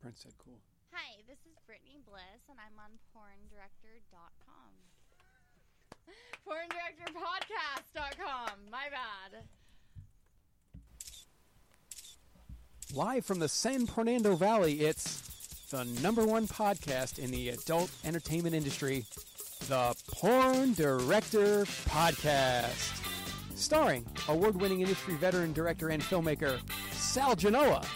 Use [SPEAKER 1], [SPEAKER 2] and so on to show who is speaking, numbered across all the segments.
[SPEAKER 1] Brent said cool.
[SPEAKER 2] Hi, this is Brittany Bliss, and I'm on porndirector.com. porndirectorpodcast.com. My bad.
[SPEAKER 1] Live from the San Fernando Valley, it's the number one podcast in the adult entertainment industry, the Porn Director Podcast. Starring award winning industry veteran, director, and filmmaker Sal Genoa.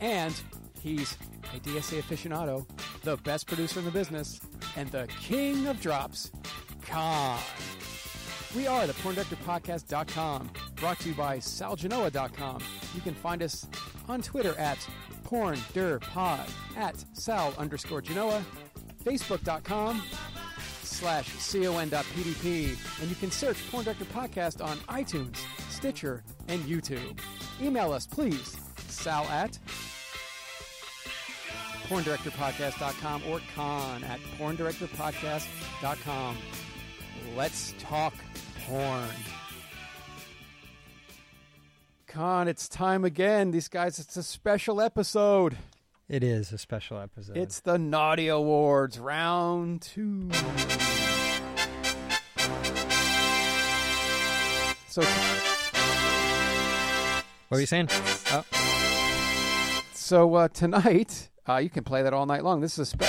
[SPEAKER 1] And he's a DSA aficionado, the best producer in the business, and the king of drops, Khan. We are the porndirectorpodcast.com, brought to you by salgenoa.com. You can find us on Twitter at porndirpod, at sal underscore genoa, facebook.com slash con.pdp, and you can search Porn Director Podcast on iTunes, Stitcher, and YouTube. Email us, please, sal at porndirectorpodcast.com or con at porndirectorpodcast.com. Let's talk porn. Con, it's time again. These guys, it's a special episode.
[SPEAKER 3] It is a special episode.
[SPEAKER 1] It's the Naughty Awards, round two. So,
[SPEAKER 3] what were you saying? Oh,
[SPEAKER 1] Uh, so uh, tonight, uh, you can play that all night long. This is a spe-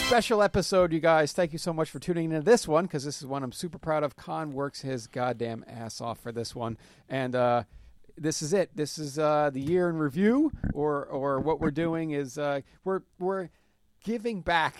[SPEAKER 1] special episode, you guys. Thank you so much for tuning into this one because this is one I'm super proud of. Khan works his goddamn ass off for this one, and uh, this is it. This is uh, the year in review, or or what we're doing is uh, we're we're giving back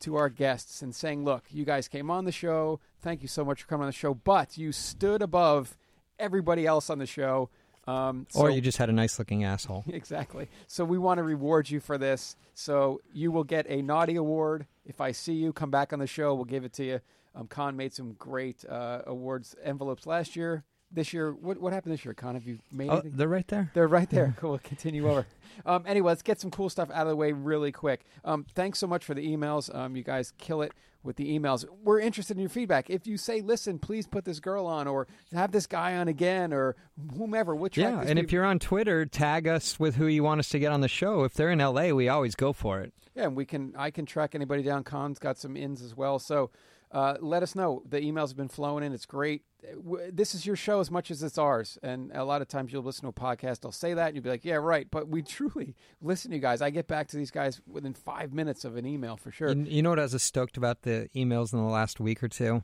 [SPEAKER 1] to our guests and saying, look, you guys came on the show. Thank you so much for coming on the show, but you stood above everybody else on the show. Um, so-
[SPEAKER 3] or you just had a nice looking asshole.
[SPEAKER 1] Exactly. So we want to reward you for this. So you will get a naughty award. If I see you, come back on the show. We'll give it to you. Um, Con made some great uh, awards envelopes last year. This year, what what happened this year, Con? Have you made
[SPEAKER 3] Oh,
[SPEAKER 1] anything?
[SPEAKER 3] they're right there.
[SPEAKER 1] They're right there. Cool. We'll continue over. Um, anyway, let's get some cool stuff out of the way really quick. Um, thanks so much for the emails. Um, you guys kill it with the emails. We're interested in your feedback. If you say, "Listen, please put this girl on," or "Have this guy on again," or whomever, which
[SPEAKER 3] Yeah, and if you're on Twitter, tag us with who you want us to get on the show. If they're in LA, we always go for it.
[SPEAKER 1] Yeah, and we can. I can track anybody down. Con's got some ins as well. So uh, let us know. The emails have been flowing in. It's great. W- This is your show as much as it's ours. And a lot of times you'll listen to a podcast. I'll say that, and you'll be like, "Yeah, right." But we truly listen to you guys. I get back to these guys within five minutes of an email for sure.
[SPEAKER 3] You, you know what I was stoked about the emails in the last week or two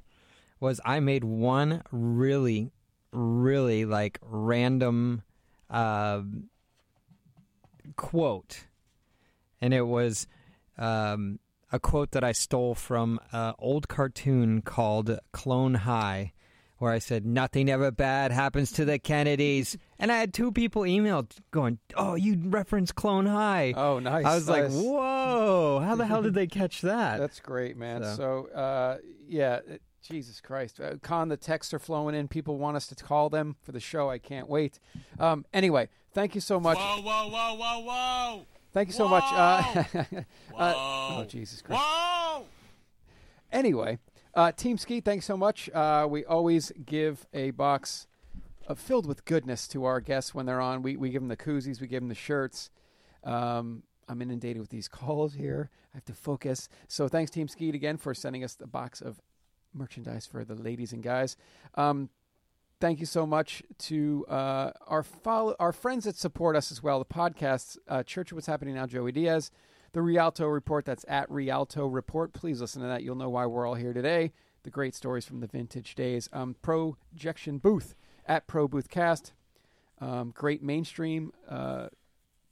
[SPEAKER 3] was I made one really, really like random uh, quote, and it was um, a quote that I stole from an old cartoon called Clone High. Where I said nothing ever bad happens to the Kennedys, and I had two people emailed going, "Oh, you referenced Clone High."
[SPEAKER 1] oh, nice.
[SPEAKER 3] I was
[SPEAKER 1] nice.
[SPEAKER 3] like, "Whoa! How the hell did they catch that?"
[SPEAKER 1] That's great, man. So,
[SPEAKER 3] So-
[SPEAKER 1] uh, yeah, it- Jesus Christ. Uh, Con, the texts are flowing in. People want us to call them for the show. I can't wait. Um, anyway, thank you so much.
[SPEAKER 4] Whoa, whoa, whoa, whoa, whoa!
[SPEAKER 1] Thank you so much. Uh, uh, oh, Jesus Christ.
[SPEAKER 4] Whoa!
[SPEAKER 1] Anyway, uh, Team Ski, thanks so much. Uh, we always give a box uh, filled with goodness to our guests when they're on. We, we give them the koozies, we give them the shirts. Um, I'm inundated with these calls here. I have to focus. So thanks, Team Skeet, again for sending us the box of merchandise for the ladies and guys. Um, thank you so much to uh, our follow- our friends that support us as well. The podcasts, uh, Church of What's Happening Now, Joey Diaz, the Rialto Report. That's at Rialto Report. Please listen to that. You'll know why we're all here today. The great stories from the vintage days. Um, Projection Booth at Pro Booth Cast. Um, great mainstream uh,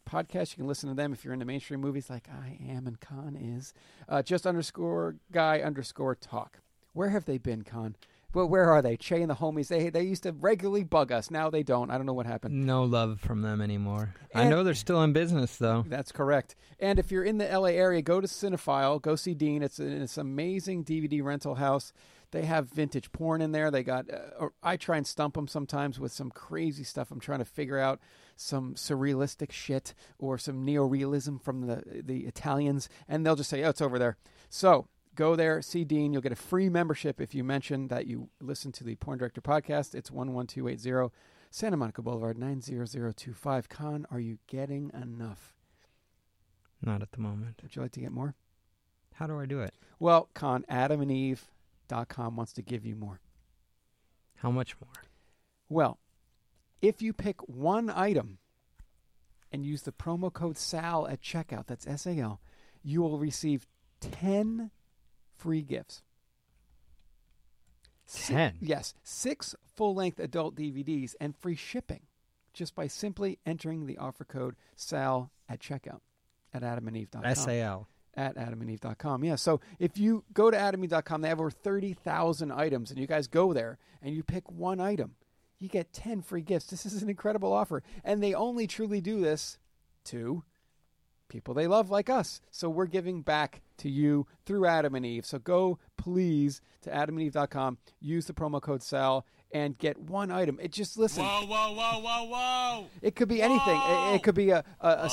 [SPEAKER 1] podcast. You can listen to them if you're into mainstream movies like I am and Khan is. Uh, just underscore guy underscore talk. Where have they been, Khan? Well, where are they? Che and the homies. They they used to regularly bug us. Now they don't. I don't know what happened.
[SPEAKER 3] No love from them anymore. I
[SPEAKER 1] And-
[SPEAKER 3] know they're still in business though.
[SPEAKER 1] That's correct. And if you're in the LA area, go to Cinephile. Go see Dean. It's an, it's an amazing DVD rental house. They have vintage porn in there. They got. Uh, or I try and stump them sometimes with some crazy stuff. I'm trying to figure out some surrealistic shit or some neo-realism from the the Italians, and they'll just say, "Oh, it's over there." So go there, see Dean. You'll get a free membership if you mention that you listen to the Porn Director podcast. It's 11280 Santa Monica Boulevard 90025. Con, are you getting enough?
[SPEAKER 3] Not at the moment.
[SPEAKER 1] Would you like to get more?
[SPEAKER 3] How do I do it?
[SPEAKER 1] Well, con adamandeve.com wants to give you more.
[SPEAKER 3] How much more?
[SPEAKER 1] Well, if you pick one item and use the promo code SAL at checkout, that's S A L, you will receive 10 free gifts. Si-
[SPEAKER 3] 10?
[SPEAKER 1] yes, six full length adult DVDs and free shipping just by simply entering the offer code SAL at checkout at adamandeve.com
[SPEAKER 3] SAL.
[SPEAKER 1] at adamandeve.com. Yeah. So if you go to adamandeve.com, they have over 30,000 items, and you guys go there and you pick one item, you get 10 free gifts. This is an incredible offer. And they only truly do this to people they love like us. So we're giving back to you through Adam and Eve. So go please to adamandeve.com, use the promo code SAL, and get one item. It just, listen.
[SPEAKER 4] Whoa, whoa, whoa, whoa, whoa.
[SPEAKER 1] It could be anything. It, it could be a a, a s-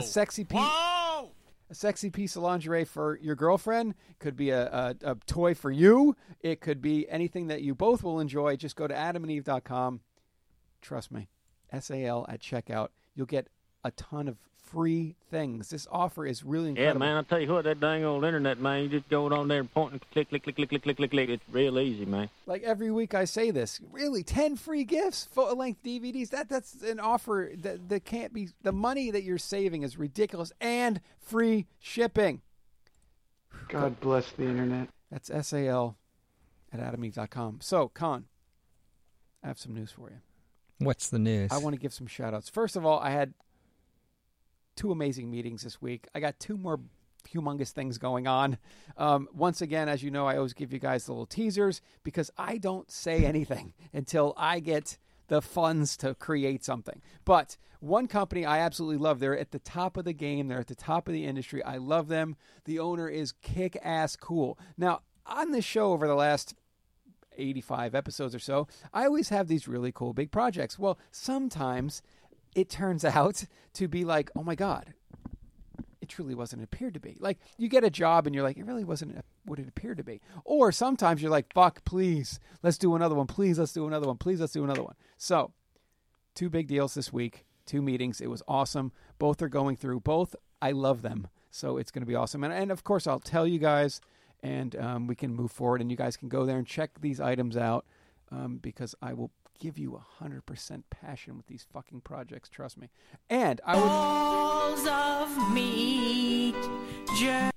[SPEAKER 4] Whoa.
[SPEAKER 1] sexy piece,
[SPEAKER 4] Whoa.
[SPEAKER 1] a sexy piece of lingerie for your girlfriend. Could be a, a, a toy for you. It could be anything that you both will enjoy. Just go to adamandeve.com. Trust me, SAL at checkout. You'll get a ton of free things. This offer is really
[SPEAKER 5] Yeah,
[SPEAKER 1] incredible.
[SPEAKER 5] man, I tell you what, that dang old internet, man, you just go on there and point and click, click, click, click, click, click, click, click. It's real easy, man.
[SPEAKER 1] Like every week, I say this. Really, ten free gifts, full length DVDs. That that's an offer that that can't be. The money that you're saving is ridiculous, and free shipping.
[SPEAKER 6] God bless the internet.
[SPEAKER 1] That's sal at adameve.com. So, Con, I have some news for you.
[SPEAKER 3] What's the news?
[SPEAKER 1] I want to give some shout outs. First of all, I had two amazing meetings this week. I got two more humongous things going on. Um, once again, as you know, I always give you guys the little teasers because I don't say anything until I get the funds to create something. But one company I absolutely love, they're at the top of the game, they're at the top of the industry. I love them. The owner is kick ass cool. Now, on this show over the last 85 episodes or so, I always have these really cool big projects. Well, sometimes it turns out to be like, oh my God, it truly wasn't it appeared to be. Like you get a job and you're like, it really wasn't what it appeared to be. Or sometimes you're like, fuck, please, let's do another one. Please, let's do another one. Please, let's do another one. So, two big deals this week, two meetings. It was awesome. Both are going through. Both, I love them. So it's going to be awesome. And, and of course, I'll tell you guys and um, we can move forward and you guys can go there and check these items out um, because I will give you 100% passion with these fucking projects. Trust me. And I would.
[SPEAKER 7] balls of meat. Jer-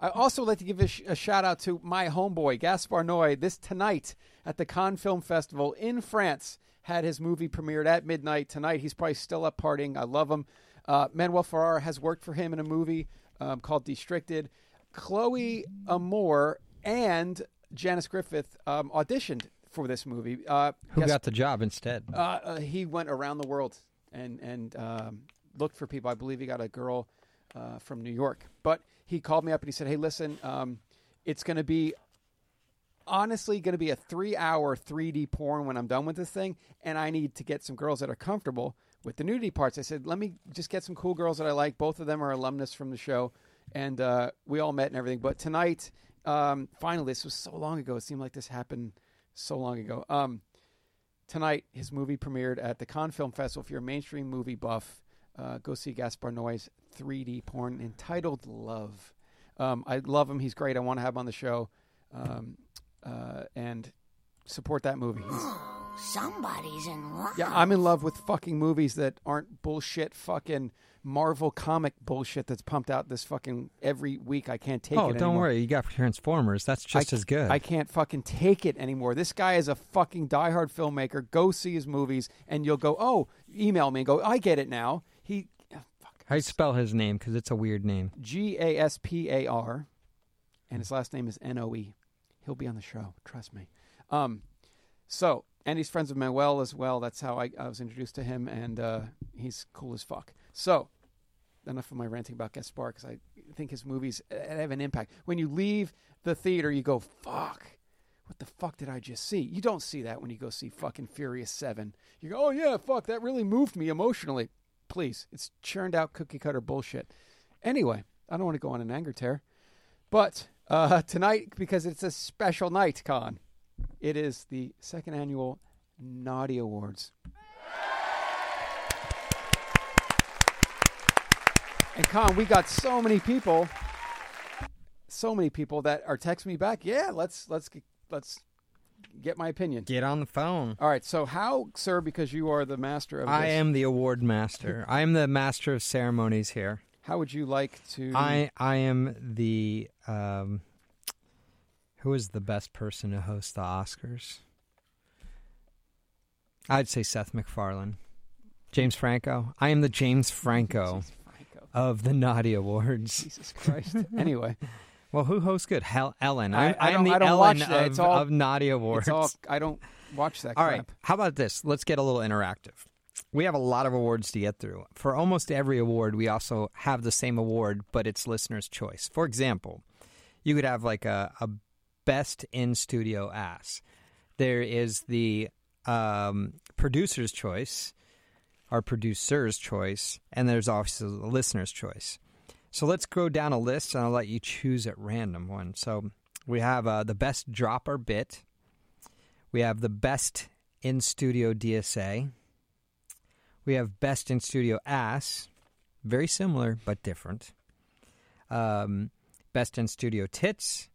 [SPEAKER 1] I also would like to give a, sh- a shout out to my homeboy Gaspar Noé. This tonight at the Cannes Film Festival in France had his movie premiered at midnight tonight. He's probably still up partying. I love him. Uh, Manuel Ferrara has worked for him in a movie um, called Destricted. Chloe Amore and Janice Griffith um, auditioned for this movie. Uh,
[SPEAKER 3] Who
[SPEAKER 1] Gas-
[SPEAKER 3] got the job instead?
[SPEAKER 1] uh, uh, he went around the world and and um, looked for people. I believe he got a girl uh, from New York, but he called me up and he said, "Hey, listen, um, it's going to be honestly going to be a three-hour 3D porn when I'm done with this thing, and I need to get some girls that are comfortable with the nudity parts." I said, "Let me just get some cool girls that I like. Both of them are alumnus from the show, and uh, we all met and everything." But tonight, um, finally, this was so long ago. It seemed like this happened so long ago. Um, tonight his movie premiered at the Cannes Film Festival. If you're a mainstream movie buff, uh, go see Gaspar Noé's 3D porn entitled Love. Um, I love him. He's great. I want to have him on the show, um, uh, and support that movie. He's-
[SPEAKER 8] Somebody's in love.
[SPEAKER 1] yeah, I'm in love with fucking movies that aren't bullshit. Fucking Marvel comic bullshit that's pumped out this fucking every week. I can't take it.
[SPEAKER 3] oh, don't
[SPEAKER 1] anymore.
[SPEAKER 3] worry. You got Transformers. That's just
[SPEAKER 1] I-
[SPEAKER 3] as good.
[SPEAKER 1] I can't fucking take it anymore. This guy is a fucking diehard filmmaker. Go see his movies, and you'll go, oh, email me and go, I get it now. He, ah, fuck,
[SPEAKER 3] How you spell his name? Because it's a weird name.
[SPEAKER 1] G A S P A R, and his last name is N O E. He'll be on the show. Trust me. Um, so, and he's friends with Manuel as well. That's how I, I was introduced to him, and uh, he's cool as fuck. So, enough of my ranting about Gaspar because I think his movies uh, have an impact. When you leave the theater, you go, fuck, what the fuck did I just see? You don't see that when you go see fucking Furious 7. You go, oh yeah, fuck, that really moved me emotionally. Please, it's churned out cookie cutter bullshit. Anyway, I don't want to go on an anger tear. But uh, tonight, because it's a special night, Con, it is the second annual Naughty Awards. And Con, we got so many people, so many people that are texting me back. Yeah, let's let's get- let's get my opinion.
[SPEAKER 3] Get on the phone.
[SPEAKER 1] All right. So how, sir? Because you are the master of.
[SPEAKER 3] I
[SPEAKER 1] this,
[SPEAKER 3] am the award master. I am the master of ceremonies here.
[SPEAKER 1] How would you like to?
[SPEAKER 3] I I am the um, who is the best person to host the Oscars? I'd say Seth MacFarlane, James Franco. I am the James Franco
[SPEAKER 1] Jesus, Franco.
[SPEAKER 3] of the Naughty Awards.
[SPEAKER 1] Jesus Christ. anyway,
[SPEAKER 3] Well, who hosts good? Hell, Ellen.
[SPEAKER 1] I-
[SPEAKER 3] I'm,
[SPEAKER 1] I
[SPEAKER 3] am
[SPEAKER 1] don't-
[SPEAKER 3] the
[SPEAKER 1] I don't
[SPEAKER 3] Ellen
[SPEAKER 1] watch that.
[SPEAKER 3] of,
[SPEAKER 1] It's all-
[SPEAKER 3] of Naughty Awards.
[SPEAKER 1] it's all. I don't watch that.
[SPEAKER 3] All
[SPEAKER 1] crap.
[SPEAKER 3] right. How about this? Let's get a little interactive. We have a lot of awards to get through. For almost every award, we also have the same award, but it's listener's choice. For example, you could have like a, a best in studio ass. There is the um, producer's choice, our producer's choice, and there's also the listener's choice. So let's go down a list, and I'll let you choose at random one. So we have uh, the best drop or bit. We have the best in studio DSA. We have best in studio ass, very similar but different. Um, best in studio tits,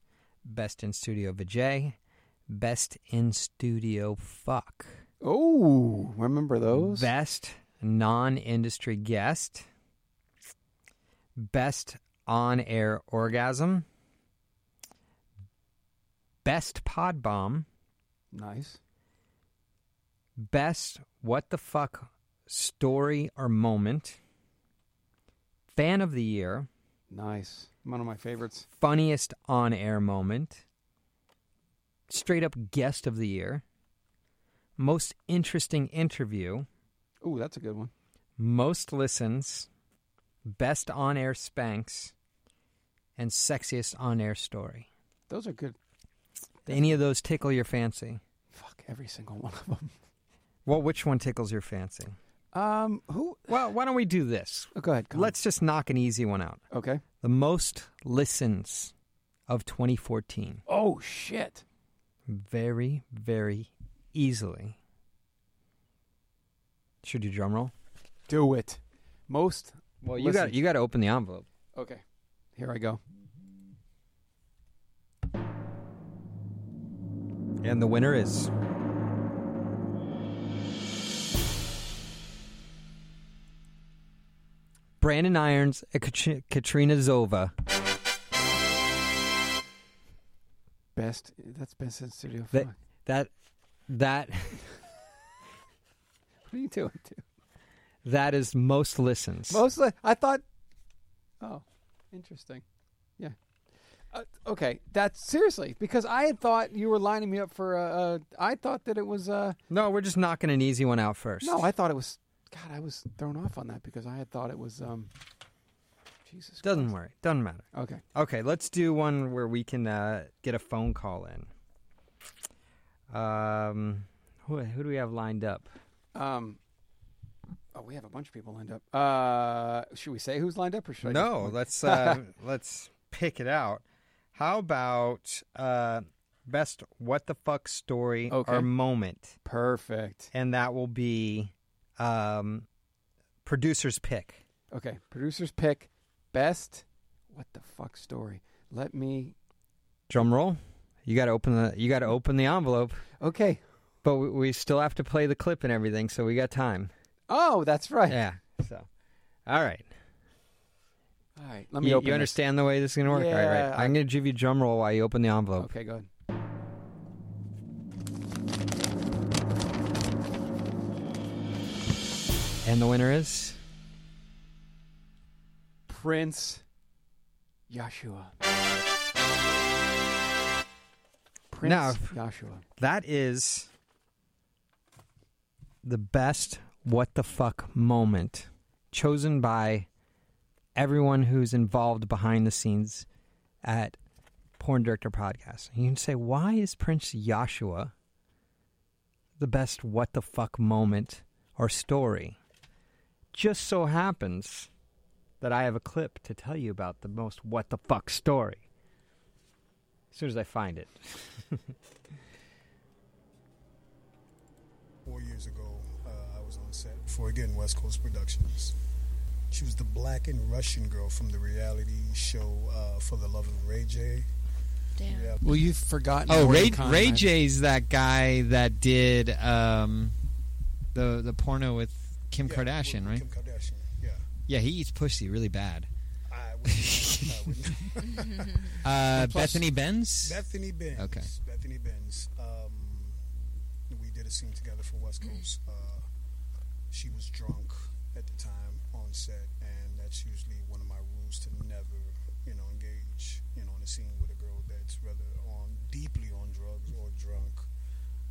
[SPEAKER 3] best in studio vajay, best in studio fuck,
[SPEAKER 1] Oh, remember those?
[SPEAKER 3] best non industry guest, best on air orgasm, best pod bomb.
[SPEAKER 1] nice.
[SPEAKER 3] Best What the Fuck Story or Moment. Fan of the Year.
[SPEAKER 1] Nice. One of my favorites.
[SPEAKER 3] Funniest On Air Moment. Straight Up Guest of the Year. Most Interesting Interview.
[SPEAKER 1] Ooh, that's a good one.
[SPEAKER 3] Most Listens. Best On Air Spanx. And Sexiest On Air Story.
[SPEAKER 1] Those are good.
[SPEAKER 3] Any of those tickle your fancy?
[SPEAKER 1] Fuck every single one of them.
[SPEAKER 3] Well, which one tickles your fancy?
[SPEAKER 1] Um, who?
[SPEAKER 3] Well, why don't we do this?
[SPEAKER 1] Oh, go ahead. Con.
[SPEAKER 3] Let's just knock an easy one out.
[SPEAKER 1] Okay.
[SPEAKER 3] the most listens of 2014
[SPEAKER 1] Oh shit.
[SPEAKER 3] very very easily should you drum roll
[SPEAKER 1] Do it. Most. Well,
[SPEAKER 3] you got you got to open the envelope
[SPEAKER 1] Okay. Here I go.
[SPEAKER 3] and the winner is Brandon Irons and Katri- Katrina Zova
[SPEAKER 1] Best. That's best in studio.
[SPEAKER 3] that
[SPEAKER 1] Fuck.
[SPEAKER 3] that that
[SPEAKER 1] What are you doing? Dude?
[SPEAKER 3] that is most listens
[SPEAKER 1] Mostly, I thought. Oh, interesting. Yeah. Uh, okay, that's seriously because I had thought you were lining me up for. Uh, uh, I thought that it was. Uh,
[SPEAKER 3] no we're just knocking an easy one out first
[SPEAKER 1] no, I thought it was. God, I was thrown off on that because I had thought it was. Um, Jesus.
[SPEAKER 3] doesn't worry doesn't matter
[SPEAKER 1] Christ. Okay.
[SPEAKER 3] Okay, let's do one where we can uh, get a phone call in. Um, who, who do we have lined up?
[SPEAKER 1] Um. Oh, we have a bunch of people lined up. Uh, should we say who's lined up or should I? just-
[SPEAKER 3] No, let's uh, let's pick it out. How about uh, best what the fuck story
[SPEAKER 1] Okay.
[SPEAKER 3] or moment?
[SPEAKER 1] Perfect.
[SPEAKER 3] And that will be um, producer's pick.
[SPEAKER 1] Okay, producers pick best. What the fuck story? Let me.
[SPEAKER 3] Drum roll. You got to open the you got to open the envelope,
[SPEAKER 1] Okay.
[SPEAKER 3] but we, we still have to play the clip and everything, so we got time.
[SPEAKER 1] Oh, that's right.
[SPEAKER 3] Yeah. So, all right.
[SPEAKER 1] All right, let me
[SPEAKER 3] you,
[SPEAKER 1] open.
[SPEAKER 3] you
[SPEAKER 1] this.
[SPEAKER 3] understand the way this is going to work? All right,
[SPEAKER 1] Yeah,
[SPEAKER 3] right.
[SPEAKER 1] I-
[SPEAKER 3] I'm going to give you drum roll while you open the envelope.
[SPEAKER 1] Okay, go ahead.
[SPEAKER 3] And the winner is
[SPEAKER 1] Prince Yashua. Prince
[SPEAKER 3] Now-
[SPEAKER 1] Yashua.
[SPEAKER 3] that is the best what the fuck moment chosen by everyone who's involved behind the scenes at Porn Director Podcast. And you can say, why is Prince Joshua the best what the fuck moment or story? Just so happens that I have a clip to tell you about the most what the fuck story. As soon as I find it.
[SPEAKER 9] Four years ago, uh, I was on set for again West Coast Productions, She was the black and Russian girl from the reality show uh, For the Love of Ray J.
[SPEAKER 10] Damn.
[SPEAKER 9] Yeah.
[SPEAKER 1] Well, you've forgotten.
[SPEAKER 3] Oh,
[SPEAKER 1] where
[SPEAKER 3] Ray,
[SPEAKER 1] the con-
[SPEAKER 3] Ray J's that guy that did um, the the porno with Kim
[SPEAKER 9] Yeah,
[SPEAKER 3] Kardashian,
[SPEAKER 9] with
[SPEAKER 3] right?
[SPEAKER 9] Kim Kardashian. Yeah.
[SPEAKER 3] Yeah, he eats pussy really bad.
[SPEAKER 9] I wouldn't. I wouldn't.
[SPEAKER 3] Uh,
[SPEAKER 9] And plus-
[SPEAKER 3] Bethany Benz.
[SPEAKER 9] Bethany Benz.
[SPEAKER 3] Okay.
[SPEAKER 9] Bethany Benz. Um, we did a scene together for West Coast. Uh, she was drunk at the time on set, and that's usually one of my rules to never, you know, engage, you know, in a scene with a girl that's rather on deeply on drugs or drunk.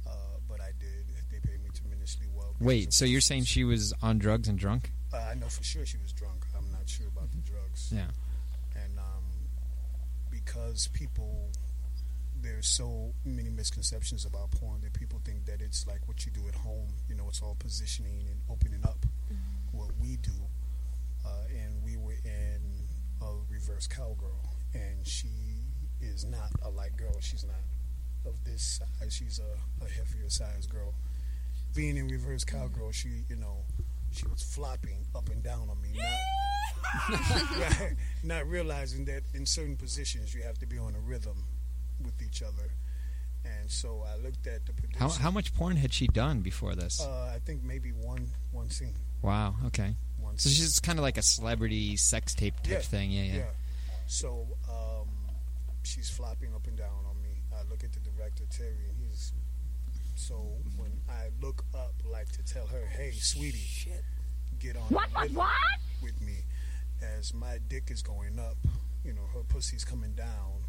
[SPEAKER 9] Uh, but I did. They paid me tremendously well. because
[SPEAKER 3] Wait,
[SPEAKER 9] of
[SPEAKER 3] so
[SPEAKER 9] what
[SPEAKER 3] you're
[SPEAKER 9] she
[SPEAKER 3] saying
[SPEAKER 9] was-
[SPEAKER 3] she was on drugs and drunk?
[SPEAKER 9] Uh, I know for sure she was drunk. I'm not sure about the drugs
[SPEAKER 3] Yeah.
[SPEAKER 9] and um, because people there's so many misconceptions about porn that people think that it's like what you do at home you know it's all positioning and opening up what we do uh, and we were in a reverse cowgirl and she is not a light girl she's not of this size she's a, a heavier size girl being in reverse cowgirl she you know she was flopping up and down on me not right? Not realizing that in certain positions you have to be on a rhythm with each other. And so I looked at the producer.
[SPEAKER 3] How how much porn had she done before this?
[SPEAKER 9] Uh, I think maybe one one scene.
[SPEAKER 3] wow. Okay.
[SPEAKER 9] One
[SPEAKER 3] So
[SPEAKER 9] scene.
[SPEAKER 3] she's kind of like a celebrity sex tape type
[SPEAKER 9] Yeah,
[SPEAKER 3] thing. Yeah, yeah.
[SPEAKER 9] So um, she's flopping up and down on me. I look at the director Terry, and he's so when I look up, like to tell her, "Hey, sweetie, get on what, what, what? with me." As my dick is going up, you know, her pussy's coming down.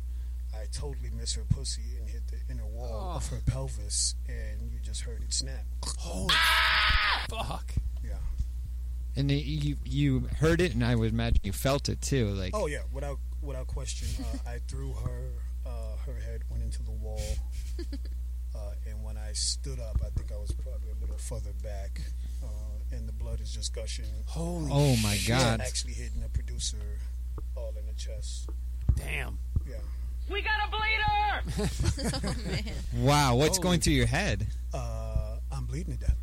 [SPEAKER 9] I totally miss her pussy and hit the inner wall of her pelvis, and you just heard it snap.
[SPEAKER 1] Holy
[SPEAKER 9] Ah!
[SPEAKER 1] fuck!
[SPEAKER 9] Yeah.
[SPEAKER 3] And you you heard it, and I would imagine you felt it too. Like
[SPEAKER 9] Oh yeah, without without question, uh, I threw her. Uh, her head went into the wall, uh, and when I stood up, I think I was probably a little further back, uh, and the blood is just gushing.
[SPEAKER 1] Holy
[SPEAKER 3] Oh, my
[SPEAKER 1] shit.
[SPEAKER 9] Yeah,
[SPEAKER 3] God.
[SPEAKER 9] Actually hitting the producer all in the chest.
[SPEAKER 1] Damn.
[SPEAKER 9] Yeah.
[SPEAKER 7] We got a bleeder!
[SPEAKER 10] oh man.
[SPEAKER 3] wow, what's
[SPEAKER 1] Holy-
[SPEAKER 3] going through your head?
[SPEAKER 9] Uh, I'm bleeding to death.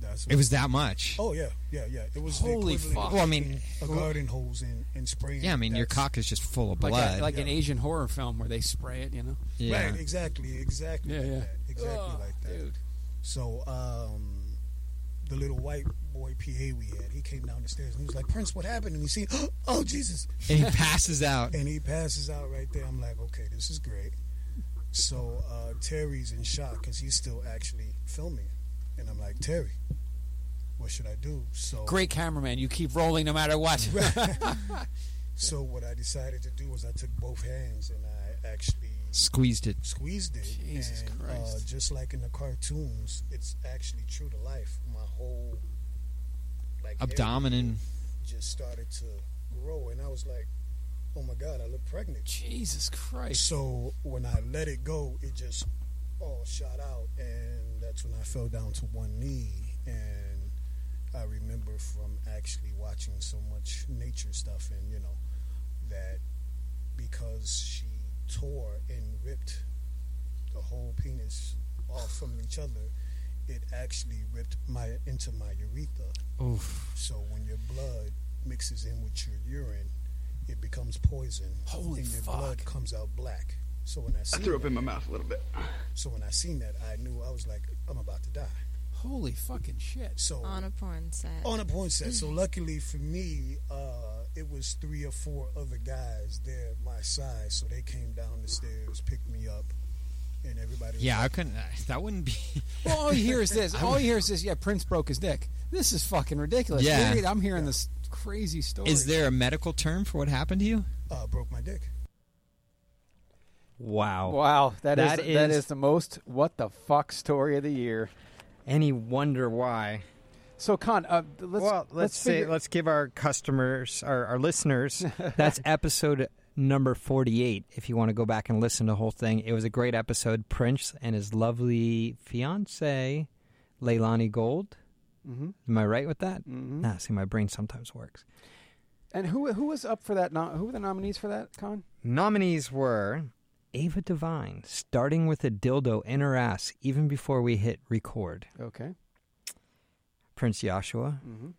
[SPEAKER 9] That's
[SPEAKER 3] It was that much.
[SPEAKER 9] Oh yeah, yeah, yeah. It was
[SPEAKER 1] Holy
[SPEAKER 9] the equivalent
[SPEAKER 1] fuck.
[SPEAKER 9] of
[SPEAKER 3] Well, I mean-
[SPEAKER 9] taking a garden hose and, and spraying.
[SPEAKER 3] yeah, I mean your
[SPEAKER 9] that's-
[SPEAKER 3] cock is just full of
[SPEAKER 1] Like,
[SPEAKER 3] oh, blood.
[SPEAKER 1] a, like an
[SPEAKER 9] Yeah.
[SPEAKER 1] Asian horror film where they spray it, you know?
[SPEAKER 3] yeah.
[SPEAKER 9] Right, exactly, exactly.
[SPEAKER 1] Yeah,
[SPEAKER 9] like
[SPEAKER 1] yeah.
[SPEAKER 9] that, Exactly
[SPEAKER 1] Ugh,
[SPEAKER 9] like that.
[SPEAKER 1] Dude.
[SPEAKER 9] So um, the little white boy PA we had, he came down the stairs and he was like, Prince, what happened? And he seen, oh Jesus!
[SPEAKER 3] and he passes out.
[SPEAKER 9] And he passes out right there. I'm like, okay, this is great. So uh, Terry's in shock because he's still actually filming, and I'm like, Terry, what should I do? So
[SPEAKER 1] Great cameraman. You keep rolling no matter what.
[SPEAKER 9] So what I decided to do was I took both hands and I actually
[SPEAKER 3] Squeezed it.
[SPEAKER 9] squeezed it.
[SPEAKER 1] Jesus
[SPEAKER 9] and, Uh,
[SPEAKER 1] Christ.
[SPEAKER 9] just like in the cartoons, it's actually true to life. My whole like
[SPEAKER 3] Abdomen.
[SPEAKER 9] area just started to grow, and I was like, "Oh my god, I look pregnant."
[SPEAKER 1] Jesus Christ.
[SPEAKER 9] So when I let it go, it just all shot out, and that's when I fell down to one knee. And I remember from actually watching so much nature stuff, and you know that because she tore and ripped the whole penis off from each other, it actually ripped my into my urethra.
[SPEAKER 3] Oof.
[SPEAKER 9] So when your blood mixes in with your urine, it becomes poison.
[SPEAKER 1] Holy
[SPEAKER 9] and your
[SPEAKER 1] fuck.
[SPEAKER 9] blood comes out black. So when I
[SPEAKER 6] I
[SPEAKER 9] seen
[SPEAKER 6] threw up
[SPEAKER 9] that,
[SPEAKER 6] in my mouth a little bit.
[SPEAKER 9] so when I seen that, I knew I was like, I'm about to die.
[SPEAKER 1] Holy fucking shit.
[SPEAKER 9] So
[SPEAKER 10] On a porn set.
[SPEAKER 9] on a porn set.
[SPEAKER 3] Mm.
[SPEAKER 9] So luckily for me, uh, it was three or four other guys there my size. So they came down the stairs, picked me up, and everybody. Was
[SPEAKER 3] Yeah, I
[SPEAKER 9] like,
[SPEAKER 3] couldn't. uh, That wouldn't be.
[SPEAKER 1] Well, all you hear is this. All you hear is this. Yeah, Prince broke his dick. This is fucking ridiculous.
[SPEAKER 3] Yeah.
[SPEAKER 1] Here- I'm hearing this crazy story.
[SPEAKER 3] Is there a medical term for what happened to you?
[SPEAKER 9] uh, broke my dick.
[SPEAKER 3] Wow.
[SPEAKER 1] Wow,
[SPEAKER 3] That
[SPEAKER 1] that is that
[SPEAKER 3] is-
[SPEAKER 1] is the most what the fuck story of the year.
[SPEAKER 3] Any wonder why?
[SPEAKER 1] So, Con, uh, let's
[SPEAKER 3] well, let's, say
[SPEAKER 1] figure-
[SPEAKER 3] let's give our customers, our, our listeners. that's episode number forty-eight. If you want to go back and listen to the whole thing, it was a great episode. Prince and his lovely fiance, Leilani Gold. Am I right with that? Mm-hmm. Nah, see, my brain sometimes works.
[SPEAKER 1] and who who was up for that? No, who were the nominees for that? Con,
[SPEAKER 3] Nominees were Ava Devine, starting with a dildo in her ass even before we hit record.
[SPEAKER 1] okay,
[SPEAKER 3] Prince Joshua.
[SPEAKER 1] Mhm.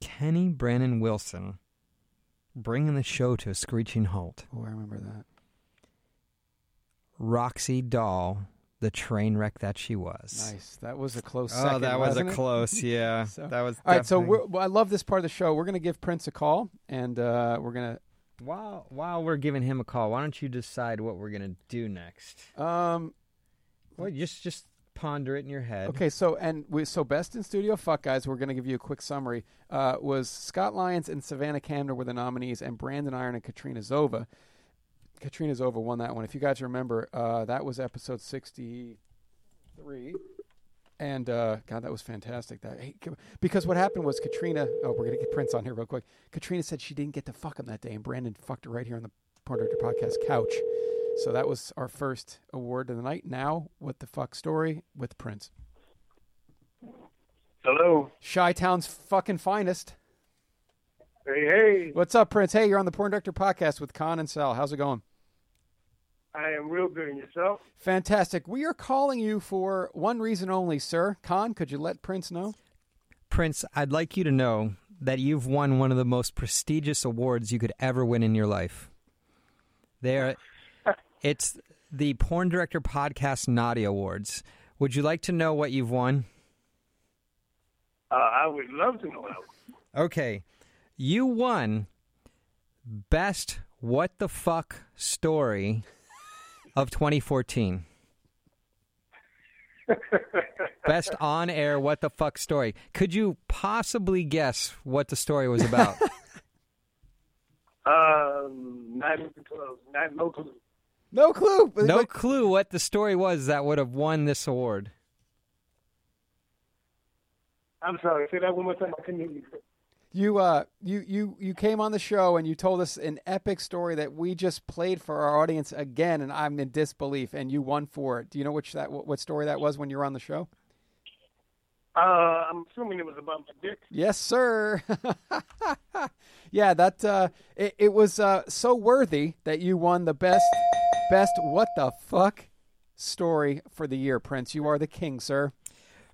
[SPEAKER 3] Penny Brannon Wilson, bringing the show to a screeching halt.
[SPEAKER 1] Oh, I remember that.
[SPEAKER 3] Roxy Doll, the train wreck that she was.
[SPEAKER 1] Nice. That was a close
[SPEAKER 3] Oh,
[SPEAKER 1] second,
[SPEAKER 3] that was a
[SPEAKER 1] wasn't it?
[SPEAKER 3] close. Yeah,
[SPEAKER 1] So-
[SPEAKER 3] that was.
[SPEAKER 1] All right, so
[SPEAKER 3] definitely-
[SPEAKER 1] we're, well, I love this part of the show. We're going to give Prince a call, and uh, we're going
[SPEAKER 3] while while we're giving him a call, why don't you decide what we're gonna do next?
[SPEAKER 1] to. Um,
[SPEAKER 3] Well, just just ponder it in your head.
[SPEAKER 1] okay, so and we, so best in studio fuck guys. We're going to give you a quick summary. Uh, was Scott Lyons and Savannah Kamner were the nominees, and Brandon Iron and Katrina Zova. Katrina Zova won that one. If you guys remember, uh, that was episode sixty-three. And uh, God, that was fantastic. That hey, c- because what happened was Katrina. Oh, we're gonna get Prince on here real quick. Katrina said she didn't get to fuck him that day, and Brandon fucked her right here on the Porn Director Podcast couch. So that was our first award of the night. Now, what the fuck story with Prince?
[SPEAKER 11] Hello.
[SPEAKER 1] Chi Town's fucking finest.
[SPEAKER 11] Hey, hey.
[SPEAKER 1] What's up, Prince? Hey, you're on the Porn Director Podcast with Con and Sal. How's it going?
[SPEAKER 11] I am real good. And yourself?
[SPEAKER 1] Fantastic. We are calling you for one reason only, sir. Con, could you let Prince know?
[SPEAKER 3] Prince, I'd like you to know that you've won one of the most prestigious awards you could ever win in your life. There, it's the Porn Director Podcast Naughty Awards. Would you like to know what you've won?
[SPEAKER 11] Uh, I would love to know.
[SPEAKER 3] Okay, you won best what the fuck story of 2014. Best on air what the fuck story. Could you possibly guess what the story was about?
[SPEAKER 11] Um, not even close. Not no clue.
[SPEAKER 1] No clue.
[SPEAKER 3] no clue what the story was that would have won this award.
[SPEAKER 11] I'm sorry. Say that one more time. I couldn't hear you.
[SPEAKER 1] You uh you you you came on the show and you told us an epic story that we just played for our audience again and I'm in disbelief and you won for it. Do you know which that what, what story that was when you were on the show?
[SPEAKER 11] Uh, I'm assuming it was about my dick.
[SPEAKER 1] Yes, sir. yeah, that uh it, it was uh so worthy that you won the best best what the fuck story for the year, Prince. You are the king, sir.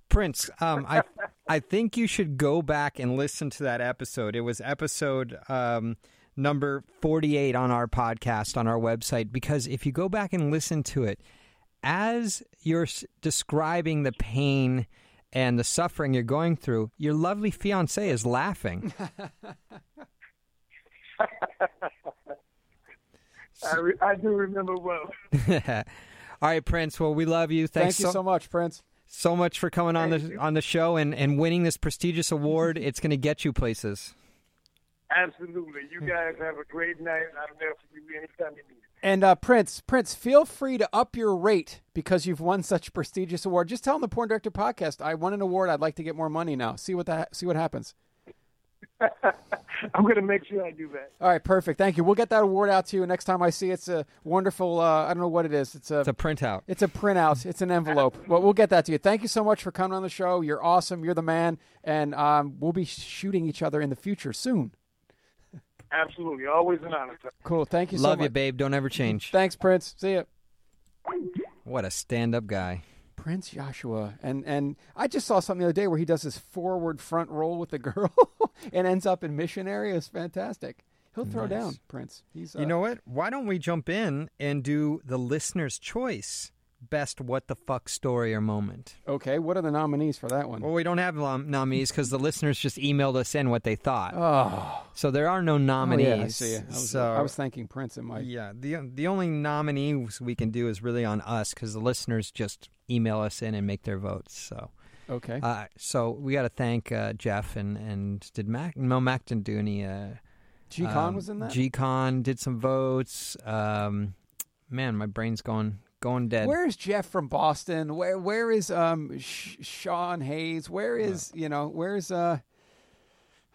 [SPEAKER 3] Prince, um, I I think you should go back and listen to that episode. It was episode um, number forty eight on our podcast on our website because if you go back and listen to it, as you're s- describing the pain and the suffering you're going through, your lovely fiance is laughing.
[SPEAKER 11] I, re- I do remember well.
[SPEAKER 3] All right, Prince. Well, we love you. Thanks
[SPEAKER 1] Thank you so much, Prince.
[SPEAKER 3] so much for coming on the on the show and, and winning this prestigious award. It's going to get you places.
[SPEAKER 11] Absolutely. You guys have a great night. I'm there for you anytime you need.
[SPEAKER 1] And uh, Prince, Prince, feel free to up your rate because you've won such a prestigious award. Just tell them the Porn Director Podcast, I won an award. I'd like to get more money now. See what that, see what happens.
[SPEAKER 11] it. I'm gonna make sure I do that.
[SPEAKER 1] All right, perfect. Thank you. We'll get that award out to you next time I see. it. It's a wonderful. Uh, I don't know what it is. It's a.
[SPEAKER 3] It's a printout.
[SPEAKER 1] it's a printout. It's an envelope. Well, we'll get that to you. Thank you so much for coming on the show. You're awesome. You're the man. And um, we'll be shooting each other in the future soon.
[SPEAKER 11] Absolutely. Always an honor. sir.
[SPEAKER 1] Cool. Thank you so
[SPEAKER 3] Love
[SPEAKER 1] much.
[SPEAKER 3] you, babe. Don't ever change.
[SPEAKER 1] Thanks, Prince. See ya.
[SPEAKER 3] What a stand up guy.
[SPEAKER 1] Prince Joshua, and and I just saw something the other day where he does his forward front roll with the girl and ends up in missionary. It's fantastic. He'll throw
[SPEAKER 3] Nice.
[SPEAKER 1] down Prince. He's uh,
[SPEAKER 3] You know what? Why don't we jump in and do the listener's choice best what the fuck story or moment?
[SPEAKER 1] okay. What are the nominees for that one?
[SPEAKER 3] Well, we don't have nom- nominees because the listeners just emailed us in what they thought.
[SPEAKER 1] Oh,
[SPEAKER 3] so there are no
[SPEAKER 1] oh,
[SPEAKER 3] nominees.
[SPEAKER 1] yeah, I see. I was,
[SPEAKER 3] so
[SPEAKER 1] I was thinking Prince in my
[SPEAKER 3] Yeah, the the only nominees we can do is really on us because the listeners just email us in and make their votes. So,
[SPEAKER 1] okay.
[SPEAKER 3] uh, so we got to thank uh, Jeff and and did Mac Mel Macdondooney. Uh,
[SPEAKER 1] G Con was in that.
[SPEAKER 3] G Con did some votes. Um, man, my brain's going going dead.
[SPEAKER 1] where is Jeff from Boston? Where where is um Sh- Sean Hayes?
[SPEAKER 3] Uh,
[SPEAKER 1] Where is you know where is uh,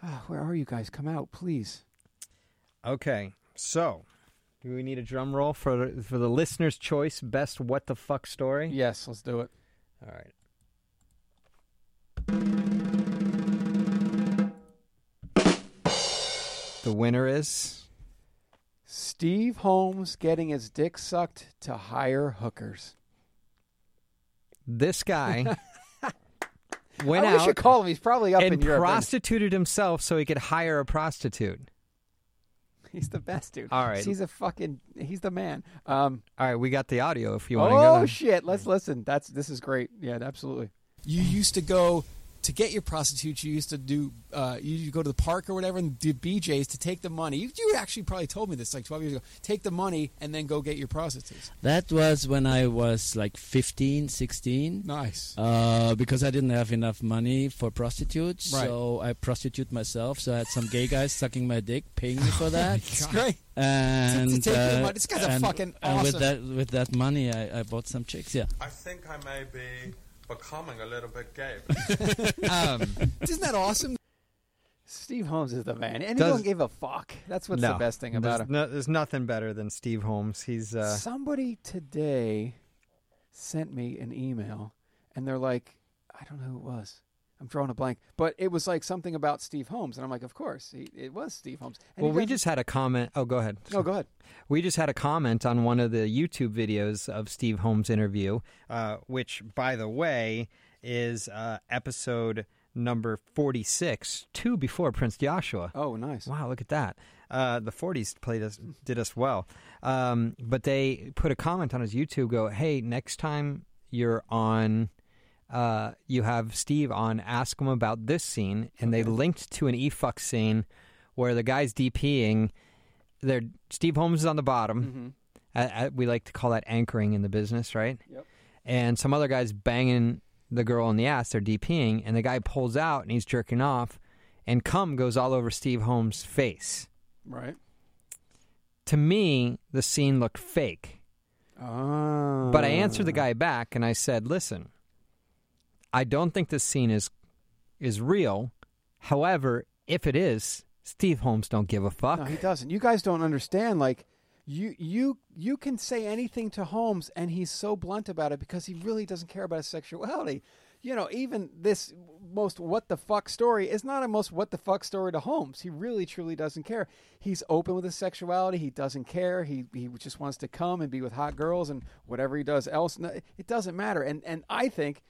[SPEAKER 1] ah, where are you guys? Come out, please.
[SPEAKER 3] Okay, so do we need a drum roll for for the listener's choice best what the fuck story?
[SPEAKER 1] Yes, let's do it.
[SPEAKER 3] All right. The winner is
[SPEAKER 1] Steve Holmes getting his dick sucked to hire hookers.
[SPEAKER 3] this guy went
[SPEAKER 1] I
[SPEAKER 3] out
[SPEAKER 1] We should call him. He's probably up
[SPEAKER 3] and
[SPEAKER 1] in Europe. and-
[SPEAKER 3] prostituted himself so he could hire a prostitute.
[SPEAKER 1] He's the best dude.
[SPEAKER 3] All right.
[SPEAKER 1] he's a fucking. He's the man. Um,
[SPEAKER 3] All right, we got the audio if you want to go.
[SPEAKER 1] oh
[SPEAKER 3] there.
[SPEAKER 1] shit! Let's listen. That's this is great. Yeah, absolutely.
[SPEAKER 12] You used to go to get your prostitutes. You used to do. Uh, you used to go to the park or whatever and do BJ's to take the money. You, you actually probably told me this like twelve years ago. Take the money and then go get your prostitutes.
[SPEAKER 13] That was when I was like 15, 16.
[SPEAKER 12] Nice.
[SPEAKER 13] Uh, because I didn't have enough money for prostitutes,
[SPEAKER 12] Right.
[SPEAKER 13] so I prostitute myself. So I had some gay guys sucking my dick, paying me for that.
[SPEAKER 12] Oh It's great.
[SPEAKER 13] And
[SPEAKER 12] To- to take the
[SPEAKER 13] uh,
[SPEAKER 12] money. This guy's a
[SPEAKER 13] and-
[SPEAKER 12] fucking
[SPEAKER 13] and with
[SPEAKER 12] awesome-
[SPEAKER 13] that with that money, I, I bought some chicks. Yeah.
[SPEAKER 14] I think I may be becoming a little bit gay.
[SPEAKER 15] Um,
[SPEAKER 3] Mm-hmm.
[SPEAKER 12] Isn't that awesome?
[SPEAKER 1] Steve Holmes is the man, and he
[SPEAKER 3] Does-
[SPEAKER 1] don't give a fuck. That's what's
[SPEAKER 3] No.
[SPEAKER 1] the best thing about
[SPEAKER 3] there's
[SPEAKER 1] him.
[SPEAKER 3] No, there's nothing better than Steve Holmes. He's uh,
[SPEAKER 1] Somebody today sent me an email, and they're like, I don't know who it was. I'm drawing a blank, but it was like something about Steve Holmes, and I'm like, of course, he, it was Steve Holmes. And he
[SPEAKER 3] Well, we
[SPEAKER 1] doesn't-
[SPEAKER 3] just had a comment. Oh, go ahead.
[SPEAKER 1] No, go ahead.
[SPEAKER 3] We just had a comment on one of the YouTube videos of Steve Holmes' interview, uh, which, by the way, is uh, episode number 46, two before Prince Joshua.
[SPEAKER 1] Oh, nice.
[SPEAKER 3] Wow, look at that. Uh, the 40s played us, did us well. Um, but they put a comment on his YouTube go, hey, next time you're on. Uh, you have Steve on ask him about this scene, and they linked to an e fuck scene where the guy's DPing. They're, Steve Holmes is on the bottom. I- I- we like to call that anchoring in the business, right?
[SPEAKER 1] Yep.
[SPEAKER 3] And some other guy's banging the girl in the ass. They're DPing, and the guy pulls out and he's jerking off, and cum goes all over Steve Holmes' face.
[SPEAKER 1] Right.
[SPEAKER 3] To me, the scene looked fake.
[SPEAKER 1] Oh.
[SPEAKER 3] But I answered the guy back and I said, "Listen, I don't think this scene is is real. However, if it is, Steve Holmes don't give a fuck."
[SPEAKER 1] No, he doesn't. You guys don't understand. Like, you you you can say anything to Holmes, and he's so blunt about it because he really doesn't care about his sexuality. You know, even this most what the fuck story is not a most what the fuck story to Holmes. He really truly doesn't care. He's open with his sexuality. He doesn't care. He he just wants to come and be with hot girls and whatever he does else. no- It doesn't matter. And and I think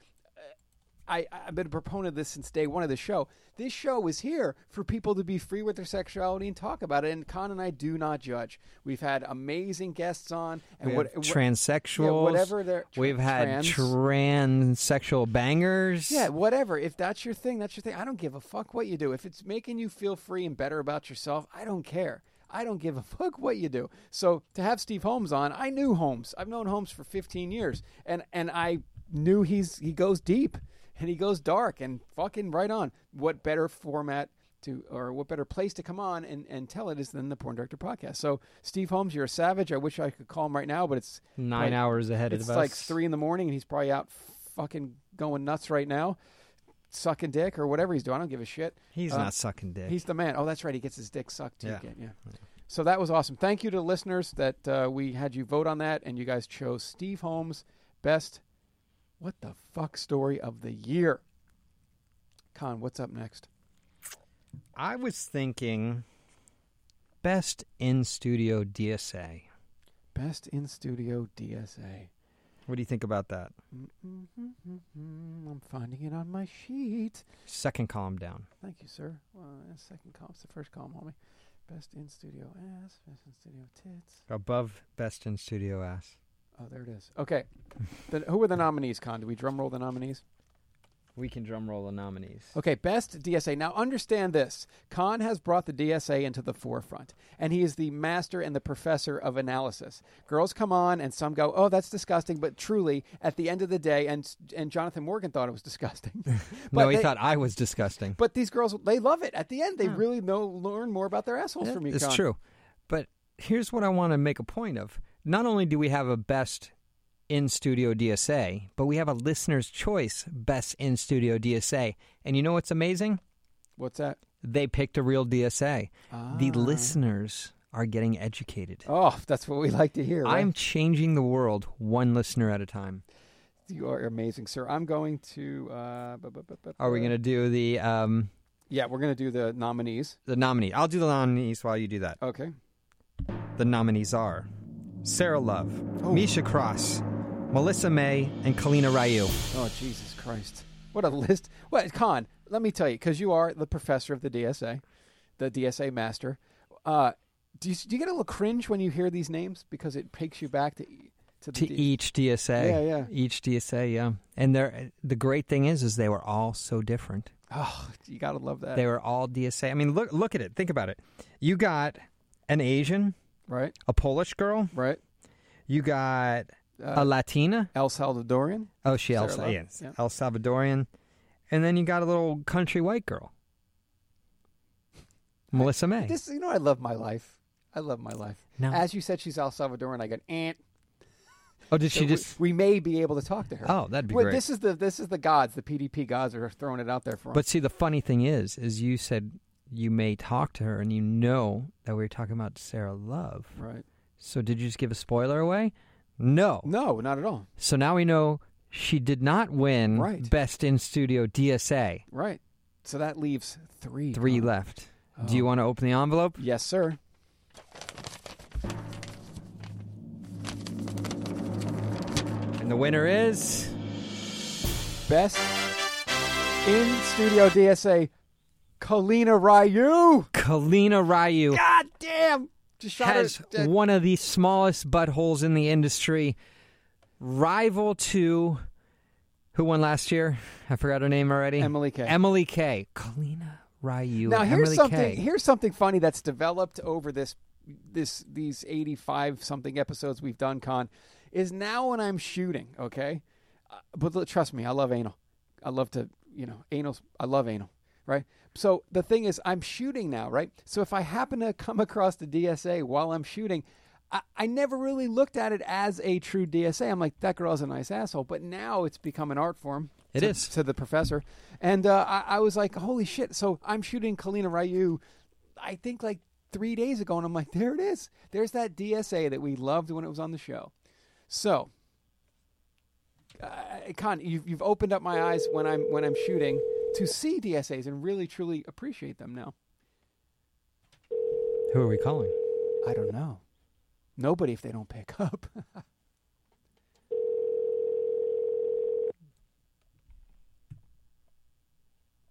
[SPEAKER 1] I, I've been a proponent of this since day one of the show. This show is here for people to be free with their sexuality and talk about it. And Con and I do not judge. We've had amazing guests on, and
[SPEAKER 3] we
[SPEAKER 1] what
[SPEAKER 3] have
[SPEAKER 1] what-
[SPEAKER 3] transsexuals.
[SPEAKER 1] yeah, whatever they're tra-
[SPEAKER 3] We've had
[SPEAKER 1] trans.
[SPEAKER 3] transsexual bangers.
[SPEAKER 1] yeah, whatever. If that's your thing, that's your thing. I don't give a fuck what you do. If it's making you feel free and better about yourself, I don't care. I don't give a fuck what you do. So to have Steve Holmes on, I knew Holmes. I've known Holmes for 15 years, and and I knew he's he goes deep and he goes dark and fucking right on. What better format? To, or what better place to come on and, and tell it is than the Porn Director podcast. So Steve Holmes, you're a savage. I wish I could call him right now, but it's
[SPEAKER 3] Nine hours ahead of
[SPEAKER 1] it's
[SPEAKER 3] us.
[SPEAKER 1] like three in the morning and he's probably out fucking going nuts right now, sucking dick or whatever he's doing. I don't give a shit. Uh,
[SPEAKER 3] He's not sucking dick.
[SPEAKER 1] He's the man. Oh, that's right. He gets his dick sucked. too.
[SPEAKER 3] Yeah.
[SPEAKER 1] Yeah. yeah. So that was awesome. Thank you to the listeners that uh, we had you vote on that, and you guys chose Steve Holmes best. What the fuck story of the year? Con, what's up next?
[SPEAKER 3] I was thinking best in studio DSA.
[SPEAKER 1] Best in studio DSA.
[SPEAKER 3] What do you think about that?
[SPEAKER 1] Mm, Mm-hmm, I'm finding it on my sheet.
[SPEAKER 3] Second column down.
[SPEAKER 1] Thank you, sir. Well, uh, second column's the first column, homie. Best in studio ass, best in studio tits.
[SPEAKER 3] Above best in studio ass.
[SPEAKER 1] Oh, there it is. Okay. the, who were the nominees, Con? Did we drum roll the nominees?
[SPEAKER 3] We can drum roll the nominees.
[SPEAKER 1] Okay, best DSA. Now understand this. Khan has brought the DSA into the forefront, and he is the master and the professor of analysis. Girls come on and some go, "Oh, that's disgusting," but truly, at the end of the day and and Jonathan Morgan thought it was disgusting.
[SPEAKER 3] no, he
[SPEAKER 1] they-
[SPEAKER 3] thought I was disgusting.
[SPEAKER 1] But these girls, they love it. At the end, they really know learn more about their assholes from you.
[SPEAKER 3] Hmm. It's true. But here's what I want to make a point of. Not only do we have a best in studio DSA, but we have a listener's choice best in studio DSA. And you know what's amazing?
[SPEAKER 1] What's that?
[SPEAKER 3] They picked a real DSA. The
[SPEAKER 1] Ah.
[SPEAKER 3] listeners are getting educated.
[SPEAKER 1] Oh, that's what we like to hear. right?
[SPEAKER 3] I'm changing the world one listener at a time.
[SPEAKER 1] You are amazing, sir. I'm going to. Uh, bu- bu- bu- bu-
[SPEAKER 3] Are we going to do the um,
[SPEAKER 1] Yeah, we're going to do the nominees.
[SPEAKER 3] the nominee? I'll do the nominees while you do that.
[SPEAKER 1] Okay.
[SPEAKER 3] The nominees are Sarah
[SPEAKER 1] Oh.
[SPEAKER 3] Love, Misha Cross, Melissa May, and Kalina Rayu.
[SPEAKER 1] Oh, Jesus Christ. What a list. What Con? Let me tell you, because you are the professor of the DSA, the DSA master. Uh, do you, do you get a little cringe when you hear these names because it takes you back to e, to, the
[SPEAKER 3] to
[SPEAKER 1] D-
[SPEAKER 3] each DSA.
[SPEAKER 1] Yeah, yeah.
[SPEAKER 3] Each DSA, yeah. And they're, the great thing is, is they were all so different.
[SPEAKER 1] Oh, you gotta love that.
[SPEAKER 3] They were all DSA. I mean, look look at it. Think about it. You got an Asian,
[SPEAKER 1] right?
[SPEAKER 3] A Polish girl,
[SPEAKER 1] right?
[SPEAKER 3] You got
[SPEAKER 1] Uh,
[SPEAKER 3] a Latina,
[SPEAKER 1] El Salvadorian.
[SPEAKER 3] Oh, she El,
[SPEAKER 1] Sarah Love,
[SPEAKER 3] yes,
[SPEAKER 1] yeah.
[SPEAKER 3] El Salvadorian, and then you got a little country white girl, Melissa May.
[SPEAKER 1] This, you know, I love my life. I love my life.
[SPEAKER 3] No.
[SPEAKER 1] As you said, she's El Salvadoran. I "Eh, got aunt.
[SPEAKER 3] oh, did
[SPEAKER 1] So
[SPEAKER 3] she
[SPEAKER 1] we-
[SPEAKER 3] just?
[SPEAKER 1] We may be able to talk to her.
[SPEAKER 3] Oh, that'd be
[SPEAKER 1] Well,
[SPEAKER 3] great.
[SPEAKER 1] This is the this is the gods. The PDP gods are throwing it out there for us.
[SPEAKER 3] But see, the funny thing is, is you said you may talk to her, and you know that we were talking about Sarah Love,
[SPEAKER 1] Right.
[SPEAKER 3] So did you just give a spoiler away? No,
[SPEAKER 1] no, not at all.
[SPEAKER 3] So now we know she did not win
[SPEAKER 1] Right.
[SPEAKER 3] Best in Studio DSA.
[SPEAKER 1] right. So that leaves three.
[SPEAKER 3] Three
[SPEAKER 1] Con.
[SPEAKER 3] left. Do you want to open the envelope?
[SPEAKER 1] Yes, sir.
[SPEAKER 3] And the winner is
[SPEAKER 1] Best in studio DSA, Kalina Ryu.
[SPEAKER 3] Kalina Ryu.
[SPEAKER 1] God damn! Just shot her-
[SPEAKER 3] has
[SPEAKER 1] uh,
[SPEAKER 3] one of the smallest buttholes in the industry, rival to who won last year? I forgot her name already.
[SPEAKER 1] Emily Kay.
[SPEAKER 3] Emily Kay. Kalina Ryu.
[SPEAKER 1] now here's
[SPEAKER 3] Emily
[SPEAKER 1] something.
[SPEAKER 3] Kay.
[SPEAKER 1] Here's something funny that's developed over this this these eighty five something episodes we've done. Con is now when I'm shooting. Okay, uh, but l- trust me, I love anal. I love to you know anal. I love anal. Right. So the thing is, I'm shooting now. Right. So if I happen to come across the DSA while I'm shooting. I- I never really looked at it as a true DSA. I'm like, that girl's a nice asshole. But now it's become an art form.
[SPEAKER 3] It
[SPEAKER 1] to,
[SPEAKER 3] is.
[SPEAKER 1] to the professor, and uh, I, I was like, "Holy shit!" So I'm shooting Kalina Ryu, I think like three days ago, and I'm like, "There it is. There's that DSA that we loved when it was on the show." So, uh, Con, you've, you've opened up my eyes when I'm when I'm shooting to see DSAs and really truly appreciate them now.
[SPEAKER 3] Who are we calling?
[SPEAKER 1] I don't know. Nobody if they don't pick up.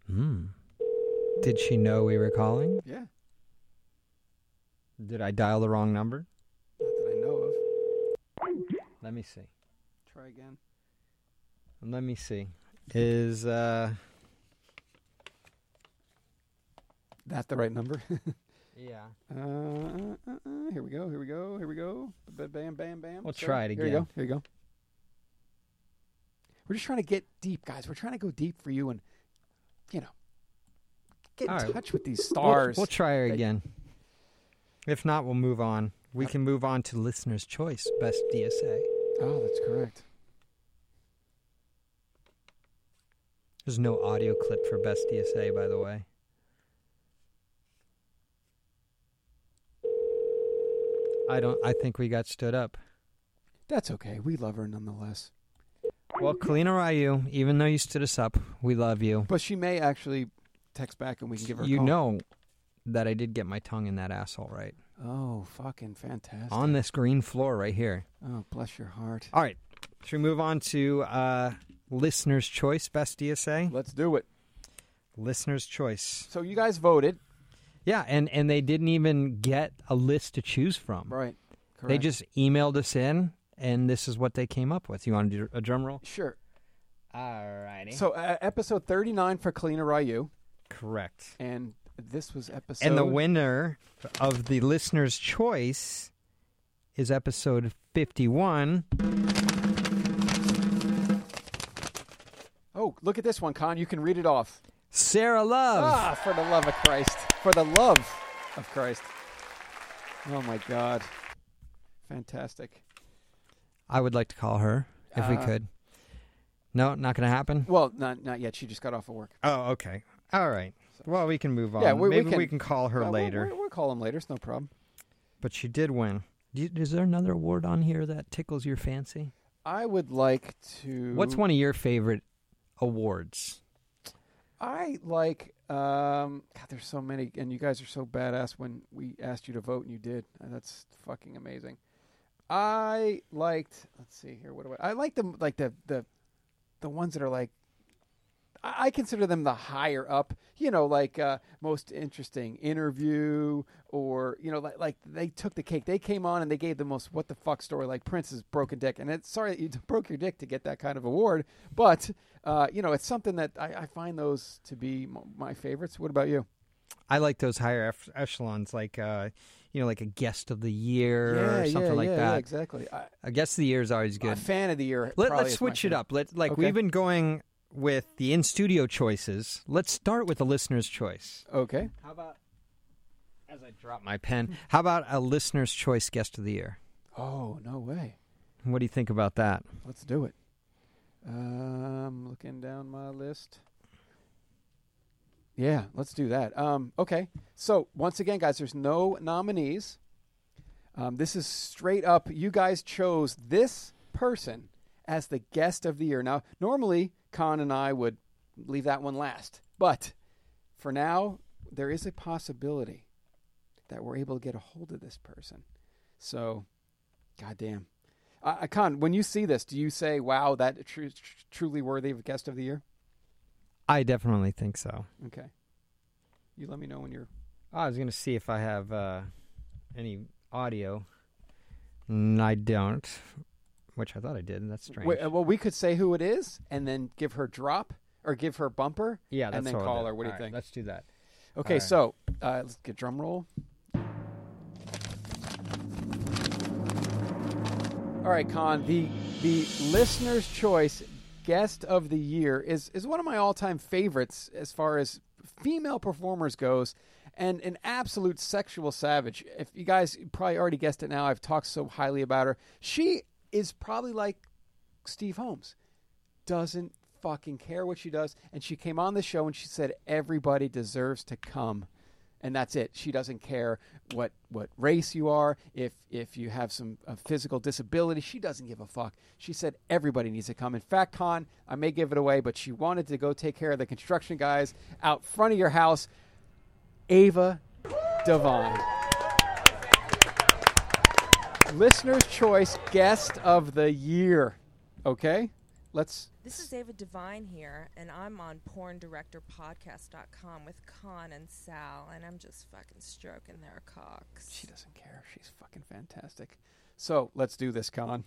[SPEAKER 3] Hmm. Did she know we were calling?
[SPEAKER 1] yeah,
[SPEAKER 3] Did I dial the wrong number?
[SPEAKER 1] not that I know of.
[SPEAKER 3] Let me see.
[SPEAKER 1] Try again.
[SPEAKER 3] Let me see. Is uh
[SPEAKER 1] That the right number?
[SPEAKER 3] yeah.
[SPEAKER 1] Uh, uh, uh, uh, here we go. Here we go. Here we go. Ba- Bam, bam, bam.
[SPEAKER 3] We'll
[SPEAKER 1] So,
[SPEAKER 3] try it
[SPEAKER 1] Here you go.
[SPEAKER 3] again.
[SPEAKER 1] Here you go. We're just trying to get deep, guys. We're trying to go deep for you and, you know, get in
[SPEAKER 3] All right.
[SPEAKER 1] touch with these
[SPEAKER 3] We'll-
[SPEAKER 1] stars.
[SPEAKER 3] We'll, try her
[SPEAKER 1] They-
[SPEAKER 3] again. If not, we'll move on. We can move on to listener's choice, best DSA.
[SPEAKER 1] Oh, that's correct.
[SPEAKER 3] There's no audio clip for best DSA, by the way. I don't. I think we got stood up.
[SPEAKER 1] That's okay. We love her nonetheless.
[SPEAKER 3] Well, Kalina Ryu, even though you stood us up, we love you.
[SPEAKER 1] But she may actually text back and we can give her a
[SPEAKER 3] You
[SPEAKER 1] call.
[SPEAKER 3] know that I did get my tongue in that asshole right
[SPEAKER 1] Oh, fucking fantastic.
[SPEAKER 3] on this green floor right here.
[SPEAKER 1] oh, bless your heart.
[SPEAKER 3] All right. Should we move on to uh, listener's choice, best DSA?
[SPEAKER 1] Let's do it.
[SPEAKER 3] Listener's choice.
[SPEAKER 1] So you guys voted.
[SPEAKER 3] Yeah, and, and they didn't even get a list to choose from.
[SPEAKER 1] Right. Correct.
[SPEAKER 3] They just emailed us in, and this is what they came up with. You want to do a drum roll?
[SPEAKER 1] Sure.
[SPEAKER 3] All righty.
[SPEAKER 1] So uh, episode 39 for Kalina Ryu.
[SPEAKER 3] correct.
[SPEAKER 1] And this was episode.
[SPEAKER 3] And the winner of the listener's choice is episode 51.
[SPEAKER 1] Oh, look at this one, Con. You can read it off.
[SPEAKER 3] Sarah Love.
[SPEAKER 1] Ah, for the love of Christ. For the love of Christ. Oh, my God. Fantastic.
[SPEAKER 3] I would like to call her if we
[SPEAKER 1] Uh,
[SPEAKER 3] could. No, not going to happen.
[SPEAKER 1] Well, not not yet. She just got off of work.
[SPEAKER 3] Oh, okay. All right. Well, we can move on.
[SPEAKER 1] Yeah, we- we
[SPEAKER 3] Maybe
[SPEAKER 1] can-
[SPEAKER 3] call her
[SPEAKER 1] Uh, we'll-
[SPEAKER 3] later.
[SPEAKER 1] We'll, we'll call him later. It's no problem.
[SPEAKER 3] But she did win. Do you- Is there another award on here that tickles your fancy?
[SPEAKER 1] I would like to.
[SPEAKER 3] What's one of your favorite awards?
[SPEAKER 1] I like. Um, God, there's so many, and you guys are so badass when we asked you to vote and you did. Uh, That's fucking amazing. I liked. Let's see here. What do I? I like the like the the the ones that are like I I consider them the higher up, you know, like uh, most interesting interview or, you know, like, like they took the cake. They came on and they gave the most what the fuck story, like Prince's broken dick. And it's sorry that you broke your dick to get that kind of award, but, uh, you know, it's something that I, I find those to be m- my favorites. What about you?
[SPEAKER 3] I like those higher ef- echelons, like uh, you know, like a guest of the year or
[SPEAKER 1] Yeah,
[SPEAKER 3] something
[SPEAKER 1] yeah,
[SPEAKER 3] like
[SPEAKER 1] yeah, yeah,
[SPEAKER 3] that.
[SPEAKER 1] exactly. I-
[SPEAKER 3] a guest of the year is always good.
[SPEAKER 1] fan of the year
[SPEAKER 3] Let,
[SPEAKER 1] probably
[SPEAKER 3] let's
[SPEAKER 1] is my
[SPEAKER 3] switch it
[SPEAKER 1] favorite.
[SPEAKER 3] up. Let like
[SPEAKER 1] Okay.
[SPEAKER 3] we've been going with the in studio choices. Let's start with the listener's choice.
[SPEAKER 1] Okay.
[SPEAKER 3] How about as I drop my pen? How about a listener's choice guest of the year?
[SPEAKER 1] Oh, no way.
[SPEAKER 3] What do you think about that?
[SPEAKER 1] Let's do it. Um, looking down my list. Yeah, let's do that. Um, okay. So once again, guys, there's no nominees. Um, this is straight up. You guys chose this person as the guest of the year. Now, normally, Con and I would leave that one last, but for now, there is a possibility that we're able to get a hold of this person. So, goddamn, uh, uh, Con, when you see this, do you say, "Wow, that tru- tr- truly worthy of guest of the year"?
[SPEAKER 3] I definitely think so.
[SPEAKER 1] Okay, you let me know when you're.
[SPEAKER 3] I was gonna see if I have uh, any audio. Mm, I don't, which I thought I did, and that's strange.
[SPEAKER 1] Wait, uh, well, we could say who it is and then give her drop or give her bumper.
[SPEAKER 3] Yeah, that's
[SPEAKER 1] and then
[SPEAKER 3] what I'll
[SPEAKER 1] call
[SPEAKER 3] do.
[SPEAKER 1] her. What do you
[SPEAKER 3] All right,
[SPEAKER 1] think?
[SPEAKER 3] let's do that.
[SPEAKER 1] Okay,
[SPEAKER 3] All right.
[SPEAKER 1] so uh, let's get drum roll. All right, Con, the the listener's choice guest of the year is is one of my all-time favorites as far as female performers goes and an absolute sexual savage. If you guys probably already guessed it now, I've talked so highly about her. She is probably like Steve Holmes doesn't fucking care what she does. And she came on the show and she said, "Everybody deserves to come," and that's it. She doesn't care what what race you are, if if you have some a physical disability. She doesn't give a fuck. She said everybody needs to come. In fact, Con, I may give it away, but she wanted to go take care of the construction guys out front of your house. Ava Devine. Listener's choice guest of the year. Okay? Let's
[SPEAKER 15] This is Ava Devine here, and I'm on porndirectorpodcast.com with Con and Sal, and I'm just fucking stroking their cocks.
[SPEAKER 1] She doesn't care. She's fucking fantastic. So let's do this, Con.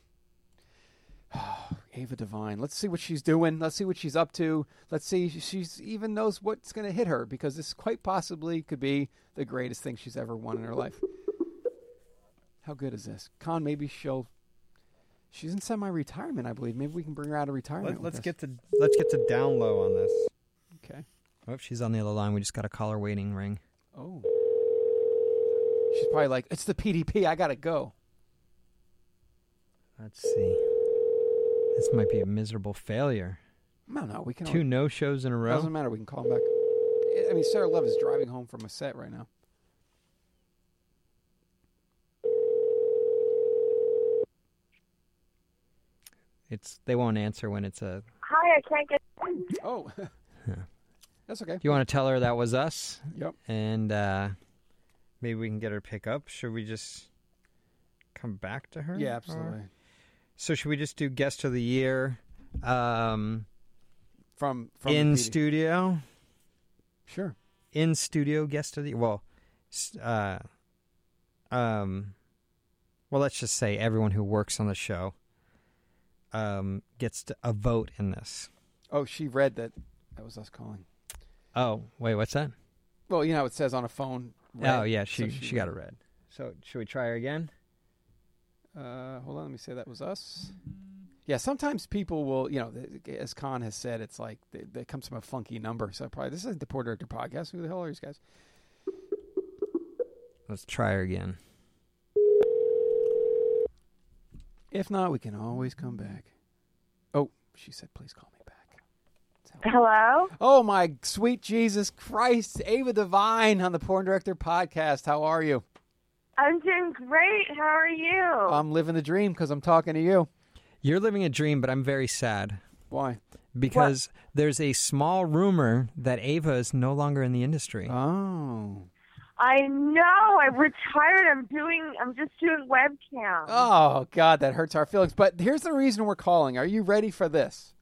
[SPEAKER 1] Ava Devine. Let's see what she's doing. Let's see what she's up to. Let's see if she's even knows what's going to hit her because this quite possibly could be the greatest thing she's ever won in her life. How good is this, Con? Maybe she'll. She's in semi-retirement, I believe. Maybe we can bring her out of retirement.
[SPEAKER 3] Let, let's
[SPEAKER 1] with
[SPEAKER 3] get to let's get to down low on this.
[SPEAKER 1] Okay.
[SPEAKER 3] Oh, she's on the other line. We just got a caller waiting ring.
[SPEAKER 1] us. Oh. She's probably like, it's the PDP. I gotta go.
[SPEAKER 3] Let's see. This might be a miserable failure.
[SPEAKER 1] No, no, we can
[SPEAKER 3] two
[SPEAKER 1] only-
[SPEAKER 3] no shows in a row.
[SPEAKER 1] Doesn't matter. We can call him back. I- I mean, Sarah Love is driving home from a set right now.
[SPEAKER 3] It's they won't answer when it's a.
[SPEAKER 16] Hi, I can't get.
[SPEAKER 1] Oh, that's okay.
[SPEAKER 3] Do you want to tell her that was us?
[SPEAKER 1] Yep.
[SPEAKER 3] And uh, maybe we can get her pick up. Should we just come back to her?
[SPEAKER 1] Yeah,
[SPEAKER 3] or-
[SPEAKER 1] absolutely.
[SPEAKER 3] So should we just do guest of the year? Um,
[SPEAKER 1] from from the
[SPEAKER 3] in
[SPEAKER 1] PD.
[SPEAKER 3] studio.
[SPEAKER 1] Sure.
[SPEAKER 3] In studio guest of the well, s- uh, um, well let's just say everyone who works on the show, um, gets to, a vote in this.
[SPEAKER 1] Oh, she read that. That was us calling.
[SPEAKER 3] Oh wait, what's that?
[SPEAKER 1] Well, you know how it says on a phone.
[SPEAKER 3] Oh
[SPEAKER 1] red,
[SPEAKER 3] yeah,
[SPEAKER 1] so
[SPEAKER 3] she she got it red. So should we try her again?
[SPEAKER 1] Uh, hold on, let me say that was us. Yeah, sometimes people will, you know, th- as Khan has said, it's like th- that comes from a funky number. So probably this isn't the Poor Director podcast. Who the hell are these guys?
[SPEAKER 3] Let's try her again.
[SPEAKER 1] If not, we can always come back. Oh, she said, please call me back.
[SPEAKER 16] Hello?
[SPEAKER 1] Oh, my sweet Jesus Christ. Ava Devine on the Porn Director podcast. How are you?
[SPEAKER 16] I'm doing great. How are you?
[SPEAKER 1] I'm living the dream because I'm talking to you.
[SPEAKER 3] You're living a dream, but I'm very sad.
[SPEAKER 1] Why?
[SPEAKER 3] Because there's a small rumor that Ava is no longer in the industry.
[SPEAKER 1] Oh.
[SPEAKER 16] I know. I'm retired. I'm doing. I'm just doing webcam.
[SPEAKER 1] Oh, God, that hurts our feelings. But here's the reason we're calling. Are you ready for this?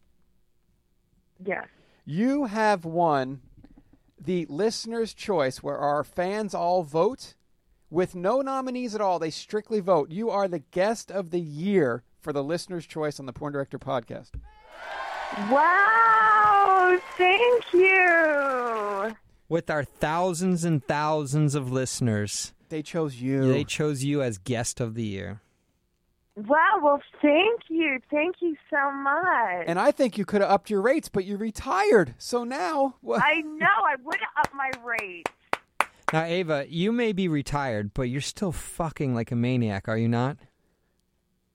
[SPEAKER 16] Yes.
[SPEAKER 1] You have won the listener's choice where our fans all vote with no nominees at all. They strictly vote. You are the guest of the year for the listener's choice on the Porn Director podcast.
[SPEAKER 16] Wow! Thank you.
[SPEAKER 3] With our thousands and thousands of listeners,
[SPEAKER 1] they chose you.
[SPEAKER 3] They chose you as guest of the year.
[SPEAKER 16] Wow. Well, thank you. Thank you so much.
[SPEAKER 1] And I think you could have upped your rates, but you retired. So now, what?
[SPEAKER 16] I know I would up my rate.
[SPEAKER 3] Now, Ava, you may be retired, but you're still fucking like a maniac, are you not?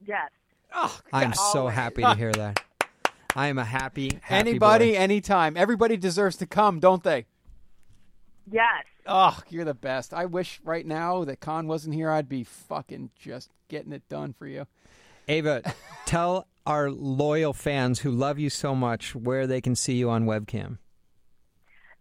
[SPEAKER 16] Yes.
[SPEAKER 1] Oh,
[SPEAKER 3] I'm so
[SPEAKER 1] Always.
[SPEAKER 3] happy to hear that. I am a happy, happy
[SPEAKER 1] Anybody,
[SPEAKER 3] boy.
[SPEAKER 1] anytime. Everybody deserves to come, don't they?
[SPEAKER 16] Yes.
[SPEAKER 1] Oh, you're the best. I wish right now that Khan wasn't here. I'd be fucking just getting it done for you.
[SPEAKER 3] Ava, tell our loyal fans who love you so much where they can see you on webcam.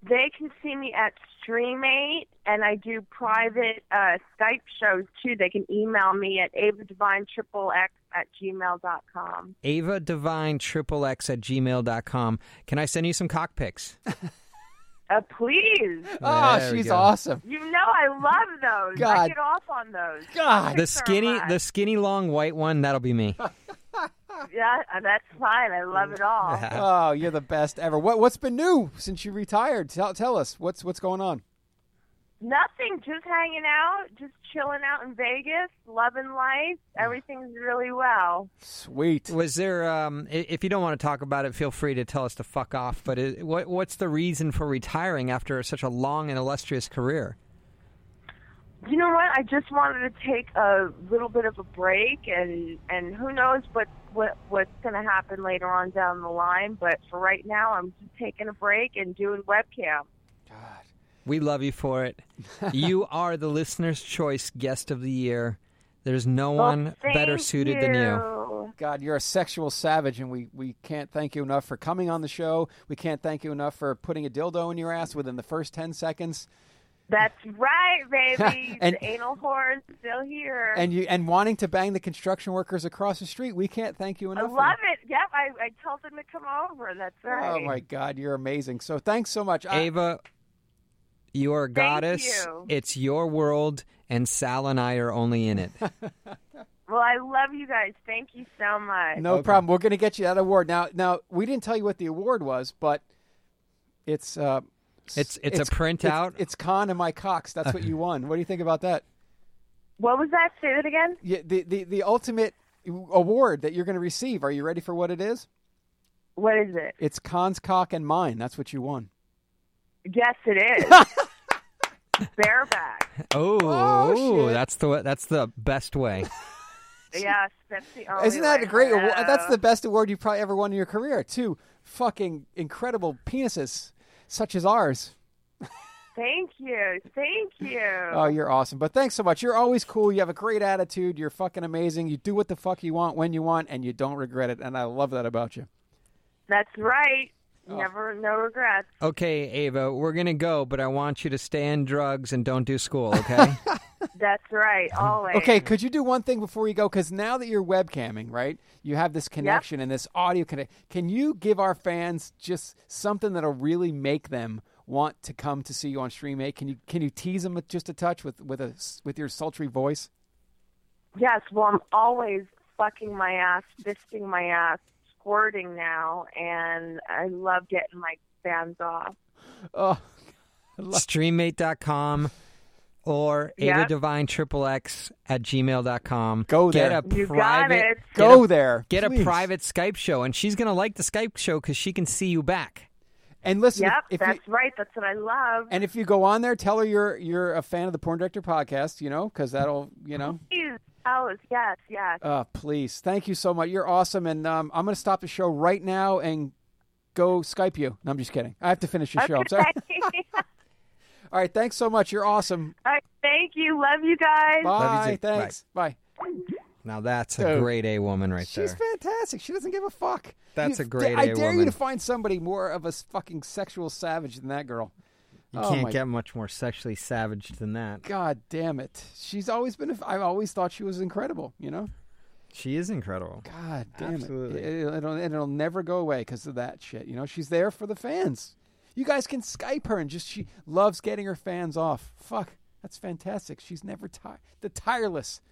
[SPEAKER 16] They can see me at Streamate, and I do private uh, Skype shows too. They can email me at avadivineXXX at gmail dot com.
[SPEAKER 3] Ava Divine Triple X at gmail.com. Can I send you some cock pics?
[SPEAKER 16] Uh, please.
[SPEAKER 1] Oh,
[SPEAKER 3] There we
[SPEAKER 1] she's
[SPEAKER 3] go.
[SPEAKER 1] awesome.
[SPEAKER 16] You know I love those.
[SPEAKER 1] God.
[SPEAKER 16] I get off on those.
[SPEAKER 3] the skinny, the skinny, long white one. That'll be me.
[SPEAKER 16] Yeah, uh, that's fine. I love it all.
[SPEAKER 1] oh, you're the best ever. What what's been new since you retired? Tell tell us what's what's going on.
[SPEAKER 16] Nothing, just hanging out, just chilling out in Vegas, loving life. Everything's really well.
[SPEAKER 1] Sweet.
[SPEAKER 3] Was there? Um, i- if you don't want to talk about it, feel free to tell us to fuck off. But it, what, what's the reason for retiring after such a long and illustrious career?
[SPEAKER 16] You know what? I just wanted to take a little bit of a break, and and who knows what what what's going to happen later on down the line. But for right now, I'm just taking a break and doing webcam.
[SPEAKER 3] We love you for it. you are the listener's choice guest of the year. There's no one better suited than you.
[SPEAKER 1] God, you're a sexual savage, and we, we can't thank you enough for coming on the show. We can't thank you enough for putting a dildo in your ass within the first 10 seconds.
[SPEAKER 16] That's right, baby.
[SPEAKER 1] And-
[SPEAKER 16] the anal horn's still here.
[SPEAKER 1] And you and wanting to bang the construction workers across the street, we can't thank you
[SPEAKER 16] I
[SPEAKER 1] enough. for-
[SPEAKER 16] love it. Yep, I, I told them to come over. That's right.
[SPEAKER 1] Oh my God, you're amazing. So thanks so much, I-
[SPEAKER 3] Ava, you are a goddess.
[SPEAKER 16] you.
[SPEAKER 3] It's your world, and Sal and I are only in it.
[SPEAKER 16] Well, I love you guys. Thank you so much.
[SPEAKER 1] No problem. We're going to get you that award now. Now we didn't tell you what the award was, but it's uh,
[SPEAKER 3] It's- it's a printout?
[SPEAKER 1] It's, it's Khan and my Cox. That's what you won. What do you think about that?
[SPEAKER 16] What was that? Say that again.
[SPEAKER 1] Yeah, the the the ultimate award that you're going to receive. Are you ready for what it is?
[SPEAKER 16] What is it?
[SPEAKER 1] It's Khan's cock and mine. That's what you won.
[SPEAKER 16] Yes, it is. Bareback.
[SPEAKER 3] Oh,
[SPEAKER 1] Oh, shit.
[SPEAKER 3] that's the that's the best way.
[SPEAKER 16] Yes, that's the only.
[SPEAKER 1] Isn't that
[SPEAKER 16] way
[SPEAKER 1] a great
[SPEAKER 16] I
[SPEAKER 1] award?
[SPEAKER 16] Oh, know.
[SPEAKER 1] That's the best award you probably ever won in your career. Two fucking incredible penises such as ours.
[SPEAKER 16] Thank you. Thank you.
[SPEAKER 1] Oh, you're awesome. But thanks so much. You're always cool. You have a great attitude. You're fucking amazing. You do what the fuck you want when you want, and you don't regret it. And I love that about you.
[SPEAKER 16] That's right.
[SPEAKER 1] Oh.
[SPEAKER 16] Never, no regrets.
[SPEAKER 3] Okay, Ava, we're gonna go, but I want you to stay in drugs and don't do school. Okay.
[SPEAKER 16] That's right. Always.
[SPEAKER 1] Okay, could you do one thing before you go? Because now that you're webcamming, right, you have this connection and this audio connect. Can you give our fans just something that'll really make them want to come to see you on Stream Eight? Can you can you tease them with just a touch with with a s- with your sultry voice?
[SPEAKER 16] Yes. Well, I'm always fucking my ass, fisting my ass, squirting now, and I love getting my fans off.
[SPEAKER 1] Oh,
[SPEAKER 3] Streammate.com or
[SPEAKER 16] Yep.
[SPEAKER 3] Ava Divine Triple X at gmail.com.
[SPEAKER 1] Go
[SPEAKER 3] Get
[SPEAKER 1] there.
[SPEAKER 3] a private,
[SPEAKER 16] You got it.
[SPEAKER 3] get
[SPEAKER 1] Go
[SPEAKER 3] a-
[SPEAKER 1] there,
[SPEAKER 3] Get
[SPEAKER 1] please.
[SPEAKER 3] a private Skype show, and she's gonna like the Skype show because she can see you back.
[SPEAKER 1] And listen,
[SPEAKER 16] Yep.
[SPEAKER 1] if, if you,
[SPEAKER 16] that's right. That's what I love.
[SPEAKER 1] And if you go on there, tell her you're you're a fan of the Porn Director podcast, you know, because that'll you know.
[SPEAKER 16] Please. Oh, yes, yes.
[SPEAKER 1] Uh, please, thank you so much. You're awesome, and um, I'm gonna stop the show right now and go Skype you. No, I'm just kidding. I have to finish the show. I'm sorry. All right, thanks so much. You're awesome.
[SPEAKER 16] All right, thank you. Love you guys.
[SPEAKER 1] Bye.
[SPEAKER 3] Love you too.
[SPEAKER 1] Thanks. Bye.
[SPEAKER 3] Now that's a
[SPEAKER 1] Dude.
[SPEAKER 3] grade A woman right
[SPEAKER 1] She's
[SPEAKER 3] there.
[SPEAKER 1] fantastic. She doesn't give a fuck.
[SPEAKER 3] That's
[SPEAKER 1] You-
[SPEAKER 3] a great
[SPEAKER 1] I
[SPEAKER 3] A
[SPEAKER 1] dare you
[SPEAKER 3] woman.
[SPEAKER 1] to find somebody more of a s- fucking sexual savage than that girl.
[SPEAKER 3] You
[SPEAKER 1] Oh,
[SPEAKER 3] can't
[SPEAKER 1] my
[SPEAKER 3] get much more sexually savage than that.
[SPEAKER 1] God damn it. She's always been, a, I've always thought she was incredible, you know?
[SPEAKER 3] She is incredible.
[SPEAKER 1] God damn
[SPEAKER 3] Absolutely.
[SPEAKER 1] it. it it'll, and it'll never go away because of that shit. You know, she's there for the fans. You guys can Skype her and just she loves getting her fans off. Fuck, that's fantastic. She's never tired. The tireless.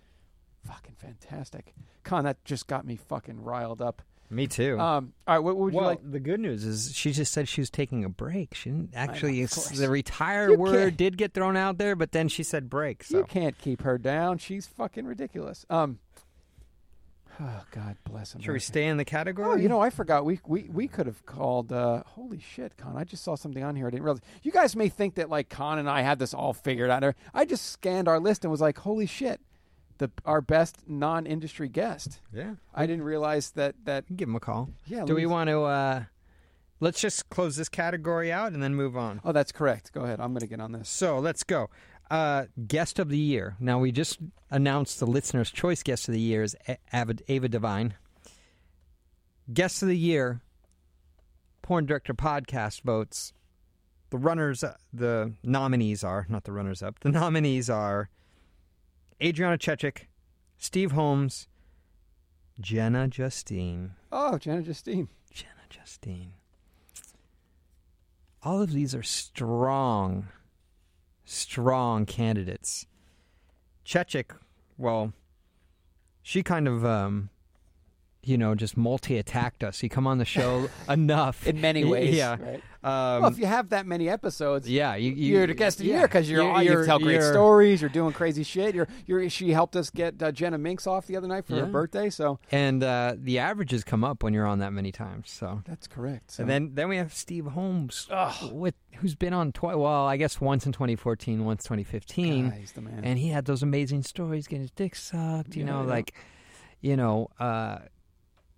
[SPEAKER 1] Fucking fantastic. Con, that just got me fucking riled up.
[SPEAKER 3] Me too.
[SPEAKER 1] Um, all right, what, what would
[SPEAKER 3] well,
[SPEAKER 1] you like?
[SPEAKER 3] The good news is she just said she was taking a break. She didn't
[SPEAKER 1] know,
[SPEAKER 3] actually.
[SPEAKER 1] of
[SPEAKER 3] it's-
[SPEAKER 1] course.
[SPEAKER 3] the retire
[SPEAKER 1] You
[SPEAKER 3] word
[SPEAKER 1] can't-
[SPEAKER 3] did get thrown out there, but then she said break. So
[SPEAKER 1] You can't keep her down. She's fucking ridiculous. Um, oh God bless him.
[SPEAKER 3] should we stay in the category?
[SPEAKER 1] Oh, you know, I forgot. We we, we could have called. Uh, holy shit, Con! I just saw something on here. I didn't realize. You guys may think that like Con and I had this all figured out. I just scanned our list and was like, holy shit, the our best non-industry guest.
[SPEAKER 3] Yeah.
[SPEAKER 1] I didn't realize that that.
[SPEAKER 3] Give him a call.
[SPEAKER 1] Yeah. let
[SPEAKER 3] Do we
[SPEAKER 1] me-
[SPEAKER 3] want to? Uh, let's just close this category out and then move on.
[SPEAKER 1] Oh, that's correct. Go ahead. I'm going to get on this.
[SPEAKER 3] So let's go. Uh, guest of the year. Now we just announced the listener's choice guest of the year is A- Ava, Ava Divine. Guest of the year, porn director podcast votes. The runners, uh, the nominees are not the runners up. The nominees are Adriana Chechik, Steve Holmes, Jenna Justine.
[SPEAKER 1] Oh, Janet Justine.
[SPEAKER 3] Jenna Justine. All of these are strong, strong candidates. Chechik, well, she kind of, um, you know, just multi-attacked us. She come on the show enough
[SPEAKER 1] In many ways,
[SPEAKER 3] Yeah,
[SPEAKER 1] right?
[SPEAKER 3] um,
[SPEAKER 1] well, if you have that many episodes,
[SPEAKER 3] yeah, you, you,
[SPEAKER 1] you, are the guest of the
[SPEAKER 3] yeah.
[SPEAKER 1] year because you're,
[SPEAKER 3] You're-
[SPEAKER 1] you're,
[SPEAKER 3] you're-
[SPEAKER 1] you tell great
[SPEAKER 3] you're-
[SPEAKER 1] stories, you're doing crazy shit. You're you're she helped us get uh, Jenna Minks off the other night for
[SPEAKER 3] Yeah.
[SPEAKER 1] her birthday, so
[SPEAKER 3] And uh, the averages come up when you're on that many times. So
[SPEAKER 1] that's correct. So-
[SPEAKER 3] And then then we have Steve Holmes, with who's been on twice. Well, I guess once in 2014, once 2015.
[SPEAKER 1] God, he's the man.
[SPEAKER 3] And he had those amazing stories, getting his dick sucked. You
[SPEAKER 1] Yeah,
[SPEAKER 3] know,
[SPEAKER 1] yeah.
[SPEAKER 3] like, you know, uh,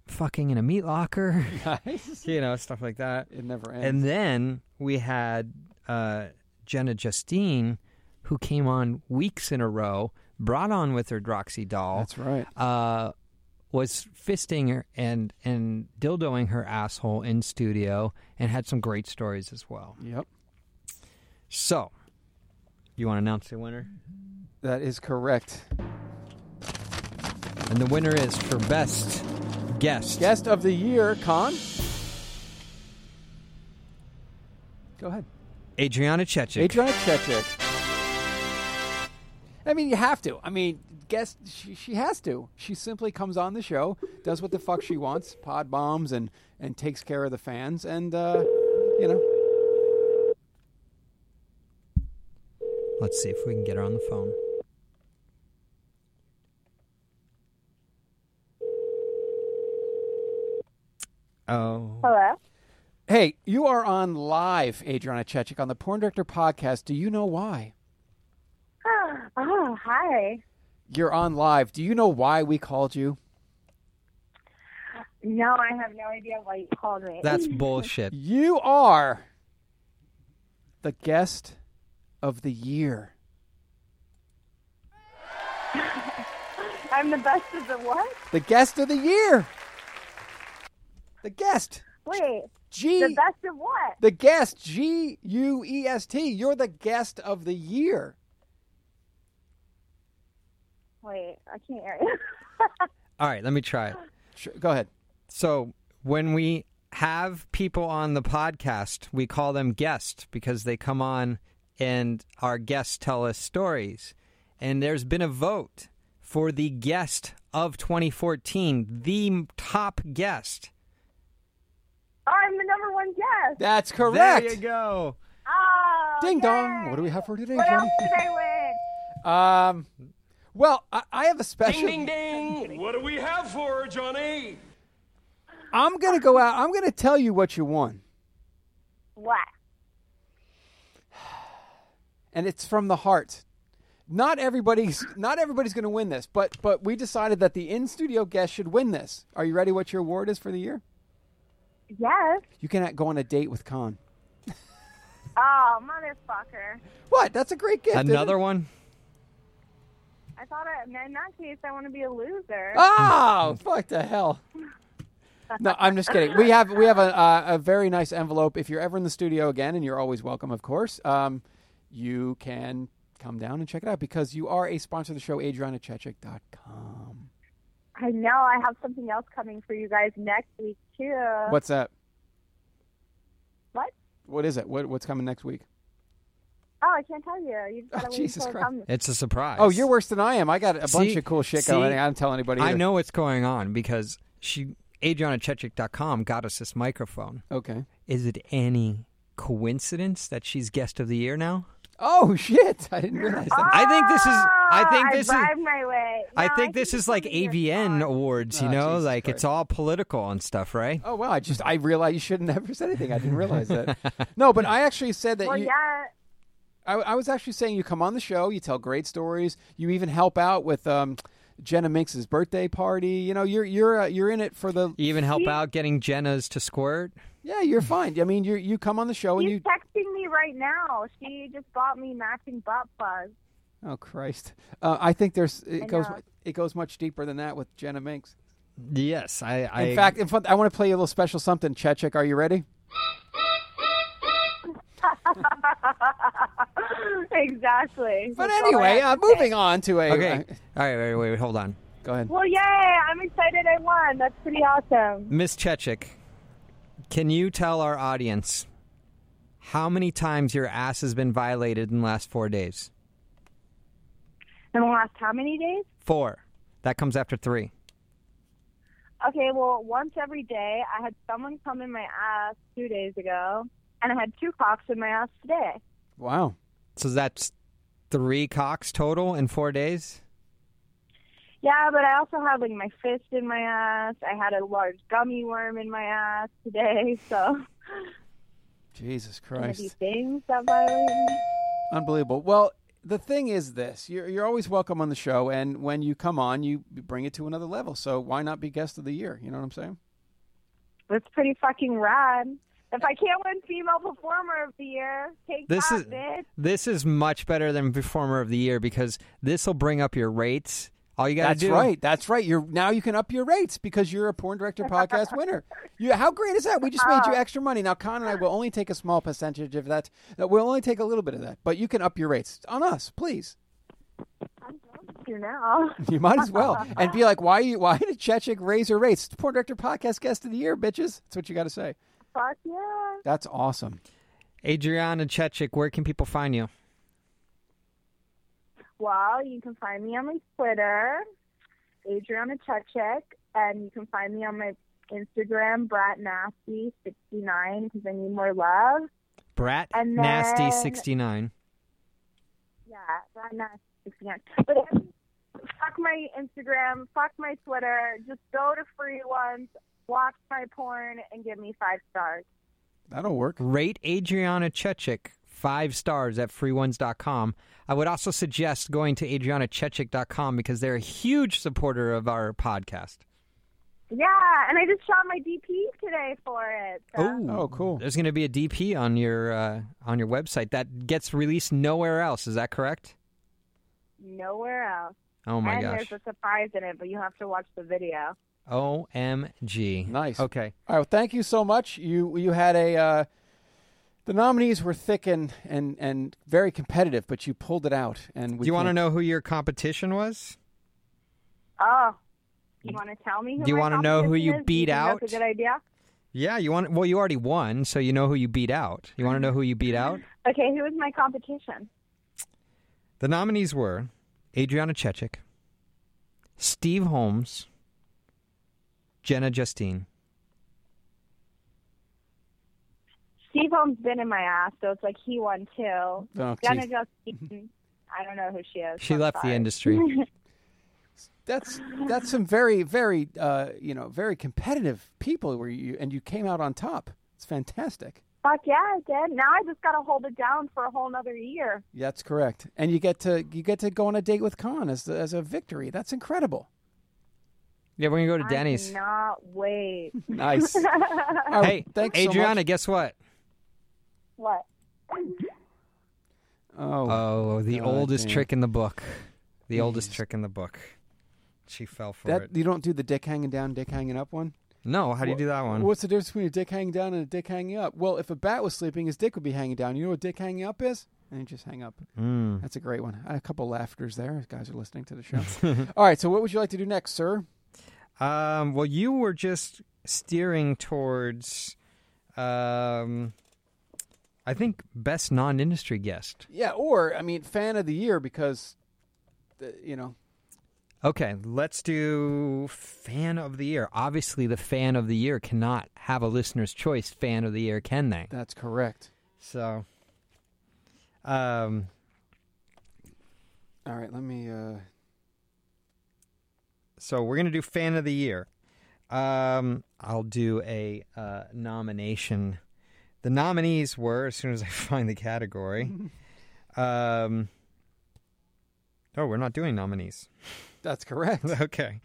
[SPEAKER 3] fucking in a meat locker. you know, stuff like that.
[SPEAKER 1] It never ends.
[SPEAKER 3] And then we had uh, Jenna Justine, who came on weeks in a row, brought on with her Droxy doll.
[SPEAKER 1] That's right.
[SPEAKER 3] Uh, was fisting her and and dildoing her asshole in studio, and had some great stories as well.
[SPEAKER 1] Yep.
[SPEAKER 3] So, you want to announce the winner?
[SPEAKER 1] That is correct.
[SPEAKER 3] And the winner is for best guest.
[SPEAKER 1] Guest of the year, Con. Go ahead.
[SPEAKER 3] Adriana Chechik.
[SPEAKER 1] Adriana Chechik. I mean, you have to. I mean, guess she, she has to. She simply comes on the show, does what the fuck she wants, pod bombs, and and takes care of the fans, and uh, you know.
[SPEAKER 3] Let's see if we can get her on the phone. Oh.
[SPEAKER 17] Hello.
[SPEAKER 1] Hey, you are on live, Adriana Chechik, on the Porn Director podcast. Do you know why?
[SPEAKER 17] Oh, hi.
[SPEAKER 1] You're on live. Do you know why we called you?
[SPEAKER 17] No, I have no idea why you called me.
[SPEAKER 3] bullshit.
[SPEAKER 1] You are the guest of the year.
[SPEAKER 17] I'm the best of the what?
[SPEAKER 1] The guest of the year. The guest.
[SPEAKER 17] Wait.
[SPEAKER 1] G.
[SPEAKER 17] The best of what?
[SPEAKER 1] The guest. G U E S T. You're the guest of the year.
[SPEAKER 17] Wait, I can't hear you.
[SPEAKER 3] All right, let me try it.
[SPEAKER 1] Go ahead.
[SPEAKER 3] So, when we have people on the podcast, we call them guests because they come on and our guests tell us stories. And there's been a vote for the guest of 2014, the top guest.
[SPEAKER 17] Oh, I'm the number one guest.
[SPEAKER 1] That's
[SPEAKER 3] There
[SPEAKER 1] correct.
[SPEAKER 3] you go.
[SPEAKER 16] Ah,
[SPEAKER 17] Oh,
[SPEAKER 1] Ding
[SPEAKER 17] yay.
[SPEAKER 1] dong. What do we have for today,
[SPEAKER 17] What else
[SPEAKER 1] Johnny?
[SPEAKER 17] did I win?
[SPEAKER 1] Um, well, I, I have a special.
[SPEAKER 4] ding! What do we have for her, Johnny?
[SPEAKER 1] I'm gonna go out. I'm gonna tell you what you won,
[SPEAKER 17] What?
[SPEAKER 1] and it's from the heart. Not everybody's not everybody's gonna win this, but but we decided that the in studio guest should win this. Are you ready? What your award is for the year?
[SPEAKER 17] Yes.
[SPEAKER 1] You can go on a date with Con.
[SPEAKER 17] Oh, motherfucker.
[SPEAKER 1] What? That's a great gift. isn't
[SPEAKER 3] Another
[SPEAKER 1] it?
[SPEAKER 3] one?
[SPEAKER 17] I thought I, in that case I want to be a loser.
[SPEAKER 1] Oh, fuck the hell. No, I'm just kidding. We have we have a uh, a very nice envelope. If you're ever in the studio again, and you're always welcome, of course, um, you can come down and check it out because you are a sponsor of the show, AdrianaChechik.com.
[SPEAKER 16] I know. I have something else coming for you guys next week too.
[SPEAKER 1] What's that?
[SPEAKER 16] What?
[SPEAKER 1] What is it? What, what's coming next week?
[SPEAKER 16] Oh, I can't tell you. You've got to wait
[SPEAKER 1] Oh, Jesus
[SPEAKER 16] until it
[SPEAKER 1] Christ.
[SPEAKER 16] comes.
[SPEAKER 3] It's a surprise.
[SPEAKER 1] Oh, you're worse than I am. I got a bunch
[SPEAKER 3] See-
[SPEAKER 1] of cool shit
[SPEAKER 3] see,
[SPEAKER 1] going. I don't tell anybody.
[SPEAKER 3] I
[SPEAKER 1] either.
[SPEAKER 3] know what's going on because she Adrianachechik.com got us this microphone.
[SPEAKER 1] Okay.
[SPEAKER 3] Is it any coincidence that she's guest of the year now?
[SPEAKER 1] Oh shit! I didn't realize that.
[SPEAKER 3] I think this is.
[SPEAKER 18] Ah,
[SPEAKER 3] I
[SPEAKER 17] Oh,
[SPEAKER 3] think this
[SPEAKER 16] I
[SPEAKER 3] is.
[SPEAKER 16] bribed my way.
[SPEAKER 3] I
[SPEAKER 16] No,
[SPEAKER 3] think this is like AVN awards, you
[SPEAKER 1] Oh,
[SPEAKER 3] know,
[SPEAKER 1] Jesus
[SPEAKER 3] like
[SPEAKER 1] Christ.
[SPEAKER 3] it's all political and stuff, right?
[SPEAKER 1] Oh wow! I just I realized you shouldn't have ever said anything. I didn't realize that. No, but I actually said that.
[SPEAKER 16] Well,
[SPEAKER 1] you,
[SPEAKER 17] Uh,
[SPEAKER 16] yeah.
[SPEAKER 1] I, I was actually saying you come on the show, you tell great stories, you even help out with um, Jenna Minx's birthday party. You know, you're you're uh, you're in it for the.
[SPEAKER 3] You even help out getting Jenna's to squirt.
[SPEAKER 1] Yeah, you're fine. I mean, you you come on the show and
[SPEAKER 16] She's
[SPEAKER 1] you.
[SPEAKER 16] texting me right now. She just bought me matching butt fuzz.
[SPEAKER 1] Oh Christ! Uh, I think there's it
[SPEAKER 16] I
[SPEAKER 1] goes
[SPEAKER 16] know.
[SPEAKER 1] it goes much deeper than that with Jenna Minx.
[SPEAKER 3] Yes, I. I
[SPEAKER 1] In fact, in fact, I want to play you a little special something, Chechik. Are you ready?
[SPEAKER 16] exactly.
[SPEAKER 1] But
[SPEAKER 16] That's all I
[SPEAKER 1] anyway, uh,
[SPEAKER 16] have to say.
[SPEAKER 1] moving on to a. uh,
[SPEAKER 3] okay. all right, wait, wait, wait, hold on.
[SPEAKER 1] Go ahead.
[SPEAKER 16] Well, yay! I'm excited. I won. That's pretty awesome.
[SPEAKER 3] Miss Chechik, can you tell our audience how many times your ass has been violated in the last four days?
[SPEAKER 16] In the last how many days?
[SPEAKER 3] Four. That comes after three.
[SPEAKER 16] Okay, well, once every day, I had someone come in my ass two days ago, and I had two cocks in my ass today.
[SPEAKER 1] Wow.
[SPEAKER 3] So that's three cocks total in four days?
[SPEAKER 16] Yeah, but I also had like my fist in my ass. I had a large gummy worm in my ass today, so
[SPEAKER 1] Jesus Christ.
[SPEAKER 16] maybe things that violate.
[SPEAKER 1] Unbelievable. Well, the thing is this: you're, you're always welcome on the show, and when you come on, you bring it to another level. So why not be guest of the year? You know what I'm saying?
[SPEAKER 16] That's pretty fucking rad. If I can't win female performer of the year, take
[SPEAKER 3] This
[SPEAKER 16] that,
[SPEAKER 3] is
[SPEAKER 16] bitch.
[SPEAKER 3] this is much better than performer of the year because this will bring up your rates. All you got to
[SPEAKER 1] That's
[SPEAKER 3] do
[SPEAKER 1] right. That's right. You're now you can up your rates because you're a porn director podcast winner. You, how great is that? We just made you extra money. Now, Con and I will only take a small percentage of that. that We'll only take a little bit of that, but you can up your rates on us, please.
[SPEAKER 16] You know.
[SPEAKER 1] You might as well and be like, why? You, why did Chechik raise her rates? Porn director podcast guest of the year, bitches. That's what you got to say.
[SPEAKER 16] Fuck yeah.
[SPEAKER 1] That's awesome.
[SPEAKER 3] Adriana Chechik, where can people find you?
[SPEAKER 16] Well, you can find me on my Twitter, Adriana Chechek, and you can find me on my Instagram, Brat Nasty 69 because I need more love.
[SPEAKER 3] Brat
[SPEAKER 16] And
[SPEAKER 3] Nasty
[SPEAKER 16] then-
[SPEAKER 3] 69.
[SPEAKER 16] Yeah, Brat Nasty 69. But if- fuck my Instagram, fuck my Twitter. Just go to free ones, watch my porn, and give me five stars.
[SPEAKER 1] That'll work.
[SPEAKER 3] Rate Adriana Chechik five stars at freeones.com. I would also suggest going to adrianachechik.com because they're a huge supporter of our podcast.
[SPEAKER 16] Yeah, and I just shot my DP today for it. so-
[SPEAKER 1] oh, cool.
[SPEAKER 3] There's going to be a DP on your uh, on your website that gets released nowhere else. Is that correct?
[SPEAKER 16] Nowhere else.
[SPEAKER 3] Oh my
[SPEAKER 16] and
[SPEAKER 3] gosh.
[SPEAKER 16] there's a surprise in it, but you have to watch the video.
[SPEAKER 3] OMG.
[SPEAKER 1] Nice.
[SPEAKER 3] Okay.
[SPEAKER 1] All right. Well, thank you so much. You you had a uh, the nominees were thick and, and and very competitive, but you pulled it out. And we
[SPEAKER 3] Do you want to
[SPEAKER 1] can't-
[SPEAKER 3] know who your competition was?
[SPEAKER 16] Oh, you want to tell me? Who
[SPEAKER 3] Do you
[SPEAKER 16] my
[SPEAKER 3] wanna know who
[SPEAKER 16] competition
[SPEAKER 3] you
[SPEAKER 16] is? Do
[SPEAKER 3] beat
[SPEAKER 16] think
[SPEAKER 3] out?
[SPEAKER 16] That's a good idea.
[SPEAKER 3] Yeah, you want well you already won, so you know who you beat out. You
[SPEAKER 16] Mm-hmm.
[SPEAKER 3] want to know who you beat out?
[SPEAKER 16] Okay, who is my competition?
[SPEAKER 3] The nominees were Adriana Chechik, Steve Holmes, Jenna Justine.
[SPEAKER 16] Steve Holmes been in my ass, so it's like he won too.
[SPEAKER 3] Oh,
[SPEAKER 16] Jenna
[SPEAKER 3] geez.
[SPEAKER 16] Justine, I don't know who she is.
[SPEAKER 3] She
[SPEAKER 16] I'm
[SPEAKER 3] left
[SPEAKER 16] sorry.
[SPEAKER 3] the industry.
[SPEAKER 1] That's that's some very very uh, you know very competitive people where you and you came out on top. It's fantastic.
[SPEAKER 16] Fuck yeah, I did. Now I just gotta hold it down for a whole another year.
[SPEAKER 1] That's correct. And you get to you get to go on a date with Khan as the, as a victory. That's incredible.
[SPEAKER 3] Yeah, we're gonna go
[SPEAKER 16] I
[SPEAKER 3] to Denny's. Oh,
[SPEAKER 16] cannot wait.
[SPEAKER 1] Nice. All right,
[SPEAKER 3] Hey,
[SPEAKER 1] Oh, thanks so
[SPEAKER 3] Adriana,
[SPEAKER 1] much.
[SPEAKER 3] guess what?
[SPEAKER 16] what?
[SPEAKER 1] Oh,
[SPEAKER 3] oh, the
[SPEAKER 1] God
[SPEAKER 3] oldest
[SPEAKER 1] damn.
[SPEAKER 3] trick in the book. The oldest
[SPEAKER 1] Jeez.
[SPEAKER 3] trick in the book. She fell for
[SPEAKER 1] That
[SPEAKER 3] it.
[SPEAKER 1] you don't do the dick hanging down, dick hanging up one.
[SPEAKER 3] No, how do you do that one?
[SPEAKER 1] What's the difference between a dick hanging down and a dick hanging up? Well, if a bat was sleeping, his dick would be hanging down. You know what dick hanging up is? And you just hang up.
[SPEAKER 3] Mm.
[SPEAKER 1] That's a great one. I had a couple laughters there. if Guys are listening to the show. All right. So, what would you like to do next, sir?
[SPEAKER 3] Um, well, you were just steering towards, um, I think, best non-industry guest.
[SPEAKER 1] Yeah, or I mean, fan of the year because, the, you know,
[SPEAKER 3] Okay, let's do fan of the year. Obviously, the fan of the year cannot have a listener's choice fan of the year, can they?
[SPEAKER 1] That's correct.
[SPEAKER 3] So, um,
[SPEAKER 1] all right, let me. Uh...
[SPEAKER 3] So we're gonna do fan of the year. Um, I'll do a uh, nomination. The nominees were as soon as I find the category. um, oh, we're not doing nominees.
[SPEAKER 1] That's correct.
[SPEAKER 3] okay.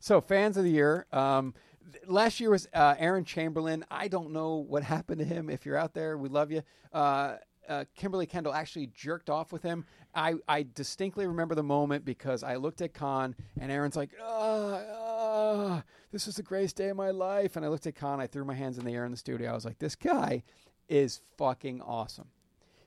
[SPEAKER 1] So, fans of the year. Um, th- last year was uh, Aaron Chamberlain. I don't know what happened to him. If you're out there, we love you. Uh, uh, Kimberly Kendall actually jerked off with him. I, I distinctly remember the moment because I looked at Khan and Aaron's like, ah, ah, this is the greatest day of my life. And I looked at Khan, I threw my hands in the air in the studio. I was like, this guy is fucking awesome.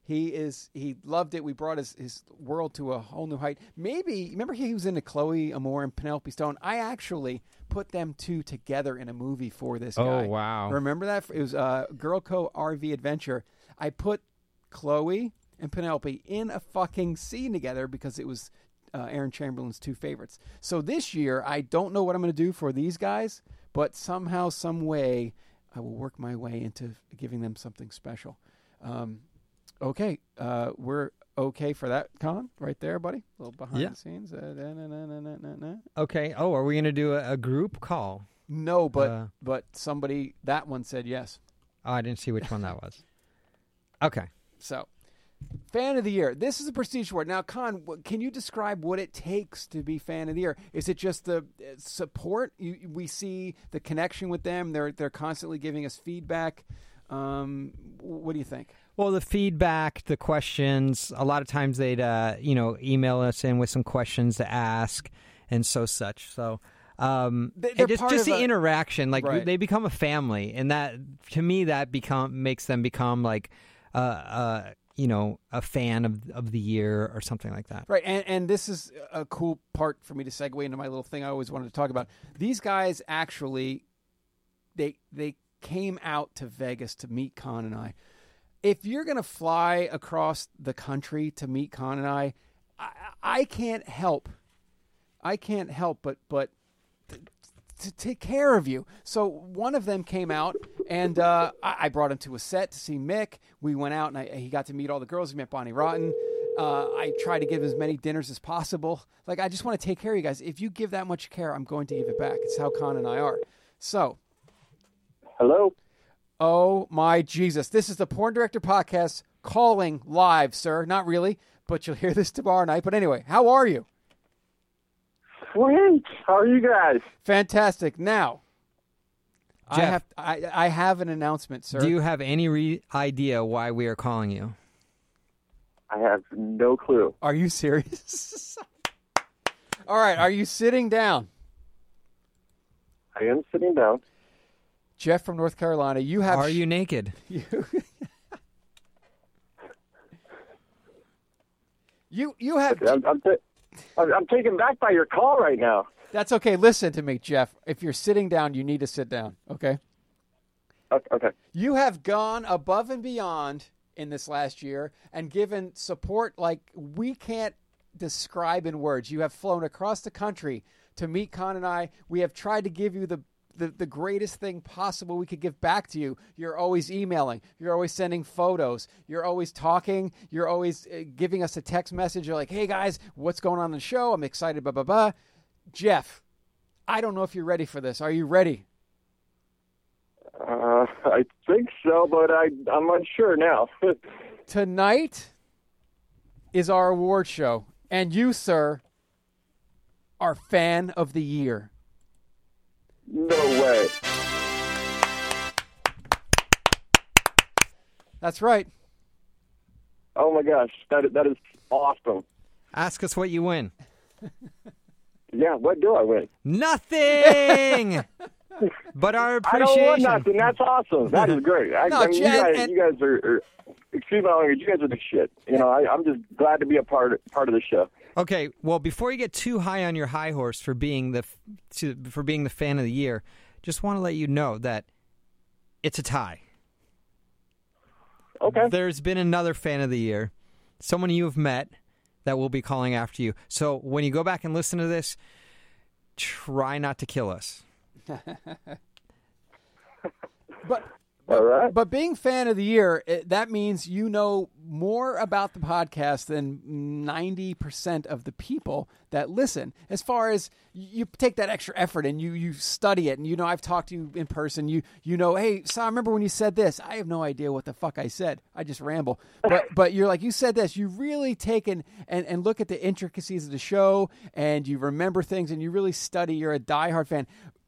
[SPEAKER 1] He is. He loved it. We brought his, his world to a whole new height. Maybe remember he was into Chloe Amore and Penelope Stone. I actually put them two together in a movie for this.
[SPEAKER 3] Oh,
[SPEAKER 1] guy.
[SPEAKER 3] wow.
[SPEAKER 1] Remember that? It was uh, Girl Co RV Adventure. I put Chloe and Penelope in a fucking scene together because it was uh, Aaron Chamberlain's two favorites. So this year, I don't know what I'm going to do for these guys, but somehow, some way, I will work my way into giving them something special. Um, okay, uh, we're okay for that, Con, right there, buddy. A little behind
[SPEAKER 3] Yeah.
[SPEAKER 1] the scenes. Uh, da, na, na, na, na, na, na.
[SPEAKER 3] Okay. Oh, are we gonna do a, a group call?
[SPEAKER 1] No, but
[SPEAKER 3] Uh.
[SPEAKER 1] but somebody that one said yes.
[SPEAKER 3] Oh, I didn't see which one that was. Okay.
[SPEAKER 1] So, fan of the year. This is a prestige award. Now, Con, wh- can you describe what it takes to be fan of the year? Is it just the uh, support? You, you- we see the connection with them. They're they're constantly giving us feedback. Um, wh- what do you think?
[SPEAKER 3] Well, the feedback, the questions. A lot of times they'd, uh, you know, email us in with some questions to ask, and so such. So, um,
[SPEAKER 1] They-
[SPEAKER 3] and
[SPEAKER 1] they're
[SPEAKER 3] just
[SPEAKER 1] part
[SPEAKER 3] just
[SPEAKER 1] of
[SPEAKER 3] the
[SPEAKER 1] a-
[SPEAKER 3] interaction, like
[SPEAKER 1] Right.
[SPEAKER 3] they become a family, and that to me that become makes them become like, uh, uh, you know, a fan of of the year or something like that.
[SPEAKER 1] Right, and, and this is a cool part for me to segue into my little thing I always wanted to talk about. These guys actually, they they came out to Vegas to meet Con and I. If you're gonna fly across the country to meet Con and I, I, I can't help, I can't help but but to take care of you. So one of them came out, and uh, I, I brought him to a set to see Mick. We went out, and I, he got to meet all the girls. He met Bonnie Rotten. Uh, I try to give as many dinners as possible. Like I just want to take care of you guys. If you give that much care, I'm going to give it back. It's how Con and I are. So,
[SPEAKER 19] Hello.
[SPEAKER 1] oh my Jesus, this is the Porn Director Podcast calling live, sir. Not really, but you'll hear this tomorrow night. But anyway, how are you?
[SPEAKER 19] Great. How are you guys?
[SPEAKER 1] Fantastic. Now, I
[SPEAKER 3] Jeff.
[SPEAKER 1] have I, I have an announcement, sir.
[SPEAKER 3] Do you have any re- idea why we are calling you?
[SPEAKER 19] I have no clue.
[SPEAKER 1] Are you serious? All right, are you sitting down?
[SPEAKER 19] I am sitting down.
[SPEAKER 1] Jeff from North Carolina, you have
[SPEAKER 3] Are you naked?
[SPEAKER 1] you you have
[SPEAKER 19] I'm, I'm, ta- I'm, I'm taken back by your call right now.
[SPEAKER 1] That's okay. Listen to me, Jeff. If you're sitting down, you need to sit down, okay?
[SPEAKER 19] O- Okay.
[SPEAKER 1] You have gone above and beyond in this last year and given support like we can't describe in words. You have flown across the country to meet Con and I. We have tried to give you the the, the greatest thing possible we could give back to you. You're always emailing. You're always sending photos. You're always talking. You're always uh, giving us a text message. You're like, hey guys, what's going on in the show? I'm excited, blah, blah, blah. Jeff, I don't know if you're ready for this. Are you ready?
[SPEAKER 19] Uh, I think so, but I, I'm unsure now.
[SPEAKER 1] tonight is our award show, and you, sir, are fan of the year.
[SPEAKER 19] no way.
[SPEAKER 1] That's right.
[SPEAKER 19] Oh my gosh, that that is awesome.
[SPEAKER 3] Ask us what you win.
[SPEAKER 19] Yeah, what do I win?
[SPEAKER 3] Nothing. but our
[SPEAKER 19] I don't want
[SPEAKER 3] appreciation.
[SPEAKER 19] nothing. That's awesome. That is great. I,
[SPEAKER 3] No,
[SPEAKER 19] I mean, you
[SPEAKER 3] Chad,
[SPEAKER 19] guys,
[SPEAKER 3] and-
[SPEAKER 19] you guys are, are
[SPEAKER 20] excuse my language. You guys are the shit. You know, I, I'm just glad to be a part part of the show.
[SPEAKER 3] Okay, well, before you get too high on your high horse for being the f- to, for being the fan of the year, just want to let you know that it's a tie.
[SPEAKER 20] Okay.
[SPEAKER 3] There's been another fan of the year, someone you have met that will be calling after you. So when you go back and listen to this, try not to kill us.
[SPEAKER 1] But but, but being fan of the year, it, that means you know more about the podcast than 90% of the people that listen. As far as you take that extra effort and you you study it and you know I've talked to you in person, you you know, hey, so I remember when you said this. I have no idea what the fuck I said. I just ramble. But but you're like you said this, you really take and and, and look at the intricacies of the show and you remember things and you really study. You're a diehard fan.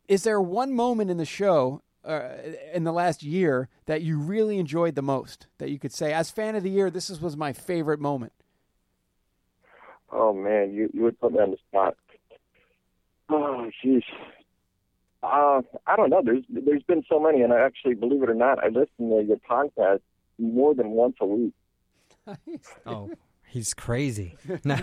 [SPEAKER 1] Is there one moment in the show uh, in the last year that you really enjoyed the most that you could say as fan of the year this is, was my favorite moment
[SPEAKER 20] Oh man, you you would put me on the spot. Oh jeez. Uh, I don't know. There's there's been so many, and I actually, believe it or not, I listen to your podcast more than once a week.
[SPEAKER 3] Oh, he's crazy. No,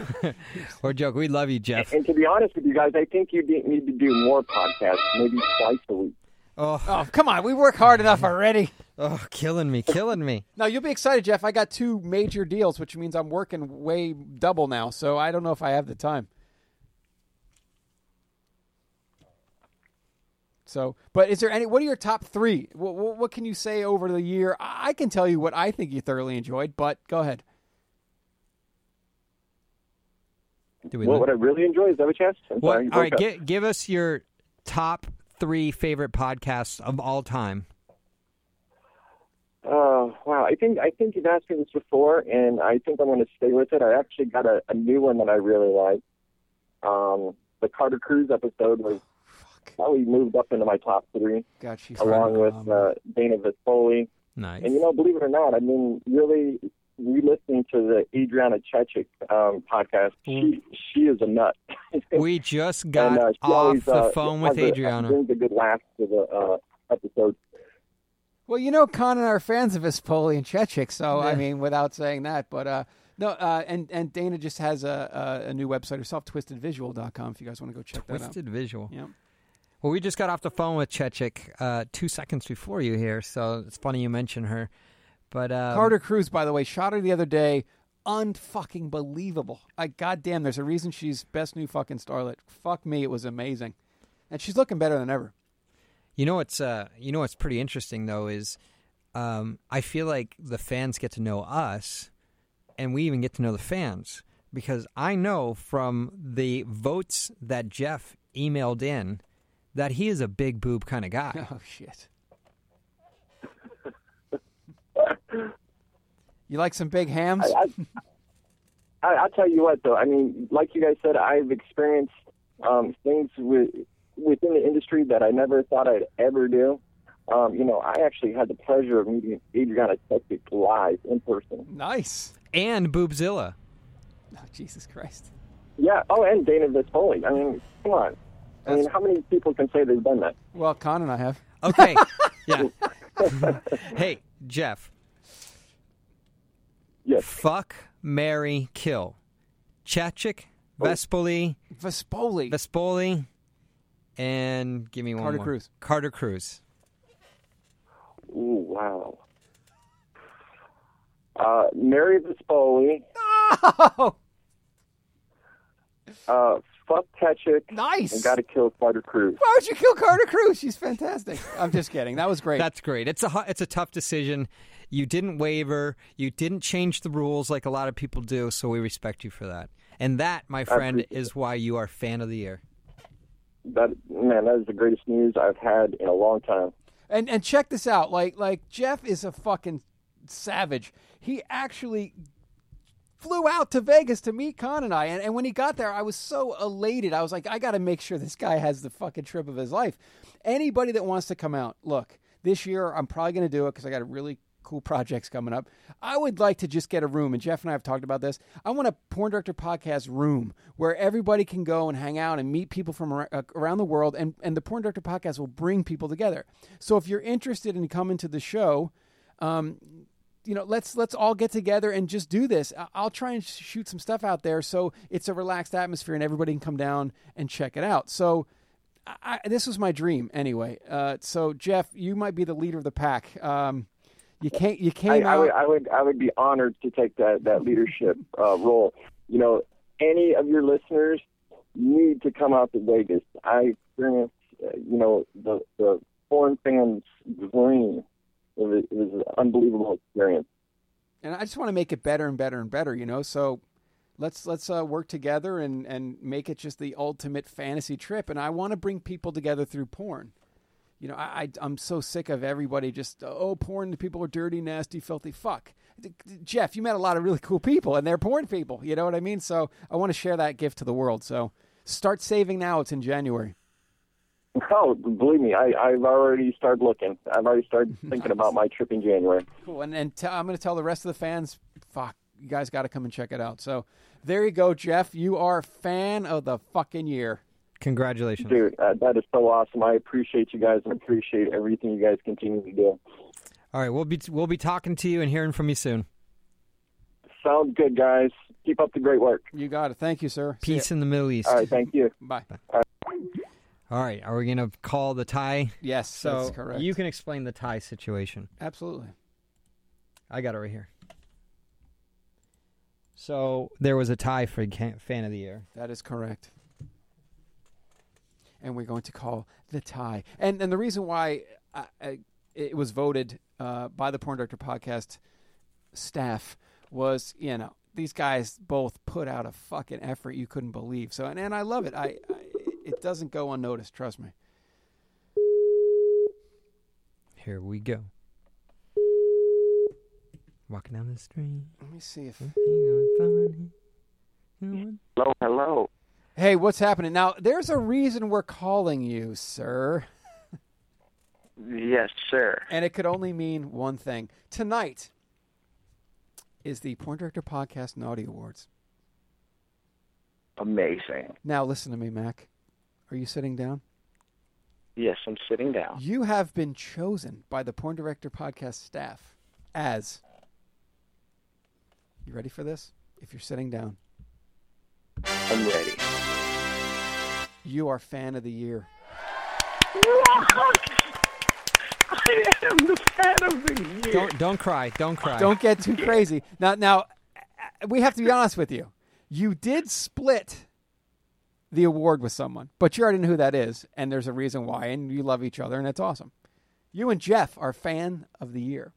[SPEAKER 3] we're joking. We love you, Jeff.
[SPEAKER 20] And to be honest with you guys, I think you de- need to do more podcasts, maybe twice a week.
[SPEAKER 3] Oh,
[SPEAKER 1] come on, we work hard enough already.
[SPEAKER 3] Oh, killing me, killing me.
[SPEAKER 1] Now you'll be excited, Jeff. I got two major deals, which means I'm working way double now. So I don't know if I have the time. So, but is there any? What are your top three? What, what, what can you say over the year? I I can tell you what I think you thoroughly enjoyed, but go ahead.
[SPEAKER 3] Do
[SPEAKER 20] What would I really enjoy? Is that what you asked? I'm
[SPEAKER 3] What,
[SPEAKER 20] sorry, you
[SPEAKER 3] all right,
[SPEAKER 20] broke up.
[SPEAKER 3] give, give us your top three favorite podcasts of all time.
[SPEAKER 20] Oh wow! I think I think you've asked me this before, and I think I'm going to stay with it. I actually got a, a new one that I really like. Um, the Carter Cruz episode was probably moved up into my top three,
[SPEAKER 1] God, she's
[SPEAKER 20] along with uh, Dana Vespoli.
[SPEAKER 3] Nice.
[SPEAKER 20] And you know, believe it or not, I mean, really re-listening to the Adriana Chechik um, podcast. She she is a nut.
[SPEAKER 3] Mm. We just got
[SPEAKER 20] and, uh, she
[SPEAKER 3] off
[SPEAKER 20] always,
[SPEAKER 3] the
[SPEAKER 20] uh,
[SPEAKER 3] phone with
[SPEAKER 20] has a-
[SPEAKER 3] Adriana.
[SPEAKER 20] brings a good laugh to the uh, episode.
[SPEAKER 1] Well, you know, Con and I are fans of Ispoli and Chechik, so I mean, without saying that, but uh, no, uh, and and Dana just has a, a a new website herself, twistedvisual.com, if you guys want to go check that out.
[SPEAKER 3] Twisted Visual.
[SPEAKER 1] Yep.
[SPEAKER 3] Well, we just got off the phone with Chechik uh, two seconds before you here, so it's funny you mention her. But um,
[SPEAKER 1] Carter Cruz, by the way, shot her the other day. Unfucking believable! I goddamn, there's a reason she's best new fucking starlet. Fuck me, it was amazing, and she's looking better than ever.
[SPEAKER 3] You know what's uh, you know what's pretty interesting though is um, I feel like the fans get to know us, and we even get to know the fans because I know from the votes that Jeff emailed in that he is a big boob kind of guy.
[SPEAKER 1] Oh shit! You like some big hams?
[SPEAKER 20] I, I'll tell you what, though. I mean, like you guys said, I've experienced um, things with, within the industry that I never thought I'd ever do. Um, you know, I actually had the pleasure of meeting Adriana Tessic live in person.
[SPEAKER 1] Nice.
[SPEAKER 3] And Boobzilla.
[SPEAKER 1] Oh, Jesus Christ!
[SPEAKER 20] Yeah. Oh, and Dana Vespoli. I mean, come on. I mean, how many people can say they've done that?
[SPEAKER 1] Well, Con and I have.
[SPEAKER 3] Okay. yeah. hey, Jeff.
[SPEAKER 20] Yes.
[SPEAKER 3] Fuck, Mary, kill. Chachik,
[SPEAKER 20] Oh.
[SPEAKER 3] Vespoli.
[SPEAKER 1] Vespoli.
[SPEAKER 3] Vespoli. And give me one
[SPEAKER 1] Carter
[SPEAKER 3] more.
[SPEAKER 1] Cruz.
[SPEAKER 3] Carter Cruz.
[SPEAKER 20] Ooh, wow. Uh, Mary Vespoli.
[SPEAKER 1] No!
[SPEAKER 20] Uh, fuck Tetchik.
[SPEAKER 1] Nice.
[SPEAKER 20] And gotta kill Carter Cruz.
[SPEAKER 1] Why would you kill Carter Cruz? She's fantastic. I'm just kidding. That was great.
[SPEAKER 3] That's great. It's a hu- it's a tough decision. You didn't waver. You didn't change the rules like a lot of people do. So we respect you for that. And that, my friend,
[SPEAKER 20] appreciate
[SPEAKER 3] is why you are fan of the year.
[SPEAKER 20] That man, that is the greatest news I've had in a long time.
[SPEAKER 1] And and check this out. Like like Jeff is a fucking savage. He actually flew out to Vegas to meet Con and I. And, and when he got there, I was so elated. I was like, I got to make sure this guy has the fucking trip of his life. Anybody that wants to come out, look, this year I'm probably going to do it because I got a really cool projects coming up. I would like to just get a room, and Jeff and I have talked about this. I want a Porn Director Podcast room where everybody can go and hang out and meet people from ar- uh, around the world, and, and the Porn Director Podcast will bring people together. So if you're interested in coming to the show, um, you know, let's let's all get together and just do this. I- I'll try and sh- shoot some stuff out there so it's a relaxed atmosphere and everybody can come down and check it out. So I, I- this was my dream anyway. Uh, so Jeff, you might be the leader of the pack. Um, you can't you came
[SPEAKER 19] I,
[SPEAKER 1] out.
[SPEAKER 19] I would, I would, I would be honored to take that that leadership uh, role. You know, any of your listeners need to come out to Vegas. I experienced, uh, you know, the the foreign fans' dream. It was, it was an unbelievable experience.
[SPEAKER 1] and I just want to make it better and better and better, you know. So let's let's uh, work together and and make it just the ultimate fantasy trip. And I want to bring people together through porn. You know, I, I I'm so sick of everybody just oh porn people are dirty, nasty, filthy. Fuck, Jeff, you met a lot of really cool people, and they're porn people. You know what I mean? So I want to share that gift to the world. So start saving now. It's in January.
[SPEAKER 19] Oh, believe me, I, I've already started looking. I've already started thinking about my trip in January.
[SPEAKER 1] Cool. And, and i I'm going to tell the rest of the fans, fuck, you guys got to come and check it out. So there you go, Jeff. You are fan of the fucking year.
[SPEAKER 3] Congratulations.
[SPEAKER 19] Dude, uh, that is so awesome. I appreciate you guys and appreciate everything you guys continue to do.
[SPEAKER 3] All right, we'll be we'll be talking to you and hearing from you soon.
[SPEAKER 19] Sounds good, guys. Keep up the great work.
[SPEAKER 1] You got it. Thank you, sir. See
[SPEAKER 3] Peace
[SPEAKER 1] ya.
[SPEAKER 3] in the Middle East.
[SPEAKER 19] All right, thank you.
[SPEAKER 1] Bye.
[SPEAKER 3] All right, are we going to call the tie?
[SPEAKER 1] Yes,
[SPEAKER 3] so
[SPEAKER 1] that's correct.
[SPEAKER 3] You can explain the tie situation.
[SPEAKER 1] Absolutely.
[SPEAKER 3] I got it right here. So there was a tie for ca- fan of the year.
[SPEAKER 1] That is correct. And we're going to call the tie. And and the reason why I, I, it was voted uh, by the Porn Director Podcast staff was, you know, these guys both put out a fucking effort you couldn't believe. So and, and I love it. I, I it doesn't go unnoticed. Trust me.
[SPEAKER 3] Here we go. Walking down the street.
[SPEAKER 1] Let me see if.
[SPEAKER 19] Hello, hello.
[SPEAKER 1] Hey, what's happening now? There's a reason we're calling you, sir.
[SPEAKER 20] Yes, sir.
[SPEAKER 1] And it could only mean one thing. Tonight is the Porn Director Podcast Naughty Awards.
[SPEAKER 20] Amazing.
[SPEAKER 1] Now, listen to me, Mac. Are you sitting down?
[SPEAKER 20] Yes, I'm sitting down.
[SPEAKER 1] You have been chosen by the Porn Director Podcast staff as. You ready for this? If you're sitting down,
[SPEAKER 20] I'm ready.
[SPEAKER 1] you are Fan of the Year.
[SPEAKER 20] I am the fan of the year.
[SPEAKER 3] Don't don't cry. Don't cry.
[SPEAKER 1] Don't get too crazy. Now, now, uh, we have to be honest with you. You did split the award with someone, but you already know who that is, and there's a reason why, and you love each other, and that's awesome. You and Jeff are fan of the year.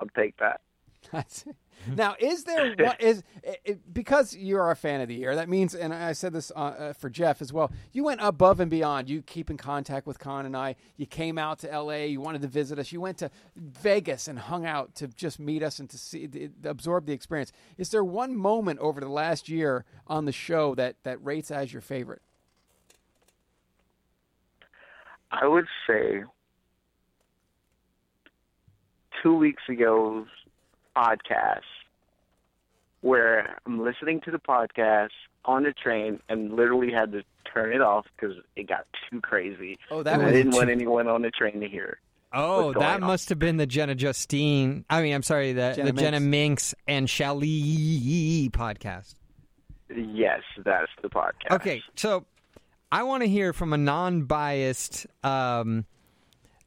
[SPEAKER 20] I'll take that.
[SPEAKER 1] That's it. Now, is there one is it, it- because you are a fan of the year? That means, and I said this uh, uh, for Jeff as well. You went above and beyond. You keep in contact with Con and I. You came out to L.A. You wanted to visit us. You went to Vegas and hung out to just meet us and to see to absorb the experience. Is there one moment over the last year on the show that that rates as your favorite?
[SPEAKER 20] I would say two weeks ago's podcast where I'm listening to the podcast on the train and literally had to turn it off because it got too crazy.
[SPEAKER 1] Oh, that
[SPEAKER 20] and I
[SPEAKER 3] was
[SPEAKER 20] didn't want
[SPEAKER 3] too-
[SPEAKER 20] anyone on the train to hear.
[SPEAKER 3] Oh,
[SPEAKER 20] what's
[SPEAKER 3] that
[SPEAKER 20] going on.
[SPEAKER 3] must have been the Jenna Justine. I mean, I'm sorry, the
[SPEAKER 20] Jenna
[SPEAKER 3] the Jenna Minx and Shalee podcast.
[SPEAKER 20] Yes, that's the podcast.
[SPEAKER 3] Okay, so I want to hear from a non-biased, um,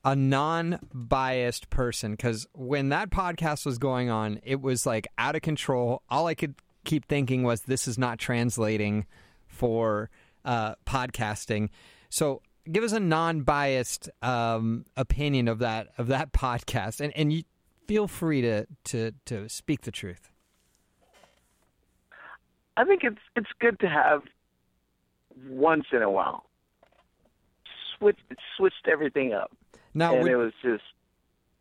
[SPEAKER 3] a non-biased person because when that podcast was going on, it was like out of control. All I could keep thinking was, "This is not translating for uh, podcasting." So, give us a non-biased um, opinion of that of that podcast, and and you feel free to to to speak the truth.
[SPEAKER 20] I think it's it's good to have once in a while switch it switched everything up.
[SPEAKER 3] Now,
[SPEAKER 20] and
[SPEAKER 3] would-
[SPEAKER 20] it was just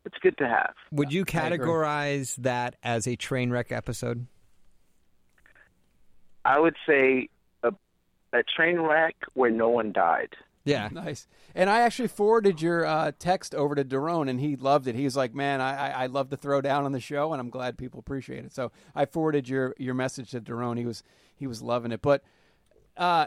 [SPEAKER 20] it's good to have.
[SPEAKER 3] Would you
[SPEAKER 20] I agree.
[SPEAKER 3] categorize that as a train wreck episode?
[SPEAKER 20] I would say a a train wreck where no one died.
[SPEAKER 3] Yeah.
[SPEAKER 1] Nice. And I actually forwarded your uh, text over to Daron, and he loved it. He was like, "Man, I, I, I love to throw down on the show, and I'm glad people appreciate it." So I forwarded your your message to Daron. He was he was loving it. But uh,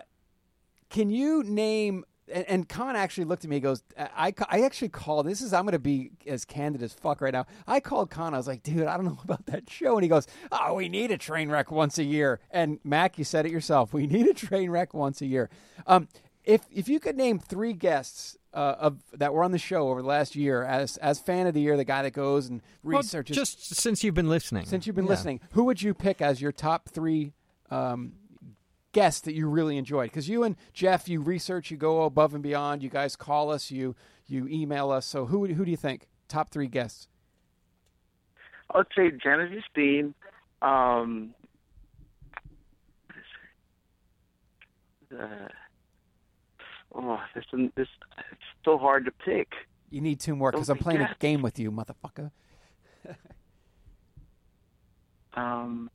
[SPEAKER 1] can you name and, and Khan actually looked at me. He goes, I, I I actually called. This is I'm going to be as candid as fuck right now. I called Khan. I was like, dude, I don't know about that show. And he goes, Oh, we need a train wreck once a year. And Mac, you said it yourself. We need a train wreck once a year. Um, if if you could name three guests uh, of that were on the show over the last year as as fan of the year, the guy that goes and
[SPEAKER 3] Well,
[SPEAKER 1] researches
[SPEAKER 3] just since you've been listening.
[SPEAKER 1] since you've been
[SPEAKER 3] Yeah.
[SPEAKER 1] listening, who would you pick as your top three um, guests that you really enjoyed? Because you and Jeff, you research, you go above and beyond. You guys call us, you you email us. So who who do you think top three guests?
[SPEAKER 20] I would say Genesis Dean. Um, uh, oh, this one- this it's so hard to pick.
[SPEAKER 1] You need two more because I'm
[SPEAKER 20] Don't
[SPEAKER 1] playing a
[SPEAKER 20] forget.
[SPEAKER 1] game with you, motherfucker.
[SPEAKER 20] Um,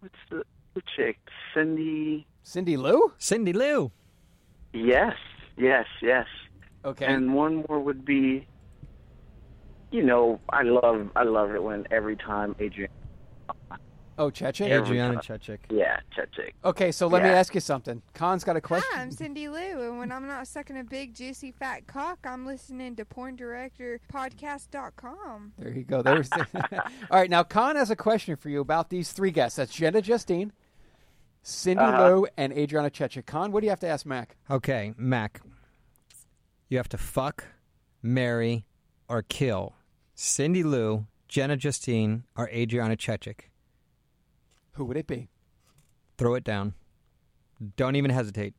[SPEAKER 20] what's the, the chick? Cindy.
[SPEAKER 1] Cindy Lou.
[SPEAKER 3] Cindy Lou.
[SPEAKER 20] Yes, yes, yes.
[SPEAKER 1] Okay.
[SPEAKER 20] And one more would be, you know, I love I love it when every time Adrian.
[SPEAKER 1] Oh, Chechen.
[SPEAKER 20] every time- Yeah, Chechik.
[SPEAKER 1] Okay, so let me
[SPEAKER 20] Yeah.
[SPEAKER 1] ask you something. Khan's got a question.
[SPEAKER 15] Hi, I'm Cindy Lou, and when I'm not sucking a big, juicy, fat cock, I'm listening to PornDirectorPodcast.com.
[SPEAKER 1] There you go. There's All right, now Khan has a question for you about these three guests. That's Jenna Justine, Cindy
[SPEAKER 3] Uh-huh.
[SPEAKER 1] Lou, and Adriana Checha. Khan, what do you have to ask Mac?
[SPEAKER 3] Okay, Mac. You have to fuck, marry, or kill Cindy Lou, Jenna Justine, or Adriana Chechik.
[SPEAKER 1] Who would it be?
[SPEAKER 3] Throw it down. Don't even hesitate.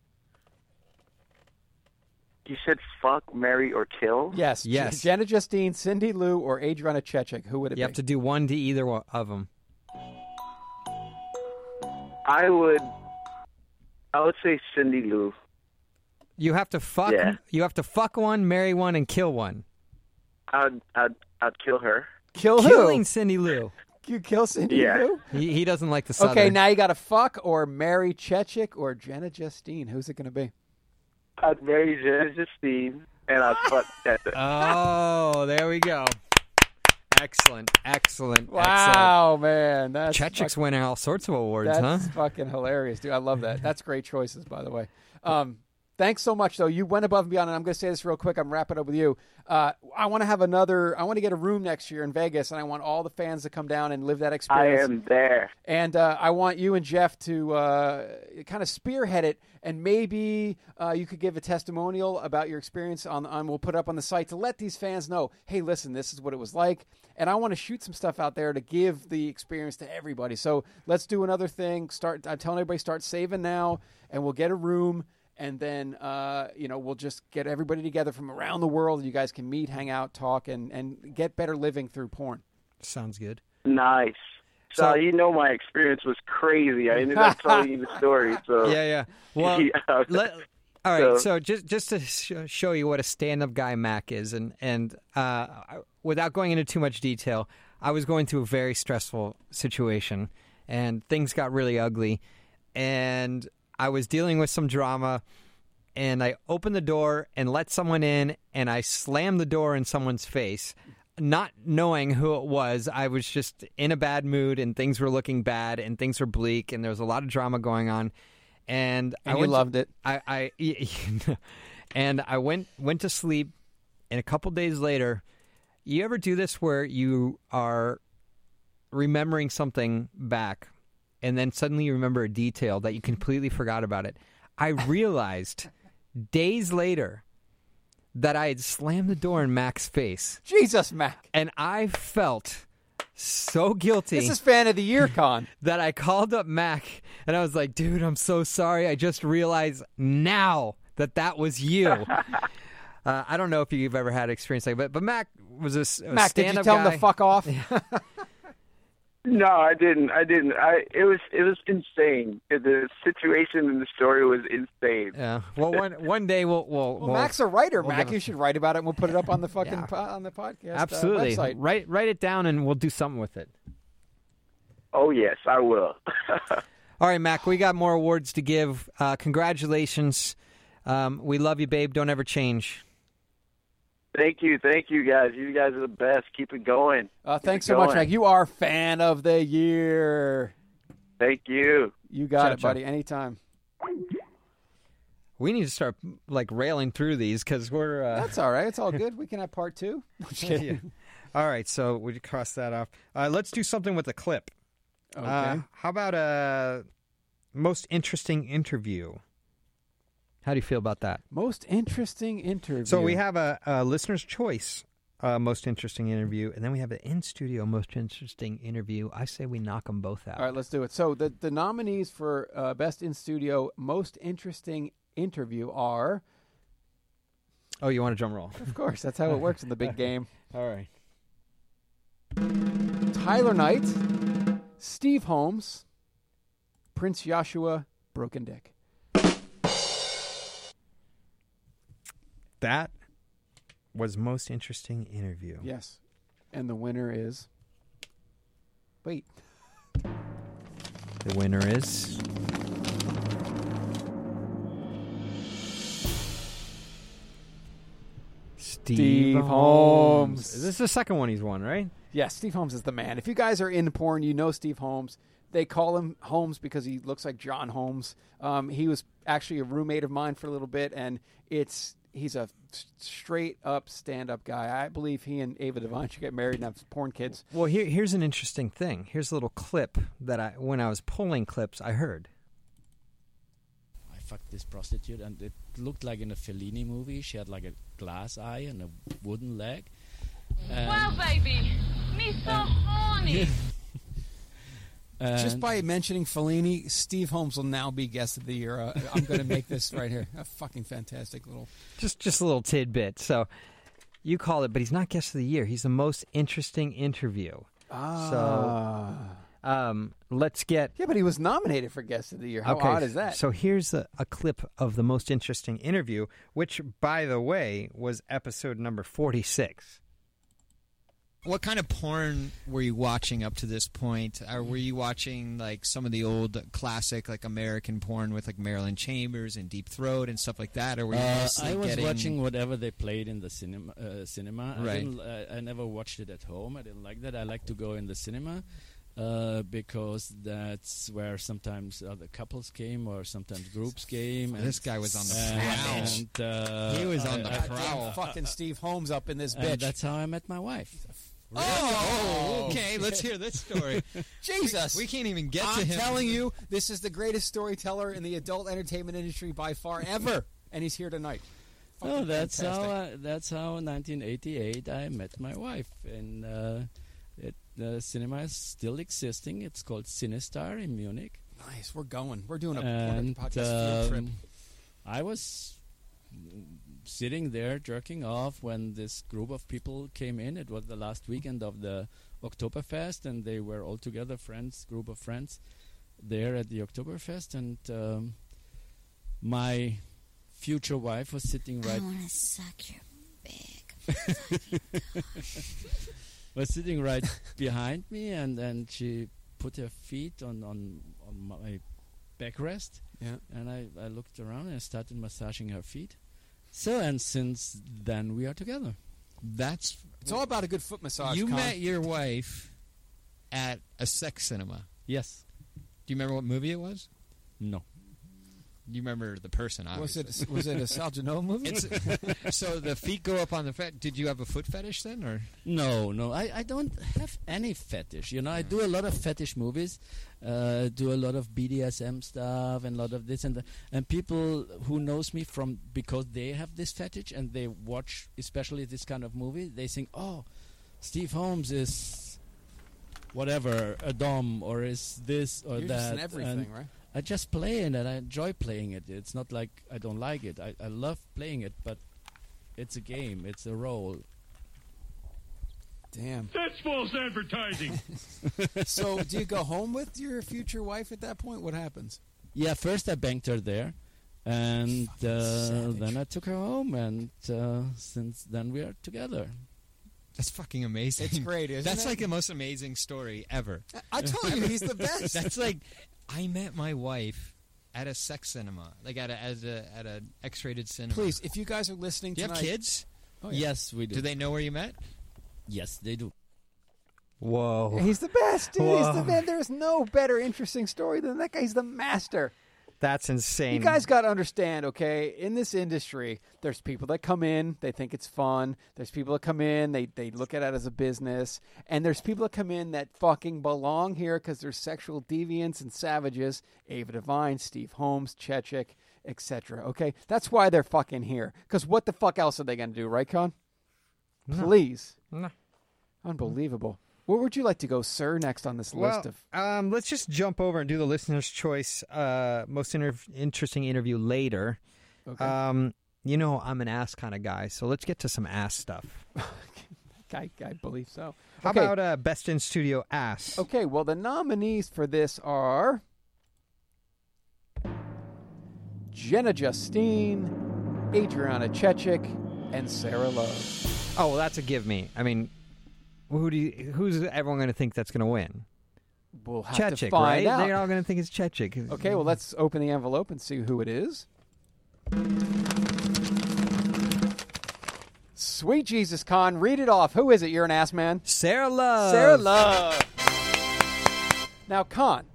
[SPEAKER 20] You said fuck, marry, or kill.
[SPEAKER 1] Yes. J-
[SPEAKER 3] Yes.
[SPEAKER 1] Jenna Justine, Cindy Lou, or Adriana Chechik. Who would it be?
[SPEAKER 3] You have to do one to either one of them.
[SPEAKER 20] I would. I would say Cindy Lou.
[SPEAKER 3] You have to fuck.
[SPEAKER 20] Yeah.
[SPEAKER 3] You have to fuck one, marry one, and kill one.
[SPEAKER 20] I'd I'd I'd kill her.
[SPEAKER 1] Kill
[SPEAKER 3] Killing Cindy Lou.
[SPEAKER 1] You kill Cindy
[SPEAKER 3] Yeah.
[SPEAKER 1] Lou?
[SPEAKER 3] He, he doesn't like the southern.
[SPEAKER 1] Okay, now you got to fuck or marry Chechik or Jenna Justine. Who's it going to be?
[SPEAKER 20] I'd marry Genesis Dean, and I'd fuck Chechik.
[SPEAKER 1] Uh,
[SPEAKER 3] Oh, there we go. Excellent, excellent,
[SPEAKER 1] Wow, man. That's
[SPEAKER 3] excellent. Chechik's
[SPEAKER 1] fuck-
[SPEAKER 3] winning all sorts of awards,
[SPEAKER 1] That's
[SPEAKER 3] huh?
[SPEAKER 1] fucking hilarious, dude. I love that. That's great choices, by the way. Um, thanks so much, though. You went above and beyond, and I'm going to say this real quick. I'm wrapping up with you. Uh, I want to have another. I want to get a room next year in Vegas, and I want all the fans to come down and live that
[SPEAKER 20] I
[SPEAKER 1] experience.
[SPEAKER 20] am there.
[SPEAKER 1] And uh, I want you and Jeff to uh, kind of spearhead it, and maybe uh, you could give a testimonial about your experience on, on. We'll put it up on the site to let these fans know. Hey, listen, this is what it was like, and I want to shoot some stuff out there to give the experience to everybody. So let's do another thing. Start. I'm telling everybody, start saving now, and we'll get a room, and then uh, you know we'll just get everybody together from around the world. You guys can meet, hang out, talk, and and get better living through porn.
[SPEAKER 3] Sounds good.
[SPEAKER 20] Nice. So, you know my experience was crazy. I ended up telling you the story. So
[SPEAKER 3] Yeah, yeah. Well,
[SPEAKER 20] Yeah.
[SPEAKER 3] let- all right. So,
[SPEAKER 20] So-
[SPEAKER 3] just just to sh- show you what a stand-up guy Mac is, and and uh, I- without going into too much detail, I was going through a very stressful situation, and things got really ugly, and I was dealing with some drama, and I opened the door and let someone in, and I slammed the door in someone's face. Not knowing who it was, I was just in a bad mood, and things were looking bad, and things were bleak, and there was a lot of drama going on. And, I
[SPEAKER 1] And you
[SPEAKER 3] went to-
[SPEAKER 1] loved it.
[SPEAKER 3] I, I and I went went to sleep, and a couple days later, you ever do this where you are remembering something back, and then suddenly you remember a detail that you completely forgot about it. I realized days later that I had slammed the door in Mac's face,
[SPEAKER 1] Jesus, Mac.
[SPEAKER 3] and I felt so guilty.
[SPEAKER 1] This is fan of the year con.
[SPEAKER 3] that I called up Mac and I was like, dude, I'm so sorry. I just realized now that that was you. uh, I don't know if you've ever had experience like that, but Mac was a, s- a
[SPEAKER 1] Mac, did you
[SPEAKER 3] stand-up
[SPEAKER 1] tell
[SPEAKER 3] guy.
[SPEAKER 1] him to fuck off?
[SPEAKER 20] No, I didn't. I didn't. I it was it was insane. The situation and the story was insane.
[SPEAKER 3] Yeah. Well, one one day we'll we'll,
[SPEAKER 1] Well,
[SPEAKER 3] we'll-
[SPEAKER 1] Mac's a writer,
[SPEAKER 3] we'll
[SPEAKER 1] Mac.
[SPEAKER 3] give
[SPEAKER 1] You
[SPEAKER 3] him-
[SPEAKER 1] should write about it, and we'll put it up on the fucking po- on the podcast. uh,
[SPEAKER 3] absolutely
[SPEAKER 1] website.
[SPEAKER 3] write write it down and we'll do something with it.
[SPEAKER 20] Oh yes, I will.
[SPEAKER 3] All right, Mac, we got more awards to give. Uh, congratulations. Um, we love you, babe. Don't ever change.
[SPEAKER 20] thank you, thank you guys. You guys are the best. Keep it going.
[SPEAKER 1] Uh,
[SPEAKER 20] Keep
[SPEAKER 1] thanks
[SPEAKER 20] it
[SPEAKER 1] so much,
[SPEAKER 20] going.
[SPEAKER 1] Mac. You are fan of the year.
[SPEAKER 20] Thank you.
[SPEAKER 1] You got
[SPEAKER 20] Ciao,
[SPEAKER 1] it,
[SPEAKER 20] ciao.
[SPEAKER 1] buddy. Anytime.
[SPEAKER 3] We need to start like railing through these because we're. Uh...
[SPEAKER 1] That's all right. It's all good. We can have part two. No, I'm just kidding.
[SPEAKER 3] Yeah. All right, so we cross that off. Uh, let's do something with a clip.
[SPEAKER 1] Okay.
[SPEAKER 3] Uh, how about uh, a most interesting interview? How do you feel about that?
[SPEAKER 1] Most interesting interview.
[SPEAKER 3] So we have a, a listener's choice uh, most interesting interview, and then we have an in studio most interesting interview. I say we knock them both out.
[SPEAKER 1] All right, let's do it. So the, the nominees for uh, best in studio most interesting interview are,
[SPEAKER 3] Oh, you want a drum roll?
[SPEAKER 1] of course, that's how it works in the big game.
[SPEAKER 3] All right.
[SPEAKER 1] Tyler Knight, Steve Holmes, Prince Joshua, Broken Dick.
[SPEAKER 3] That was most interesting interview.
[SPEAKER 1] Yes, and the winner is. Wait,
[SPEAKER 3] The winner is Steve,
[SPEAKER 1] Holmes.
[SPEAKER 3] This is the second one he's won, right?
[SPEAKER 1] yeah, Steve Holmes is the man. If you guys are into porn, you know Steve Holmes. They call him Holmes because he looks like John Holmes. Um, he was actually a roommate of mine for a little bit, and it's he's a s- straight up stand up guy. I believe he and Ava Devine should get married and have porn kids.
[SPEAKER 3] Well, here, here's an interesting thing. Here's a little clip that I, when I was pulling clips, I heard.
[SPEAKER 13] I fucked this prostitute, and it looked like in a Fellini movie. She had like a glass eye and a wooden leg. And-
[SPEAKER 7] Well, baby, me so horny.
[SPEAKER 12] Just
[SPEAKER 13] and-
[SPEAKER 12] by mentioning Fellini, Steve Holmes will now be guest of the year. Uh, I'm going to make this right here a fucking fantastic little.
[SPEAKER 3] Just just a little tidbit. So you call it, but he's not guest of the year. He's the most interesting interview.
[SPEAKER 1] Ah.
[SPEAKER 3] So um, let's get.
[SPEAKER 1] Yeah, but he was nominated for guest of the year. How
[SPEAKER 3] okay,
[SPEAKER 1] odd is that?
[SPEAKER 3] So here's a, a clip of the most interesting interview, which, by the way, was episode number 46.
[SPEAKER 21] What kind of porn were you watching up to this point? Or were you watching like some of the old classic like American porn with like Marilyn Chambers and Deep Throat and stuff like that? Or were you
[SPEAKER 13] Uh,
[SPEAKER 21] mostly
[SPEAKER 13] I was
[SPEAKER 21] getting...
[SPEAKER 13] watching whatever they played in the cinema. Uh, cinema. I,
[SPEAKER 21] Right.
[SPEAKER 13] didn't, uh, I never watched it at home. I didn't like that. I like to go in the cinema uh, because that's where sometimes other couples came or sometimes groups came. And
[SPEAKER 21] This guy was on the prowl.
[SPEAKER 13] and, And, uh,
[SPEAKER 12] he was on
[SPEAKER 13] I-
[SPEAKER 12] the
[SPEAKER 13] I-
[SPEAKER 12] prowl. Fucking Steve Holmes up in this
[SPEAKER 13] and
[SPEAKER 12] bitch.
[SPEAKER 13] that's how I met my wife.
[SPEAKER 12] Oh,
[SPEAKER 21] okay. Let's hear this story.
[SPEAKER 12] Jesus,
[SPEAKER 21] We can't even get to
[SPEAKER 12] I'm
[SPEAKER 21] him.
[SPEAKER 12] telling you, this is the greatest storyteller in the adult entertainment industry by far ever, and he's here tonight.
[SPEAKER 13] No,
[SPEAKER 12] Fucking
[SPEAKER 13] Oh, that's how.
[SPEAKER 12] fantastic.
[SPEAKER 13] I, that's how. in 1988, I met my wife, and uh, it, the cinema is still existing. It's called Cinestar in Munich.
[SPEAKER 12] Nice, we're going. We're doing a
[SPEAKER 13] and,
[SPEAKER 12] porn podcast field trip.
[SPEAKER 13] um, I was mm, sitting there jerking off when this group of people came in. It was the last weekend of the Oktoberfest, and they were all together, friends, group of friends, there at the Oktoberfest. And um, my future wife was sitting right.
[SPEAKER 8] I want to suck your big.
[SPEAKER 13] was sitting right behind me, and then she put her feet on on, on my backrest.
[SPEAKER 12] Yeah.
[SPEAKER 13] And I, I looked around and I started massaging her feet. So and since then we are together.
[SPEAKER 21] That's
[SPEAKER 12] It's all about a good foot massage.
[SPEAKER 21] you
[SPEAKER 12] Con.
[SPEAKER 21] met your wife at a sex cinema.
[SPEAKER 13] Yes.
[SPEAKER 21] Do you remember what movie it was?
[SPEAKER 13] No.
[SPEAKER 21] You remember the person?
[SPEAKER 12] Was
[SPEAKER 21] Obviously.
[SPEAKER 12] it- was it a Sal Genoa movie?
[SPEAKER 21] It's- so the feet go up on the fet. Did you have a foot fetish then, or
[SPEAKER 13] No, no, I, I don't have any fetish. You know, I do a lot of fetish movies, uh, do a lot of BDSM stuff, and a lot of this and that. And people who knows me from because they have this fetish and they watch, especially this kind of movie, they think, oh, Steve Holmes is whatever a dom or is this or
[SPEAKER 12] You're
[SPEAKER 13] that.
[SPEAKER 12] just in everything,
[SPEAKER 13] And
[SPEAKER 12] right?
[SPEAKER 13] I just play in it. I enjoy playing it. It's not like I don't like it. I, I love playing it, but it's a game. It's a role.
[SPEAKER 12] Damn.
[SPEAKER 4] That's false advertising.
[SPEAKER 21] um,
[SPEAKER 12] so, do you go home with your future wife at that point? What happens?
[SPEAKER 13] Yeah, first I banged her there, and uh, then I took her home, and uh, since then we are together.
[SPEAKER 21] That's fucking amazing.
[SPEAKER 12] It's great, isn't
[SPEAKER 21] That's
[SPEAKER 12] it?
[SPEAKER 21] like the most amazing story ever.
[SPEAKER 12] I told you, he's the best.
[SPEAKER 21] That's like I met my wife at a sex cinema, like at a at a at a X-rated cinema.
[SPEAKER 12] Please, if you guys are listening,
[SPEAKER 21] Do you have
[SPEAKER 12] tonight-
[SPEAKER 21] kids?
[SPEAKER 12] Oh, yeah.
[SPEAKER 13] Yes, we do.
[SPEAKER 21] Do they know where you met?
[SPEAKER 13] Yes, they do.
[SPEAKER 3] Whoa.
[SPEAKER 1] He's the best, dude. He's
[SPEAKER 3] Whoa.
[SPEAKER 1] the man. There is no better interesting story than that guy. He's the master.
[SPEAKER 3] That's insane.
[SPEAKER 1] You guys got to understand, okay? In this industry, there's people that come in, they think it's fun. There's people that come in, they, they look at it as a business. And there's people that come in that fucking belong here because they're sexual deviants and savages. Ava Devine, Steve Holmes, Chechik, etc. Okay? That's why they're fucking here. Because what the fuck else are they going to do, right, Con?
[SPEAKER 3] No.
[SPEAKER 1] Please.
[SPEAKER 3] No.
[SPEAKER 1] Unbelievable. Where would you like to go, sir, next on this list of.
[SPEAKER 3] um, let's just jump over and do the listener's choice uh, most inter- interesting interview later.
[SPEAKER 1] Okay.
[SPEAKER 3] Um, you know I'm an ass kind of guy, so let's get to some ass stuff.
[SPEAKER 1] I, I believe so.
[SPEAKER 3] How
[SPEAKER 1] Okay.
[SPEAKER 3] about uh, best in studio ass?
[SPEAKER 1] Okay, well, the nominees for this are Jenna Justine, Adriana Chechik, and Sarah Love.
[SPEAKER 3] Oh, well, that's a give me. I mean, who do you, who's everyone going to think that's going to win?
[SPEAKER 1] We'll have
[SPEAKER 3] Chechik,
[SPEAKER 1] to find
[SPEAKER 3] right?
[SPEAKER 1] out.
[SPEAKER 3] They're all going to think it's Chechik.
[SPEAKER 1] Okay, well, let's open the envelope and see who it is. Sweet Jesus, Con, read it off. Who is it? You're an ass man.
[SPEAKER 3] Sarah Love.
[SPEAKER 1] Sarah Love. Now, Con,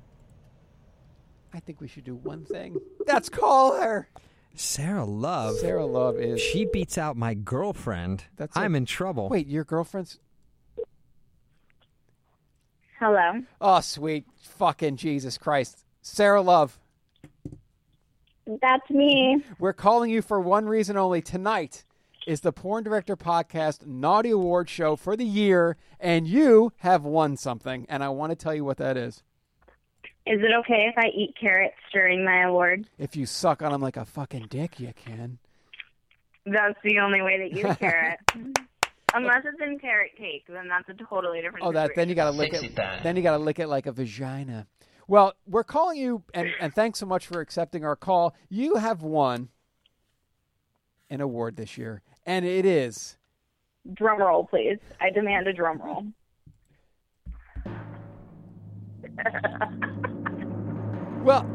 [SPEAKER 1] I think we should do one thing. That's call her.
[SPEAKER 3] Sarah Love.
[SPEAKER 1] Sarah Love is.
[SPEAKER 3] She beats out my girlfriend.
[SPEAKER 1] That's
[SPEAKER 3] I'm
[SPEAKER 1] it.
[SPEAKER 3] in trouble.
[SPEAKER 1] Wait, your girlfriend's?
[SPEAKER 18] Hello.
[SPEAKER 1] Oh, sweet fucking Jesus Christ, Sarah Love.
[SPEAKER 18] That's me.
[SPEAKER 1] We're calling you for one reason only. Tonight is the Porn Director Podcast Naughty Award Show for the year, and you have won something. And I want to tell you what that is.
[SPEAKER 18] Is it okay if I eat carrots during my award?
[SPEAKER 1] If you suck on them like a fucking dick, you can.
[SPEAKER 18] That's the only way to eat a carrot. Unless it's in carrot cake, then that's a totally different.
[SPEAKER 1] Oh, that then you got to lick it.
[SPEAKER 18] situation.
[SPEAKER 1] Then you got to lick it like a vagina. Well, we're calling you, and, and thanks so much for accepting our call. You have won an award this year, and it is
[SPEAKER 18] Drum roll, please. I demand a drum roll.
[SPEAKER 1] well.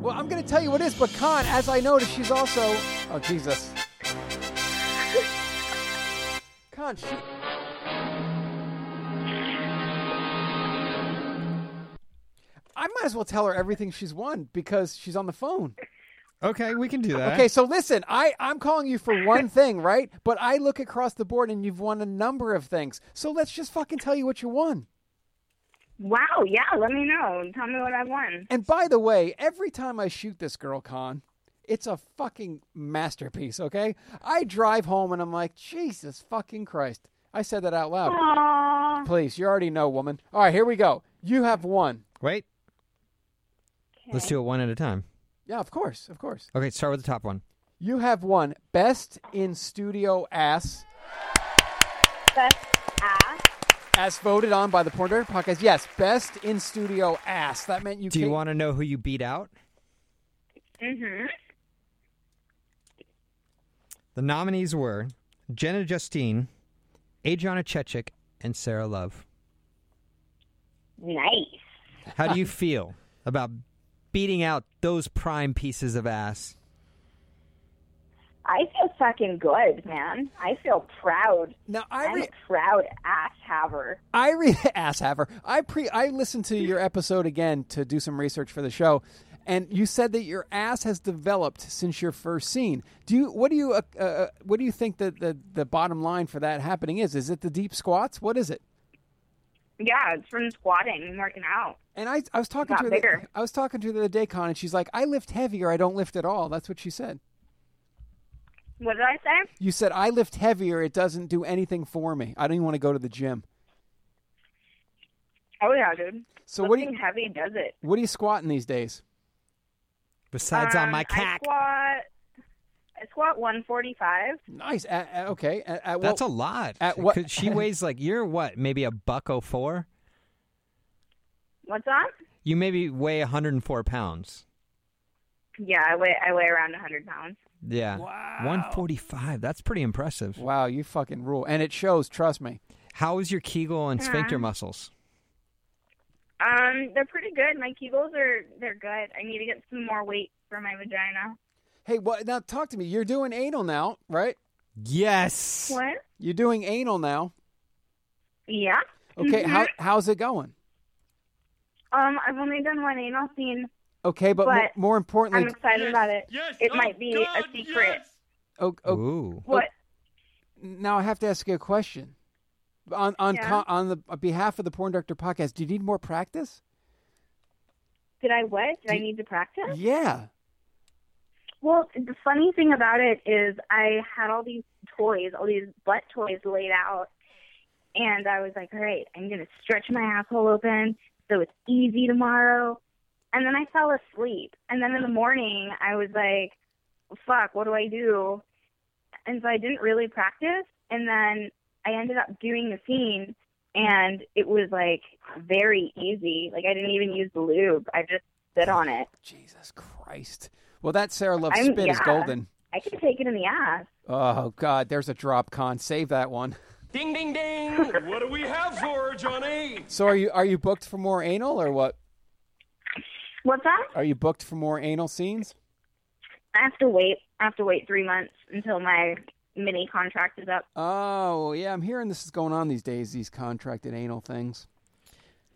[SPEAKER 1] Well, I'm going to tell you what it is, but Con, as I noticed, she's also oh Jesus, Con. She... I might as well tell her everything she's won because she's on the phone.
[SPEAKER 3] Okay, we can do that.
[SPEAKER 1] Okay, so listen, I, I'm calling you for one thing, right? But I look across the board and you've won a number of things. So let's just fucking tell you what you won.
[SPEAKER 18] Wow. Yeah. Let me know. Tell me what I won.
[SPEAKER 1] And by the way, every time I shoot this girl, Con, it's a fucking masterpiece, okay? I drive home and I'm like, Jesus fucking Christ. I said that out loud.
[SPEAKER 18] Aw.
[SPEAKER 1] Please, you already know, woman. All right, here we go. You have won.
[SPEAKER 3] Wait. Let's do it one at a time.
[SPEAKER 1] Yeah, of course, of course.
[SPEAKER 3] Okay, start with the top one.
[SPEAKER 1] You have won Best in Studio Ass.
[SPEAKER 18] Best ass.
[SPEAKER 1] As voted on by the Porn Director Podcast. Yes, Best in Studio Ass. That meant you
[SPEAKER 3] Do
[SPEAKER 1] came-
[SPEAKER 3] you want to know who you beat out?
[SPEAKER 9] Mm-hmm.
[SPEAKER 18] Mhm.
[SPEAKER 3] The nominees were Jenna Justine, Adriana Chechik, and Sarah Love.
[SPEAKER 18] Nice.
[SPEAKER 3] How do you feel about beating out those prime pieces of ass?
[SPEAKER 18] I feel fucking good, man. I feel proud.
[SPEAKER 1] No, I
[SPEAKER 18] am a proud ass haver.
[SPEAKER 1] I read ass haver. I pre I listened to your episode again to do some research for the show, and you said that your ass has developed since your first scene. Do you what do you uh, uh, what do you think that the the bottom line for that happening is? Is it the deep squats? What is it?
[SPEAKER 18] Yeah, it's from squatting and working out.
[SPEAKER 1] And I I was talking
[SPEAKER 18] Got
[SPEAKER 1] to her
[SPEAKER 18] bigger.
[SPEAKER 1] the, I was talking to her the other day, Con, and she's like, I lift heavy or I don't lift at all. That's what she said.
[SPEAKER 18] What did I say?
[SPEAKER 1] You said I lift heavy or it doesn't do anything for me. I don't even want to go to the gym.
[SPEAKER 18] Oh yeah, dude.
[SPEAKER 1] So what do you-
[SPEAKER 18] Lifting heavy does it?
[SPEAKER 1] What are you squatting these days?
[SPEAKER 3] Besides on my
[SPEAKER 18] Um,
[SPEAKER 3] cat.
[SPEAKER 18] I squat. I squat 145.
[SPEAKER 1] Nice. Uh, uh, okay. At, at
[SPEAKER 3] That's
[SPEAKER 1] what-
[SPEAKER 3] a lot.
[SPEAKER 1] At what?
[SPEAKER 3] 'Cause she weighs like you're what, maybe a buck oh four?
[SPEAKER 18] What's that?
[SPEAKER 3] You maybe weigh 104 pounds.
[SPEAKER 18] Yeah, I weigh I weigh around 100 pounds.
[SPEAKER 3] Yeah. Wow. 145. That's pretty impressive.
[SPEAKER 1] Wow, you fucking rule. And it shows, trust me.
[SPEAKER 3] How is your Kegel and sphincter
[SPEAKER 18] Uh-huh.
[SPEAKER 3] muscles?
[SPEAKER 18] Um, they're pretty good. My Kegels are they're good. I need to get some more weight for my vagina.
[SPEAKER 1] Hey, what? Now talk to me. You're doing anal now, right?
[SPEAKER 3] Yes.
[SPEAKER 18] What?
[SPEAKER 1] You're doing anal now.
[SPEAKER 18] Yeah.
[SPEAKER 1] Okay. How
[SPEAKER 18] Mhm.
[SPEAKER 1] how's it going?
[SPEAKER 18] Um, I've only done one anal scene.
[SPEAKER 1] Okay, but, mo-
[SPEAKER 18] But
[SPEAKER 1] more importantly,
[SPEAKER 18] I'm excited about it. it might be a secret.
[SPEAKER 1] O- o-
[SPEAKER 18] What?
[SPEAKER 1] oh, Now I have to ask you a question. On on
[SPEAKER 18] Yeah.
[SPEAKER 1] co- on the on behalf of the Porn Doctor podcast, do you need more practice?
[SPEAKER 18] Did I what? Did I need to practice?
[SPEAKER 1] Yeah.
[SPEAKER 18] Well, the funny thing about it is I had all these toys, all these butt toys laid out, and I was like, all right, I'm going to stretch my asshole open so it's easy tomorrow. And then I fell asleep. And then in the morning, I was like, fuck, what do I do? And so I didn't really practice. And then I ended up doing the scene, and it was like very easy. Like I didn't even use the lube, I just sit on it.
[SPEAKER 1] Jesus Christ. Well, that Sarah Love
[SPEAKER 18] I'm-
[SPEAKER 1] spit is
[SPEAKER 18] yeah.
[SPEAKER 1] golden.
[SPEAKER 18] I could take it in the ass.
[SPEAKER 1] Oh God, there's a drop con. Save that one.
[SPEAKER 4] Ding, ding, ding. what do we have for her, Johnny?
[SPEAKER 1] So are you are you booked for more anal or what?
[SPEAKER 18] What's that?
[SPEAKER 1] Are you booked for more anal scenes?
[SPEAKER 18] I have to wait. I have to wait three months until my mini contract is up.
[SPEAKER 1] Oh yeah, I'm hearing this is going on these days. These contracted anal things.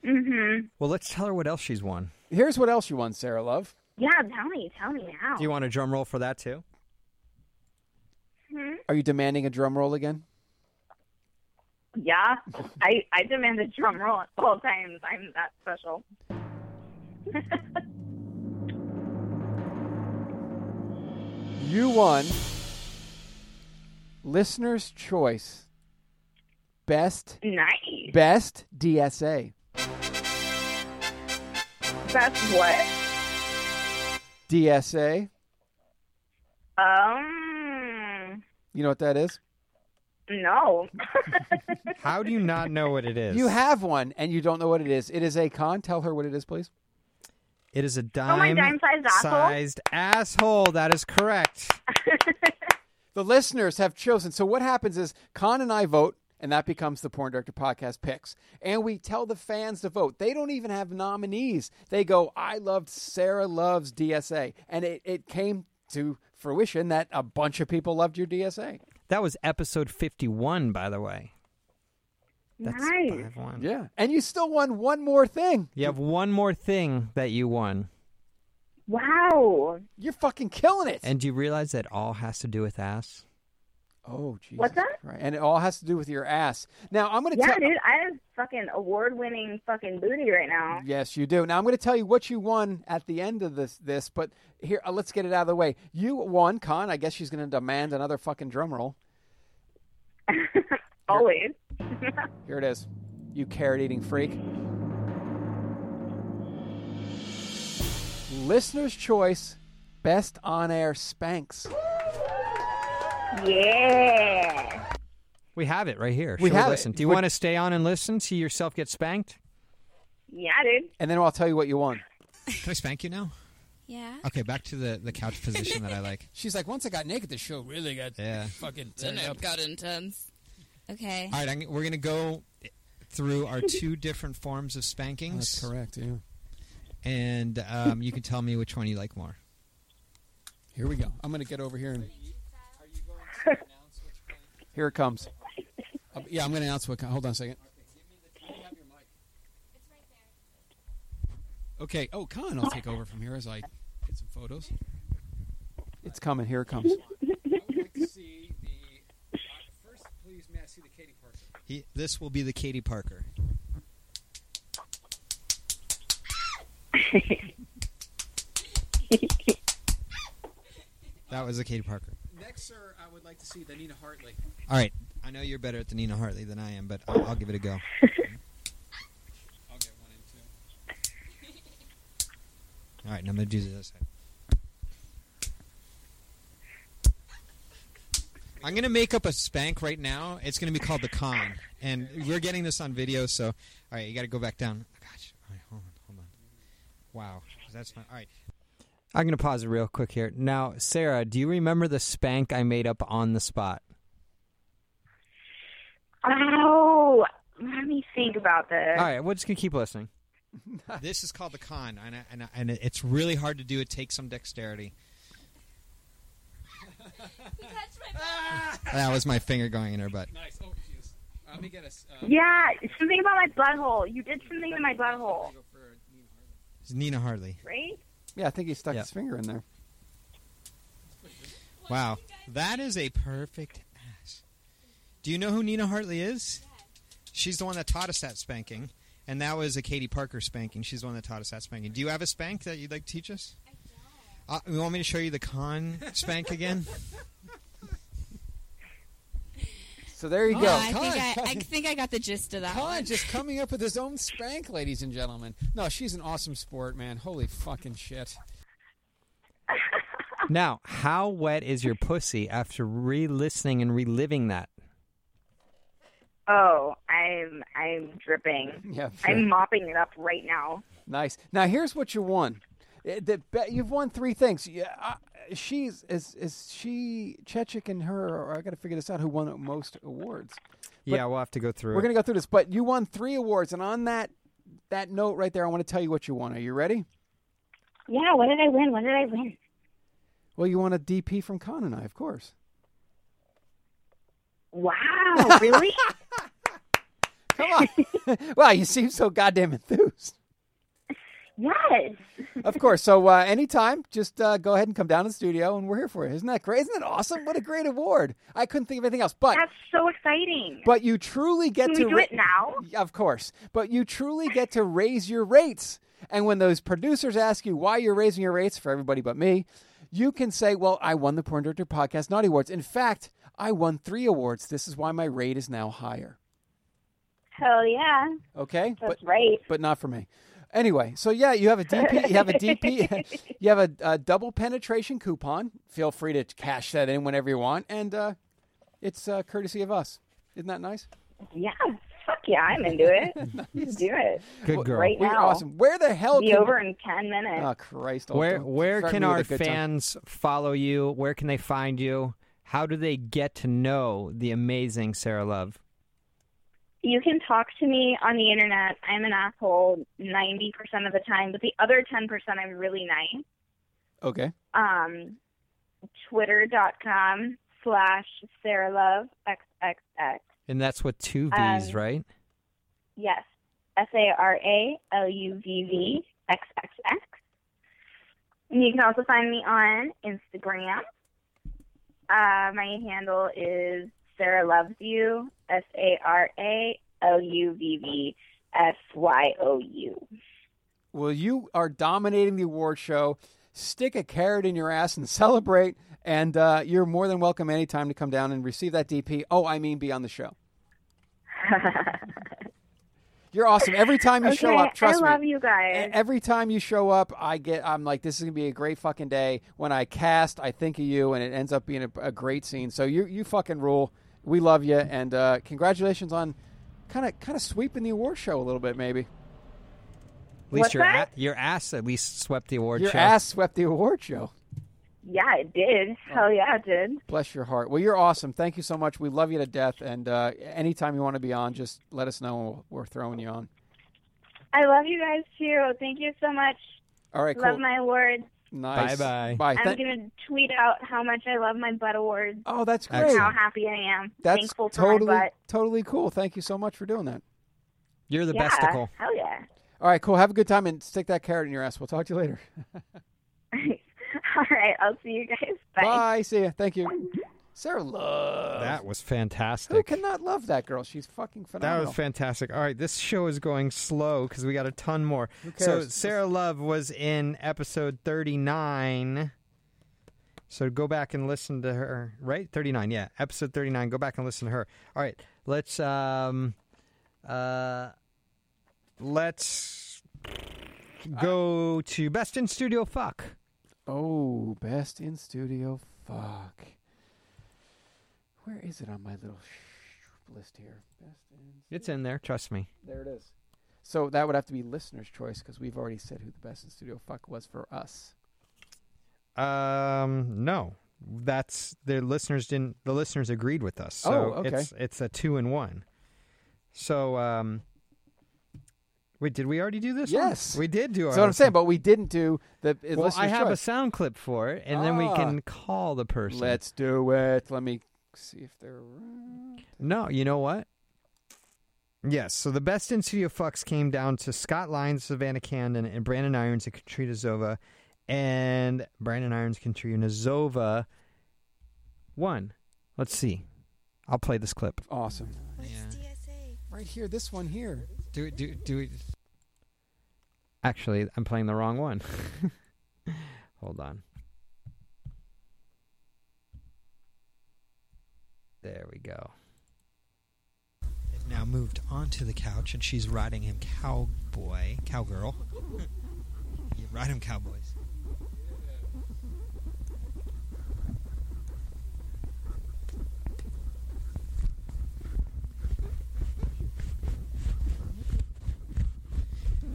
[SPEAKER 18] Mm-hmm.
[SPEAKER 1] Well, let's tell her what else she's won. Here's what else you won, Sarah Love.
[SPEAKER 18] Yeah, tell me, tell me now.
[SPEAKER 1] Do you want a drum roll for that too?
[SPEAKER 18] Hmm?
[SPEAKER 1] Are you demanding a drum roll again?
[SPEAKER 18] Yeah, I I demand a drum roll at all times. I'm that special.
[SPEAKER 1] You won listener's choice best
[SPEAKER 18] Nice.
[SPEAKER 1] best DSA.
[SPEAKER 18] That's what.
[SPEAKER 1] DSA,
[SPEAKER 18] Um.
[SPEAKER 1] you know what that is?
[SPEAKER 18] No.
[SPEAKER 1] How do you not know what it is? You have one and you don't know what it is. It is a con. Tell her what it is, please.
[SPEAKER 21] It is a
[SPEAKER 1] Oh, my
[SPEAKER 21] dime
[SPEAKER 1] dime-sized asshole?
[SPEAKER 21] sized asshole. That is correct.
[SPEAKER 1] The listeners have chosen. So what happens is Con and I vote, and that becomes the Porn Director Podcast picks. And we tell the fans to vote. They don't even have nominees. They go, I loved Sarah loves DSA. And it, it came to fruition that a bunch of people loved your DSA.
[SPEAKER 3] That was episode 51, by the way. That's
[SPEAKER 1] Nice.
[SPEAKER 3] five one.
[SPEAKER 1] Yeah. And you still won one more thing.
[SPEAKER 3] You have one more thing that you won.
[SPEAKER 18] Wow.
[SPEAKER 1] You're fucking killing it.
[SPEAKER 3] And do you realize that all has to do with ass?
[SPEAKER 1] Oh, Jesus.
[SPEAKER 18] What's that?
[SPEAKER 1] Christ. And it all has to do with your ass. Now, I'm going to
[SPEAKER 18] Yeah,
[SPEAKER 1] tell
[SPEAKER 18] dude, I have fucking award-winning fucking booty right now.
[SPEAKER 1] Yes, you do. Now I'm going to tell you what you won at the end of this. This, but here, uh, let's get it out of the way. You won, Con. I guess she's going to demand another fucking drum roll.
[SPEAKER 18] Always.
[SPEAKER 1] Here it is. You carrot eating freak. Listener's choice, best on air spanks.
[SPEAKER 18] Yeah.
[SPEAKER 3] We have it right here.
[SPEAKER 1] We
[SPEAKER 3] Should
[SPEAKER 1] have
[SPEAKER 3] listen.
[SPEAKER 1] it.
[SPEAKER 3] Do you
[SPEAKER 1] Would-
[SPEAKER 3] want to stay on and listen? See yourself get spanked?
[SPEAKER 18] Yeah, dude.
[SPEAKER 1] And then I'll tell you what you won.
[SPEAKER 21] Can I spank you now?
[SPEAKER 8] Yeah.
[SPEAKER 21] Okay, back to the, the couch position that I like.
[SPEAKER 12] She's like, once I got naked, the show really got
[SPEAKER 21] Yeah.
[SPEAKER 12] fucking
[SPEAKER 8] Then
[SPEAKER 12] turned
[SPEAKER 8] it
[SPEAKER 12] up.
[SPEAKER 8] got intense. Okay.
[SPEAKER 21] All right, I'm, we're going to go through our two different forms of spankings.
[SPEAKER 12] That's correct. Yeah.
[SPEAKER 21] And um, you can tell me which one you like more.
[SPEAKER 12] Here we go. I'm gonna get over here and
[SPEAKER 1] Here it comes.
[SPEAKER 12] Uh, yeah, I'm gonna announce what. Hold on a second. Okay. Oh, Con, I'll take over from here as I get some photos.
[SPEAKER 1] It's coming. Here it comes.
[SPEAKER 12] First, please, may I see the Katie Parker?
[SPEAKER 21] He, this will be the Katie Parker. that was the Katie Parker.
[SPEAKER 12] Next, sir, I would like to see the Nina Hartley.
[SPEAKER 21] All right. I know you're better at the Nina Hartley than I am, but I'll, I'll give it a go.
[SPEAKER 12] I'll get one in too.
[SPEAKER 21] All right, now I'm going to do this. I'm going to make up a spank right now. It's going to be called the con. And we're getting this on video, so. All right, you got to go back down. Oh, Gosh. All right, hold on, hold on. Wow. That's not. All right.
[SPEAKER 3] I'm going to pause it real quick here. Now, Sarah, do you remember the spank I made up on the spot?
[SPEAKER 18] Oh, let me think about this.
[SPEAKER 3] All right, we're just going to keep listening.
[SPEAKER 21] this is called the con, and, I, and, I, and it's really hard to do. It takes some dexterity. That was my finger going in her butt.
[SPEAKER 12] Nice. Oh, jeez. Uh, Let me get us. Uh,
[SPEAKER 18] Yeah, something about my butthole. You did something to my butthole,
[SPEAKER 21] It's Nina Hartley.
[SPEAKER 18] right?
[SPEAKER 1] Yeah, I think he stuck his finger in there.
[SPEAKER 21] Wow, that is a perfect ass. Do you know who Nina Hartley is? She's the one that taught us that spanking, and that was a Katie Parker spanking. She's the one that taught us that spanking. Do you have a spank that you'd like to teach us? I don't. Uh, you want me to show you the con spank again?
[SPEAKER 1] So there you
[SPEAKER 8] Oh,
[SPEAKER 1] go.
[SPEAKER 8] I think I, I think I got the gist of that.
[SPEAKER 12] Colin
[SPEAKER 8] one.
[SPEAKER 12] just coming up with his own spank, ladies and gentlemen. No, she's an awesome sport, man. Holy fucking shit.
[SPEAKER 3] Now, how wet is your pussy after re-listening and reliving that?
[SPEAKER 18] Oh, I'm I'm dripping.
[SPEAKER 1] Yeah, sure.
[SPEAKER 18] I'm mopping it up right now.
[SPEAKER 1] Nice. Now here's what you won. Eh, The be- you've won three things. Yeah, I, she's is is she Chechik and her. Or I got to figure this out. Who won most awards?
[SPEAKER 3] yeah, we'll have to go through.
[SPEAKER 1] We're
[SPEAKER 3] it.
[SPEAKER 1] gonna go through this, but you won three awards, and on that that note right there, I want to tell you what you won. Are you ready?
[SPEAKER 18] Yeah, what did I win? What did I win?
[SPEAKER 1] Well, you won a DP from Con and I, of course.
[SPEAKER 18] Wow, really?
[SPEAKER 1] Come on. wow, you seem so goddamn enthused.
[SPEAKER 18] Yes.
[SPEAKER 1] Of course. So uh, anytime, just uh, go ahead and come down to the studio, and we're here for you. Isn't that great? Isn't that awesome? What a great award! I couldn't think of anything else. But
[SPEAKER 18] That's so exciting.
[SPEAKER 1] But you truly get
[SPEAKER 18] Can we
[SPEAKER 1] to
[SPEAKER 18] do
[SPEAKER 1] ra-
[SPEAKER 18] it now?
[SPEAKER 1] Of course. But you truly get to raise your rates. And when those producers ask you why you're raising your rates for everybody but me, you can say, "Well, I won the Porn Director Podcast Naughty Awards. In fact, I won 3 awards. This is why my rate is now higher."
[SPEAKER 18] Hell yeah.
[SPEAKER 1] Okay?
[SPEAKER 18] That's right.
[SPEAKER 1] But not for me. Anyway, so yeah, you have a DP, you have a DP, you have a, a double penetration coupon. Feel free to cash that in whenever you want, and uh, it's uh, courtesy of us. Isn't that nice?
[SPEAKER 18] Yeah. Fuck yeah, I'm into it. Let's do it.
[SPEAKER 1] Good girl.
[SPEAKER 18] Right
[SPEAKER 1] We're
[SPEAKER 18] now.
[SPEAKER 1] awesome. Where the hell
[SPEAKER 18] Be
[SPEAKER 1] can-
[SPEAKER 18] over in ten minutes.
[SPEAKER 1] Oh Christ! oh,
[SPEAKER 3] where
[SPEAKER 1] don't
[SPEAKER 3] where
[SPEAKER 1] threaten me
[SPEAKER 3] can
[SPEAKER 1] with
[SPEAKER 3] our
[SPEAKER 1] a good time.
[SPEAKER 3] fans follow you? Where can they find you? How do they get to know the amazing Sarah Love?
[SPEAKER 18] you can talk to me on the internet. I'm an asshole ninety percent of the time, but the other ten percent I'm really nice.
[SPEAKER 1] Okay.
[SPEAKER 18] um, twitter.com slash sarahlovexxx.
[SPEAKER 3] And that's with two
[SPEAKER 18] Um,
[SPEAKER 3] V's, right?
[SPEAKER 18] Yes, S-A-R-A-L-U-V-V-X-X-X. And you can also find me on Instagram. Uh, my handle is Sarah Loves You, S-A-R-A-L-U-V-V-S-Y-O-U.
[SPEAKER 1] Well, you are dominating the award show. Stick a carrot in your ass and celebrate. And uh, you're more than welcome anytime to come down and receive that DP. Oh, I mean, be on the show. You're awesome. Every time you show
[SPEAKER 18] Okay,
[SPEAKER 1] up, trust
[SPEAKER 18] I
[SPEAKER 1] me.
[SPEAKER 18] love you guys.
[SPEAKER 1] Every time you show up, I get I'm like this is gonna be a great fucking day. When I cast, I think of you, and it ends up being a, a great scene. So you you fucking rule. We love you, and uh, congratulations on kind of kind of sweeping the award show a little bit, maybe.
[SPEAKER 3] At least
[SPEAKER 1] what's
[SPEAKER 3] your
[SPEAKER 1] that?
[SPEAKER 3] a- your ass at least swept the award
[SPEAKER 1] Your
[SPEAKER 3] show.
[SPEAKER 1] ass swept the award show.
[SPEAKER 18] Yeah, it did.
[SPEAKER 3] Oh.
[SPEAKER 18] Hell yeah, it did.
[SPEAKER 1] Bless your heart. Well, you're awesome. Thank you so much. We love you to death. And uh, anytime you want to be on, just let us know, and we'll- we're throwing you on.
[SPEAKER 18] I love you guys too. Thank you so much.
[SPEAKER 1] All right,
[SPEAKER 18] Love
[SPEAKER 1] cool.
[SPEAKER 18] my awards.
[SPEAKER 1] nice.
[SPEAKER 3] Bye-bye.
[SPEAKER 1] Bye.
[SPEAKER 18] I'm
[SPEAKER 1] Thank-
[SPEAKER 18] gonna tweet out how much I love my butt awards.
[SPEAKER 1] Oh, that's
[SPEAKER 18] and
[SPEAKER 1] great.
[SPEAKER 18] How happy I am.
[SPEAKER 1] That's
[SPEAKER 18] Thankful for
[SPEAKER 1] totally
[SPEAKER 18] my butt.
[SPEAKER 1] totally cool. Thank you so much for doing that.
[SPEAKER 3] You're
[SPEAKER 18] yeah. Hell yeah.
[SPEAKER 1] All right, cool. Have a good time and stick that carrot in your ass. We'll talk to you later.
[SPEAKER 18] All right. I'll see you guys. Bye.
[SPEAKER 1] See ya. Thank you. Sarah Love.
[SPEAKER 3] That was fantastic.
[SPEAKER 1] Who cannot love that girl? She's fucking
[SPEAKER 3] That
[SPEAKER 1] phenomenal.
[SPEAKER 3] was fantastic. All right, this show is going slow because we got a ton more.
[SPEAKER 1] Who
[SPEAKER 3] So
[SPEAKER 1] cares?
[SPEAKER 3] Sarah Love was in episode thirty nine. So go back and listen to her. Right, thirty nine. Yeah, episode thirty nine. Go back and listen to her. All right, let's um, uh, let's go to best in studio. Fuck.
[SPEAKER 1] oh, best in studio. Fuck. Where is it on my little sh- list here? Best in.
[SPEAKER 3] It's in there. Trust me.
[SPEAKER 1] There it is. So that would have to be listener's choice because we've already said who the best in studio fuck was for us.
[SPEAKER 3] Um, no, that's the listeners didn't. The listeners agreed with us. So
[SPEAKER 1] Oh, okay.
[SPEAKER 3] It's it's a two and one. So um, wait, did we already do this? one?
[SPEAKER 1] Yes.
[SPEAKER 3] we did do.
[SPEAKER 1] So
[SPEAKER 3] our
[SPEAKER 1] what I'm saying,
[SPEAKER 3] listen-
[SPEAKER 1] but we didn't do the. is
[SPEAKER 3] well, I
[SPEAKER 1] listener's
[SPEAKER 3] have a
[SPEAKER 1] choice.
[SPEAKER 3] sound clip for it, and then we
[SPEAKER 1] Ah.
[SPEAKER 3] can call the person.
[SPEAKER 1] Let's do it. Let me see if they're. uh,
[SPEAKER 3] No, you know what? Yes. So the best in studio fucks came down to Scott Lyons, Savannah Candon, and Brandon Irons and Katrina Zova, and Brandon Irons Contrina Zova won. Let's see. I'll play this clip.
[SPEAKER 1] Awesome.
[SPEAKER 12] Right here, this one here.
[SPEAKER 21] Do it. Do do it.
[SPEAKER 3] Actually, I'm playing the wrong one. Hold on. There we go.
[SPEAKER 2] They've now moved onto the couch, and she's riding him cowboy, cowgirl. You ride him cowboys.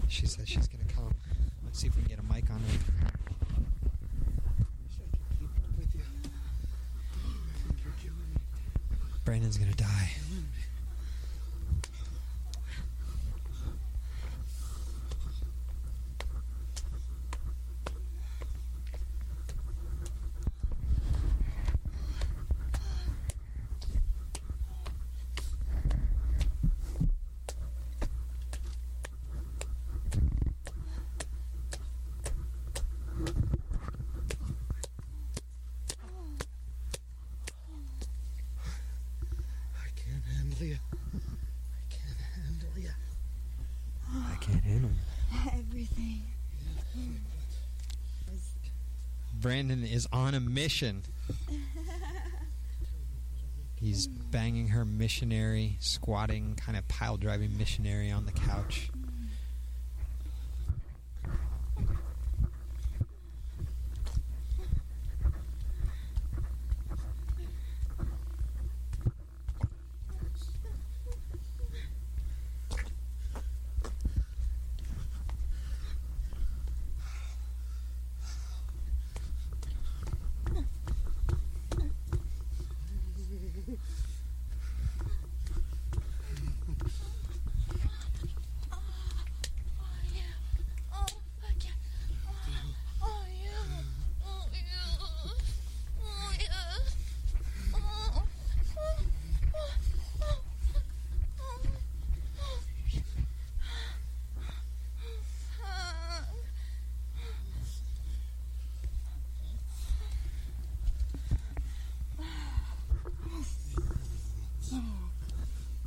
[SPEAKER 2] She says she's gonna come. Let's see if we can get a mic on her. Brandon's gonna die.
[SPEAKER 22] I can't handle you. I can't handle you.
[SPEAKER 2] I can't handle
[SPEAKER 22] Everything.
[SPEAKER 2] Brandon is on a mission.
[SPEAKER 21] He's banging her missionary, squatting, kind of pile driving missionary on the couch.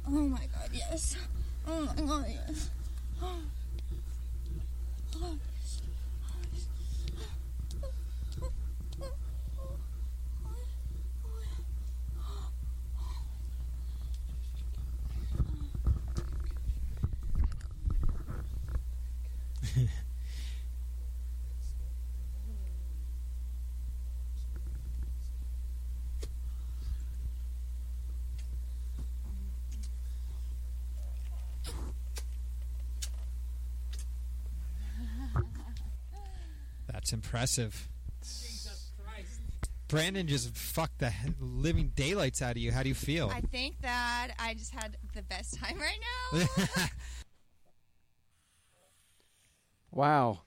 [SPEAKER 22] Oh my god, yes. Oh my god, yes. Oh. Oh, yes. Oh, yes.
[SPEAKER 21] That's impressive. Brandon just fucked the he- living daylights out of you. How do you feel?
[SPEAKER 10] I think that I just had the best time right now.
[SPEAKER 1] Wow.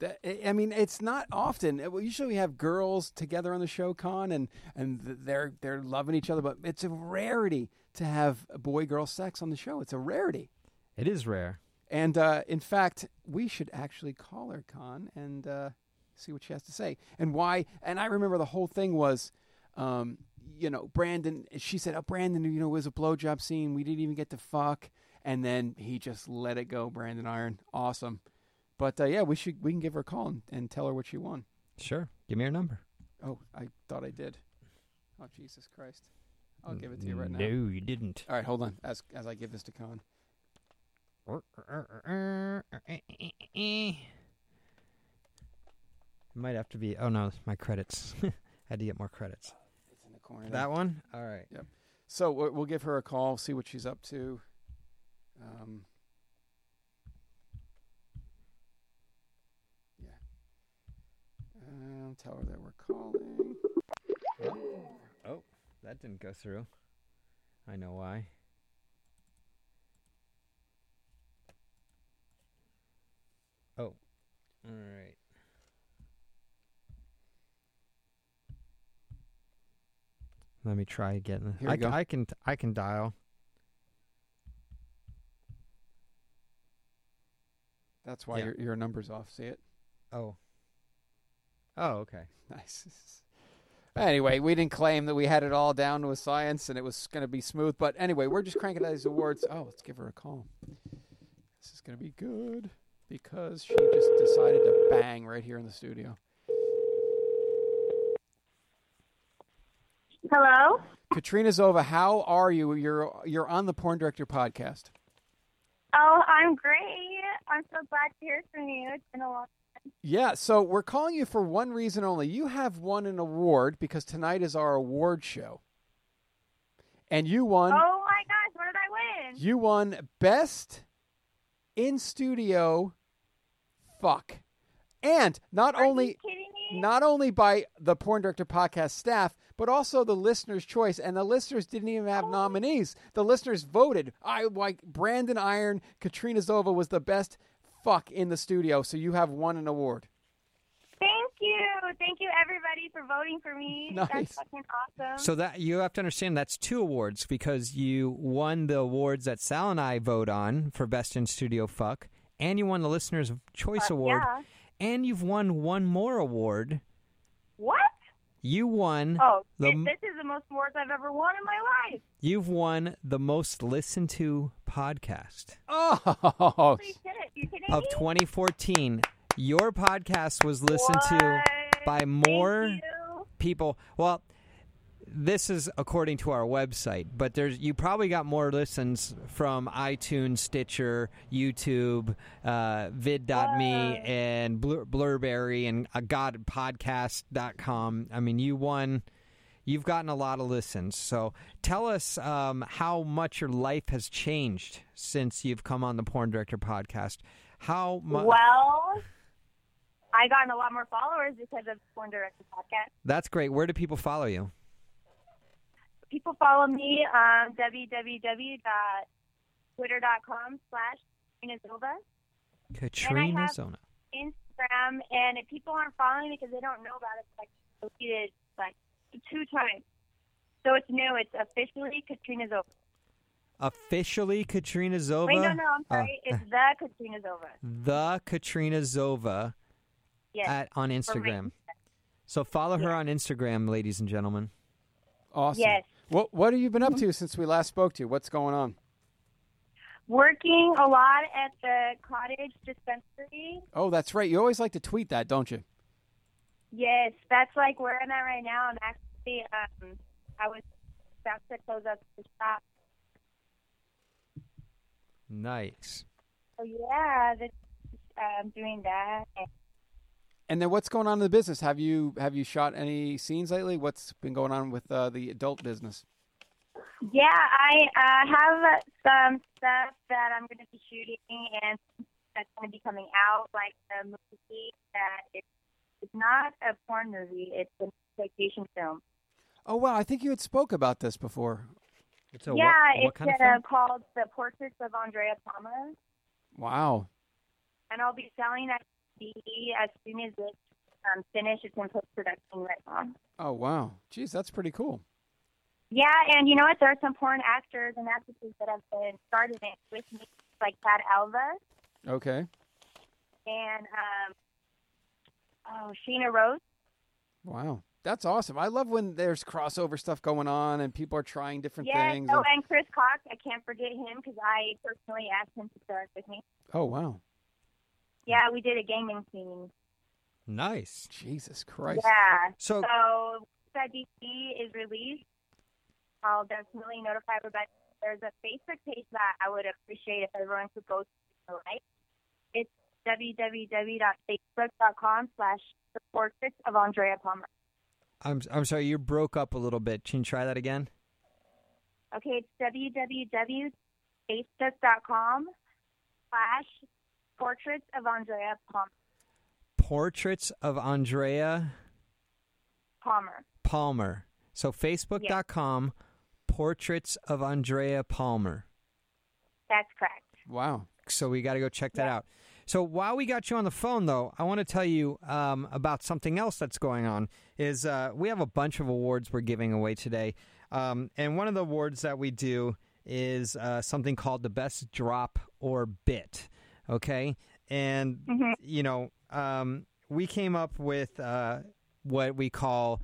[SPEAKER 1] That- I- I mean, it's not often. Uh, well, Usually, we have girls together on the show, con, and and th- they're they're loving each other. But it's a rarity to have boy girl sex on the show. It's a rarity.
[SPEAKER 3] It is rare.
[SPEAKER 1] And uh, in fact, we should actually call her Con and uh, see what she has to say and why. And I remember the whole thing was, um, you know, Brandon. She said, "Oh, Brandon, you know, it was a blowjob scene. We didn't even get to fuck." And then he just let it go. Brandon Iron, awesome. But uh, yeah, we should we can give her a call and, and tell her what she won.
[SPEAKER 3] Sure. Give me your number.
[SPEAKER 1] Oh, I thought I did. Oh, Jesus Christ! I'll give it to you right now.
[SPEAKER 3] No, you didn't.
[SPEAKER 1] All right, hold on. As as I give this to Con.
[SPEAKER 3] It might have to be. Oh no, my credits. Had to get more credits.
[SPEAKER 1] corner.
[SPEAKER 3] That one? All right.
[SPEAKER 1] Yep. So we'll, we'll give her a call, see what she's up to. Um, yeah. Um, tell her that we're calling.
[SPEAKER 3] Oh, that didn't go through. I know why. Oh, all right. Let me try again.
[SPEAKER 1] Here
[SPEAKER 3] I,
[SPEAKER 1] we
[SPEAKER 3] c-
[SPEAKER 1] go.
[SPEAKER 3] I can I can dial.
[SPEAKER 1] That's why
[SPEAKER 3] Yeah.
[SPEAKER 1] your, your number's off. See it?
[SPEAKER 3] Oh. Oh, okay.
[SPEAKER 1] Nice. Anyway, we didn't claim that we had it all down to a science and it was going to be smooth. But anyway, we're just cranking out these awards. Oh, let's give her a call. This is going to be good because she just decided to bang right here in the studio.
[SPEAKER 6] Hello?
[SPEAKER 1] Katrina Zova, how are you? You're you're on the Porn Director podcast.
[SPEAKER 6] Oh, I'm great. I'm so glad to hear from you. It's been a long
[SPEAKER 1] Yeah, so we're calling you for one reason only. You have won an award because tonight is our award show. And you won
[SPEAKER 6] Oh my gosh, what did I win?
[SPEAKER 1] you won best in studio fuck. And not only not only by the Porn Director podcast staff, but also the listeners' choice. And the listeners didn't even have nominees. The listeners voted. I like Brandon Iron, Katrina Zova was the best fuck in the studio, so you have won an award.
[SPEAKER 6] Thank you. Thank you everybody for voting for me.
[SPEAKER 3] Nice.
[SPEAKER 6] That's fucking awesome.
[SPEAKER 3] So that you have to understand that's two awards because you won the awards that Sal and I vote on for best in studio fuck, and you won the listeners' choice
[SPEAKER 6] Uh,
[SPEAKER 3] award,
[SPEAKER 6] yeah.
[SPEAKER 3] and you've won one more award.
[SPEAKER 6] What?
[SPEAKER 3] You won
[SPEAKER 6] Oh,
[SPEAKER 3] the
[SPEAKER 6] this, this is the most awards I've ever won in my life.
[SPEAKER 3] you've won the most listened to podcast
[SPEAKER 1] Oh,
[SPEAKER 6] Holy shit, you kidding
[SPEAKER 3] of
[SPEAKER 6] me?
[SPEAKER 3] 2014. Your podcast was listened to by more people. Well, this is according to our website, but there's you probably got more listens from iTunes, Stitcher, YouTube, uh, vid.me,
[SPEAKER 6] Ah.
[SPEAKER 3] and Blur- Blurberry, and uh, godpodcast.com. I mean, you won. You've gotten a lot of listens. So tell us um, how much your life has changed since you've come on the Porn Director podcast. How much?
[SPEAKER 6] Well, I gotten a lot more followers because of Porn Director podcast.
[SPEAKER 3] That's great. Where do people follow you?
[SPEAKER 6] People follow me on www.twitter.com slash Katrina Zova.
[SPEAKER 3] Katrina
[SPEAKER 6] have-
[SPEAKER 3] Zona.
[SPEAKER 6] Instagram, and if people aren't following me because they don't know about it, it's like deleted like two times. So it's new. It's officially Katrina Zova.
[SPEAKER 3] Officially Katrina Zova.
[SPEAKER 6] Wait, no, no, I'm
[SPEAKER 3] Uh,
[SPEAKER 6] sorry. it's the Katrina Zova.
[SPEAKER 3] the Katrina Zova
[SPEAKER 6] Yes.
[SPEAKER 3] at,
[SPEAKER 6] For
[SPEAKER 3] on
[SPEAKER 6] my-
[SPEAKER 3] Instagram. So follow her on Instagram, ladies and gentlemen.
[SPEAKER 1] Awesome.
[SPEAKER 6] Yes.
[SPEAKER 1] What what have you been up to since we last spoke to you? What's going on?
[SPEAKER 6] Working a lot at the cottage dispensary.
[SPEAKER 1] Oh, that's right. You always like to tweet that, don't you?
[SPEAKER 6] Yes, that's like where I'm at right now. I'm actually, um, I was about to close up the shop.
[SPEAKER 3] Nice.
[SPEAKER 6] So yeah, this, um, doing that. And
[SPEAKER 1] And then what's going on in the business? Have you have you shot any scenes lately? What's been going on with uh, the adult business?
[SPEAKER 6] Yeah, I uh, have some stuff that I'm going to be shooting and that's going to be coming out, like a movie that it's, it's not a porn movie. It's an exploitation film.
[SPEAKER 1] Oh wow, I think you had spoke about this before.
[SPEAKER 3] It's
[SPEAKER 1] a
[SPEAKER 6] yeah, it's uh, called The Portraits of Andrea Palma,
[SPEAKER 1] Wow.
[SPEAKER 6] and I'll be selling that CD as soon as it's um, finished. It's in post production right now.
[SPEAKER 1] Oh wow. Jeez, that's pretty cool.
[SPEAKER 6] Yeah, and you know what? There are some porn actors and actresses that have been started it with me, like Chad Alva
[SPEAKER 1] Okay.
[SPEAKER 6] and um, oh Sheena Rose.
[SPEAKER 1] Wow. That's awesome. I love when there's crossover stuff going on and people are trying different
[SPEAKER 6] yes.
[SPEAKER 1] things.
[SPEAKER 6] Oh,
[SPEAKER 1] and-
[SPEAKER 6] and Chris Cox. I can't forget him because I personally asked him to start with me.
[SPEAKER 1] oh wow.
[SPEAKER 6] Yeah, we did a gaming scene.
[SPEAKER 3] Nice.
[SPEAKER 1] Jesus Christ.
[SPEAKER 6] Yeah.
[SPEAKER 3] So-
[SPEAKER 6] so that DC is released, I'll definitely notify everybody. There's a Facebook page that I would appreciate if everyone could go to and like. It's www.facebook.com slash the portraits of Andrea Palmer.
[SPEAKER 3] I'm I'm sorry, you broke up a little bit. Can you try that again?
[SPEAKER 6] Okay, it's www.facebook.com slash portraits of Andrea Palmer.
[SPEAKER 3] Portraits of Andrea
[SPEAKER 6] Palmer.
[SPEAKER 3] Palmer. So Facebook.com, Portraits of Andrea Palmer.
[SPEAKER 6] That's correct.
[SPEAKER 1] Wow.
[SPEAKER 3] So we got to go check that out. So while we got you on the phone, though, I want to tell you um, about something else that's going on. Is uh, we have a bunch of awards we're giving away today, um, and one of the awards that we do is uh, something called the best drop or bit. Okay, and you know um,
[SPEAKER 16] we came up with uh, what we call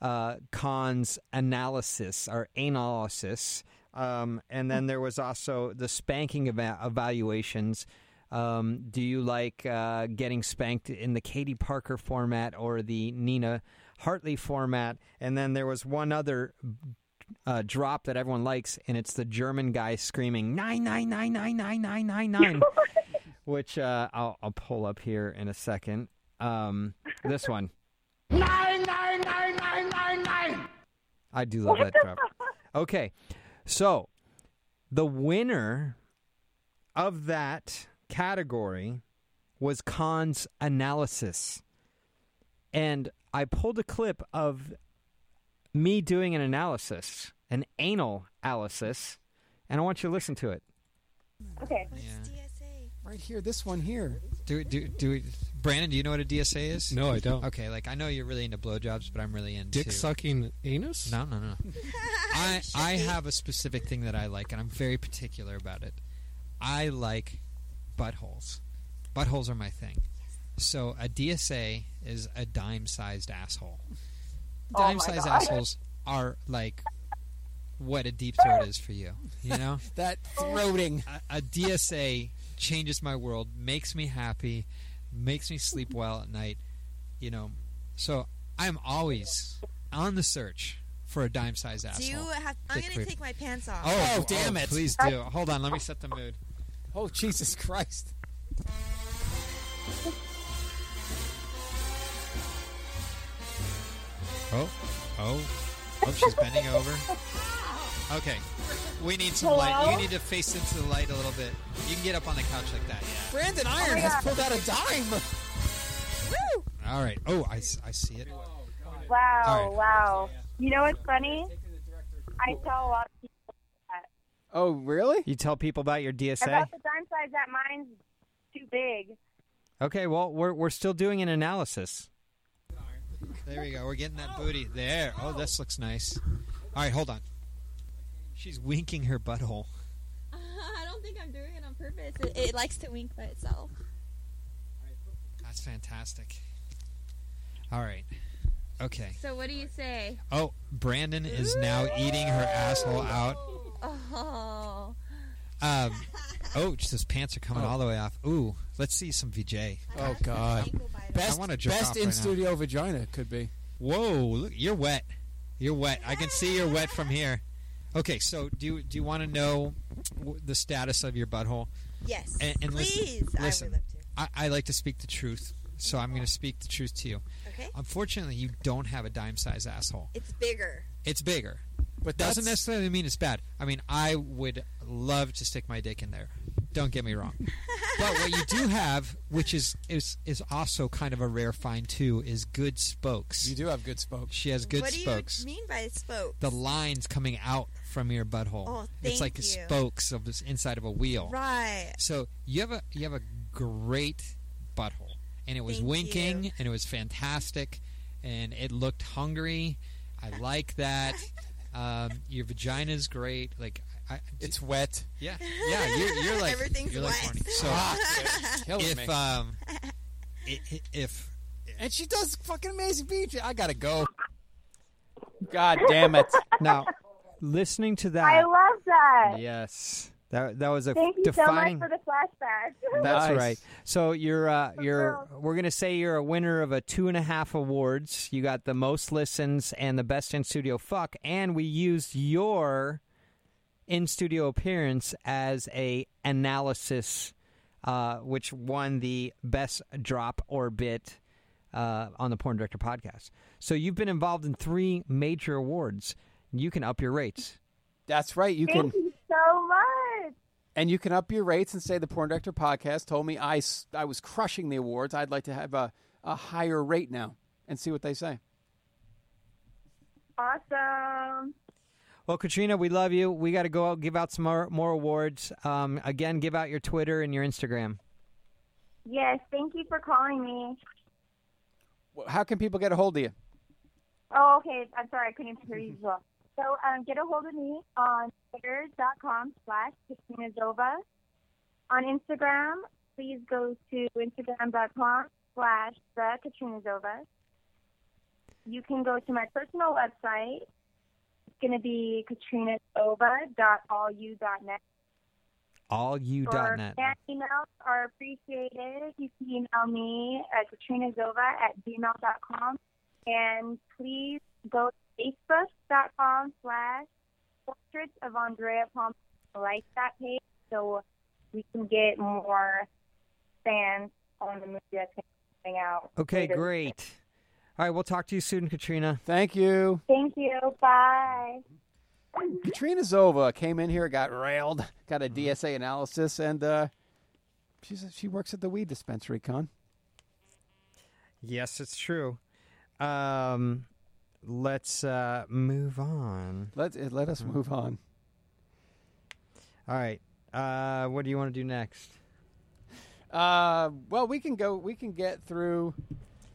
[SPEAKER 16] uh, Kahn's analysis or analysis. Um, and then there was also the spanking eva- evaluations. Um, do you like uh, getting spanked in the Katie Parker format or the Nina Hartley format? And then there was one other uh, drop that everyone likes, and it's the German guy screaming nine nine nine nine nine nine nine nine, which uh, I'll, I'll pull up here in a second. Um, this one,
[SPEAKER 22] Nine, nine, nine, nine, nine, nine.
[SPEAKER 16] I do love that drop. Okay, so the winner of that category was Khan's analysis, and I pulled a clip of me doing an analysis, an anal analysis, and I want you to listen to it.
[SPEAKER 6] Okay.
[SPEAKER 23] Right here, this one here.
[SPEAKER 3] Do do do. we- Brandon, do you know what a DSA is?
[SPEAKER 17] No, I don't.
[SPEAKER 3] Okay, like I know you're really into blowjobs, but I'm really into
[SPEAKER 17] Dick sucking anus?
[SPEAKER 3] No, no, no. I I have a specific thing that I like, and I'm very particular about it. I like buttholes. Buttholes are my thing. So a DSA is a dime-sized asshole.
[SPEAKER 17] Oh my
[SPEAKER 3] Dime-sized
[SPEAKER 17] God.
[SPEAKER 3] assholes are like what a deep throat is for you. You know
[SPEAKER 23] that throating.
[SPEAKER 3] A, a DSA changes my world, makes me happy, makes me sleep well at night. You know, so I'm always on the search for a dime-sized asshole.
[SPEAKER 2] Do you have? I'm
[SPEAKER 3] Dick
[SPEAKER 2] gonna
[SPEAKER 3] freak.
[SPEAKER 2] take my pants off.
[SPEAKER 3] Oh, oh, damn it! Please do. Hold on, let me set the mood.
[SPEAKER 23] Oh Jesus Christ!
[SPEAKER 3] Oh, oh, oh! She's bending over. Okay, we need some light.
[SPEAKER 23] Hello?
[SPEAKER 3] You need to face into the light a little bit. You can get up on the couch like that. Yeah.
[SPEAKER 23] Brandon
[SPEAKER 6] Oh
[SPEAKER 23] Iron has pulled out a dime.
[SPEAKER 3] All right. Oh, I, s- I see it.
[SPEAKER 6] Wow,
[SPEAKER 3] All right.
[SPEAKER 6] wow. You know what's funny? I tell a lot of people
[SPEAKER 1] Oh, really?
[SPEAKER 16] You tell people about your DSA?
[SPEAKER 6] about the dime size that mine's too big.
[SPEAKER 16] Okay, well, we're, we're still doing an analysis.
[SPEAKER 3] There we go. We're getting that booty. There. Oh, this looks nice. All right, hold on. She's winking her butthole.
[SPEAKER 2] I don't think I'm doing it on purpose. It, it likes to wink by itself.
[SPEAKER 3] That's fantastic. All right. Okay.
[SPEAKER 2] So what do you say?
[SPEAKER 3] Oh, Brandon is now eating her asshole out.
[SPEAKER 2] Oh,
[SPEAKER 3] Um, oh, those pants are coming all the way off. Ooh, let's see some VJ.
[SPEAKER 23] Oh God! Best,
[SPEAKER 3] I want to jerk
[SPEAKER 23] best
[SPEAKER 3] off
[SPEAKER 23] in
[SPEAKER 3] right now.
[SPEAKER 23] studio vagina could be.
[SPEAKER 3] Whoa, look, you're wet. You're wet. I can see you're wet from here. Okay, so do you, do you want to know w- the status of your butthole?
[SPEAKER 2] Yes,
[SPEAKER 3] And, and
[SPEAKER 2] please. I
[SPEAKER 3] Listen,
[SPEAKER 2] would
[SPEAKER 3] listen,
[SPEAKER 2] love
[SPEAKER 3] I, I like to speak the truth, so I'm going to speak the truth to you.
[SPEAKER 2] Okay.
[SPEAKER 3] Unfortunately, you don't have a dime size asshole.
[SPEAKER 2] it's bigger.
[SPEAKER 3] It's bigger,
[SPEAKER 23] but
[SPEAKER 2] that's-
[SPEAKER 3] doesn't necessarily mean it's bad. I mean, I would love to stick my dick in there. Don't get me wrong. but what you do have, which is is is also kind of a rare find too, is good spokes. You
[SPEAKER 23] do have good spokes.
[SPEAKER 3] She has good
[SPEAKER 2] what
[SPEAKER 3] spokes.
[SPEAKER 2] do you mean by spoke?
[SPEAKER 3] The lines coming out from your butthole.
[SPEAKER 2] Oh,
[SPEAKER 3] it's
[SPEAKER 2] thank
[SPEAKER 3] like
[SPEAKER 2] you.
[SPEAKER 3] spokes of this inside of a wheel.
[SPEAKER 2] Right.
[SPEAKER 3] So you have a you have a great butthole, and it was
[SPEAKER 2] Thank
[SPEAKER 3] winking, and it was fantastic, and it looked hungry. I like that. um, your vagina's great. Like I, it's
[SPEAKER 23] wet.
[SPEAKER 3] Yeah, yeah. You're, you're like
[SPEAKER 23] Everything's
[SPEAKER 3] you're like
[SPEAKER 23] wet.
[SPEAKER 3] horny. So
[SPEAKER 23] Ah, killing
[SPEAKER 3] if
[SPEAKER 23] me.
[SPEAKER 3] um, i- i- if
[SPEAKER 23] And she does fucking amazing BJ. I gotta go.
[SPEAKER 1] God damn it!
[SPEAKER 16] Now, listening to that,
[SPEAKER 6] I love that.
[SPEAKER 16] yes, that that was a
[SPEAKER 6] Thank you
[SPEAKER 16] defining.
[SPEAKER 6] so much for the flashback.
[SPEAKER 16] That's right. So you're uh, you're we're gonna say you're a winner of a two and a half awards. You got the most listens and the best in studio fuck, and we used your in studio appearance as a analysis, uh, which won the best drop or bit uh, on the Porn Director podcast. So you've been involved in three major awards. You can up your rates.
[SPEAKER 1] That's right. You
[SPEAKER 6] Thank
[SPEAKER 1] can
[SPEAKER 6] you so much.
[SPEAKER 1] and you can up your rates and say the porn director podcast told me I, s- I was crushing the awards. I'd like to have a, a higher rate now and see what they say.
[SPEAKER 6] Awesome.
[SPEAKER 16] Well, Katrina, we love you. We got to go out give out some more, more awards. Um, again, give out your Twitter and your Instagram.
[SPEAKER 6] Yes, thank you for calling me.
[SPEAKER 1] Wh- How can people get a hold of you?
[SPEAKER 6] Oh, okay. I'm sorry, I couldn't hear you as well. So um, get a hold of me on twitter.com slash Christina Zova. On Instagram, please go to instagram.com
[SPEAKER 17] slash the Katrina Zova. You can go to my personal website. It's going to be katrinazova.allu.net.
[SPEAKER 3] All you
[SPEAKER 17] Or
[SPEAKER 3] dot net.
[SPEAKER 17] fan emails are appreciated. You can email me at katrinazova at gmail.com. And please go to facebook.com slash portraits of Andrea Palmer. Like that page so we can get more fans on the movie that's coming out.
[SPEAKER 3] Okay, great. All right, we'll talk to you soon, Katrina.
[SPEAKER 1] Thank you.
[SPEAKER 17] Thank you. Bye.
[SPEAKER 1] Katrina Zova came in here, got railed, got a DSA analysis, and uh, she's, she works at the weed dispensary, con.
[SPEAKER 3] Yes, it's true. Um, let's uh, move on.
[SPEAKER 1] Let eh, let us move on.
[SPEAKER 3] All right. Uh, what do you want to do next?
[SPEAKER 1] Uh, well, we can go. We can get through.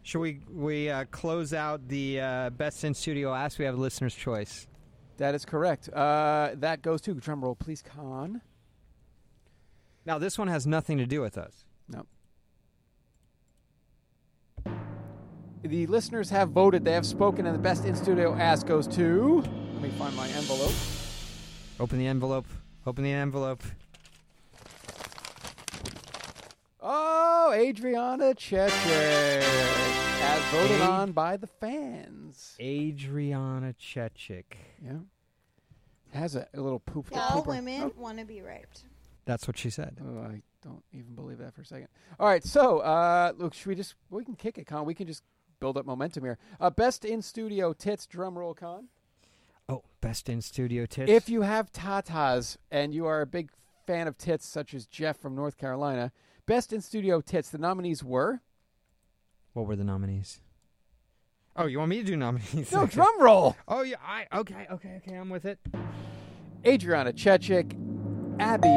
[SPEAKER 3] Should we we uh, close out the uh, best in studio ask? We have listener's choice.
[SPEAKER 1] That is correct. Uh, that goes to drum roll, please, con.
[SPEAKER 3] Now this one has nothing to do with us.
[SPEAKER 1] No. The listeners have voted. They have spoken, and the best in studio ask goes to. Let me find my envelope.
[SPEAKER 3] Open the envelope. Open the envelope.
[SPEAKER 1] Oh, Adriana Cheche, as voted
[SPEAKER 3] Hey.
[SPEAKER 1] on by the fans,
[SPEAKER 3] Adriana Chechik.
[SPEAKER 1] Yeah. has a, a little poop.
[SPEAKER 9] All
[SPEAKER 1] pooper.
[SPEAKER 9] women
[SPEAKER 1] Oh,
[SPEAKER 9] want to be raped.
[SPEAKER 3] That's what she said.
[SPEAKER 1] Oh, I don't even believe that for a second. All right, so uh, look, should we just we can kick it, Con? We can just build up momentum here. Uh, best in studio tits drum roll, Con.
[SPEAKER 3] Oh, best in studio tits.
[SPEAKER 1] If you have tatas and you are a big fan of tits, such as Jeff from North Carolina, best in studio tits. The nominees were
[SPEAKER 3] what were the nominees? Oh, you want me to do nominees?
[SPEAKER 1] No, drum roll.
[SPEAKER 3] Oh yeah, I okay, okay, okay, I'm with it.
[SPEAKER 1] Adriana Chechik, Abby,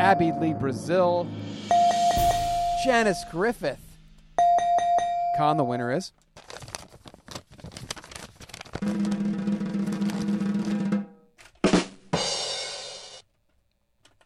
[SPEAKER 1] Abby Lee Brazil, Janice Griffith. Con, the winner is.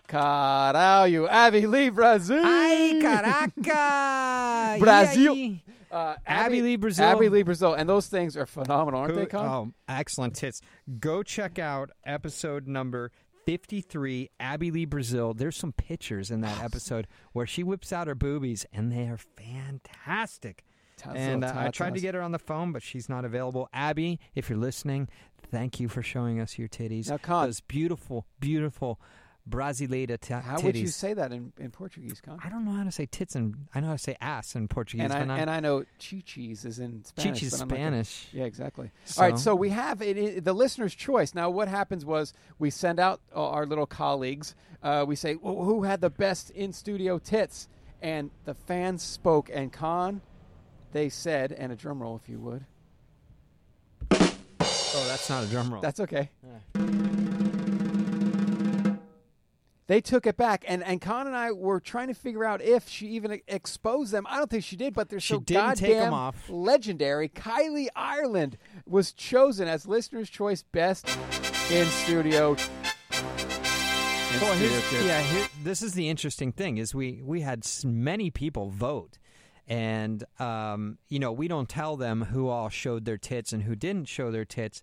[SPEAKER 1] Caralho, Abby Lee Brazil.
[SPEAKER 3] Ay, caraca!
[SPEAKER 1] Brazil.
[SPEAKER 3] Yay.
[SPEAKER 1] Uh,
[SPEAKER 3] Abby Lee Brazil.
[SPEAKER 1] Abby Lee Brazil. And those things are phenomenal, aren't
[SPEAKER 3] Who-
[SPEAKER 1] they, Con?
[SPEAKER 3] Oh, excellent tits. Go check out episode number 53, Abby Lee Brazil. There's some pictures in that episode where she whips out her boobies, and they are fantastic.
[SPEAKER 1] Tazo,
[SPEAKER 3] and uh, I
[SPEAKER 1] tazos.
[SPEAKER 3] tried to get her on the phone, but she's not available. Abby, if you're listening, thank you for showing us your titties.
[SPEAKER 1] Now, Con-
[SPEAKER 3] Those beautiful, beautiful Brasileira t-
[SPEAKER 1] How
[SPEAKER 3] titties.
[SPEAKER 1] would you say that in, in Portuguese, Con?
[SPEAKER 3] I don't know how to say tits, and I know how to say ass in Portuguese.
[SPEAKER 1] and I,
[SPEAKER 3] but not-
[SPEAKER 1] and I know Chi-Chi's is in Spanish.
[SPEAKER 3] Chi-Chi's
[SPEAKER 1] but I'm not gonna-
[SPEAKER 3] Spanish.
[SPEAKER 1] yeah, exactly. All right,
[SPEAKER 3] So-
[SPEAKER 1] so we have it, it- the listener's choice. Now, what happens was we send out uh, our little colleagues. Uh, we say, "Wh- who had the best in-studio tits? And the fans spoke, and Con, they said, and a drum roll if you would.
[SPEAKER 3] oh, that's not a drum roll.
[SPEAKER 1] That's okay. They took it back, and, and Con and I were trying to figure out if she even e, exposed them. I don't think she did, but they're
[SPEAKER 3] She
[SPEAKER 1] so
[SPEAKER 3] didn't
[SPEAKER 1] goddamn
[SPEAKER 3] take 'em off.
[SPEAKER 1] legendary. Kylie Ireland was chosen as listener's choice best in studio. In
[SPEAKER 3] Well,
[SPEAKER 1] studio
[SPEAKER 3] here's-
[SPEAKER 1] tips.
[SPEAKER 3] yeah, here, this is the interesting thing is we we had s- many people vote, and um, you know we don't tell them who all showed their tits and who didn't show their tits.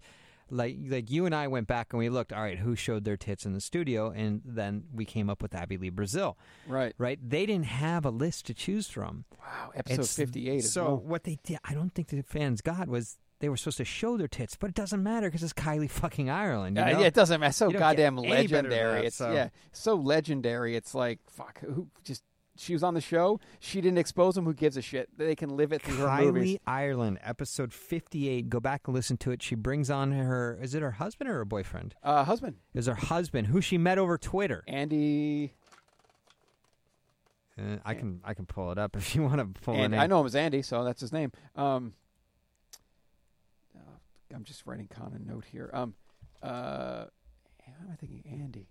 [SPEAKER 3] Like like you and I went back and we looked. All right, who showed their tits in the studio, and then we came up with Abby Lee Brazil.
[SPEAKER 1] Right,
[SPEAKER 3] right. They didn't have a list to choose from.
[SPEAKER 1] Wow, episode 58 as
[SPEAKER 3] So
[SPEAKER 1] well.
[SPEAKER 3] what they did, I don't think the fans got was. They were supposed to show their tits, but it doesn't matter because it's Kylie fucking Ireland. you
[SPEAKER 1] Uh,
[SPEAKER 3] know?
[SPEAKER 1] yeah, it doesn't matter. So
[SPEAKER 3] You don't get
[SPEAKER 1] goddamn
[SPEAKER 3] any better than
[SPEAKER 1] legendary.
[SPEAKER 3] that,
[SPEAKER 1] it's
[SPEAKER 3] so-
[SPEAKER 1] yeah, so legendary. It's like fuck. Who just she was on the show. She didn't expose them. Who gives a shit? They can live it through her
[SPEAKER 3] Kylie
[SPEAKER 1] movies.
[SPEAKER 3] Ireland, episode 58. Go back and listen to it. She brings on her, is it her husband or her boyfriend?
[SPEAKER 1] Uh, husband
[SPEAKER 3] Is her husband, who she met over Twitter.
[SPEAKER 1] Andy.
[SPEAKER 3] Uh, I can I can pull it up if you want to pull it
[SPEAKER 1] And I know him as Andy, so that's his name. Um, uh, I'm just writing Con a note here. Um, uh, how am I thinking Andy?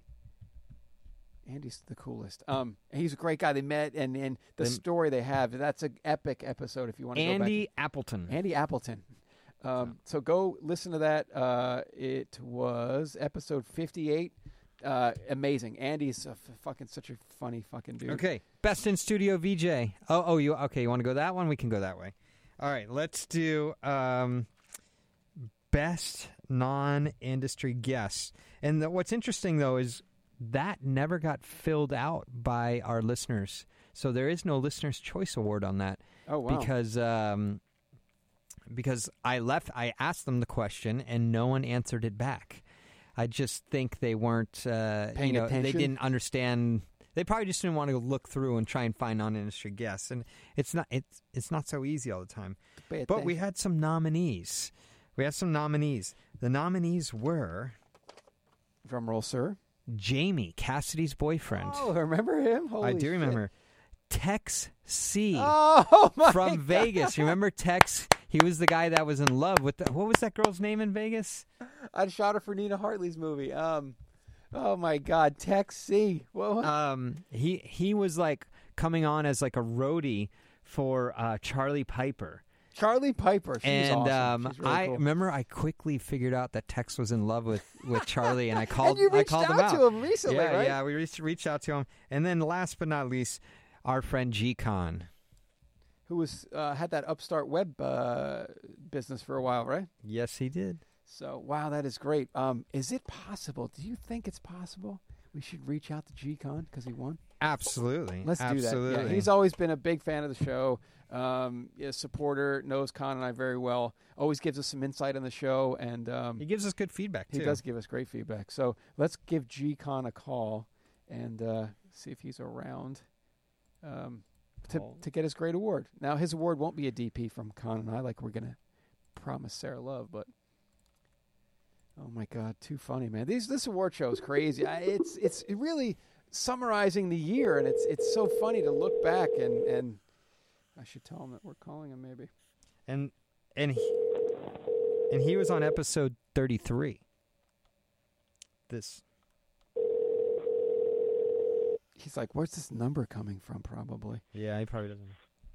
[SPEAKER 1] Andy's the coolest. Um, he's a great guy. They met, and, and the
[SPEAKER 3] They-
[SPEAKER 1] story they have that's an epic episode. If you want to go back,
[SPEAKER 3] Andy Appleton.
[SPEAKER 1] Andy Appleton. Um, So go listen to that. Uh, it was episode 58. uh, amazing. Andy's a f- fucking such a funny fucking dude.
[SPEAKER 3] Okay, best in studio VJ. Oh, oh, you okay? You want to go that one? We can go that way. All right, let's do um, best non-industry guest. And the, what's interesting though is that never got filled out by our listeners, so there is no listeners' choice award on that.
[SPEAKER 1] Oh, wow.
[SPEAKER 3] Because um, because I left, I asked them the question and no one answered it back. I just think they weren't, uh,
[SPEAKER 1] Paying
[SPEAKER 3] you know, they
[SPEAKER 1] attention?
[SPEAKER 3] didn't understand. They probably just didn't want to look through and try and find non-industry guests, and it's not it's it's not so easy all the time.
[SPEAKER 1] Pay
[SPEAKER 3] But we
[SPEAKER 1] attention.
[SPEAKER 3] had some nominees. We had some nominees. The nominees were,
[SPEAKER 1] drum roll, sir,
[SPEAKER 3] Jamie Cassidy's boyfriend.
[SPEAKER 1] Oh, remember him? Holy
[SPEAKER 3] I do
[SPEAKER 1] shit.
[SPEAKER 3] remember. Tex C.
[SPEAKER 1] Oh, my
[SPEAKER 3] from
[SPEAKER 1] God.
[SPEAKER 3] Vegas. You remember Tex? He was the guy that was in love with. The, what was that girl's name in Vegas?
[SPEAKER 1] I shot her for Nina Hartley's movie. Um, oh my God, Tex C. Whoa.
[SPEAKER 3] Um, he he was like coming on as like a roadie for uh, Charlie Piper.
[SPEAKER 1] Charlie Piper. She's
[SPEAKER 3] and
[SPEAKER 1] awesome.
[SPEAKER 3] um,
[SPEAKER 1] She's really
[SPEAKER 3] I
[SPEAKER 1] cool.
[SPEAKER 3] remember I quickly figured out that Tex was in love with, with Charlie, and I called.
[SPEAKER 1] you
[SPEAKER 3] I
[SPEAKER 1] reached
[SPEAKER 3] called him
[SPEAKER 1] out
[SPEAKER 3] out
[SPEAKER 1] to him recently,
[SPEAKER 3] yeah,
[SPEAKER 1] right?
[SPEAKER 3] Yeah, we reached, reached out to him, and then last but not least, our friend G Con.
[SPEAKER 1] who was uh, had that upstart web uh, business for a while, right?
[SPEAKER 3] Yes, he did.
[SPEAKER 1] So wow, that is great. Um, is it possible? Do you think it's possible we should reach out to G-Con because he won?
[SPEAKER 3] Absolutely.
[SPEAKER 1] Let's do that. Yeah,
[SPEAKER 3] Absolutely.
[SPEAKER 1] he's always been a big fan of the show. Um, yeah, supporter knows Con and I very well. Always gives us some insight on the show, and um,
[SPEAKER 3] he gives us good feedback.
[SPEAKER 1] He
[SPEAKER 3] too.
[SPEAKER 1] does give us great feedback. So let's give G-Con a call and uh, see if he's around um, to to get his great award. Now his award won't be a DP from Con and I, like we're gonna promise Sarah Love, but. Oh my God, too funny, man! These this award show is crazy. I, it's it's really summarizing the year, and it's it's so funny to look back and and I should tell him that we're calling him maybe.
[SPEAKER 3] and and he, and he was on episode 33 this
[SPEAKER 1] He's like, "Where's this number coming from?" Probably.
[SPEAKER 3] yeah he probably doesn't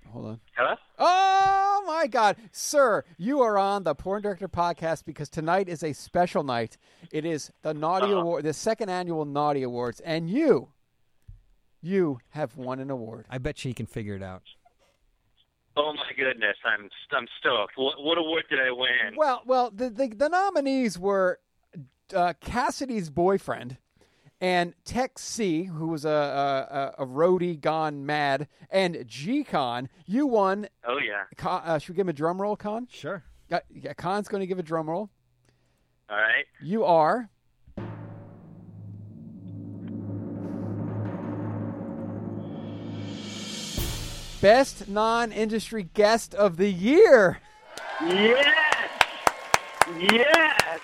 [SPEAKER 1] hold on
[SPEAKER 20] Hello?
[SPEAKER 1] Oh my God, sir! You are on the Porn Director Podcast because tonight is a special night. It is the Naughty Award, the second annual Naughty Awards, and you, you have won an award.
[SPEAKER 3] i bet you he can figure it out
[SPEAKER 9] Oh my goodness, I'm I'm stoked. What, what award did I win?
[SPEAKER 1] Well, well, the the, the nominees were uh, Cassidy's boyfriend and Tex C, who was a a, a, a roadie gone mad, and G Con. You won.
[SPEAKER 9] Oh yeah.
[SPEAKER 1] Con, uh, should we give him a drum roll, Con?
[SPEAKER 3] Sure.
[SPEAKER 1] Uh, yeah, Con's going to give a drum roll.
[SPEAKER 9] All right.
[SPEAKER 1] You are. Best non industry guest of the year.
[SPEAKER 9] Yes. Yes.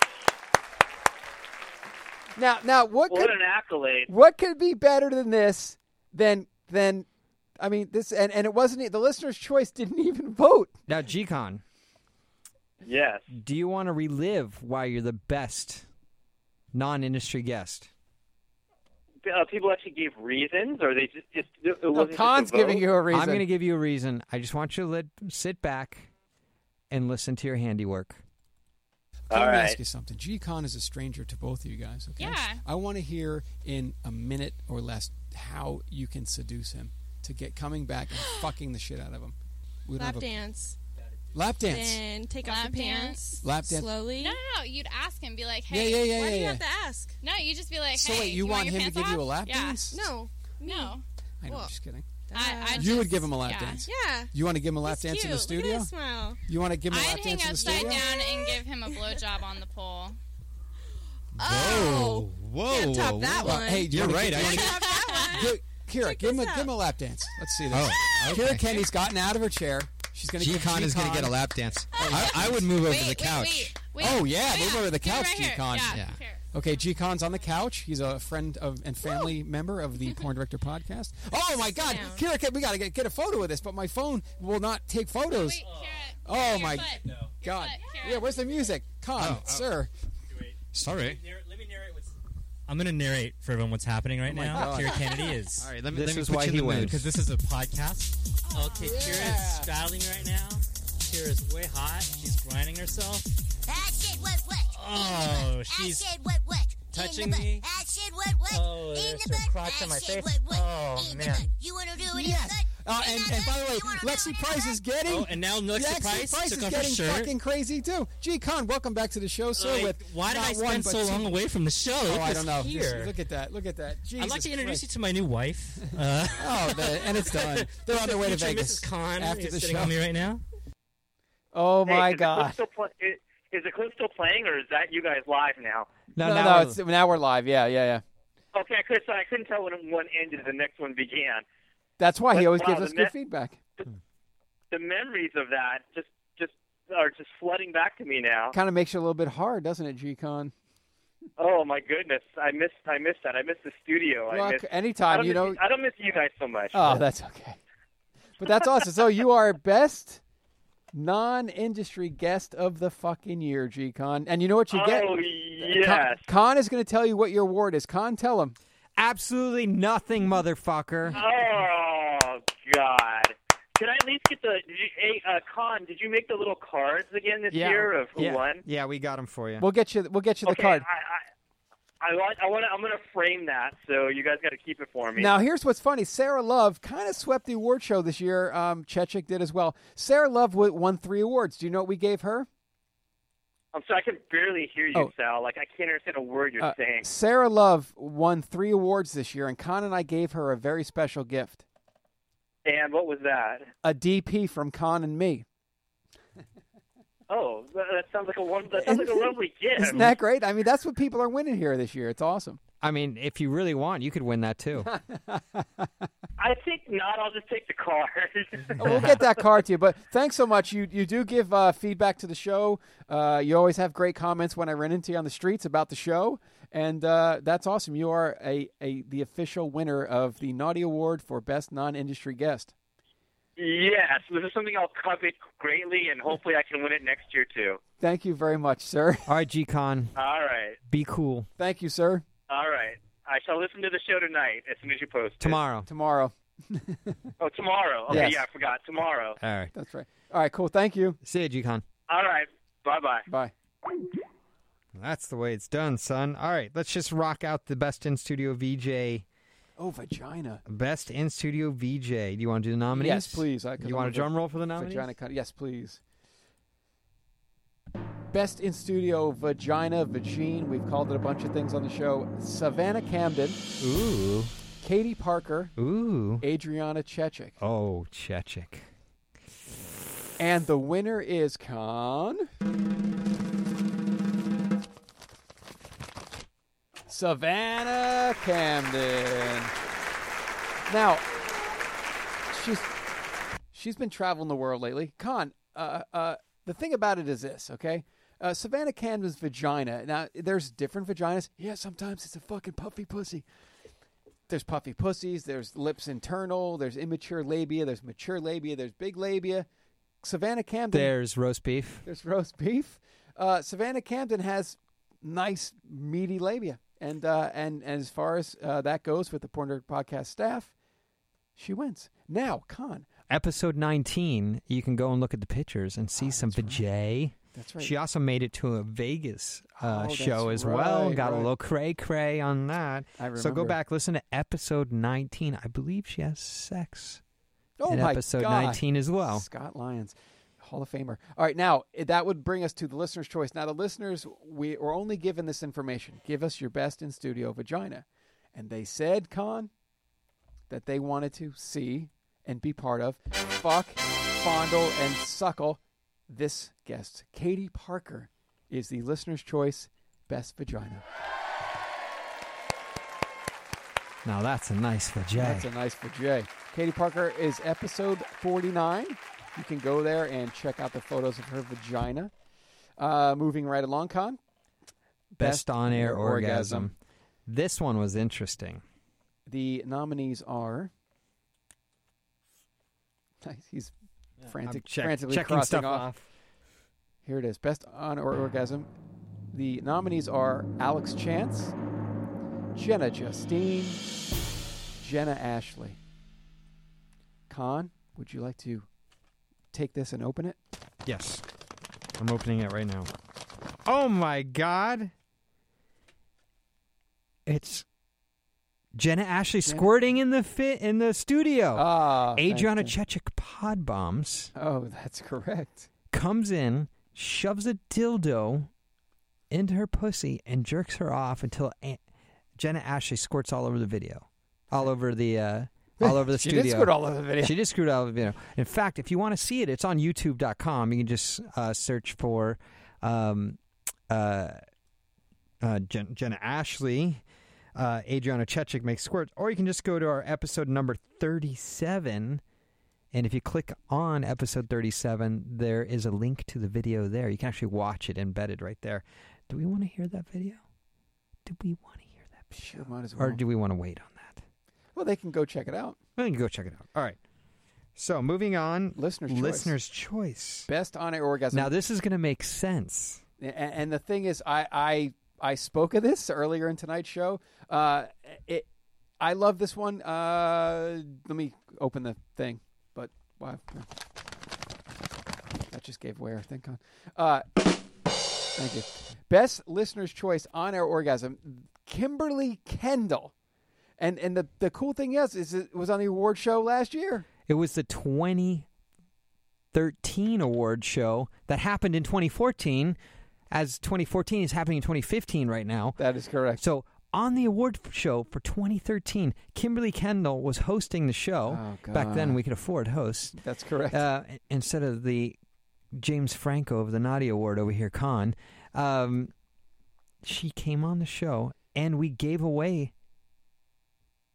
[SPEAKER 1] Now, now, what,
[SPEAKER 9] What
[SPEAKER 1] could,
[SPEAKER 9] an accolade.
[SPEAKER 1] what could be better than this? Than, than, I mean, this, and, and it wasn't, e- the listener's choice didn't even vote.
[SPEAKER 3] now g-con
[SPEAKER 9] yes
[SPEAKER 3] do you want to relive why you're the best non-industry guest
[SPEAKER 9] Uh, people actually gave reasons, or they just just it wasn't just a vote?
[SPEAKER 3] i'm going to give you a reason i just want you to let, sit back and listen to your handiwork
[SPEAKER 12] Let
[SPEAKER 3] All
[SPEAKER 12] me
[SPEAKER 3] right.
[SPEAKER 12] ask you something. G-Con is a stranger to both of you guys. Okay?
[SPEAKER 8] Yeah.
[SPEAKER 12] I want to hear in a minute or less how you can seduce him to get coming back and fucking the shit out of him. We don't
[SPEAKER 11] Lap
[SPEAKER 12] have a-
[SPEAKER 11] dance.
[SPEAKER 12] Lap dance.
[SPEAKER 11] Then take off Lap your dance. pants.
[SPEAKER 12] Lap dance.
[SPEAKER 11] Slowly.
[SPEAKER 10] No, no, no. You'd ask him, be like,
[SPEAKER 12] Yeah,
[SPEAKER 10] hey.
[SPEAKER 12] yeah, yeah, Why do yeah, you have yeah.
[SPEAKER 11] to ask?
[SPEAKER 10] No, you just be like,
[SPEAKER 12] So
[SPEAKER 10] hey.
[SPEAKER 12] wait, you want
[SPEAKER 10] your
[SPEAKER 12] him to
[SPEAKER 10] pants
[SPEAKER 12] give you
[SPEAKER 10] off?
[SPEAKER 12] a lap
[SPEAKER 10] yeah.
[SPEAKER 12] dance?
[SPEAKER 11] No.
[SPEAKER 10] No.
[SPEAKER 12] I know,
[SPEAKER 10] Well,
[SPEAKER 12] I'm just kidding.
[SPEAKER 10] I, I
[SPEAKER 12] you
[SPEAKER 10] just-
[SPEAKER 12] would give him a lap
[SPEAKER 10] yeah.
[SPEAKER 12] dance.
[SPEAKER 11] Yeah.
[SPEAKER 12] You want to give him a lap
[SPEAKER 11] He's
[SPEAKER 12] dance in the
[SPEAKER 11] cute. Look at
[SPEAKER 12] studio?
[SPEAKER 11] his smile.
[SPEAKER 12] You want to give him a lap
[SPEAKER 10] I'd hang
[SPEAKER 12] dance in the
[SPEAKER 10] upside
[SPEAKER 12] studio?
[SPEAKER 10] down and give him a blowjob on the pole.
[SPEAKER 12] Whoa, whoa,
[SPEAKER 10] Can't top whoa, that whoa. one.
[SPEAKER 12] Hey,
[SPEAKER 10] You're
[SPEAKER 12] you
[SPEAKER 10] right, I-
[SPEAKER 12] Kira, give him a give him a lap dance. Let's see this.
[SPEAKER 2] Oh, okay.
[SPEAKER 12] Kira Kenny's gotten out of her chair. She's gonna. give
[SPEAKER 2] G-Con is going to get a lap dance. I, I would move over to the couch.
[SPEAKER 12] Wait, oh yeah, move over to the couch,
[SPEAKER 2] right here.
[SPEAKER 12] G-Con.
[SPEAKER 2] Yeah, Yeah.
[SPEAKER 12] Okay, G-Con's on the couch. He's a friend of and family member of the Porn Director Podcast. Oh my God,
[SPEAKER 2] down.
[SPEAKER 12] Kira, Ken- we gotta get get a photo of this, but my phone will not take photos. oh my God. yeah, where's the music? Con,
[SPEAKER 24] Oh, oh.
[SPEAKER 12] sir.
[SPEAKER 24] Sorry. I'm going to narrate for everyone what's happening right
[SPEAKER 12] Oh my
[SPEAKER 24] now.
[SPEAKER 12] God.
[SPEAKER 24] Kira Kennedy is.
[SPEAKER 2] All right, let me- This let me is put why you in he the mood, Oh, wins.
[SPEAKER 24] Because this is a podcast. Okay, Kira is battling right now. Kira is way hot. She's grinding herself.
[SPEAKER 25] That shit was wet.
[SPEAKER 24] Oh, she's
[SPEAKER 25] That shit was wet.
[SPEAKER 24] touching me.
[SPEAKER 25] That shit was
[SPEAKER 26] what, what?
[SPEAKER 22] Oh,
[SPEAKER 26] in
[SPEAKER 22] there's
[SPEAKER 26] the
[SPEAKER 22] her
[SPEAKER 26] butt.
[SPEAKER 22] crotch
[SPEAKER 26] I
[SPEAKER 22] on my
[SPEAKER 26] said,
[SPEAKER 22] face.
[SPEAKER 26] what, what?
[SPEAKER 22] Oh,
[SPEAKER 26] in
[SPEAKER 22] man.
[SPEAKER 26] the butt. You want to do it in the
[SPEAKER 27] Yes.
[SPEAKER 26] butt?
[SPEAKER 27] Uh,
[SPEAKER 26] In
[SPEAKER 27] and,
[SPEAKER 26] the
[SPEAKER 27] and by
[SPEAKER 26] butt?
[SPEAKER 27] the way,
[SPEAKER 26] You wanna do
[SPEAKER 27] Lexi Price is getting.
[SPEAKER 22] Oh, and now Lexi Price
[SPEAKER 27] is
[SPEAKER 22] took off her
[SPEAKER 27] getting
[SPEAKER 22] shirt.
[SPEAKER 27] fucking crazy too. G Con, welcome back to the show, sir.
[SPEAKER 22] Like,
[SPEAKER 27] with
[SPEAKER 22] why did
[SPEAKER 27] not
[SPEAKER 22] I spend
[SPEAKER 27] one, but
[SPEAKER 22] so
[SPEAKER 27] two-
[SPEAKER 22] long away from the show?
[SPEAKER 27] Oh,
[SPEAKER 22] Look
[SPEAKER 27] I
[SPEAKER 22] who's
[SPEAKER 27] don't know.
[SPEAKER 22] here.
[SPEAKER 27] Just Look at that. Look at that. Jesus
[SPEAKER 22] I'd like to introduce
[SPEAKER 27] Christ.
[SPEAKER 22] you to my new wife. Uh,
[SPEAKER 27] Oh, the, and it's done. They're on their way to
[SPEAKER 22] Future
[SPEAKER 27] Vegas.
[SPEAKER 22] Mrs. Khan
[SPEAKER 27] after
[SPEAKER 22] is
[SPEAKER 27] the
[SPEAKER 22] sitting
[SPEAKER 27] show.
[SPEAKER 22] on me right now.
[SPEAKER 1] Oh
[SPEAKER 24] Hey,
[SPEAKER 1] my
[SPEAKER 24] is The clip
[SPEAKER 1] god!
[SPEAKER 24] still pl- is, is the clip still playing, or is that you guys live now?
[SPEAKER 1] No, no, it's, now we're live. Yeah, yeah, yeah.
[SPEAKER 24] Okay, I, could, so I couldn't tell when one ended, the next one began.
[SPEAKER 1] That's why he
[SPEAKER 24] But,
[SPEAKER 1] always
[SPEAKER 24] wow,
[SPEAKER 1] gives
[SPEAKER 24] the
[SPEAKER 1] us good
[SPEAKER 24] me-
[SPEAKER 1] feedback.
[SPEAKER 24] The memories of that just just are just flooding back to me now.
[SPEAKER 1] Kind of makes you a little bit hard, doesn't it, G Con?
[SPEAKER 24] Oh my goodness, I missed I missed that. I missed the studio.
[SPEAKER 1] Well,
[SPEAKER 24] I missed,
[SPEAKER 1] anytime,
[SPEAKER 24] I don't
[SPEAKER 1] you
[SPEAKER 24] miss-
[SPEAKER 1] know-
[SPEAKER 24] I don't miss you guys so much.
[SPEAKER 1] Oh, that's okay. But that's awesome. so you are best non-industry guest of the fucking year, G Con. And you know what you get?
[SPEAKER 24] Oh,
[SPEAKER 1] Con-
[SPEAKER 24] yes.
[SPEAKER 1] Con is going to tell you what your award is. Con, tell him.
[SPEAKER 3] Absolutely nothing, motherfucker.
[SPEAKER 24] Oh God! Did I at least get the? Did you, hey, uh, Con, did you make the little cards again this year of who
[SPEAKER 3] yeah.
[SPEAKER 24] won?
[SPEAKER 3] Yeah, we got them for you.
[SPEAKER 1] We'll get you. We'll get you the
[SPEAKER 24] okay,
[SPEAKER 1] card.
[SPEAKER 24] I, I, I want. I want. I'm gonna frame that. So you guys got to keep it for me.
[SPEAKER 1] Now, here's what's funny. Sarah Love kind of swept the award show this year. Um, Chechik did as well. Sarah Love w- won three awards. Do you know what we gave her?
[SPEAKER 24] I'm sorry, Um, I can barely hear you,
[SPEAKER 1] Oh.
[SPEAKER 24] Sal. Like I can't understand a word you're
[SPEAKER 1] Uh,
[SPEAKER 24] saying.
[SPEAKER 1] Sarah Love won three awards this year, and Con and I gave her a very special gift
[SPEAKER 24] And what was that?
[SPEAKER 1] a DP from Con and me.
[SPEAKER 24] Oh, that, that sounds like a one. That sounds like a lovely gift.
[SPEAKER 1] Isn't that great? I mean, that's what people are winning here this year. It's awesome.
[SPEAKER 3] I mean, if you really want, you could win that too.
[SPEAKER 24] I think not. I'll just take the card.
[SPEAKER 1] Oh, we'll get that card to you. But thanks so much. You you do give uh, feedback to the show. Uh, you always have great comments when I run into you on the streets about the show, and uh, that's awesome. You are a, a the official winner of the Naughty Award for Best Non Industry Guest.
[SPEAKER 24] Yes, this is something I'll covet greatly, and hopefully I can win it next year too.
[SPEAKER 1] Thank you very much, sir.
[SPEAKER 3] All right, G Con.
[SPEAKER 24] All right,
[SPEAKER 3] Be cool.
[SPEAKER 1] Thank you, sir.
[SPEAKER 24] all right. I shall listen to the show tonight as soon as you post. it.
[SPEAKER 3] Tomorrow.
[SPEAKER 1] Tomorrow.
[SPEAKER 24] Oh, tomorrow. Okay,
[SPEAKER 1] Yes.
[SPEAKER 24] yeah, I forgot. Tomorrow.
[SPEAKER 3] All right.
[SPEAKER 1] That's right. All right, cool. Thank you.
[SPEAKER 3] See you, G Con.
[SPEAKER 24] All right. Bye bye.
[SPEAKER 1] Bye.
[SPEAKER 3] That's the way it's done, son. All right, let's just rock out the best in studio VJ.
[SPEAKER 1] Oh, vagina.
[SPEAKER 3] Best in studio VJ. Do you want to do the nominees?
[SPEAKER 1] Yes, please. I, 'cause
[SPEAKER 3] you
[SPEAKER 1] I'm
[SPEAKER 3] want a
[SPEAKER 1] a
[SPEAKER 3] drum roll for the nominees?
[SPEAKER 1] Vagina cut. Yes, please. Best in studio vagina vagine. We've called it a bunch of things on the show. Savannah Camden.
[SPEAKER 3] Ooh.
[SPEAKER 1] Katie Parker.
[SPEAKER 3] Ooh.
[SPEAKER 1] Adriana Chechik.
[SPEAKER 3] Oh, Chechik.
[SPEAKER 1] And the winner is Con. Savannah Camden. Now, she's she's been traveling the world lately. Con, uh, uh, the thing about it is this, okay? Uh, Savannah Camden's vagina. Now, there's different vaginas. Yeah, sometimes it's a fucking puffy pussy there's puffy pussies, there's lips internal, there's immature labia, there's mature labia, there's big labia. Savannah Camden,
[SPEAKER 3] There's roast beef.
[SPEAKER 1] there's roast beef. Uh, Savannah Camden has nice meaty labia, and uh, and, and as far as uh, that goes with the Porn Nerd podcast staff, she wins. Now, Con,
[SPEAKER 3] Episode 19, you can go and look at the pictures and see some vajay.
[SPEAKER 1] That's right.
[SPEAKER 3] She also made it to a Vegas
[SPEAKER 1] Oh,
[SPEAKER 3] uh,
[SPEAKER 1] that's
[SPEAKER 3] show as well.
[SPEAKER 1] right,
[SPEAKER 3] Got a
[SPEAKER 1] right.
[SPEAKER 3] little cray cray on that.
[SPEAKER 1] I
[SPEAKER 3] So go
[SPEAKER 1] remember.
[SPEAKER 3] back, listen to episode 19. I believe she has sex.
[SPEAKER 1] oh
[SPEAKER 3] in
[SPEAKER 1] my
[SPEAKER 3] episode
[SPEAKER 1] God.
[SPEAKER 3] 19 as well.
[SPEAKER 1] Scott Lyons, Hall of Famer. All right, now eh, that would bring us to the listener's choice. Now, the listeners, we were only given this information. Give us your best in studio vagina. And they said, Con, that they wanted to see and be part of Fuck, Fondle, and Suckle. This guest, Katie Parker, is the listener's choice best vagina.
[SPEAKER 3] Now that's a nice vajay.
[SPEAKER 1] That's a nice for Jay. Katie Parker is episode 49. You can go there and check out the photos of her vagina. Uh, moving right along, Con.
[SPEAKER 3] Best on air
[SPEAKER 1] on-air
[SPEAKER 3] orgasm. This one was interesting.
[SPEAKER 1] The nominees are. Nice. He's
[SPEAKER 3] I'm
[SPEAKER 1] frantic,
[SPEAKER 3] check-
[SPEAKER 1] frantically
[SPEAKER 3] checking
[SPEAKER 1] crossing
[SPEAKER 3] stuff
[SPEAKER 1] off.
[SPEAKER 3] off.
[SPEAKER 1] Here it is. Best on or orgasm. The nominees are Alex Chance, Jenna Justine, Jenna Ashley. Con, would you like to take this and open it?
[SPEAKER 3] Yes. I'm opening it right now. Oh my god. It's Jenna Ashley squirting in the fit in the studio.
[SPEAKER 1] Ah,
[SPEAKER 3] Adriana
[SPEAKER 1] thank
[SPEAKER 3] Chechik pod bombs.
[SPEAKER 1] Oh, that's correct.
[SPEAKER 3] Comes in, shoves a dildo into her pussy, and jerks her off until Aunt Jenna Ashley squirts all over the video, all over the. Uh, all over the
[SPEAKER 1] She did
[SPEAKER 3] studio.
[SPEAKER 1] squirt all over the video.
[SPEAKER 3] She did screw it all over the video. In fact, if you want to see it, it's on YouTube.com. You can just uh, search for um, uh, uh, Jen, Jenna Ashley, uh, Adriana Chechik makes squirts, or you can just go to our episode number 37. And if you click on episode 37, there is a link to the video there. You can actually watch it embedded right there. Do we want to hear that video? Do we want to hear that
[SPEAKER 1] video? Sure, might as
[SPEAKER 3] Or
[SPEAKER 1] well.
[SPEAKER 3] do we want to wait on that?
[SPEAKER 1] Well, they can go check it out.
[SPEAKER 3] We can go check it out. All right. So moving on.
[SPEAKER 1] Listener's choice.
[SPEAKER 3] Listener's choice.
[SPEAKER 1] Best on air orgasm.
[SPEAKER 3] Now, this is going to make sense.
[SPEAKER 1] and, and the thing is, I, I I spoke of this earlier in tonight's show. Uh, it, I love this one. Uh, let me open the thing, but why? That just gave way our thing on. Uh, thank you. Best listener's choice on air orgasm, Kimberly Kendall. And and the, the cool thing is, is it was on the award show last year.
[SPEAKER 3] It was the 2013 award show that happened in 2014, as 2014 is happening in 2015 right now.
[SPEAKER 1] That is correct.
[SPEAKER 3] So, on the award f- show for 2013, Kimberly Kendall was hosting the show.
[SPEAKER 1] Oh,
[SPEAKER 3] Back then,
[SPEAKER 1] God.
[SPEAKER 3] we could afford hosts.
[SPEAKER 1] That's correct.
[SPEAKER 3] Uh, instead of the James Franco of the Naughty Award over here, Con. Um, she came on the show, and we gave away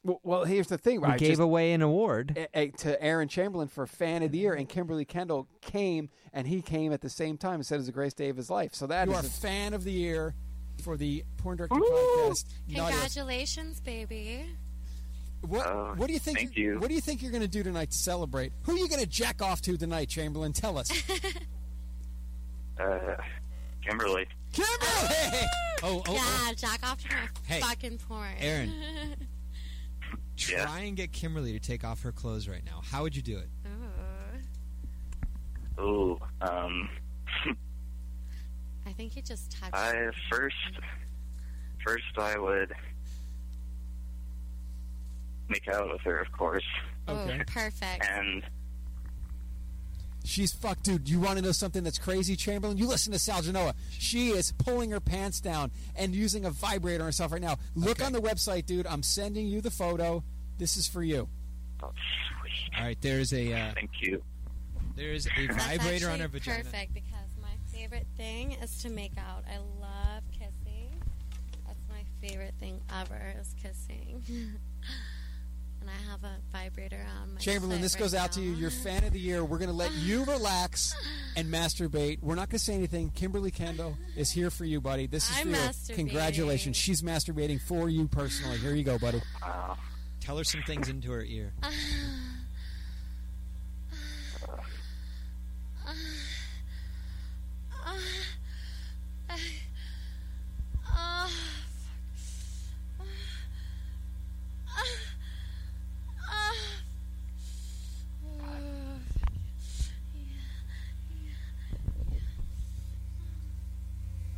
[SPEAKER 1] Well, well here's the thing.
[SPEAKER 3] we
[SPEAKER 1] I
[SPEAKER 3] gave
[SPEAKER 1] just-
[SPEAKER 3] away an award.
[SPEAKER 1] a- a- to Aaron Chamberlain for Fan of the Year, and Kimberly Kendall came, and he came at the same time and said it was the greatest day of his life. So that
[SPEAKER 12] you
[SPEAKER 1] is
[SPEAKER 12] are
[SPEAKER 1] a-
[SPEAKER 12] fan of the year for the porn director podcast. Naughty List.
[SPEAKER 11] Congratulations, baby.
[SPEAKER 12] What,
[SPEAKER 11] Oh,
[SPEAKER 12] what do you think?
[SPEAKER 11] thank
[SPEAKER 12] you-
[SPEAKER 11] you.
[SPEAKER 12] What do you think you're going to do tonight to celebrate? Who are you going to jack off to tonight, Chamberlain? Tell us.
[SPEAKER 14] Uh, Kimberly.
[SPEAKER 12] Kimberly!
[SPEAKER 11] Oh,
[SPEAKER 14] oh,
[SPEAKER 11] oh. yeah, jack off to my
[SPEAKER 21] Hey,
[SPEAKER 11] fucking porn.
[SPEAKER 21] Aaron. Try and get Kimberly to take off her clothes right now. How would you do it?
[SPEAKER 14] Ooh. Um,
[SPEAKER 11] I think you just touched.
[SPEAKER 14] I first, first I would make out with her, of course.
[SPEAKER 11] Oh, perfect.
[SPEAKER 14] And
[SPEAKER 12] She's fucked, dude. You want to know something that's crazy, Chamberlain? You listen to Sal Genoa. She is pulling her pants down and using a vibrator on herself right now. Look on the website, dude. I'm sending you the photo. This is for you.
[SPEAKER 21] All right, there's a. Uh,
[SPEAKER 14] Thank you.
[SPEAKER 21] There's a
[SPEAKER 11] That's
[SPEAKER 21] vibrator on
[SPEAKER 11] actually
[SPEAKER 21] her vagina.
[SPEAKER 11] Perfect because my favorite thing is to make out. I love kissing. That's my favorite thing ever is kissing. and I have a vibrator on my
[SPEAKER 12] Chamberlain,
[SPEAKER 11] clit
[SPEAKER 12] this
[SPEAKER 11] right
[SPEAKER 12] goes out to
[SPEAKER 11] now.
[SPEAKER 12] you. You're fan of the year. We're going to let you relax and masturbate. We're not going to say anything. Kimberly Kendall is here for you, buddy. This is
[SPEAKER 11] I'm
[SPEAKER 12] for you.
[SPEAKER 11] masturbating.
[SPEAKER 12] Congratulations. She's masturbating for you personally. Here you go, buddy.
[SPEAKER 21] Tell her some things into her ear.
[SPEAKER 11] Ah, ah, ah, fuck. Ah, ah, ah. Oh, fuck. Yeah, yeah, yeah.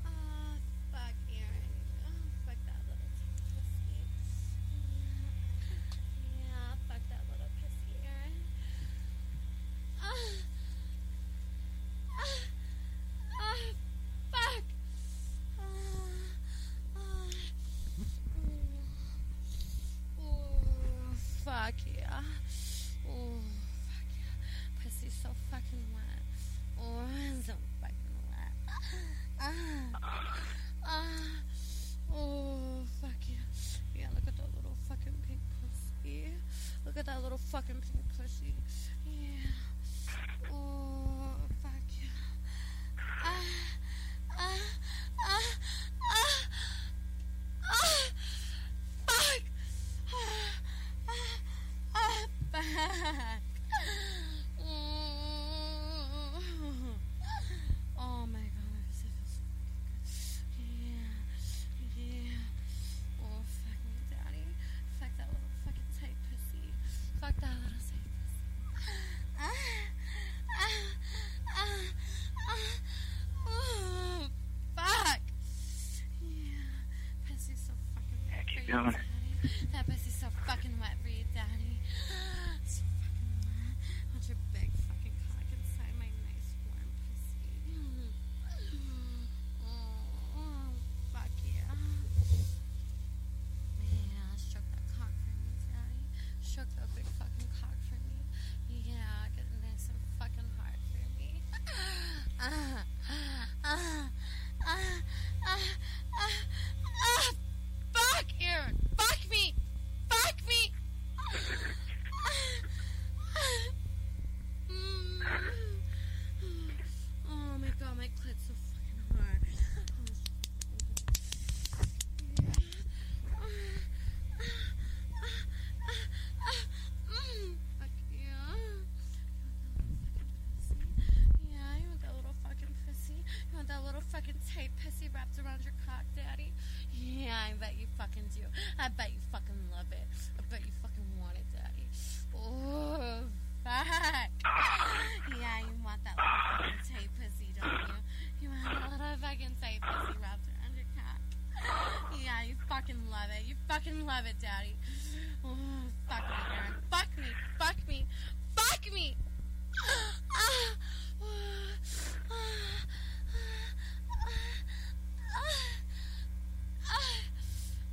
[SPEAKER 11] Ah, fuck, Aaron. Oh, fuck that little pussy. Yeah, yeah, fuck that little pussy, Aaron. Ah. Ah, fuck. Ah, ah. Ooh, fuck yeah. Ooh, fuck yeah. Pussy's so fucking wet. Oh, it's so fucking wet. Ah, ah. Ooh, fuck yeah. Yeah, look at that little fucking pink pussy. Look at that little fucking pink pussy. Yeah. Ooh, fuck yeah. Oh, Oh my god, this feels yeah, yeah. Oh fuck me, daddy. Fuck that little fucking tight pussy. Fuck that little tight pussy. Ah, ah, ah, ah. Oh, fuck. Yeah, pussy's so fucking.
[SPEAKER 14] keep
[SPEAKER 11] great.
[SPEAKER 14] going.
[SPEAKER 11] That pussy's so Oh I bet you fucking love it. I bet you fucking want it, Daddy. Oh, fuck. yeah, you want that little fucking tight pussy, don't you? You want that little fucking tight pussy wrapped around your cock. Yeah, you fucking love it. You fucking love it, Daddy. Oh, fuck me, Aaron. Fuck me. Fuck me. Fuck me. Ah, ah,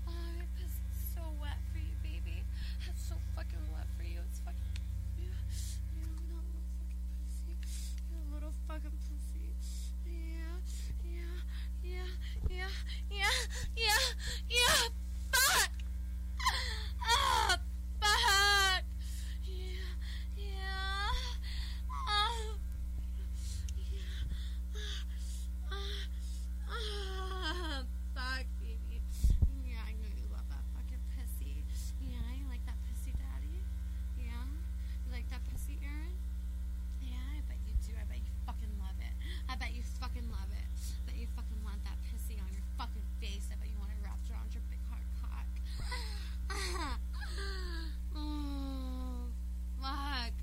[SPEAKER 11] oh, my pussy's so wet for you, baby. It's so fucking wet for you. It's fucking. You, you little fucking pussy. You little fucking pussy. Yeah, yeah, yeah, yeah, yeah, yeah, yeah. Fuck! Ah, fuck! Yeah, yeah. Ah, yeah. Ah, fuck, baby. Yeah, I know you love that fucking pussy. Yeah, you like that pussy, daddy. Yeah, you like that pussy, Aaron. Yeah, I bet you do. I bet you fucking love it. I bet you fucking love it. I bet you fucking want that pussy on your fucking face. I bet you want it wrapped around your big hard cock. oh, fuck.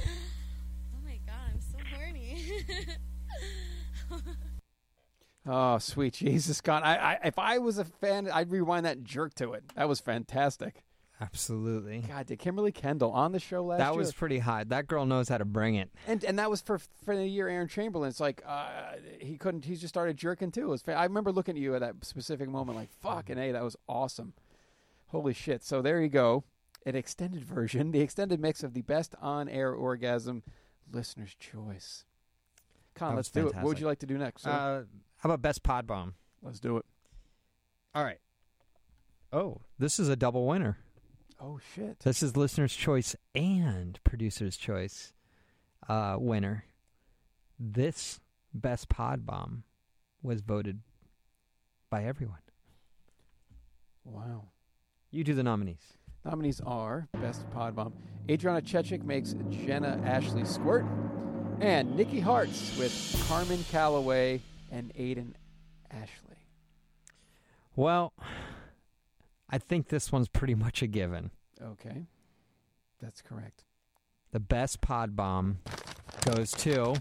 [SPEAKER 11] oh my god, I'm so horny.
[SPEAKER 1] Oh, sweet Jesus, God! I, I, if I was a fan, I'd rewind that jerk to it. That was fantastic.
[SPEAKER 3] Absolutely.
[SPEAKER 1] God, did Kimberly Kendall on the show last
[SPEAKER 3] that
[SPEAKER 1] year?
[SPEAKER 3] was pretty hot. That girl knows how to bring it.
[SPEAKER 1] and and that was for for the year Aaron Chamberlain. It's like uh, he couldn't. He just started jerking too. It was fa- I remember looking at you at that specific moment, like fucking hey, that was awesome. Holy shit! So there you go, an extended version, the extended mix of the best on-air orgasm listener's choice. Con,
[SPEAKER 3] That
[SPEAKER 1] let's
[SPEAKER 3] was
[SPEAKER 1] do it. What would
[SPEAKER 3] fantastic.
[SPEAKER 1] you like to do next? sir?
[SPEAKER 3] Uh, how about best pod bomb?
[SPEAKER 1] let's do it.
[SPEAKER 3] All right. Oh, this is a double winner.
[SPEAKER 1] Oh shit!
[SPEAKER 3] This is listener's choice and producer's choice uh, winner. This best pod bomb was voted by everyone.
[SPEAKER 1] Wow.
[SPEAKER 3] You do the nominees.
[SPEAKER 1] Nominees are Best Pod Bomb. Adriana Chechik makes Jenna Ashley Squirt. And Nikki Hartz with Carmen Calloway and Aiden Ashley.
[SPEAKER 3] Well, I think this one's pretty much a given.
[SPEAKER 1] Okay. That's correct.
[SPEAKER 3] The best pod bomb goes to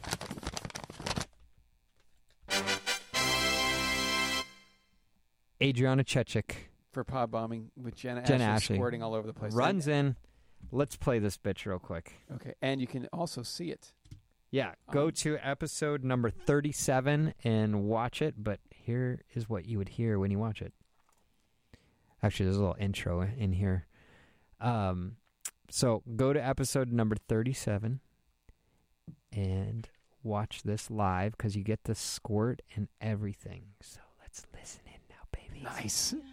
[SPEAKER 3] Adriana Chechik.
[SPEAKER 1] For pod bombing with Jenna,
[SPEAKER 3] Jenna
[SPEAKER 1] Ashley
[SPEAKER 3] Ashley
[SPEAKER 1] squirting all over the place.
[SPEAKER 3] runs in. Let's play this bitch real quick.
[SPEAKER 1] Okay. And you can also see it.
[SPEAKER 3] Yeah, go to episode number 37 and watch it, but here is what you would hear when you watch it. Actually, there's a little intro in here. Um, so go to episode number 37 and watch this live because you get the squirt and everything. So let's listen in now, baby.
[SPEAKER 1] Nice.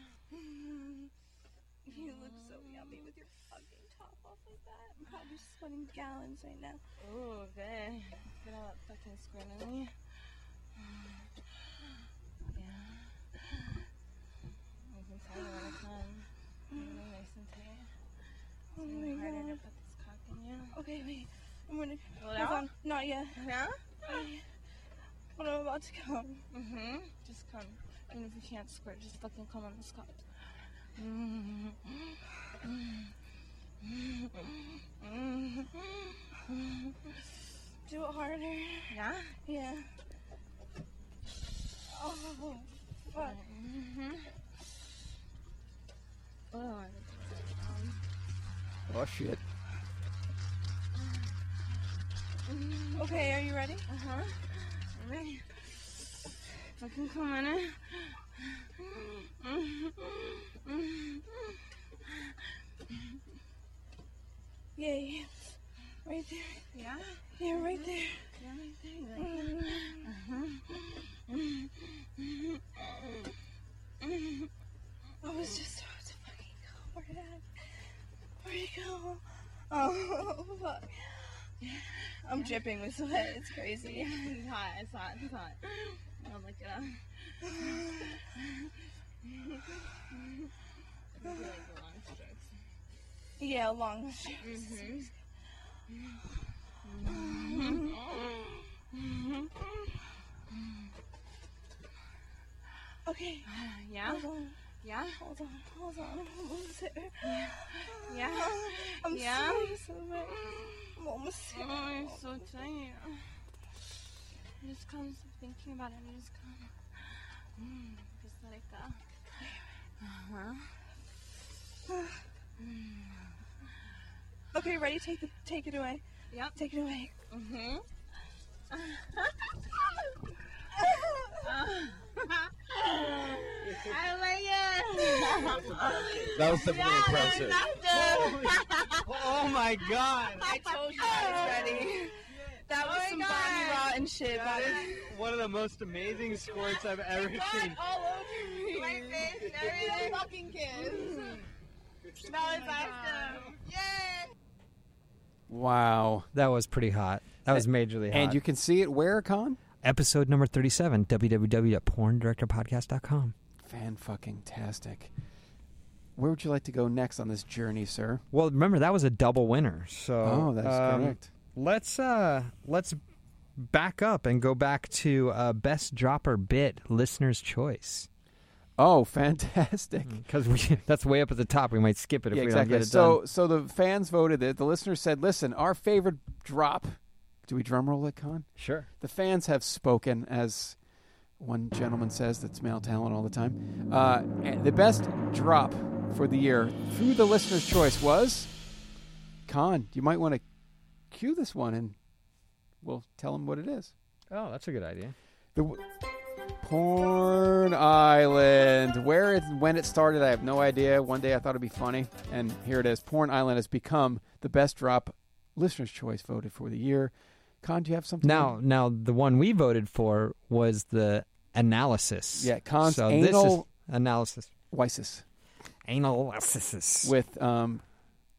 [SPEAKER 22] You look so yummy with your fucking top off like that. I'm probably sweating gallons right now. Oh, okay. Get all that fucking squirting on me. Yeah. Nice and tight when it comes. Really nice and tight. It's Oh really my harder to God. put this cock in you. Okay, wait. I'm gonna. Hold hold out? on. Not yet. Yeah? But I'm about to come. Mm-hmm. Just come. Even if you can't squirt, just fucking come on this cock. Do it harder. Yeah? Yeah. Oh, fuck. Mm-hmm.
[SPEAKER 1] Oh, shit.
[SPEAKER 22] Okay, are you ready? Uh huh. I'm ready. Fucking come on in. Yay. Right there. Yeah? Yeah, right there. Yeah, right there. Mm-hmm. Uh-huh. I was just about to fucking go. Where did I? Where'd it go? Oh, fuck. I'm dripping with sweat. It's crazy. It's hot. It's hot. It's hot. I'll look it up. Yeah, long strokes.
[SPEAKER 19] Mm-hmm.
[SPEAKER 22] Okay.
[SPEAKER 7] Yeah?
[SPEAKER 22] Hold on.
[SPEAKER 7] Yeah?
[SPEAKER 22] Hold on. Hold on. I'm almost there.
[SPEAKER 7] Yeah.
[SPEAKER 22] I'm
[SPEAKER 7] Yeah?
[SPEAKER 22] slowly, slowly.
[SPEAKER 12] Mm-hmm.
[SPEAKER 22] I'm almost there.
[SPEAKER 7] Oh, I'm so tired. I'm just kind of thinking about it. I'm just kind of. Mm, just let it go. Uh-huh.
[SPEAKER 22] Okay, ready? Take the, take it away.
[SPEAKER 7] Uh-huh. Yep.
[SPEAKER 22] Take it away.
[SPEAKER 7] Mm-hmm.
[SPEAKER 15] That was definitely impressive.
[SPEAKER 7] Oh my god!
[SPEAKER 22] I told you I was ready. That
[SPEAKER 7] Oh
[SPEAKER 22] was some Bonnie Rotten shit.
[SPEAKER 7] That
[SPEAKER 22] buddy.
[SPEAKER 7] is
[SPEAKER 24] one of the most amazing squirts I've ever seen.
[SPEAKER 22] all over me.
[SPEAKER 7] My face, everything.
[SPEAKER 22] fucking kiss.
[SPEAKER 7] That was awesome. Yay!
[SPEAKER 1] Wow.
[SPEAKER 3] That was pretty hot. That was majorly hot.
[SPEAKER 1] And you can see it where, Con?
[SPEAKER 3] Episode number 37, www.porndirectorpodcast.com.
[SPEAKER 1] Fan fucking tastic. Where would you like to go next on this journey, sir?
[SPEAKER 3] Well, remember that was a double winner. So
[SPEAKER 1] Oh, that's
[SPEAKER 3] um,
[SPEAKER 1] correct.
[SPEAKER 3] Let's uh let's back up and go back to uh, best dropper bit listener's choice.
[SPEAKER 1] Oh, fantastic.
[SPEAKER 3] Cuz that's way up at the top. We might skip it if
[SPEAKER 1] yeah,
[SPEAKER 3] we
[SPEAKER 1] exactly.
[SPEAKER 3] don't get it
[SPEAKER 1] so,
[SPEAKER 3] done.
[SPEAKER 1] so the fans voted it. The listeners said, "Listen, our favorite drop." Do we drum roll it, Con?
[SPEAKER 3] Sure.
[SPEAKER 1] The fans have spoken, as one gentleman says, that's male talent all the time. Uh, and the best drop for the year through the listener's choice was Con. You might want to cue this one, and we'll tell them what it is.
[SPEAKER 3] Oh, that's a good idea.
[SPEAKER 1] The w- Porn Island. Where it, when it started, I have no idea. One day I thought it'd be funny, and here it is. Porn Island has become the best drop listener's choice voted for the year. Con, do you have something?
[SPEAKER 3] Now, now the one we voted for was the analysis.
[SPEAKER 1] Yeah, Con's
[SPEAKER 3] so this is
[SPEAKER 1] anal-
[SPEAKER 3] analysis.
[SPEAKER 1] Wysis.
[SPEAKER 3] Analysis.
[SPEAKER 1] With um,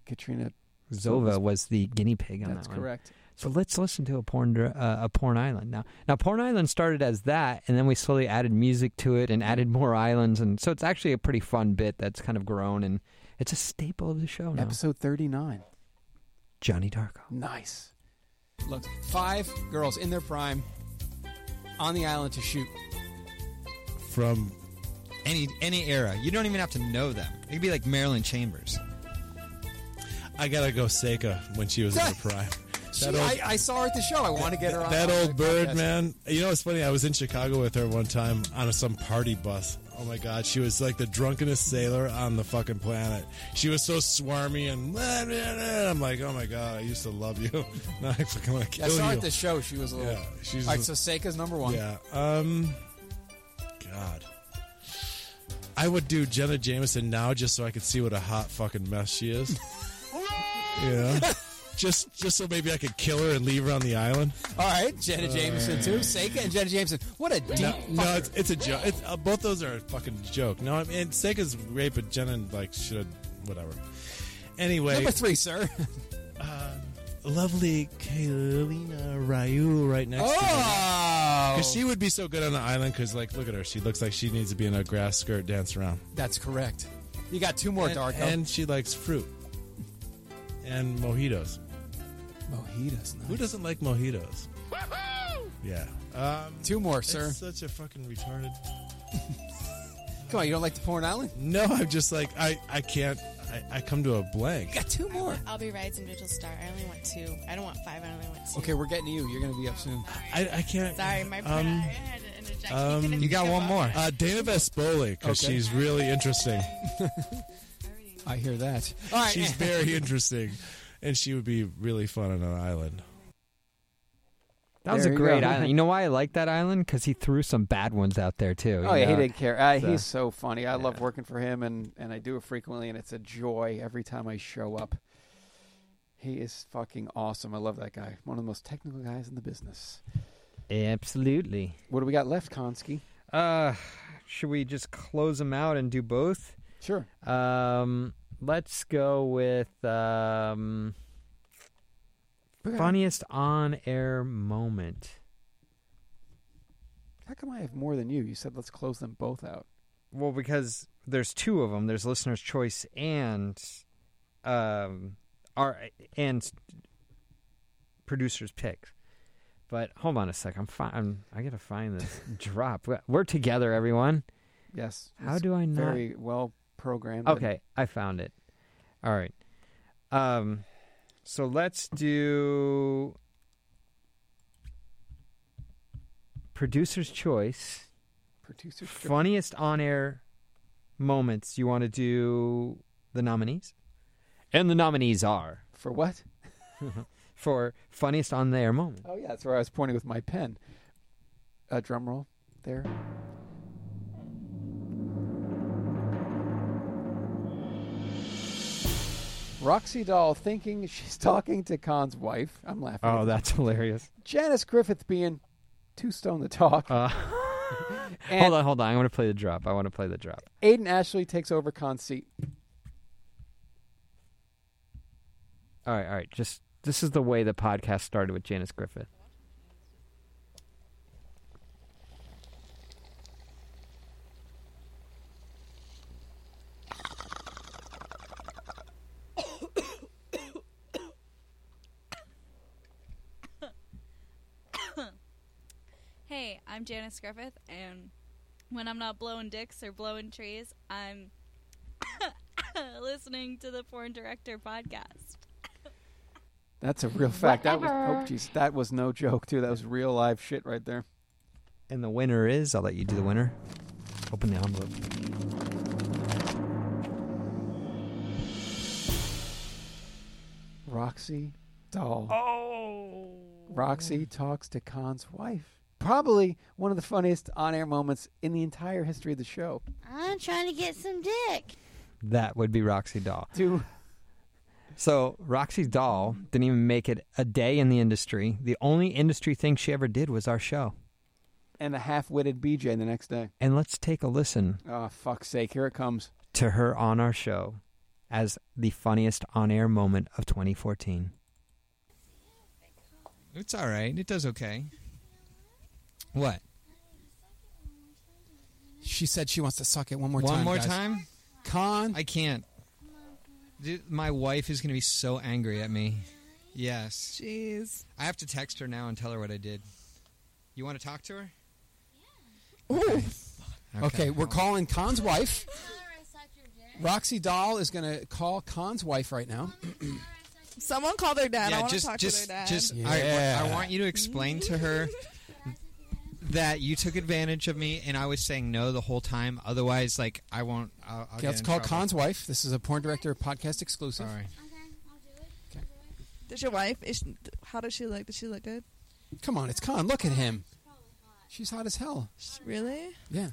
[SPEAKER 1] Katrina
[SPEAKER 3] Zova was the guinea pig on
[SPEAKER 1] That's
[SPEAKER 3] that one.
[SPEAKER 1] correct.
[SPEAKER 3] So let's listen to a porn dir- uh, a porn island now. Now porn island started as that, and then we slowly added music to it and added more islands, and so it's actually a pretty fun bit that's kind of grown and it's a staple of the show now.
[SPEAKER 1] Episode thirty nine.
[SPEAKER 3] Johnny Darko.
[SPEAKER 1] Nice.
[SPEAKER 12] Look, five girls in their prime on the island to shoot.
[SPEAKER 21] From any any era. You don't even have to know them. It could be like Marilyn Chambers.
[SPEAKER 15] I gotta go Seika when she was in her prime.
[SPEAKER 12] She, I, I saw her at the show. I want to get her on
[SPEAKER 15] that
[SPEAKER 12] the
[SPEAKER 15] old bird,
[SPEAKER 12] podcast.
[SPEAKER 15] man. You know, it's funny. I was in Chicago with her one time on some party bus. Oh my god, she was like the drunkenest sailor on the fucking planet. She was so swarmy and blah, blah, blah. I'm like, oh my god, I used to love you. now I fucking want to
[SPEAKER 12] I
[SPEAKER 15] kill
[SPEAKER 12] saw her
[SPEAKER 15] you.
[SPEAKER 12] at the show. She was a little.
[SPEAKER 15] Yeah, she's
[SPEAKER 12] All right,
[SPEAKER 15] a-
[SPEAKER 12] so Seika's number one.
[SPEAKER 15] Yeah. Um. God. I would do Jenna Jameson now just so I could see what a hot fucking mess she is. you know? Just, just so maybe I could kill her and leave her on the island.
[SPEAKER 12] All right, Jenna Jameson too. Seika and Jenna Jameson. What a deep.
[SPEAKER 15] Uh, No, no,
[SPEAKER 12] fucker.
[SPEAKER 15] it's, it's a joke. It's, uh, both those are a fucking joke. No, I mean Sega's great, but Jenna like should have whatever. Anyway,
[SPEAKER 12] Number three, sir.
[SPEAKER 15] lovely Carolina Uh, Ryu right next to
[SPEAKER 12] her.
[SPEAKER 15] Because she would be so good on the island. Because like, look at her. She looks like she needs to be in a grass skirt, dance around.
[SPEAKER 12] That's correct. You got two more,
[SPEAKER 15] and,
[SPEAKER 12] Darko.
[SPEAKER 15] and she likes fruit and mojitos.
[SPEAKER 12] mojitos.
[SPEAKER 15] Who doesn't like mojitos? Yeah. Um,
[SPEAKER 12] two more,
[SPEAKER 15] it's
[SPEAKER 12] sir.
[SPEAKER 15] Such a fucking retarded.
[SPEAKER 12] Come on, you don't like the porn island?
[SPEAKER 15] No, I'm just like I. I can't. I, I come to a blank.
[SPEAKER 12] got two more.
[SPEAKER 16] I'll be rides and digital star. I only want two. I don't want five. I only want two.
[SPEAKER 12] Okay, we're getting you. You're going to be up soon.
[SPEAKER 15] I, I can't.
[SPEAKER 16] Sorry, my pride. I
[SPEAKER 15] Um,
[SPEAKER 16] had to interject.
[SPEAKER 15] um,
[SPEAKER 16] couldn't think about it.
[SPEAKER 15] Uh, Dana Vespoli, because
[SPEAKER 12] Okay.
[SPEAKER 15] she's really interesting.
[SPEAKER 12] I hear that. All right.
[SPEAKER 15] She's very interesting, and she would be really fun on an island.
[SPEAKER 3] That was a
[SPEAKER 1] There you
[SPEAKER 3] great
[SPEAKER 1] go.
[SPEAKER 3] island. You know why I like that island? Because he threw some bad ones out there too.
[SPEAKER 1] Oh
[SPEAKER 3] you
[SPEAKER 1] yeah, he
[SPEAKER 3] know?
[SPEAKER 1] didn't care. Uh,
[SPEAKER 3] So-
[SPEAKER 1] He's so funny. I love working for him, and and I do it frequently, and it's a joy every time I show up. He is fucking awesome. I love that guy. One of the most technical guys in the business.
[SPEAKER 3] absolutely.
[SPEAKER 1] What do we got left, Konski?
[SPEAKER 3] Uh, should we just close them out and do both?
[SPEAKER 1] Sure.
[SPEAKER 3] Um, let's go with um, funniest on-air moment.
[SPEAKER 1] How come I have more than you? You said let's close them both out.
[SPEAKER 3] Well, because there's two of them. There's listener's choice and um, our and producer's pick. But hold on a sec. I'm fine. I'm, I gotta find this drop. We're- We're together, everyone.
[SPEAKER 1] Yes.
[SPEAKER 3] How
[SPEAKER 1] it's
[SPEAKER 3] do I not-
[SPEAKER 1] Very well programmed. and-
[SPEAKER 3] Okay, I found it. All right. Um, so let's do producer's choice.
[SPEAKER 1] Producer's choice.
[SPEAKER 3] funniest on-air moments. You want to do the nominees, and the nominees are
[SPEAKER 1] for what?
[SPEAKER 3] for funniest on-air moment.
[SPEAKER 1] Oh yeah, that's where I was pointing with my pen. Uh, drum roll there. Roxy Doll thinking she's talking to Khan's wife. I'm laughing. at
[SPEAKER 3] Oh, that's hilarious.
[SPEAKER 1] Janice Griffith being too stoned to talk.
[SPEAKER 3] Uh,
[SPEAKER 1] And-
[SPEAKER 3] hold on, hold on. I want to play the drop. I want to play the drop.
[SPEAKER 1] Aiden Ashley takes over Khan's seat.
[SPEAKER 3] All right, all right. Just this is the way the podcast started with Janice Griffith.
[SPEAKER 22] hey, I'm Janice Griffith, and when I'm not blowing dicks or blowing trees, I'm listening to the Porn Director podcast.
[SPEAKER 1] That's a real fact. That was
[SPEAKER 22] Whatever.
[SPEAKER 1] oh jeez, that was no joke too. That was real live shit right there.
[SPEAKER 3] And the winner is I'll let you do the winner. Open the envelope.
[SPEAKER 1] Roxy Doll. Oh. Roxy talks to Khan's wife. Probably one of the funniest on-air moments in the entire history of the show.
[SPEAKER 8] I'm trying to get some dick.
[SPEAKER 3] That would be Roxy Doll. So Roxy Doll didn't even make it a day in the industry. The only industry thing she ever did was our show.
[SPEAKER 1] And a half-witted BJ the next day.
[SPEAKER 3] And let's take a listen
[SPEAKER 1] Oh, fuck's sake. Here it comes.
[SPEAKER 3] to her on our show as the funniest on-air moment of 2014.
[SPEAKER 28] It's all right. It does okay. What?
[SPEAKER 9] She said she wants to suck it one more time.
[SPEAKER 28] One more
[SPEAKER 9] guys.
[SPEAKER 28] time?
[SPEAKER 9] Con?
[SPEAKER 28] I can't. Dude, my wife is going to be so angry at me. Yes.
[SPEAKER 29] Jeez.
[SPEAKER 28] I have to text her now and tell her what I did. You want to talk to her?
[SPEAKER 9] Okay, we're calling Khan's wife. Roxy Doll is going to call Khan's wife right now.
[SPEAKER 29] Someone call their dad. I
[SPEAKER 28] yeah,
[SPEAKER 29] want
[SPEAKER 28] just
[SPEAKER 29] to talk
[SPEAKER 28] just
[SPEAKER 29] to their dad.
[SPEAKER 28] just I-
[SPEAKER 9] Yeah.
[SPEAKER 28] I, want you to explain to her that you took advantage of me and I was saying no the whole time. Otherwise, like I won't. I'll, I'll
[SPEAKER 9] Okay,
[SPEAKER 28] get
[SPEAKER 9] let's
[SPEAKER 28] in
[SPEAKER 9] call
[SPEAKER 28] trouble.
[SPEAKER 9] Khan's wife. This is a porn director podcast exclusive. All
[SPEAKER 28] right.
[SPEAKER 29] Does your wife? Is how does she look? Does she look good?
[SPEAKER 9] Come on, it's Khan. Look at him. She's hot as hell.
[SPEAKER 29] Really?
[SPEAKER 9] Yeah.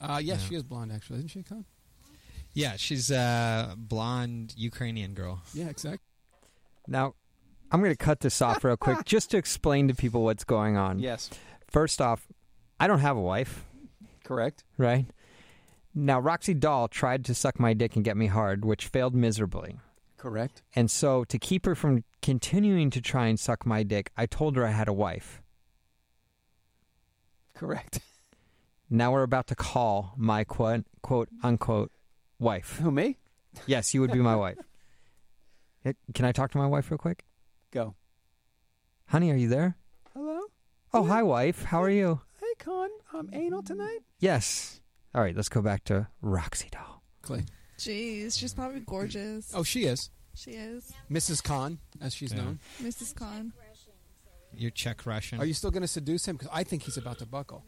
[SPEAKER 9] Uh, yeah, she is blonde, actually, isn't she, Khan?
[SPEAKER 28] Yeah, she's a blonde Ukrainian girl.
[SPEAKER 9] Yeah, exactly.
[SPEAKER 3] Now, I'm going to cut this off real quick just to explain to people what's going on.
[SPEAKER 1] Yes.
[SPEAKER 3] First off, I don't have a wife.
[SPEAKER 1] Correct.
[SPEAKER 3] Right? Now, Roxy Doll tried to suck my dick and get me hard, which failed miserably.
[SPEAKER 1] Correct.
[SPEAKER 3] And so, to keep her from continuing to try and suck my dick, I told her I had a wife.
[SPEAKER 1] Correct.
[SPEAKER 3] Now we're about to call my quote, quote unquote wife.
[SPEAKER 1] Who, me?
[SPEAKER 3] Yes, you would be my wife. Eh, Can I talk to my wife real quick?
[SPEAKER 1] Go.
[SPEAKER 3] Honey, are you there?
[SPEAKER 1] Hello?
[SPEAKER 3] Oh, hi, wife. How are you?
[SPEAKER 1] Hey, Con.
[SPEAKER 9] um,
[SPEAKER 1] I'm anal tonight.
[SPEAKER 3] Yes. All right, let's go back to Roxy Doll.
[SPEAKER 9] Clay.
[SPEAKER 29] Jeez, she's probably gorgeous.
[SPEAKER 9] Oh, she is.
[SPEAKER 29] She is.
[SPEAKER 9] Mrs. Khan, as she's
[SPEAKER 28] Yeah.
[SPEAKER 9] known.
[SPEAKER 29] Mrs. Khan.
[SPEAKER 28] You're Czech Russian.
[SPEAKER 9] Are you still going to seduce him? Because I think he's about to buckle.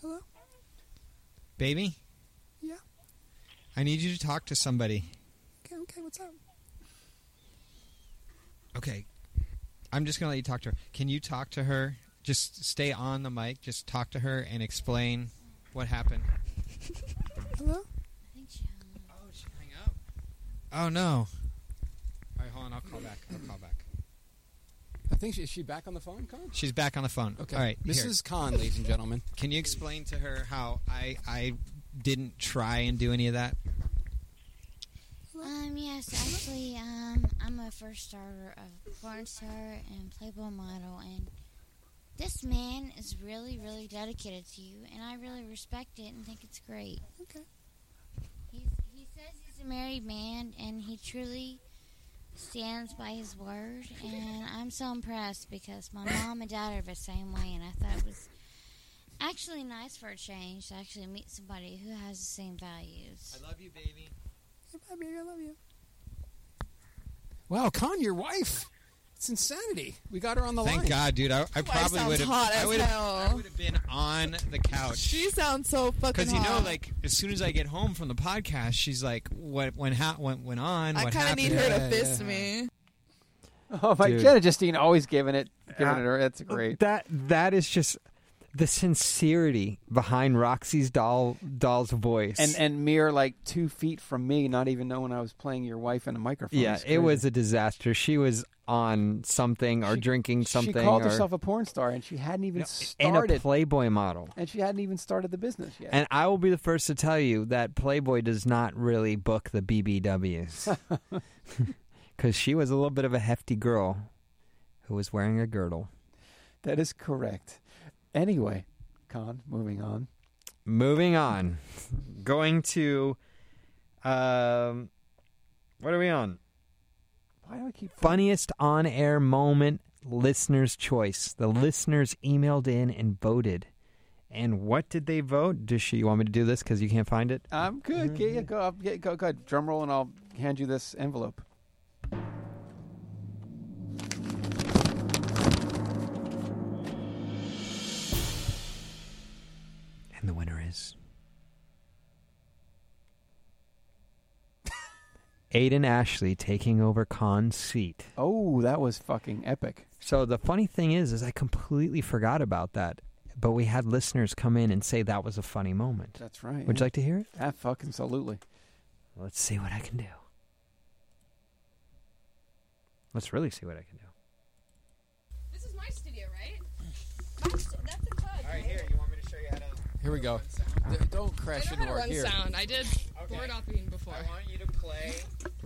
[SPEAKER 9] Hello?
[SPEAKER 28] baby?
[SPEAKER 9] Yeah.
[SPEAKER 28] I need you to talk to somebody.
[SPEAKER 9] Okay, okay, what's up?
[SPEAKER 28] Okay. I'm just going to let you talk to her. Can you talk to her? Just stay on the mic. Just talk to her and explain what happened.
[SPEAKER 9] Hello?
[SPEAKER 28] Oh, no. All right, hold on. I'll call back. I'll call back.
[SPEAKER 9] I think she, is she back on the phone, Khan?
[SPEAKER 28] She's back on the phone.
[SPEAKER 9] Okay.
[SPEAKER 28] All right.
[SPEAKER 9] Mrs. Khan, ladies and gentlemen.
[SPEAKER 28] Can you explain to her how I I didn't try and do any of that?
[SPEAKER 8] Um, yes, actually, um, I'm a first starter of porn star and Playboy model, and this man is really, really dedicated to you, and I really respect it and think it's great.
[SPEAKER 9] Okay.
[SPEAKER 8] He's, he says he's a married man, and he truly stands by his word, and I'm so impressed because my mom and dad are the same way, and I thought it was actually nice for a change to actually meet somebody who has the same values.
[SPEAKER 16] I love you, baby.
[SPEAKER 1] Bye, baby. I love you. Wow, Con, your wife. It's insanity. We got her on the
[SPEAKER 16] Thank
[SPEAKER 1] line.
[SPEAKER 16] God, dude. I, I probably
[SPEAKER 30] Oh, sounds
[SPEAKER 16] would have.
[SPEAKER 30] hot
[SPEAKER 16] I
[SPEAKER 30] as
[SPEAKER 16] would have.
[SPEAKER 30] hell.
[SPEAKER 16] I would have been on the couch.
[SPEAKER 30] She sounds so fucking
[SPEAKER 16] Because you know,
[SPEAKER 30] hot.
[SPEAKER 16] like as soon as I get home from the podcast, she's like, "What? When? Ha- went went on?
[SPEAKER 30] I
[SPEAKER 16] what
[SPEAKER 30] kind of
[SPEAKER 16] happened?"
[SPEAKER 30] need her to fist me.
[SPEAKER 31] Oh my,
[SPEAKER 16] Dude.
[SPEAKER 31] Jenna Justine always giving it, giving
[SPEAKER 3] Uh,
[SPEAKER 31] it her. That's great.
[SPEAKER 3] That that is just the sincerity behind Roxy's doll doll's voice.
[SPEAKER 31] and and mere like two feet from me, not even knowing I was playing your wife in a microphone.
[SPEAKER 3] yeah,
[SPEAKER 31] It's
[SPEAKER 3] it
[SPEAKER 31] crazy.
[SPEAKER 3] was a disaster. She was on something or drinking something.
[SPEAKER 31] She called
[SPEAKER 3] or,
[SPEAKER 31] herself a porn star, and she hadn't even
[SPEAKER 3] and
[SPEAKER 31] started.
[SPEAKER 3] a Playboy model.
[SPEAKER 31] and she hadn't even started the business yet.
[SPEAKER 3] And I will be the first to tell you that Playboy does not really book the BBWs. Because she was a little bit of a hefty girl who was wearing a girdle.
[SPEAKER 31] that is correct. Anyway, Con, moving on.
[SPEAKER 3] Moving on. Going to. Um, what are we on?
[SPEAKER 31] Why do I keep.
[SPEAKER 3] Funniest on air moment, listener's choice. The listeners emailed in and voted. And what did they vote? Does she, you want me to do this because you can't find it?
[SPEAKER 31] I'm good. Get,
[SPEAKER 3] Mm-hmm.
[SPEAKER 31] yeah, go, up, get, go, go ahead. Drum roll, and I'll hand you this envelope.
[SPEAKER 3] And the winner is Aiden Ashley taking over Khan's seat.
[SPEAKER 31] Oh, that was fucking epic.
[SPEAKER 3] So the funny thing is, is I completely forgot about that. But we had listeners come in and say that was a funny moment.
[SPEAKER 31] That's right.
[SPEAKER 3] Would you like to hear it?
[SPEAKER 31] Ah, fucking absolutely.
[SPEAKER 3] Let's see what I can do. Let's really see what I can do.
[SPEAKER 22] This is my studio, right? That's, that's a club. All right,
[SPEAKER 16] here. You want me to show you how to?
[SPEAKER 1] Here we go. D- don't crash
[SPEAKER 22] I
[SPEAKER 1] into
[SPEAKER 22] know how to
[SPEAKER 1] our
[SPEAKER 22] run
[SPEAKER 1] gear.
[SPEAKER 22] sound. I did
[SPEAKER 16] board
[SPEAKER 22] hopping before. I
[SPEAKER 16] want you to play.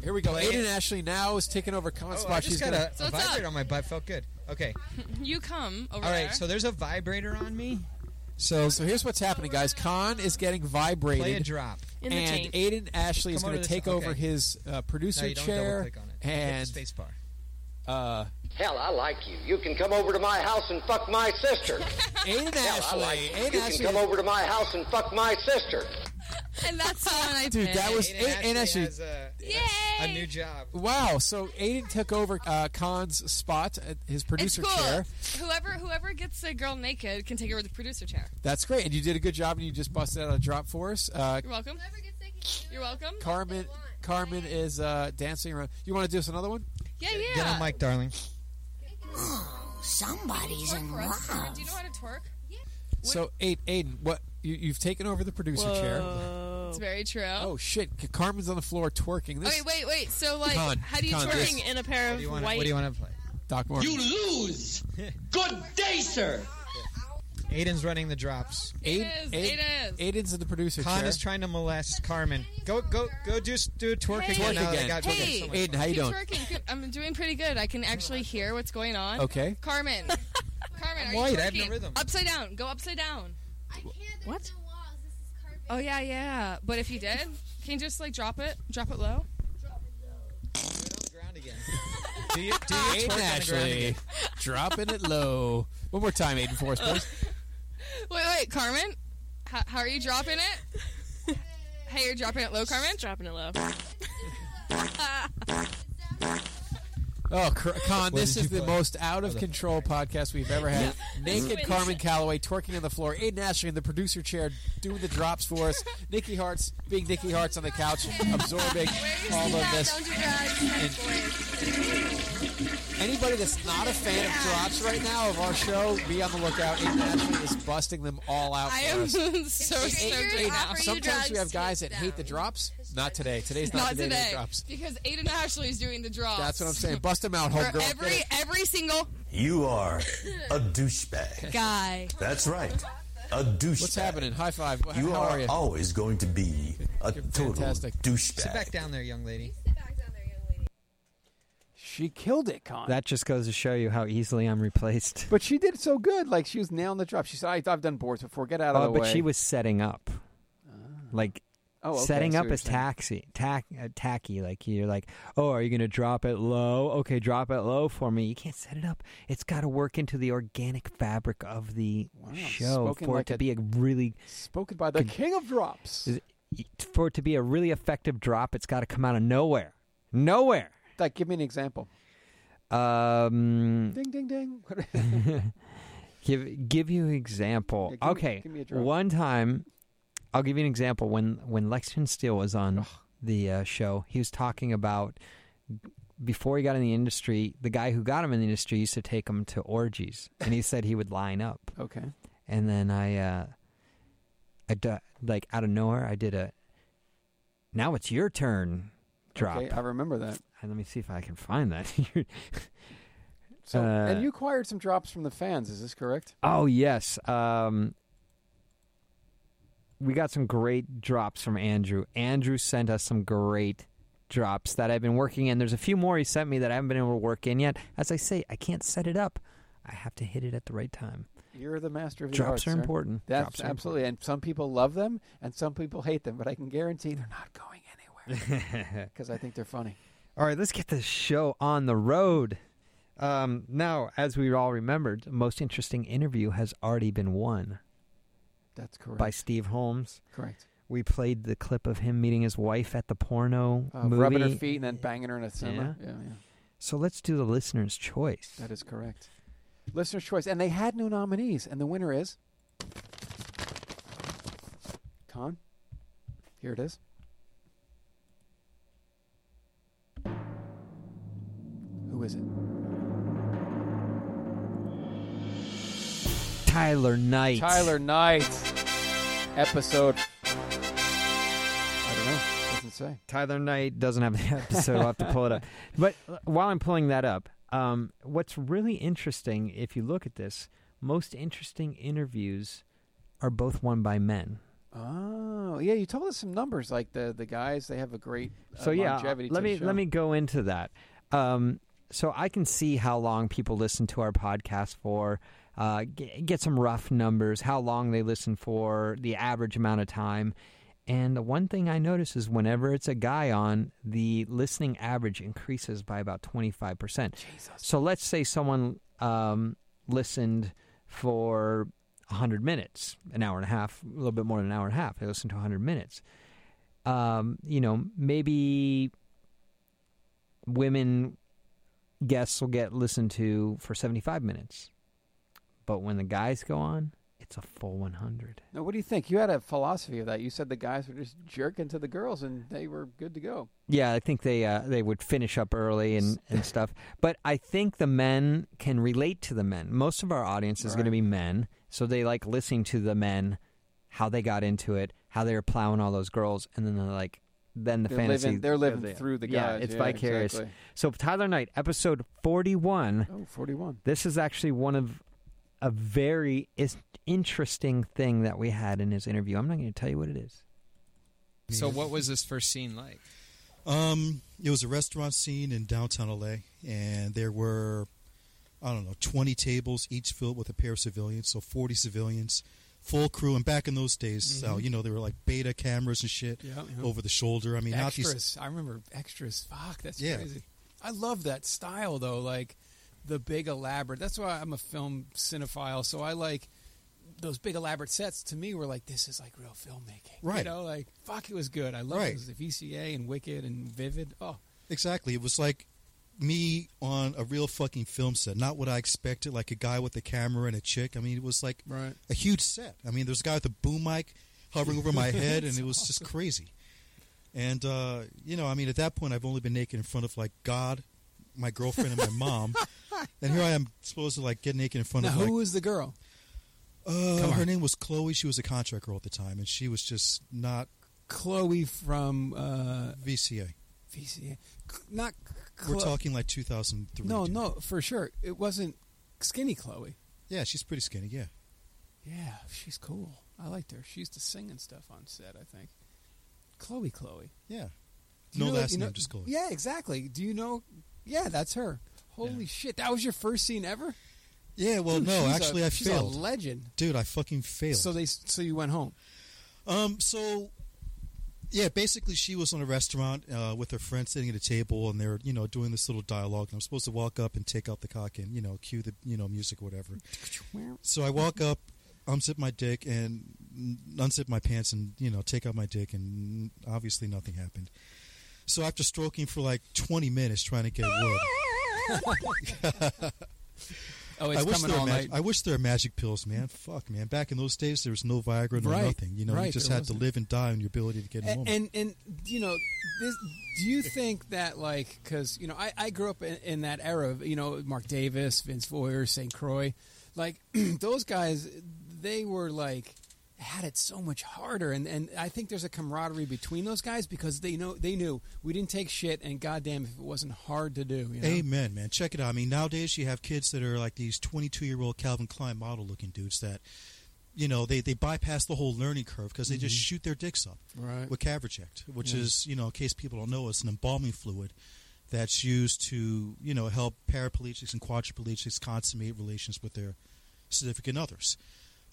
[SPEAKER 1] Here we go.
[SPEAKER 16] Play
[SPEAKER 1] Aiden
[SPEAKER 16] it.
[SPEAKER 1] Ashley now is taking over Khan's
[SPEAKER 16] Oh,
[SPEAKER 1] spot.
[SPEAKER 16] I just
[SPEAKER 1] She's
[SPEAKER 16] got
[SPEAKER 1] gonna
[SPEAKER 16] a,
[SPEAKER 1] So
[SPEAKER 16] a
[SPEAKER 1] it's up.
[SPEAKER 16] vibrator on my butt. Felt good. Okay.
[SPEAKER 22] You come over
[SPEAKER 16] All right.
[SPEAKER 22] there.
[SPEAKER 16] So there's a vibrator on me.
[SPEAKER 1] So, so here's what's happening, guys. Khan is getting vibrated.
[SPEAKER 16] Play a drop. In the
[SPEAKER 1] and
[SPEAKER 16] taint.
[SPEAKER 1] Aiden Ashley is
[SPEAKER 16] Come
[SPEAKER 1] going
[SPEAKER 16] over
[SPEAKER 1] to
[SPEAKER 16] this-
[SPEAKER 1] take over
[SPEAKER 16] okay.
[SPEAKER 1] his uh, producer
[SPEAKER 16] No, you don't
[SPEAKER 1] chair.
[SPEAKER 16] double-click on it.
[SPEAKER 1] And
[SPEAKER 16] Hit the spacebar.
[SPEAKER 1] Uh,
[SPEAKER 20] Hell, I like you. You can come over to my house and fuck my sister.
[SPEAKER 1] Aiden
[SPEAKER 20] Hell,
[SPEAKER 1] Ashley.
[SPEAKER 20] I like you.
[SPEAKER 1] Aiden
[SPEAKER 20] you
[SPEAKER 1] Ashley-
[SPEAKER 20] can come over to my house and fuck my sister.
[SPEAKER 22] And that's the one I
[SPEAKER 1] dude, that was
[SPEAKER 16] Aiden
[SPEAKER 1] Aiden Ashley.
[SPEAKER 16] has a, a new job.
[SPEAKER 1] Wow. So Aiden took over uh, Khan's spot at his
[SPEAKER 22] It's
[SPEAKER 1] producer
[SPEAKER 22] cool.
[SPEAKER 1] chair.
[SPEAKER 22] Whoever whoever gets a girl naked can take over the producer chair.
[SPEAKER 1] That's great, and you did a good job, and you just busted out a drop for us. Uh,
[SPEAKER 22] You're welcome. You're welcome.
[SPEAKER 1] Carmen, Carmen is uh, dancing around. You want to do us another one?
[SPEAKER 22] Yeah, yeah.
[SPEAKER 16] Get on mic, darling.
[SPEAKER 22] Somebody's in love. Do you know how to twerk?
[SPEAKER 1] So, Aiden, Aiden, what you, you've taken over the producer chair.
[SPEAKER 22] It's very true.
[SPEAKER 1] Oh shit! Carmen's on the floor twerking. This
[SPEAKER 22] okay, wait, wait. So like,
[SPEAKER 1] Con,
[SPEAKER 22] how do you
[SPEAKER 1] con,
[SPEAKER 22] twerking
[SPEAKER 1] this-
[SPEAKER 22] in a pair of white?
[SPEAKER 16] to play?
[SPEAKER 1] Doc Morgan.
[SPEAKER 16] lose. Good day, sir. Aiden's running the drops.
[SPEAKER 1] Aiden, Aiden- Aiden's in the producer
[SPEAKER 16] Khan
[SPEAKER 1] chair.
[SPEAKER 16] is trying to molest Carmen. Go, go, go! Just do a twerk
[SPEAKER 22] Hey.
[SPEAKER 16] again.
[SPEAKER 22] Twerk
[SPEAKER 16] now that I
[SPEAKER 1] again.
[SPEAKER 16] got
[SPEAKER 22] Hey,
[SPEAKER 16] so much
[SPEAKER 1] Aiden,
[SPEAKER 16] fun.
[SPEAKER 1] how you
[SPEAKER 22] Keep
[SPEAKER 1] doing?
[SPEAKER 22] twerking. Keep- I'm doing pretty good. I can actually hear what's going on.
[SPEAKER 1] Okay.
[SPEAKER 22] Carmen, Carmen, are
[SPEAKER 1] Wait,
[SPEAKER 22] you twerking?
[SPEAKER 1] I have no rhythm.
[SPEAKER 22] Upside down. Go upside down.
[SPEAKER 32] What?
[SPEAKER 22] Oh yeah, yeah. But if you did, can you just like drop it? Drop it low.
[SPEAKER 16] Do you, do you
[SPEAKER 22] Ah.
[SPEAKER 1] Aiden
[SPEAKER 16] twerk on the ground
[SPEAKER 1] Ashley,
[SPEAKER 16] again?
[SPEAKER 1] dropping it low. One more time, Aiden, for us, please.
[SPEAKER 22] Wait, wait, Carmen, how, how are you dropping it? hey, you're dropping it low, Carmen. dropping it low.
[SPEAKER 1] Oh, Cr- Con,
[SPEAKER 16] What
[SPEAKER 1] this
[SPEAKER 16] did
[SPEAKER 1] is
[SPEAKER 16] you
[SPEAKER 1] the
[SPEAKER 16] play?
[SPEAKER 1] most out of control podcast we've ever had. Naked Carmen Calloway twerking on the floor, Aiden Ashley in the producer chair doing the drops for us, Nikki Hartz being Nikki Hartz on the couch, absorbing all of this. Anybody that's not a fan of drops right now of our show, be on the lookout. Aiden Ashley is busting them all out
[SPEAKER 22] I
[SPEAKER 1] for
[SPEAKER 22] am
[SPEAKER 1] us.
[SPEAKER 22] so
[SPEAKER 1] Hey,
[SPEAKER 22] stoked now.
[SPEAKER 1] sometimes we have guys that hate the drops. Not today. Today's not,
[SPEAKER 22] Not
[SPEAKER 1] the day
[SPEAKER 22] today,
[SPEAKER 1] that drops.
[SPEAKER 22] because Aiden Ashley is doing the draw.
[SPEAKER 1] That's what I'm saying. Bust them out,
[SPEAKER 22] For
[SPEAKER 1] homegirl. Get
[SPEAKER 22] every
[SPEAKER 1] it.
[SPEAKER 22] every single
[SPEAKER 17] You are a douchebag.
[SPEAKER 22] guy.
[SPEAKER 17] That's right. A douchebag.
[SPEAKER 1] What's happening? High five. Wh-
[SPEAKER 17] You
[SPEAKER 1] how
[SPEAKER 17] are,
[SPEAKER 1] are you?
[SPEAKER 17] always going to be a total
[SPEAKER 1] fantastic.
[SPEAKER 16] Sit
[SPEAKER 17] douchebag.
[SPEAKER 16] back down there, young lady.
[SPEAKER 31] She killed it, Con.
[SPEAKER 3] That just goes to show you how easily I'm replaced.
[SPEAKER 31] But she did so good. Like she was nailing the drop. She said, I, "I've done boards before. Get out of
[SPEAKER 3] Uh,
[SPEAKER 31] the
[SPEAKER 3] but
[SPEAKER 31] way."
[SPEAKER 1] Ah.
[SPEAKER 3] she was setting up. Like
[SPEAKER 1] Oh, okay, I
[SPEAKER 3] setting
[SPEAKER 1] see
[SPEAKER 3] up
[SPEAKER 1] what
[SPEAKER 3] is
[SPEAKER 1] you're saying.
[SPEAKER 3] taxi, tack, uh, tacky. Like you're like, oh, are you going to drop it low? Okay, drop it low for me. You can't set it up. It's got to work into the organic fabric of the show
[SPEAKER 1] spoken
[SPEAKER 3] for
[SPEAKER 1] like
[SPEAKER 3] it to
[SPEAKER 1] a-
[SPEAKER 3] be a really
[SPEAKER 1] spoken by the king of drops.
[SPEAKER 3] is- for it to be a really effective drop. It's got to come out of nowhere, nowhere.
[SPEAKER 1] Like, give me an example.
[SPEAKER 3] Um, Mm.
[SPEAKER 1] Ding ding ding.
[SPEAKER 3] give give you an example.
[SPEAKER 1] Yeah, give me-
[SPEAKER 3] okay,
[SPEAKER 1] give me a drop.
[SPEAKER 3] one time, I'll give you an example. When when Lexington Steele was on the uh, show, he was talking about before he got in the industry. The guy who got him in the industry used to take him to orgies, and he said he would line up.
[SPEAKER 1] Okay.
[SPEAKER 3] and then I, uh, I d- like out of nowhere, I did a. Now it's your turn. Drop.
[SPEAKER 1] Okay, uh I remember that.
[SPEAKER 3] And let me see if I can find that.
[SPEAKER 1] So,
[SPEAKER 3] Uh,
[SPEAKER 1] and you acquired some drops from the fans. Is this correct?
[SPEAKER 3] Oh yes. Um, we got some great drops from Andrew. Andrew sent us some great drops that I've been working in. There's a few more he sent me that I haven't been able to work in yet. As I say, I can't set it up. I have to hit it at the right time.
[SPEAKER 1] You're the master of the
[SPEAKER 3] Drops
[SPEAKER 1] arts,
[SPEAKER 3] are
[SPEAKER 1] sir.
[SPEAKER 3] important.
[SPEAKER 1] That's
[SPEAKER 3] Drops are
[SPEAKER 1] absolutely. And some people love them, and some people hate them. But I can guarantee they're not going anywhere because I think they're funny.
[SPEAKER 3] All right, let's get this show on the road. Um, now, as we all remembered, most interesting interview has already been won.
[SPEAKER 1] That's correct.
[SPEAKER 3] by Steve Holmes.
[SPEAKER 1] Correct.
[SPEAKER 3] We played the clip of him meeting his wife at the porno
[SPEAKER 1] Uh,
[SPEAKER 3] movie.
[SPEAKER 1] rubbing her feet and then banging her in a cinema.
[SPEAKER 3] Yeah.
[SPEAKER 1] yeah, yeah.
[SPEAKER 3] So let's do the listener's choice.
[SPEAKER 1] That is correct. Listener's choice. And they had no nominees. And the winner is. Con. Here it is. Who is it?
[SPEAKER 3] Tyler Knight.
[SPEAKER 1] Tyler Knight. Episode. I don't know. Doesn't say.
[SPEAKER 3] Tyler Knight doesn't have the episode. I'll have to pull it up. But while I'm pulling that up, um, what's really interesting, if you look at this, most interesting interviews are both won by men.
[SPEAKER 1] Oh yeah, you told us some numbers like the the guys they have a great uh,
[SPEAKER 3] so yeah,
[SPEAKER 1] longevity to
[SPEAKER 3] let
[SPEAKER 1] the
[SPEAKER 3] me
[SPEAKER 1] show.
[SPEAKER 3] let me go into that. Um, so I can see how long people listen to our podcast for. Uh, get, get some rough numbers, how long they listen for, the average amount of time. And the one thing I notice is whenever it's a guy on, the listening average increases by about 25%. So let's say someone um, listened for 100 minutes, an hour and a half, a little bit more than an hour and a half. They listened to 100 minutes um, you know, maybe women guests will get listened to for 75 minutes. But when the guys go on, it's a full 100.
[SPEAKER 1] Now, what do you think? You had a philosophy of that. You said the guys were just jerking to the girls and they were good to go.
[SPEAKER 3] Yeah, I think they uh, they would finish up early and, and stuff. But I think the men can relate to the men. Most of our audience is going to be men, so they like listening to the men, how they got into it, how they were plowing all those girls, and then they're like, then the
[SPEAKER 1] They're
[SPEAKER 3] fantasy.
[SPEAKER 1] living- they're living
[SPEAKER 3] Yeah,
[SPEAKER 1] through the
[SPEAKER 3] Yeah,
[SPEAKER 1] guys.
[SPEAKER 3] it's
[SPEAKER 1] Yeah,
[SPEAKER 3] vicarious.
[SPEAKER 1] exactly.
[SPEAKER 3] So Tyler Knight, episode forty-one.
[SPEAKER 1] Oh, 41.
[SPEAKER 3] This is actually one of a very is- interesting thing that we had in his interview. I'm not going to tell you what it is.
[SPEAKER 21] So, what was this first scene like?
[SPEAKER 17] Um, it was a restaurant scene in downtown LA, and there were, I don't know, 20 tables, each filled with a pair of civilians, so 40 civilians, full crew. And back in those days, so,
[SPEAKER 12] Mhm.
[SPEAKER 17] you know, there were like beta cameras and shit
[SPEAKER 12] Yeah, yeah.
[SPEAKER 17] over the shoulder. I mean, not
[SPEAKER 12] extras.
[SPEAKER 17] these.
[SPEAKER 12] I remember extras. Fuck, that's
[SPEAKER 17] Yeah.
[SPEAKER 12] crazy. I love that style though, like the big elaborate. That's why I'm a film cinephile, so I like those big elaborate sets. To me, were like this is like real filmmaking, You
[SPEAKER 17] Right.
[SPEAKER 12] know, like fuck, it was good. I love
[SPEAKER 17] Right.
[SPEAKER 12] those, the VCA and Wicked and Vivid. Oh,
[SPEAKER 17] Exactly. It was like me on a real fucking film set, not what I expected, like a guy with a camera and a chick. I mean, it was like a huge set. I mean, there was a guy with a boom mic hovering over my head, and it was just crazy. And, uh, you know, I mean, at that point, I've only been naked in front of, like, God, my girlfriend, and my mom. and here I am supposed to, like, get naked in front
[SPEAKER 12] now
[SPEAKER 17] of, like,
[SPEAKER 12] who was the girl?
[SPEAKER 17] uh,
[SPEAKER 12] Come
[SPEAKER 17] her
[SPEAKER 12] on.
[SPEAKER 17] name was Chloe. She was a contract girl at the time, and she was just not.
[SPEAKER 12] Chloe from uh,
[SPEAKER 17] VCA.
[SPEAKER 12] VCA, not.
[SPEAKER 17] We're
[SPEAKER 12] Chlo-
[SPEAKER 17] talking like 2003.
[SPEAKER 12] No,
[SPEAKER 17] dude.
[SPEAKER 12] no, for sure, it wasn't skinny Chloe.
[SPEAKER 17] Yeah, she's pretty skinny. Yeah.
[SPEAKER 12] Yeah, she's cool. I liked her. She used to sing and stuff on set, I think. Chloe Chloe.
[SPEAKER 17] Yeah.
[SPEAKER 12] Do you
[SPEAKER 17] No
[SPEAKER 12] that-
[SPEAKER 17] last
[SPEAKER 12] you
[SPEAKER 17] name,
[SPEAKER 12] know-
[SPEAKER 17] just Chloe.
[SPEAKER 12] Yeah, exactly. Do you know? Yeah, that's her. Holy shit. That was your first scene ever?
[SPEAKER 17] Yeah, well,
[SPEAKER 12] Dude,
[SPEAKER 17] no,
[SPEAKER 12] she's a-
[SPEAKER 17] actually, I
[SPEAKER 12] she's
[SPEAKER 17] failed.
[SPEAKER 12] a legend.
[SPEAKER 17] Dude, I fucking failed.
[SPEAKER 12] So they so you went home.
[SPEAKER 17] Um, so Um, Yeah, basically, she was on a restaurant uh, with her friend sitting at a table, and they're you know doing this little dialogue. And I'm supposed to walk up and take out the cock and you know cue the you know music or whatever. So I walk up, unzip my dick and unzip my pants, and you know take out my dick, and obviously nothing happened. So after stroking for like 20 minutes trying to get wood,
[SPEAKER 1] Oh, it's
[SPEAKER 17] I wish
[SPEAKER 1] coming
[SPEAKER 17] there were
[SPEAKER 1] all
[SPEAKER 17] mag-
[SPEAKER 1] night.
[SPEAKER 17] I wish there were magic pills, man. Fuck, man. Back in those days, there was no Viagra, no
[SPEAKER 12] Right,
[SPEAKER 17] nothing. You know, you
[SPEAKER 12] right,
[SPEAKER 17] just
[SPEAKER 12] there
[SPEAKER 17] had to live and die on your ability to get a
[SPEAKER 1] And,
[SPEAKER 17] moment.
[SPEAKER 1] and and you know, this, do you think that like because you know I, I grew up in, in that era of you know Mark Davis, Vince Voyer, St. Croix, like those guys, they were like had it so much harder, and and I think there's a camaraderie between those guys because they know they knew we didn't take shit, and goddamn if it wasn't hard to do. You know?
[SPEAKER 17] Amen, man. Check it out. I mean, nowadays you have kids that are like these 22 year old Calvin Klein model looking dudes that, you know, they, they bypass the whole learning curve because they just
[SPEAKER 12] Mhm.
[SPEAKER 1] Mm-hmm.
[SPEAKER 17] shoot their dicks up
[SPEAKER 12] Right.
[SPEAKER 17] with Caverject, which
[SPEAKER 12] Yeah.
[SPEAKER 17] is, you know, in case people don't know, it's an embalming fluid that's used to, you know, help paraplegics and quadriplegics consummate relations with their significant others.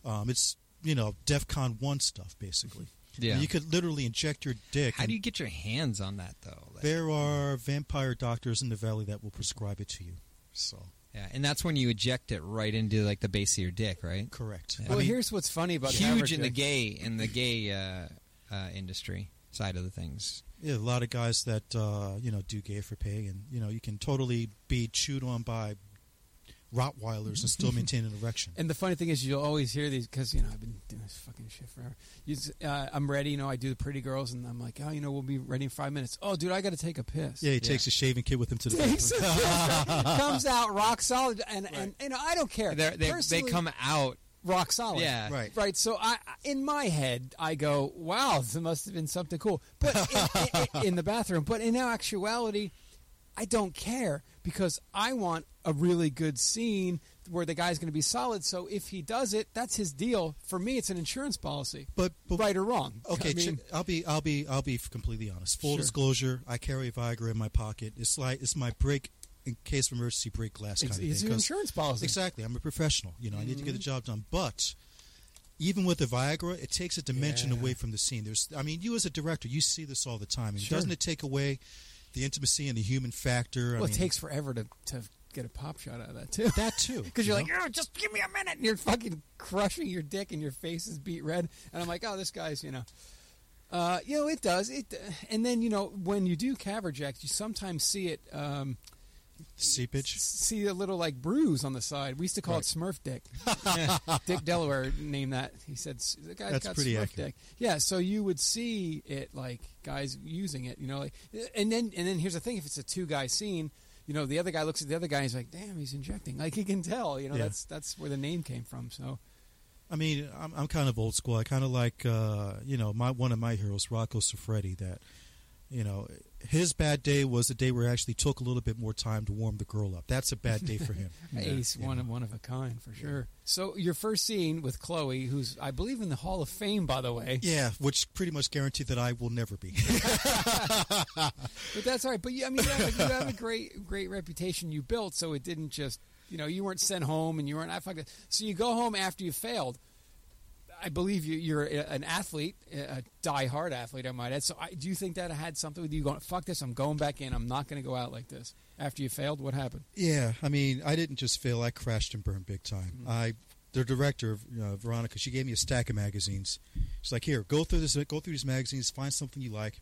[SPEAKER 17] Um, it's, you know, DEFCON 1 stuff, basically.
[SPEAKER 3] Yeah.
[SPEAKER 17] You could literally inject your dick.
[SPEAKER 3] How
[SPEAKER 17] and-
[SPEAKER 3] do you get your hands on that though? Like,
[SPEAKER 17] there are vampire doctors in the valley that will prescribe it to you. So
[SPEAKER 3] yeah, and that's when you eject it right into like the base of your dick, right?
[SPEAKER 17] Correct.
[SPEAKER 1] Well, here's what's funny about
[SPEAKER 3] huge in
[SPEAKER 1] Caverject.
[SPEAKER 3] the gay in the gay uh, uh, industry side of the things.
[SPEAKER 17] yeah, a lot of guys that uh, you know do gay for pay, and you know you can totally be chewed on by Rottweilers and still maintain an erection.
[SPEAKER 1] And the funny thing is, you'll always hear these because you know I've been doing this fucking shit forever. You, s- uh, I'm ready, you know. I do the pretty girls, and I'm like, oh, you know, we'll be ready in five minutes. Oh, dude, I got to take a piss.
[SPEAKER 17] Yeah, he takes a shaving kid with him to the
[SPEAKER 1] Takes
[SPEAKER 17] bathroom.
[SPEAKER 1] a- comes out rock solid, and and you know I don't care.
[SPEAKER 3] They're- they- they
[SPEAKER 1] Personally,
[SPEAKER 3] come out
[SPEAKER 1] rock solid.
[SPEAKER 3] Yeah. Right.
[SPEAKER 1] right. So I, in my head, I go, wow, this must have been something cool. But in, in, in the bathroom, but in actuality, I don't care because I want a really good scene where the guy's going to be solid. So if he does it, that's his deal. For me, it's an insurance policy.
[SPEAKER 17] But,
[SPEAKER 1] right or wrong.
[SPEAKER 17] Okay,
[SPEAKER 1] I mean,
[SPEAKER 17] ch- I'll be, I'll be, I'll be completely honest. Full
[SPEAKER 1] Sure.
[SPEAKER 17] disclosure: I carry Viagra in my pocket. It's like it's my break in case of emergency break glass
[SPEAKER 1] It's-
[SPEAKER 17] kind of
[SPEAKER 1] it's
[SPEAKER 17] thing,
[SPEAKER 1] an
[SPEAKER 17] 'cause-
[SPEAKER 1] insurance policy.
[SPEAKER 17] Exactly. I'm a professional. You know, I need to get the
[SPEAKER 1] Mhm.
[SPEAKER 17] job done. But even with the Viagra, it takes a dimension
[SPEAKER 12] Yeah.
[SPEAKER 17] away from the scene. There's, I mean, you as a director, you see this all the time. And
[SPEAKER 1] Sure.
[SPEAKER 17] Doesn't it take away the intimacy and the human factor?
[SPEAKER 1] well,
[SPEAKER 17] I
[SPEAKER 1] it
[SPEAKER 17] mean-
[SPEAKER 1] takes forever to, to get a pop shot out of that too.
[SPEAKER 17] That too,
[SPEAKER 1] because
[SPEAKER 17] you
[SPEAKER 1] you're
[SPEAKER 17] know?
[SPEAKER 1] like, oh, just give me a minute, and you're fucking crushing your dick, and your face is beat red. And I'm like, oh, this guy's, you know, uh, you know, it does it. And then you know, when you do caverjack, you sometimes see it. Um,
[SPEAKER 17] Seepage.
[SPEAKER 1] See a little like bruise on the side. We used to call it Smurf dick. dick Delaware named that. He said "S- the guy
[SPEAKER 17] That's
[SPEAKER 1] got
[SPEAKER 17] pretty
[SPEAKER 1] Smurf
[SPEAKER 17] accurate.
[SPEAKER 1] dick. Yeah, so you would see it like guys using it, you know, like and then and then here's the thing: if it's a two guy scene, you know, the other guy looks at the other guy, and he's like, "Damn, he's injecting." Like he can tell, you know,
[SPEAKER 17] Yeah.
[SPEAKER 1] that's that's where the name came from. So
[SPEAKER 17] I mean, I'm, I'm kind of old school. I kind of like, uh, you know, my one of my heroes, Rocco Siffredi. That, you know, his bad day was the day where he actually took a little bit more time to warm the girl up. That's a bad day for him.
[SPEAKER 1] Ace, one of one of a kind for sure. So your first scene with Chloe, who's I believe in the Hall of Fame, by the way.
[SPEAKER 17] Yeah, which pretty much guaranteed that I will never be.
[SPEAKER 1] But that's all right. But yeah, I mean, you have, a, you have a great, great reputation you built, so it didn't just, you know, you weren't sent home and you weren't. I fucked it. So you go home after you failed. I believe you, you're a- an athlete, a die-hard athlete, I might add. So I, do you think that had something with you going, fuck this, I'm going back in, I'm not going to go out like this? After you failed, what happened?
[SPEAKER 17] Yeah, I mean, I didn't just fail. I crashed and burned big time. I, the director, uh, Veronica, she gave me a stack of magazines. She's like, "Here, go through this. Go through these magazines. Find something you like.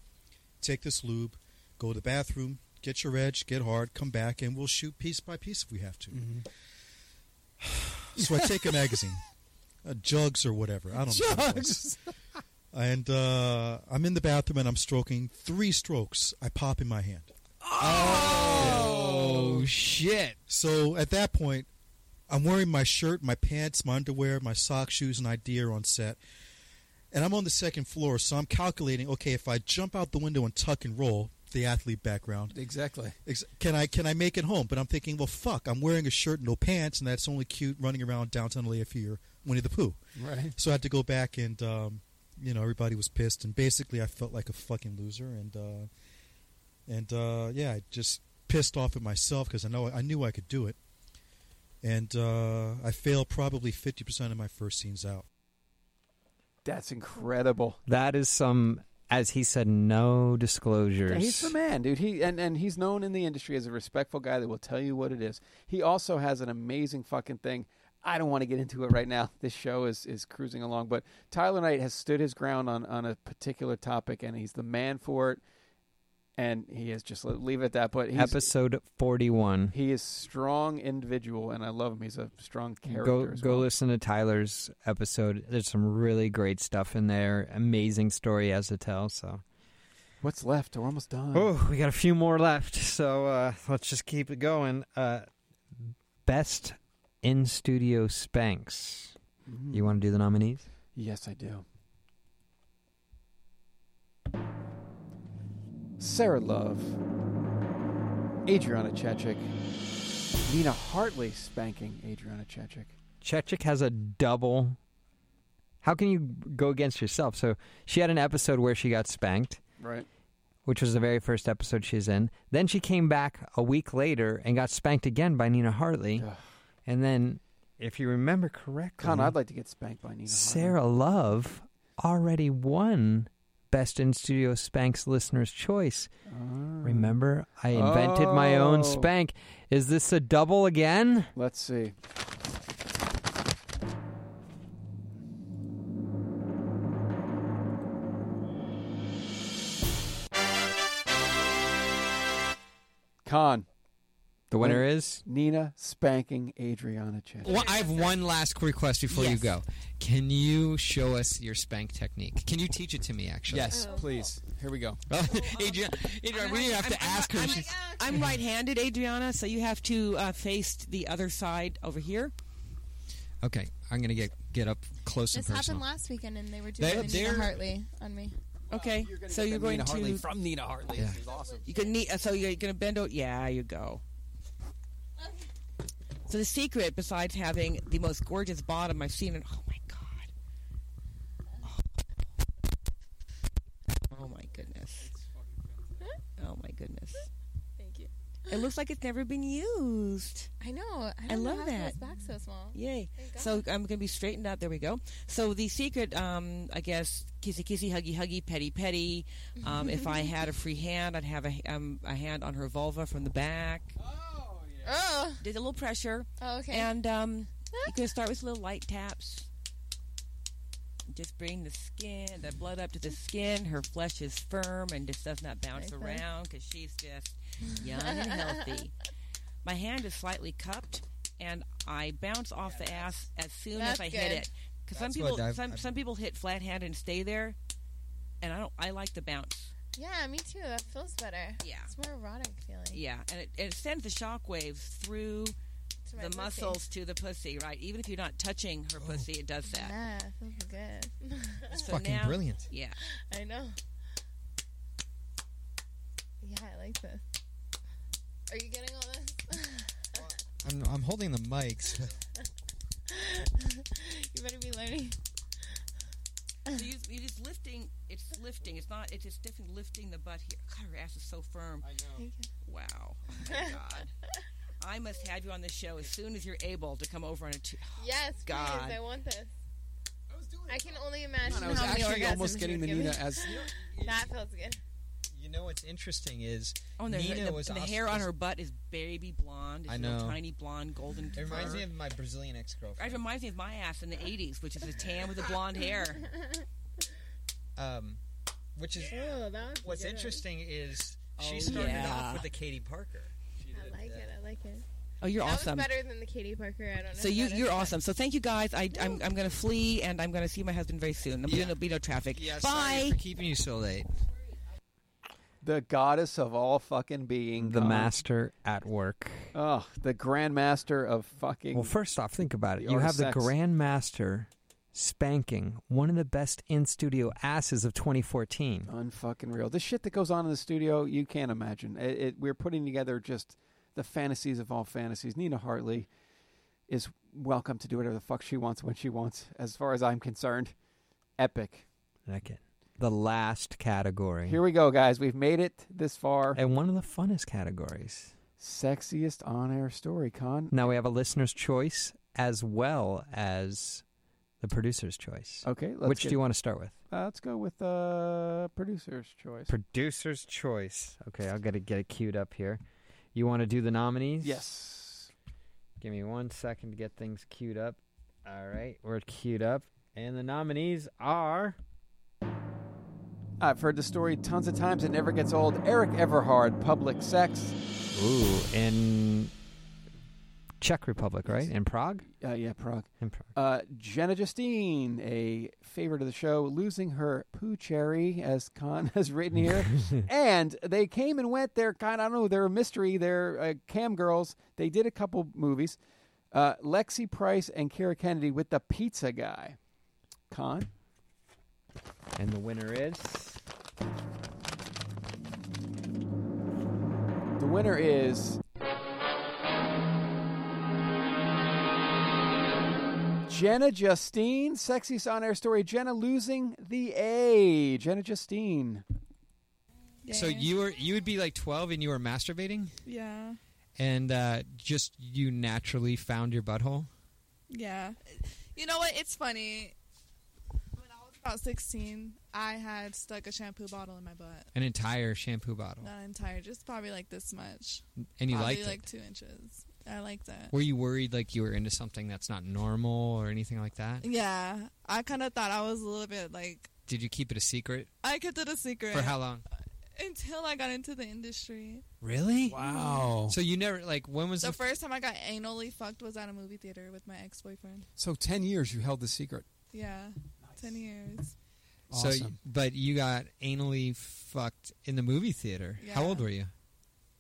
[SPEAKER 17] Take this lube. Go to the bathroom. Get your edge. Get hard. Come back, and we'll shoot piece by piece if we have to." so I take a magazine, uh, jugs or whatever. I don't know. what it was.
[SPEAKER 1] Jugs.
[SPEAKER 17] And uh, I'm in the bathroom and I'm stroking three strokes. I pop in my hand. Oh
[SPEAKER 3] shit!
[SPEAKER 17] So at that point, I'm wearing my shirt, my pants, my underwear, my sock, shoes, and ID are on set. And I'm on the second floor, so I'm calculating. Okay, if I jump out the window and tuck and roll, the athlete background,
[SPEAKER 1] Exactly.
[SPEAKER 17] ex- can I can I make it home? But I'm thinking, well, fuck, I'm wearing a shirt, and no pants, and that's only cute running around downtown LA if you're Winnie the Pooh.
[SPEAKER 1] Right.
[SPEAKER 17] So I had to go back and, um, you know, everybody was pissed, and basically I felt like a fucking loser, and uh, and uh, yeah, I just pissed off at myself because I know I knew I could do it, and uh, I failed probably fifty percent of my first scenes out.
[SPEAKER 1] That's incredible.
[SPEAKER 3] That is some as he said, no disclosures.
[SPEAKER 1] Yeah, he's the man, dude. He and, and he's known in the industry as a respectful guy that will tell you what it is. He also has an amazing fucking thing. I don't want to get into it right now. This show is, is cruising along, but Tyler Knight has stood his ground on, on a particular topic, and he's the man for it. And he is just leave it at that. But he's,
[SPEAKER 3] Episode 41.
[SPEAKER 1] he is strong individual, and I love him. He's a strong character.
[SPEAKER 3] Go,
[SPEAKER 1] as
[SPEAKER 3] go listen to Tyler's episode. There's some really great stuff in there. Amazing story as to tell. So,
[SPEAKER 1] What's left? We're almost done.
[SPEAKER 3] oh, we got a few more left. So, uh, let's just keep it going. Uh, best in studio Spanx.
[SPEAKER 1] Mm.
[SPEAKER 3] You want to do the nominees?
[SPEAKER 1] Yes, I do. Sarah Love, Adriana Chechik, Nina Hartley spanking Adriana Chechik.
[SPEAKER 3] Chechik has a double. How can you go against yourself? So she had an episode where she got spanked,
[SPEAKER 1] Right.
[SPEAKER 3] which was the very first episode she's in. Then she came back a week later and got spanked again by Nina Hartley. and then, if you remember correctly,
[SPEAKER 1] Con, I'd like to get spanked by Nina.
[SPEAKER 3] Sarah Love already won Best in Studio Spanx Listener's Choice.
[SPEAKER 21] Ah.
[SPEAKER 3] Remember, I invented my
[SPEAKER 1] Oh.
[SPEAKER 3] own spank. Is this a double again?
[SPEAKER 1] Let's see. Con.
[SPEAKER 3] The winner is
[SPEAKER 1] Nina spanking Adriana Chechik.
[SPEAKER 21] Well, I have one last request before you go. Can you show us your spank technique? Can you teach it to me, actually?
[SPEAKER 19] Oh.
[SPEAKER 12] Yes, please. Here we go.
[SPEAKER 21] Adrian, Adrian, we didn't have to ask her. She's-
[SPEAKER 12] "Oh,
[SPEAKER 19] I'm right-handed, Adriana, so you have to uh, face the other side over here.
[SPEAKER 21] Okay, I'm gonna get get up close
[SPEAKER 20] This
[SPEAKER 21] and
[SPEAKER 20] happened
[SPEAKER 21] personal.
[SPEAKER 20] last weekend, and they were
[SPEAKER 21] They-
[SPEAKER 20] doing the Nina
[SPEAKER 21] they're-
[SPEAKER 20] Hartley on me.
[SPEAKER 19] Okay,
[SPEAKER 1] Oh,
[SPEAKER 19] so you're going to
[SPEAKER 12] from Nina Hartley.
[SPEAKER 19] Yeah.
[SPEAKER 12] She's awesome.
[SPEAKER 19] You can need, so you're going to bend over. Yeah, you go. So the secret, besides having the most gorgeous bottom I've seen, in, oh my god, oh my goodness, oh my goodness,
[SPEAKER 20] Thank you.
[SPEAKER 19] it looks like it's never been used.
[SPEAKER 20] I know. I,
[SPEAKER 19] I
[SPEAKER 20] don't know
[SPEAKER 19] love
[SPEAKER 20] how come
[SPEAKER 19] that.
[SPEAKER 20] His back's so small.
[SPEAKER 19] Yay.
[SPEAKER 20] Thank God.
[SPEAKER 19] So I'm going to be straightened out. There we go. So the secret, um, I guess, kissy kissy, huggy huggy, petty petty. Um, if I had a free hand, I'd have a, um, a hand on her vulva from the back.
[SPEAKER 20] Oh.
[SPEAKER 19] Did a little pressure.
[SPEAKER 20] Oh, okay.
[SPEAKER 19] And um, you can start with little light taps. Just bring the skin, the blood up to the skin. Her flesh is firm and just does not bounce
[SPEAKER 20] Okay.
[SPEAKER 19] around because she's just young and healthy. My hand is slightly cupped, and I bounce off the ass as soon
[SPEAKER 20] That's
[SPEAKER 19] as I hit
[SPEAKER 20] good.
[SPEAKER 19] it. Because some
[SPEAKER 20] That's
[SPEAKER 19] people,
[SPEAKER 20] what I've-
[SPEAKER 19] some
[SPEAKER 20] I've-
[SPEAKER 19] some people hit flat hand and stay there, and I don't. I like the bounce.
[SPEAKER 20] Yeah, me too. That feels better.
[SPEAKER 19] Yeah.
[SPEAKER 20] It's more erotic feeling.
[SPEAKER 19] Yeah, and it, it sends the shock waves through
[SPEAKER 20] To my
[SPEAKER 19] the
[SPEAKER 20] pussy.
[SPEAKER 19] muscles to the pussy, right? Even if you're not touching
[SPEAKER 20] Oh.
[SPEAKER 19] her pussy, it does that.
[SPEAKER 20] Yeah, it feels good.
[SPEAKER 19] It's
[SPEAKER 21] fucking brilliant.
[SPEAKER 19] Yeah.
[SPEAKER 20] I know. Yeah, I like this. Are you getting all this?
[SPEAKER 21] I'm, I'm holding the mics.
[SPEAKER 20] you better be learning.
[SPEAKER 19] So you, you're just lifting. It's lifting. It's not. It's just different. Lifting the butt here. God, her ass is so firm. I know. Wow. Oh my God. I must have you on the show as soon as you're able to come over on a. T- oh
[SPEAKER 20] Yes,
[SPEAKER 19] God.
[SPEAKER 20] please. I want this. I was doing I can only imagine
[SPEAKER 1] I was
[SPEAKER 20] how many
[SPEAKER 1] actually
[SPEAKER 20] orgasms
[SPEAKER 1] almost
[SPEAKER 20] you
[SPEAKER 1] getting
[SPEAKER 20] would
[SPEAKER 1] the
[SPEAKER 20] give
[SPEAKER 1] Nina
[SPEAKER 20] me.
[SPEAKER 1] as-
[SPEAKER 20] that feels good.
[SPEAKER 21] You know what's interesting is
[SPEAKER 19] Oh, and the,
[SPEAKER 21] Nina
[SPEAKER 19] the,
[SPEAKER 21] was
[SPEAKER 19] and the
[SPEAKER 21] also-
[SPEAKER 19] hair on her butt is baby blonde. It's
[SPEAKER 21] I
[SPEAKER 19] little
[SPEAKER 21] know.
[SPEAKER 19] Tiny blonde, golden.
[SPEAKER 21] It reminds
[SPEAKER 19] fur.
[SPEAKER 21] me of my Brazilian ex-girlfriend.
[SPEAKER 19] It reminds me of my ass in the '80s, which is a tan with a blonde hair.
[SPEAKER 21] Um, which is
[SPEAKER 20] Oh, that was
[SPEAKER 21] what's
[SPEAKER 20] good.
[SPEAKER 21] interesting is
[SPEAKER 19] Oh,
[SPEAKER 21] she started
[SPEAKER 19] yeah.
[SPEAKER 21] off with a Katie Parker.
[SPEAKER 20] I like it. I like it.
[SPEAKER 19] Oh, you're
[SPEAKER 20] that
[SPEAKER 19] awesome.
[SPEAKER 20] Was better than the Katie Parker. I don't know.
[SPEAKER 19] So you,
[SPEAKER 20] about it.
[SPEAKER 19] you're awesome. So thank you guys. I, I'm, I'm going to flee and I'm going to see my husband very soon. I'm going to be no traffic.
[SPEAKER 21] Yeah,
[SPEAKER 19] Bye.
[SPEAKER 21] sorry for keeping you so late.
[SPEAKER 1] The goddess of all fucking being.
[SPEAKER 3] the
[SPEAKER 21] Um,
[SPEAKER 1] Con.
[SPEAKER 3] master at work.
[SPEAKER 1] Oh, the grandmaster of fucking.
[SPEAKER 3] Well, first off, think about it.
[SPEAKER 1] The
[SPEAKER 3] You
[SPEAKER 1] art of
[SPEAKER 3] have the
[SPEAKER 1] sex.
[SPEAKER 3] grandmaster spanking one of the best in studio asses of 2014.
[SPEAKER 1] Unfucking real. The shit that goes on in the studio, you can't imagine. It, it, we're putting together just the fantasies of all fantasies. Nina Hartley is welcome to do whatever the fuck she wants when she wants, as far as I'm concerned. Epic.
[SPEAKER 3] Okay. The last category.
[SPEAKER 1] Here we go, guys. We've made it this far.
[SPEAKER 3] And one of the funnest categories.
[SPEAKER 1] Sexiest on air story, Con.
[SPEAKER 3] Now we have a listener's choice as well as
[SPEAKER 33] the producer's choice.
[SPEAKER 1] Okay, let's
[SPEAKER 33] which
[SPEAKER 1] get-
[SPEAKER 33] do you want to start with?
[SPEAKER 1] Uh, let's go with uh, producer's choice.
[SPEAKER 33] Producer's choice. Okay, I'll gotta get it queued up here. You want to do the nominees?
[SPEAKER 1] Yes.
[SPEAKER 33] Give me one second to get things queued up. All right, we're queued up, and the nominees are.
[SPEAKER 1] I've heard the story tons of times. It never gets old. Eric Everhard, Public Sex.
[SPEAKER 33] Ooh, in Czech Republic, right? In Prague?
[SPEAKER 1] Uh, yeah, Prague.
[SPEAKER 33] In Prague.
[SPEAKER 1] Uh, Jenna Justine, a favorite of the show, losing her poo cherry, as Khan has written here. and they came and went. They're kind I don't know, they're a mystery. They're uh, cam girls. They did a couple movies. Uh, Lexi Price and Kara Kennedy with the pizza guy. Khan?
[SPEAKER 33] And the winner is?
[SPEAKER 1] The winner is. Jenna Justine, sexiest on air story. Jenna losing the A. Jenna Justine.
[SPEAKER 3] So you were you would be like 12 and you were masturbating,
[SPEAKER 22] Yeah.
[SPEAKER 3] and uh, just you naturally found your butthole.
[SPEAKER 22] Yeah. You know what? It's funny. When I was about 16, I had stuck a shampoo bottle in my butt.
[SPEAKER 3] An entire shampoo bottle.
[SPEAKER 22] Not entire, just probably like this much.
[SPEAKER 3] And you
[SPEAKER 22] probably
[SPEAKER 3] liked it?
[SPEAKER 22] like two inches. I liked it.
[SPEAKER 3] Were you worried like you were into something that's not normal or anything like that?
[SPEAKER 22] Yeah. I kind of thought I was a little bit like,
[SPEAKER 3] Did you keep it a secret?
[SPEAKER 22] I kept it a secret.
[SPEAKER 3] For how long?
[SPEAKER 22] Until I got into the industry.
[SPEAKER 3] Really?
[SPEAKER 34] Wow.
[SPEAKER 3] So you never like when was
[SPEAKER 22] The
[SPEAKER 3] the,
[SPEAKER 22] first time I got anally fucked was at a movie theater with my ex boyfriend.
[SPEAKER 34] So ten years you held the secret.
[SPEAKER 22] Yeah. 10 years.
[SPEAKER 3] so
[SPEAKER 34] Awesome.
[SPEAKER 3] but you got anally fucked in the movie theater. How
[SPEAKER 22] Yeah.
[SPEAKER 3] old were you?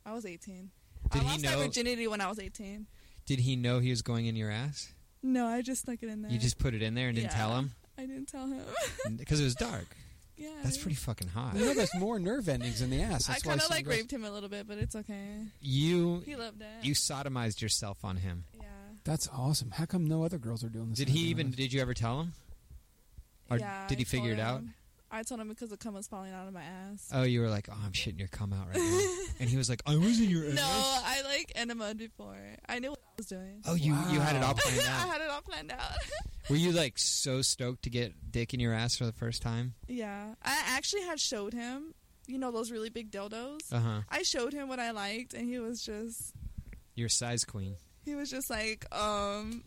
[SPEAKER 22] I was 18.
[SPEAKER 3] Did
[SPEAKER 22] I
[SPEAKER 3] he
[SPEAKER 22] lost
[SPEAKER 3] know-
[SPEAKER 22] my virginity when I was 18.
[SPEAKER 3] Did he know he was going in your ass?
[SPEAKER 22] No, I just snuck it in there.
[SPEAKER 3] You just put it in there and didn't
[SPEAKER 22] Yeah.
[SPEAKER 3] tell him
[SPEAKER 22] I didn't tell him.
[SPEAKER 3] because it was dark.
[SPEAKER 22] yeah.
[SPEAKER 3] That's pretty fucking hot.
[SPEAKER 34] You know, there's more nerve endings in the ass.
[SPEAKER 22] I
[SPEAKER 34] That's why
[SPEAKER 22] kind of
[SPEAKER 34] some
[SPEAKER 22] like
[SPEAKER 34] girls-
[SPEAKER 22] raped him a little bit, but it's okay.
[SPEAKER 3] You
[SPEAKER 22] He loved it.
[SPEAKER 3] You sodomized yourself on him.
[SPEAKER 34] That's awesome. How come no other girls are doing this?
[SPEAKER 3] Did he even? Did you ever tell him? Or
[SPEAKER 22] yeah,
[SPEAKER 3] did he
[SPEAKER 22] I
[SPEAKER 3] figure it
[SPEAKER 22] told
[SPEAKER 3] out?
[SPEAKER 22] him. I told him because the cum was falling out of my ass.
[SPEAKER 3] Oh, you were like, "Oh, I'm shitting your cum out right now," and he was like, "I was in your
[SPEAKER 22] No,
[SPEAKER 3] ass."
[SPEAKER 22] I like enema before. I knew what I was doing.
[SPEAKER 3] Oh, you you had it all planned
[SPEAKER 22] I
[SPEAKER 3] out.
[SPEAKER 22] had it all planned out.
[SPEAKER 3] Were you like so stoked to get dick in your ass for the first time?
[SPEAKER 22] yeah, I actually had showed him. You know those really big dildos.
[SPEAKER 3] Uh-huh.
[SPEAKER 22] I showed him what I liked, and he was just
[SPEAKER 3] You're a size queen.
[SPEAKER 22] he was just like, um,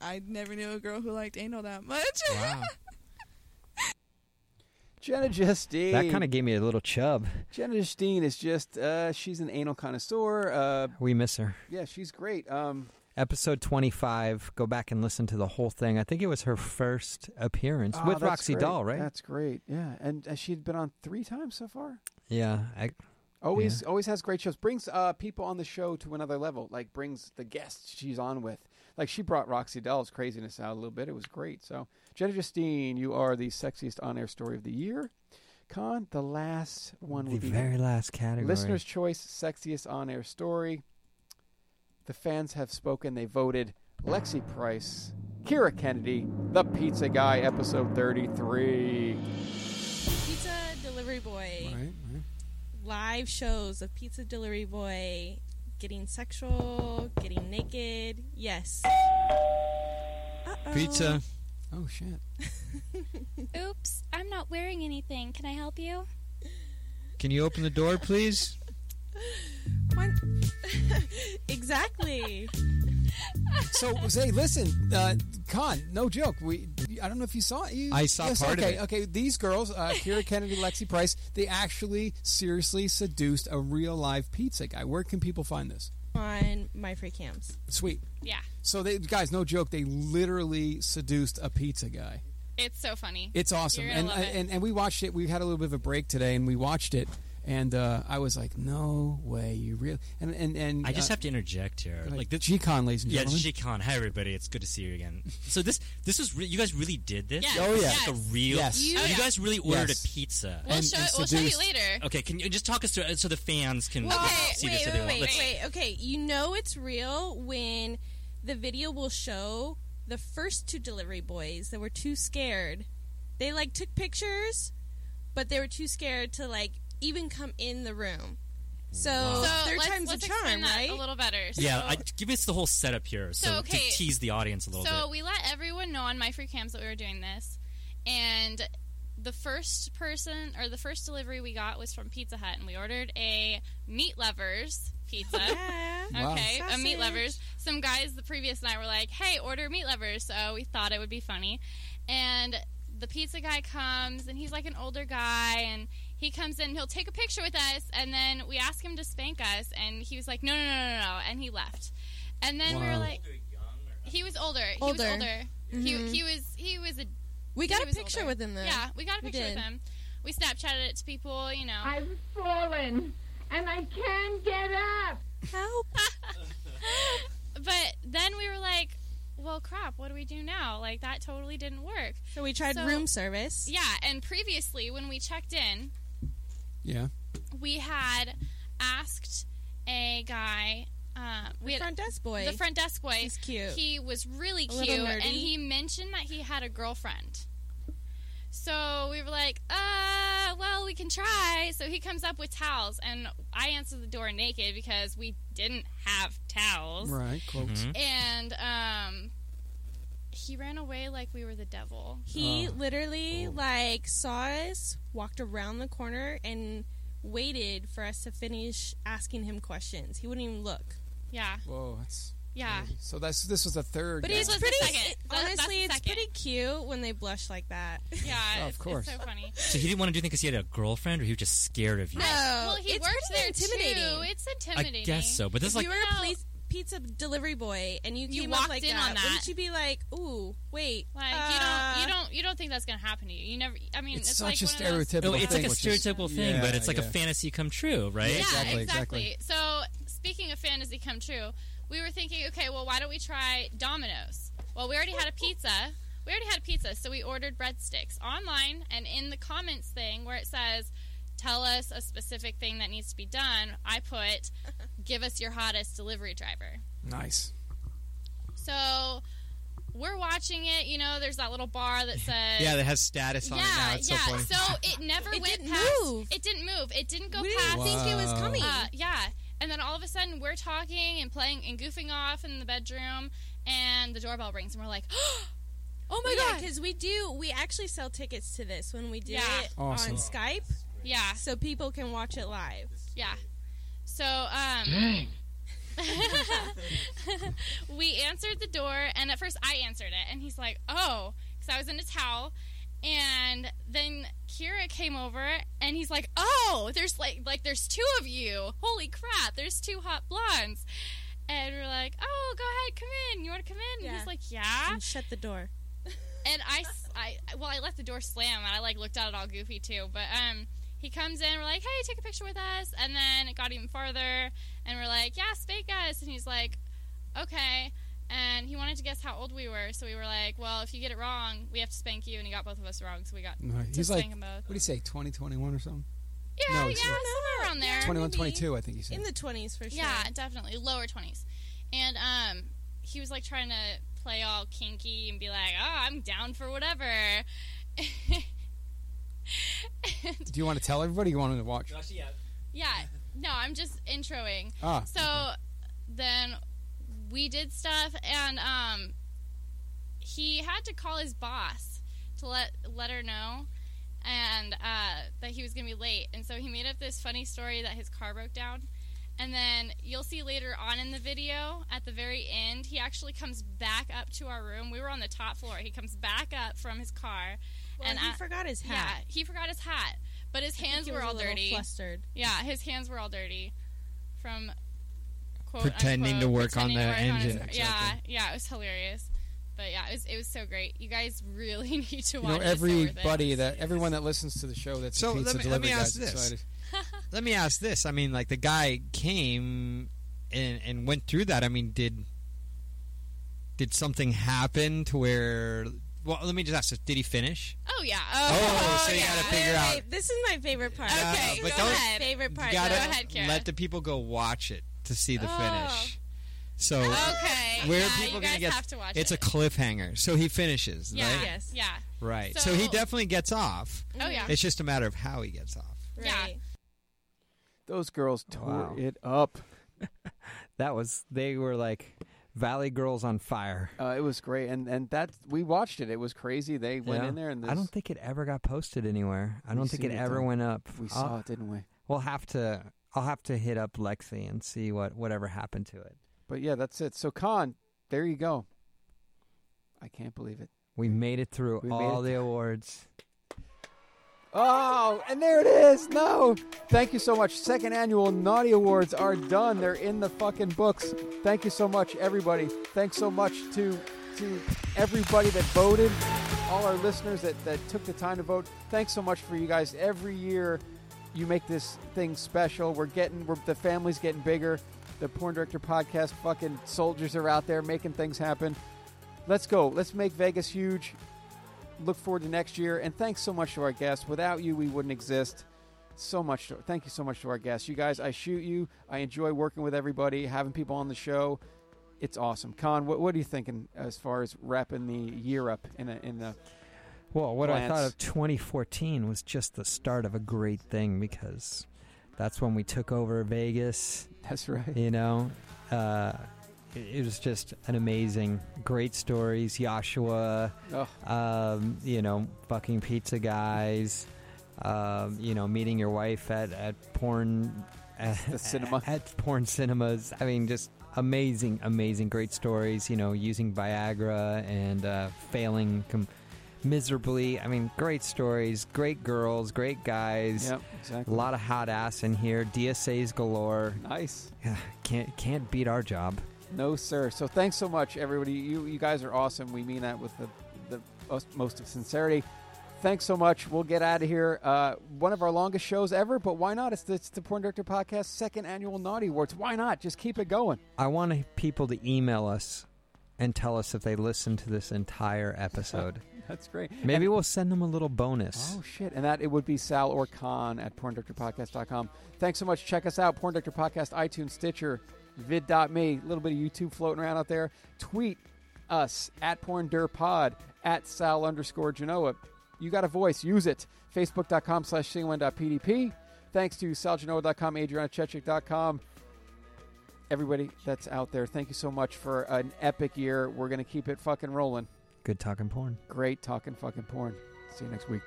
[SPEAKER 22] I never knew a girl who liked anal that much.
[SPEAKER 3] Wow.
[SPEAKER 1] Jenna Justine.
[SPEAKER 33] That kind of gave me a little chub.
[SPEAKER 1] Jenna Justine is just, uh, she's an anal connoisseur. Uh,
[SPEAKER 33] We miss her.
[SPEAKER 1] yeah, she's great. Um,
[SPEAKER 33] Episode 25. Go back and listen to the whole thing. I think it was her first appearance
[SPEAKER 1] ah,
[SPEAKER 33] with
[SPEAKER 1] that's
[SPEAKER 33] Roxy
[SPEAKER 1] great.
[SPEAKER 33] Doll, right?
[SPEAKER 1] That's great. Yeah, and uh, she'd been on three times so far.
[SPEAKER 33] yeah. I,
[SPEAKER 1] Always, always has great shows. Brings uh, people on the show to another level. Like brings the guests she's on with. Like she brought Roxy Doll's craziness out a little bit. It was great. So Jenna Justine, you are the sexiest on-air story of the year. Con, the last one
[SPEAKER 33] The
[SPEAKER 1] would be
[SPEAKER 33] very last category.
[SPEAKER 1] Listener's choice, sexiest on-air story. The fans have spoken. They voted Lexi Price, Kira Kennedy, The Pizza Guy, episode thirty-three.
[SPEAKER 2] Pizza Delivery Boy. Live shows of Pizza Delivery Boy getting sexual, getting naked. Yes. Uh-oh.
[SPEAKER 3] Pizza.
[SPEAKER 34] Oh shit.
[SPEAKER 10] Oops, I'm not wearing anything. Can I help you?
[SPEAKER 3] Can you open the door, please?
[SPEAKER 2] exactly.
[SPEAKER 34] So say, listen, uh, Con, no joke. We, I don't know if you saw it. You,
[SPEAKER 3] I saw
[SPEAKER 34] yes,
[SPEAKER 3] part of
[SPEAKER 34] okay,
[SPEAKER 3] it.
[SPEAKER 34] Okay, these girls, uh, Kira Kennedy, Lexi Price, they actually seriously seduced a real live pizza guy. Where can people find this?
[SPEAKER 2] On my free cams.
[SPEAKER 34] Sweet.
[SPEAKER 10] Yeah.
[SPEAKER 34] So they, guys, no joke. They literally seduced a pizza guy.
[SPEAKER 10] It's so funny.
[SPEAKER 34] It's awesome,
[SPEAKER 10] You're gonna
[SPEAKER 34] and,
[SPEAKER 10] love it.
[SPEAKER 34] and and we watched it. We had a little bit of a break today, and we watched it. And uh, I was like, "No way, you really." And and, and
[SPEAKER 24] I just
[SPEAKER 34] uh,
[SPEAKER 24] have to interject here.
[SPEAKER 34] like,
[SPEAKER 24] Like this,
[SPEAKER 34] G-Con, ladies and
[SPEAKER 24] yeah,
[SPEAKER 34] gentlemen.
[SPEAKER 24] G-Con. Hi, everybody. It's good to see you again. So this, this was re- you guys really did this.
[SPEAKER 34] Yes. Oh, yeah.
[SPEAKER 24] This is like a real.
[SPEAKER 34] Yes.
[SPEAKER 24] You,
[SPEAKER 34] You- Oh, yeah.
[SPEAKER 24] guys really ordered
[SPEAKER 34] Yes.
[SPEAKER 24] a pizza.
[SPEAKER 2] We'll And- show- and we'll show you seduced- later.
[SPEAKER 24] Okay, can you just talk us through it so the fans can
[SPEAKER 2] okay,
[SPEAKER 24] see
[SPEAKER 2] wait,
[SPEAKER 24] this? if they
[SPEAKER 2] wait,
[SPEAKER 24] want.
[SPEAKER 2] wait,
[SPEAKER 24] Let's-
[SPEAKER 2] wait. Okay, you know it's real when the video will show the first two delivery boys that were too scared. They like took pictures, but they were too scared to like even come in the room. So,
[SPEAKER 35] So,
[SPEAKER 2] 3rd
[SPEAKER 35] let's-
[SPEAKER 2] time's
[SPEAKER 35] let's
[SPEAKER 2] a charm,
[SPEAKER 35] explain that
[SPEAKER 2] right?
[SPEAKER 35] a
[SPEAKER 10] little better. So,
[SPEAKER 24] yeah, I, give us the whole setup here, so,
[SPEAKER 10] So, okay.
[SPEAKER 24] to tease the audience a little
[SPEAKER 10] so
[SPEAKER 24] bit.
[SPEAKER 10] we let everyone know on my free cams that we were doing this, and the first person or the first delivery we got was from Pizza Hut, and we ordered a meat lovers pizza.
[SPEAKER 35] Wow.
[SPEAKER 10] Okay, a meat
[SPEAKER 35] Sausage.
[SPEAKER 10] lovers. Some guys the previous night were like, "Hey, order meat lovers," so we thought it would be funny, and the pizza guy comes and he's like an older guy and he comes in and he'll take a picture with us and then we ask him to spank us and he was like no no no no no and he left and then we were
[SPEAKER 35] Wow.
[SPEAKER 10] like he was older. He
[SPEAKER 35] Older.
[SPEAKER 10] was older.
[SPEAKER 35] Mhm.
[SPEAKER 10] He, he was he was a.
[SPEAKER 35] We got
[SPEAKER 10] he
[SPEAKER 35] a
[SPEAKER 10] was
[SPEAKER 35] picture
[SPEAKER 10] older.
[SPEAKER 35] with him, though.
[SPEAKER 10] Yeah, we got a
[SPEAKER 35] We
[SPEAKER 10] picture with
[SPEAKER 35] did.
[SPEAKER 10] him. We Snapchatted it to people. You know.
[SPEAKER 22] I've fallen and I can't get up.
[SPEAKER 10] Help. but then we were like, well, crap. What do we do now? Like that totally didn't work.
[SPEAKER 2] So we tried room service.
[SPEAKER 10] Yeah, and previously when we checked in,
[SPEAKER 1] Yeah.
[SPEAKER 10] we had asked a guy. Uh, we
[SPEAKER 2] The
[SPEAKER 10] had-
[SPEAKER 2] front desk boy.
[SPEAKER 10] The front desk boy.
[SPEAKER 2] He's cute.
[SPEAKER 10] He was really
[SPEAKER 2] A
[SPEAKER 10] cute,
[SPEAKER 2] little
[SPEAKER 10] and
[SPEAKER 2] nerdy.
[SPEAKER 10] he mentioned that he had a girlfriend. So we were like, uh, well, we can try. So he comes up with towels, and I answer the door naked because we didn't have towels.
[SPEAKER 1] Right, quotes. Mhm.
[SPEAKER 10] And um, he ran away like we were the devil.
[SPEAKER 24] Oh.
[SPEAKER 2] He literally like saw us, walked around the corner, and waited for us to finish asking him questions. He wouldn't even look.
[SPEAKER 10] Yeah.
[SPEAKER 1] Whoa, that's
[SPEAKER 10] Yeah.
[SPEAKER 1] crazy. So that's this was the third.
[SPEAKER 2] But
[SPEAKER 1] guy.
[SPEAKER 2] it's pretty. it-
[SPEAKER 10] That- that's
[SPEAKER 2] honestly,
[SPEAKER 10] the
[SPEAKER 2] it's
[SPEAKER 10] second.
[SPEAKER 2] pretty cute when they blush like that.
[SPEAKER 10] Yeah,
[SPEAKER 24] Oh, of it's- it's course.
[SPEAKER 10] so funny.
[SPEAKER 24] So he didn't want to do anything because he had a girlfriend, or he was just scared of you.
[SPEAKER 10] well, he
[SPEAKER 2] it's
[SPEAKER 10] works
[SPEAKER 2] pretty
[SPEAKER 10] there
[SPEAKER 2] intimidating.
[SPEAKER 10] too. It's
[SPEAKER 24] I
[SPEAKER 10] intimidating.
[SPEAKER 24] guess so, but this
[SPEAKER 2] if
[SPEAKER 24] is like
[SPEAKER 2] you were a police pizza delivery boy and you
[SPEAKER 10] You
[SPEAKER 2] came
[SPEAKER 10] walked
[SPEAKER 2] up like
[SPEAKER 10] in
[SPEAKER 2] that,
[SPEAKER 10] on that.
[SPEAKER 2] wouldn't you be like, "Ooh, wait,
[SPEAKER 10] Like
[SPEAKER 2] uh,
[SPEAKER 10] you don't, you don't, you don't think that's gonna happen to you. You never. I mean,
[SPEAKER 1] It's
[SPEAKER 10] it's, like
[SPEAKER 1] such a
[SPEAKER 10] one of those-
[SPEAKER 1] stereotypical
[SPEAKER 24] No, Oh, it's like a
[SPEAKER 1] thing, which is-
[SPEAKER 24] stereotypical thing,
[SPEAKER 1] Yeah,
[SPEAKER 24] but it's like a
[SPEAKER 1] yeah.
[SPEAKER 24] fantasy come true, right?
[SPEAKER 1] Yeah,
[SPEAKER 10] Yeah, exactly. So speaking of fantasy come true, we were thinking, okay, well, why don't we try Domino's? Well, we already had a pizza. We already had a pizza, so we ordered breadsticks online and in the comments thing where it says, "Tell us a specific thing that needs to be done." I put, "Give us your hottest delivery driver."
[SPEAKER 1] nice.
[SPEAKER 10] So we're watching it. You know, there's that little bar that says,
[SPEAKER 3] Yeah, that has status on it now. It's so
[SPEAKER 10] yeah.
[SPEAKER 3] funny.
[SPEAKER 10] it never went
[SPEAKER 2] didn't
[SPEAKER 10] past.
[SPEAKER 2] move.
[SPEAKER 10] It didn't move. It didn't go
[SPEAKER 2] We didn't
[SPEAKER 10] past.
[SPEAKER 2] think it was Wow. coming.
[SPEAKER 10] Uh, yeah, and then all of a sudden we're talking and playing and goofing off in the bedroom, and the doorbell rings, and we're like,
[SPEAKER 2] oh my
[SPEAKER 10] We
[SPEAKER 2] god!"
[SPEAKER 10] got-
[SPEAKER 2] Because we do, we actually sell tickets to this when we do
[SPEAKER 10] Yeah.
[SPEAKER 2] it
[SPEAKER 10] Awesome.
[SPEAKER 2] on Skype.
[SPEAKER 10] Yeah,
[SPEAKER 2] so people can watch it live.
[SPEAKER 10] yeah. So um, we answered the door, and at first I answered it, and he's like, "Oh," because I was in a towel. And then Kira came over, and he's like, "Oh, there's like like there's two of you. Holy crap! There's two hot blondes." And we're like, "Oh, go ahead, come in. You want to come in?" And he's like, "Yeah."
[SPEAKER 2] And shut the door.
[SPEAKER 10] and I, s- I- well, I let the door slam, and I like looked at it all goofy too. But um, he comes in, we're like, hey, take a picture with us, and then it got even farther, and we're like, yeah, spank us, and he's like, okay, and he wanted to guess how old we were, so we were like, well, if you get it wrong, we have to spank you, and he got both of us wrong, so we got
[SPEAKER 1] Nice.
[SPEAKER 10] to
[SPEAKER 1] He's
[SPEAKER 10] spank
[SPEAKER 1] like,
[SPEAKER 10] them
[SPEAKER 1] what
[SPEAKER 10] both.
[SPEAKER 1] do you say, twenty twenty one or something?
[SPEAKER 10] Yeah,
[SPEAKER 1] No,
[SPEAKER 10] yeah,
[SPEAKER 1] it's-
[SPEAKER 10] somewhere around there.
[SPEAKER 1] 21,
[SPEAKER 10] maybe.
[SPEAKER 1] 22, I think you said. In
[SPEAKER 2] the twenties for sure.
[SPEAKER 10] Yeah, definitely lower twenties. And um, he was like trying to play all kinky and be like, "Oh, I'm down for whatever."
[SPEAKER 1] Do you want to tell everybody? Or you want them to watch?
[SPEAKER 10] Yeah, no, I'm just introing.
[SPEAKER 1] Ah,
[SPEAKER 10] so then we did stuff, and um, he had to call his boss to let let her know, and uh, that he was gonna be late. And so he made up this funny story that his car broke down. And then you'll see later on in the video, at the very end, he actually comes back up to our room. We were on the top floor. He comes back up from his car,
[SPEAKER 2] Well,
[SPEAKER 10] and
[SPEAKER 2] he
[SPEAKER 10] I-
[SPEAKER 2] forgot his
[SPEAKER 10] Yeah,
[SPEAKER 2] hat.
[SPEAKER 10] he forgot his hat, but his
[SPEAKER 2] I think
[SPEAKER 10] hands
[SPEAKER 2] he
[SPEAKER 10] were
[SPEAKER 2] was a
[SPEAKER 10] all
[SPEAKER 2] little
[SPEAKER 10] dirty.
[SPEAKER 2] flustered.
[SPEAKER 10] Yeah, his hands were all dirty from quote,
[SPEAKER 3] Pretending
[SPEAKER 10] unquote,
[SPEAKER 3] to work on
[SPEAKER 10] pretending to
[SPEAKER 3] the
[SPEAKER 10] work his-
[SPEAKER 3] engine.
[SPEAKER 10] Yeah, yeah, it was hilarious. But yeah, it was it was so great. You guys really need to
[SPEAKER 1] You
[SPEAKER 10] watch.
[SPEAKER 1] know,
[SPEAKER 10] it. It's so worth it.
[SPEAKER 1] everybody that everyone that listens to the show that's
[SPEAKER 3] So
[SPEAKER 1] a pizza
[SPEAKER 3] let me, let
[SPEAKER 1] delivery
[SPEAKER 3] me
[SPEAKER 1] guy
[SPEAKER 3] ask
[SPEAKER 1] is
[SPEAKER 3] this.
[SPEAKER 1] excited.
[SPEAKER 3] let me ask this. I mean, like the guy came and and went through that. I mean, did did something happen to where? Well, let me just ask this. Did he finish?
[SPEAKER 10] Oh yeah.
[SPEAKER 3] Oh, so you
[SPEAKER 2] yeah.
[SPEAKER 3] gotta figure
[SPEAKER 2] Wait,
[SPEAKER 3] out-
[SPEAKER 2] wait, this is my favorite part.
[SPEAKER 3] Okay, but go don't- ahead.
[SPEAKER 2] Favorite part.
[SPEAKER 3] You gotta
[SPEAKER 2] Go ahead, Kara.
[SPEAKER 3] let the people go watch it to see the
[SPEAKER 2] Oh.
[SPEAKER 3] finish. So
[SPEAKER 10] Okay,
[SPEAKER 3] where
[SPEAKER 10] yeah,
[SPEAKER 3] are people
[SPEAKER 10] you
[SPEAKER 3] gonna
[SPEAKER 10] guys
[SPEAKER 3] get?
[SPEAKER 10] have to watch
[SPEAKER 3] it's
[SPEAKER 10] it.
[SPEAKER 3] a cliffhanger. So he finishes,
[SPEAKER 10] yeah,
[SPEAKER 3] right?
[SPEAKER 10] yes, yeah,
[SPEAKER 3] Right. So, he
[SPEAKER 10] So-
[SPEAKER 3] definitely gets off.
[SPEAKER 10] Oh, yeah.
[SPEAKER 3] It's just a matter of how he gets off.
[SPEAKER 10] yeah.
[SPEAKER 1] Those girls tore
[SPEAKER 3] Wow.
[SPEAKER 1] it up.
[SPEAKER 3] that was they were like Valley Girls on fire.
[SPEAKER 1] Uh, it was great, and and that we watched it. It was crazy. They went
[SPEAKER 3] Yeah.
[SPEAKER 1] in there, and
[SPEAKER 3] I
[SPEAKER 1] this-
[SPEAKER 3] don't think it ever got posted anywhere. I
[SPEAKER 1] We
[SPEAKER 3] don't think
[SPEAKER 1] seen
[SPEAKER 3] it
[SPEAKER 1] it,
[SPEAKER 3] ever
[SPEAKER 1] though.
[SPEAKER 3] went up.
[SPEAKER 1] We saw it, didn't we?
[SPEAKER 3] We'll have to. I'll have to hit up Lexi and see what whatever happened to it.
[SPEAKER 1] But yeah, that's it. So Khan, there you go. I can't believe it.
[SPEAKER 3] We made it through
[SPEAKER 1] Hmm. We made
[SPEAKER 3] all
[SPEAKER 1] it
[SPEAKER 3] the awards.
[SPEAKER 1] Oh, and there it is. No. Thank you so much. Second annual Naughty Awards are done. They're in the fucking books. Thank you so much, everybody. Thanks so much to to everybody that voted, all our listeners that, that took the time to vote. Thanks so much for you guys. Every year you make this thing special. We're getting we're the family's getting bigger. The Porn Director Podcast fucking soldiers are out there making things happen. Let's go. Let's make Vegas huge look forward to next year and thanks so much to our guests without you we wouldn't exist so much to, thank you so much to our guests you guys i shoot you i enjoy working with everybody having people on the show it's awesome con what, what are you thinking as far as wrapping the year up in a, in the
[SPEAKER 3] Well, Oh, what I thought
[SPEAKER 1] glance?
[SPEAKER 3] of 2014 was just the start of a great thing because that's when we took over Vegas.
[SPEAKER 1] That's right.
[SPEAKER 3] You know, uh, it, it was just an amazing, great stories. Joshua, um, you know, fucking pizza guys, um, you know, meeting your wife at, at porn. At, the cinema. At porn cinemas. I mean, just amazing, amazing, great stories, you know, using Viagra and uh, failing. Com- miserably. I mean, great stories, great girls, great guys.
[SPEAKER 1] Yep, exactly.
[SPEAKER 3] A lot of hot ass in here. DSA's galore.
[SPEAKER 1] Nice.
[SPEAKER 3] Can't can't beat our job.
[SPEAKER 1] No, sir. So thanks so much, everybody. You you guys are awesome. We mean that with the the most- most of sincerity. Thanks so much. We'll get out of here. Uh, one of our longest shows ever, but why not? It's the, it's the Porn Director Podcast second annual Naughty Awards. Why not? Just keep it going.
[SPEAKER 3] I want people to email us and tell us if they listened to this entire episode.
[SPEAKER 1] That's great.
[SPEAKER 3] Maybe we'll send them a little bonus.
[SPEAKER 1] Oh shit! And that it would be Sal or Khan at porndirectorpodcast.com. Thanks so much. Check us out: Porn Director Podcast, iTunes, Stitcher, Vid.me. A little bit of YouTube floating around out there. Tweet us at PornDirPod at Sal underscore Genoa. You got a voice, use it. Facebook.com slash C1.PDP. Thanks to SalGenoa.com, AdrianaChechik.com, everybody that's out there. Thank you so much for an epic year. We're gonna keep it fucking rolling.
[SPEAKER 3] Good talking porn.
[SPEAKER 1] Great talking fucking porn. See you next week.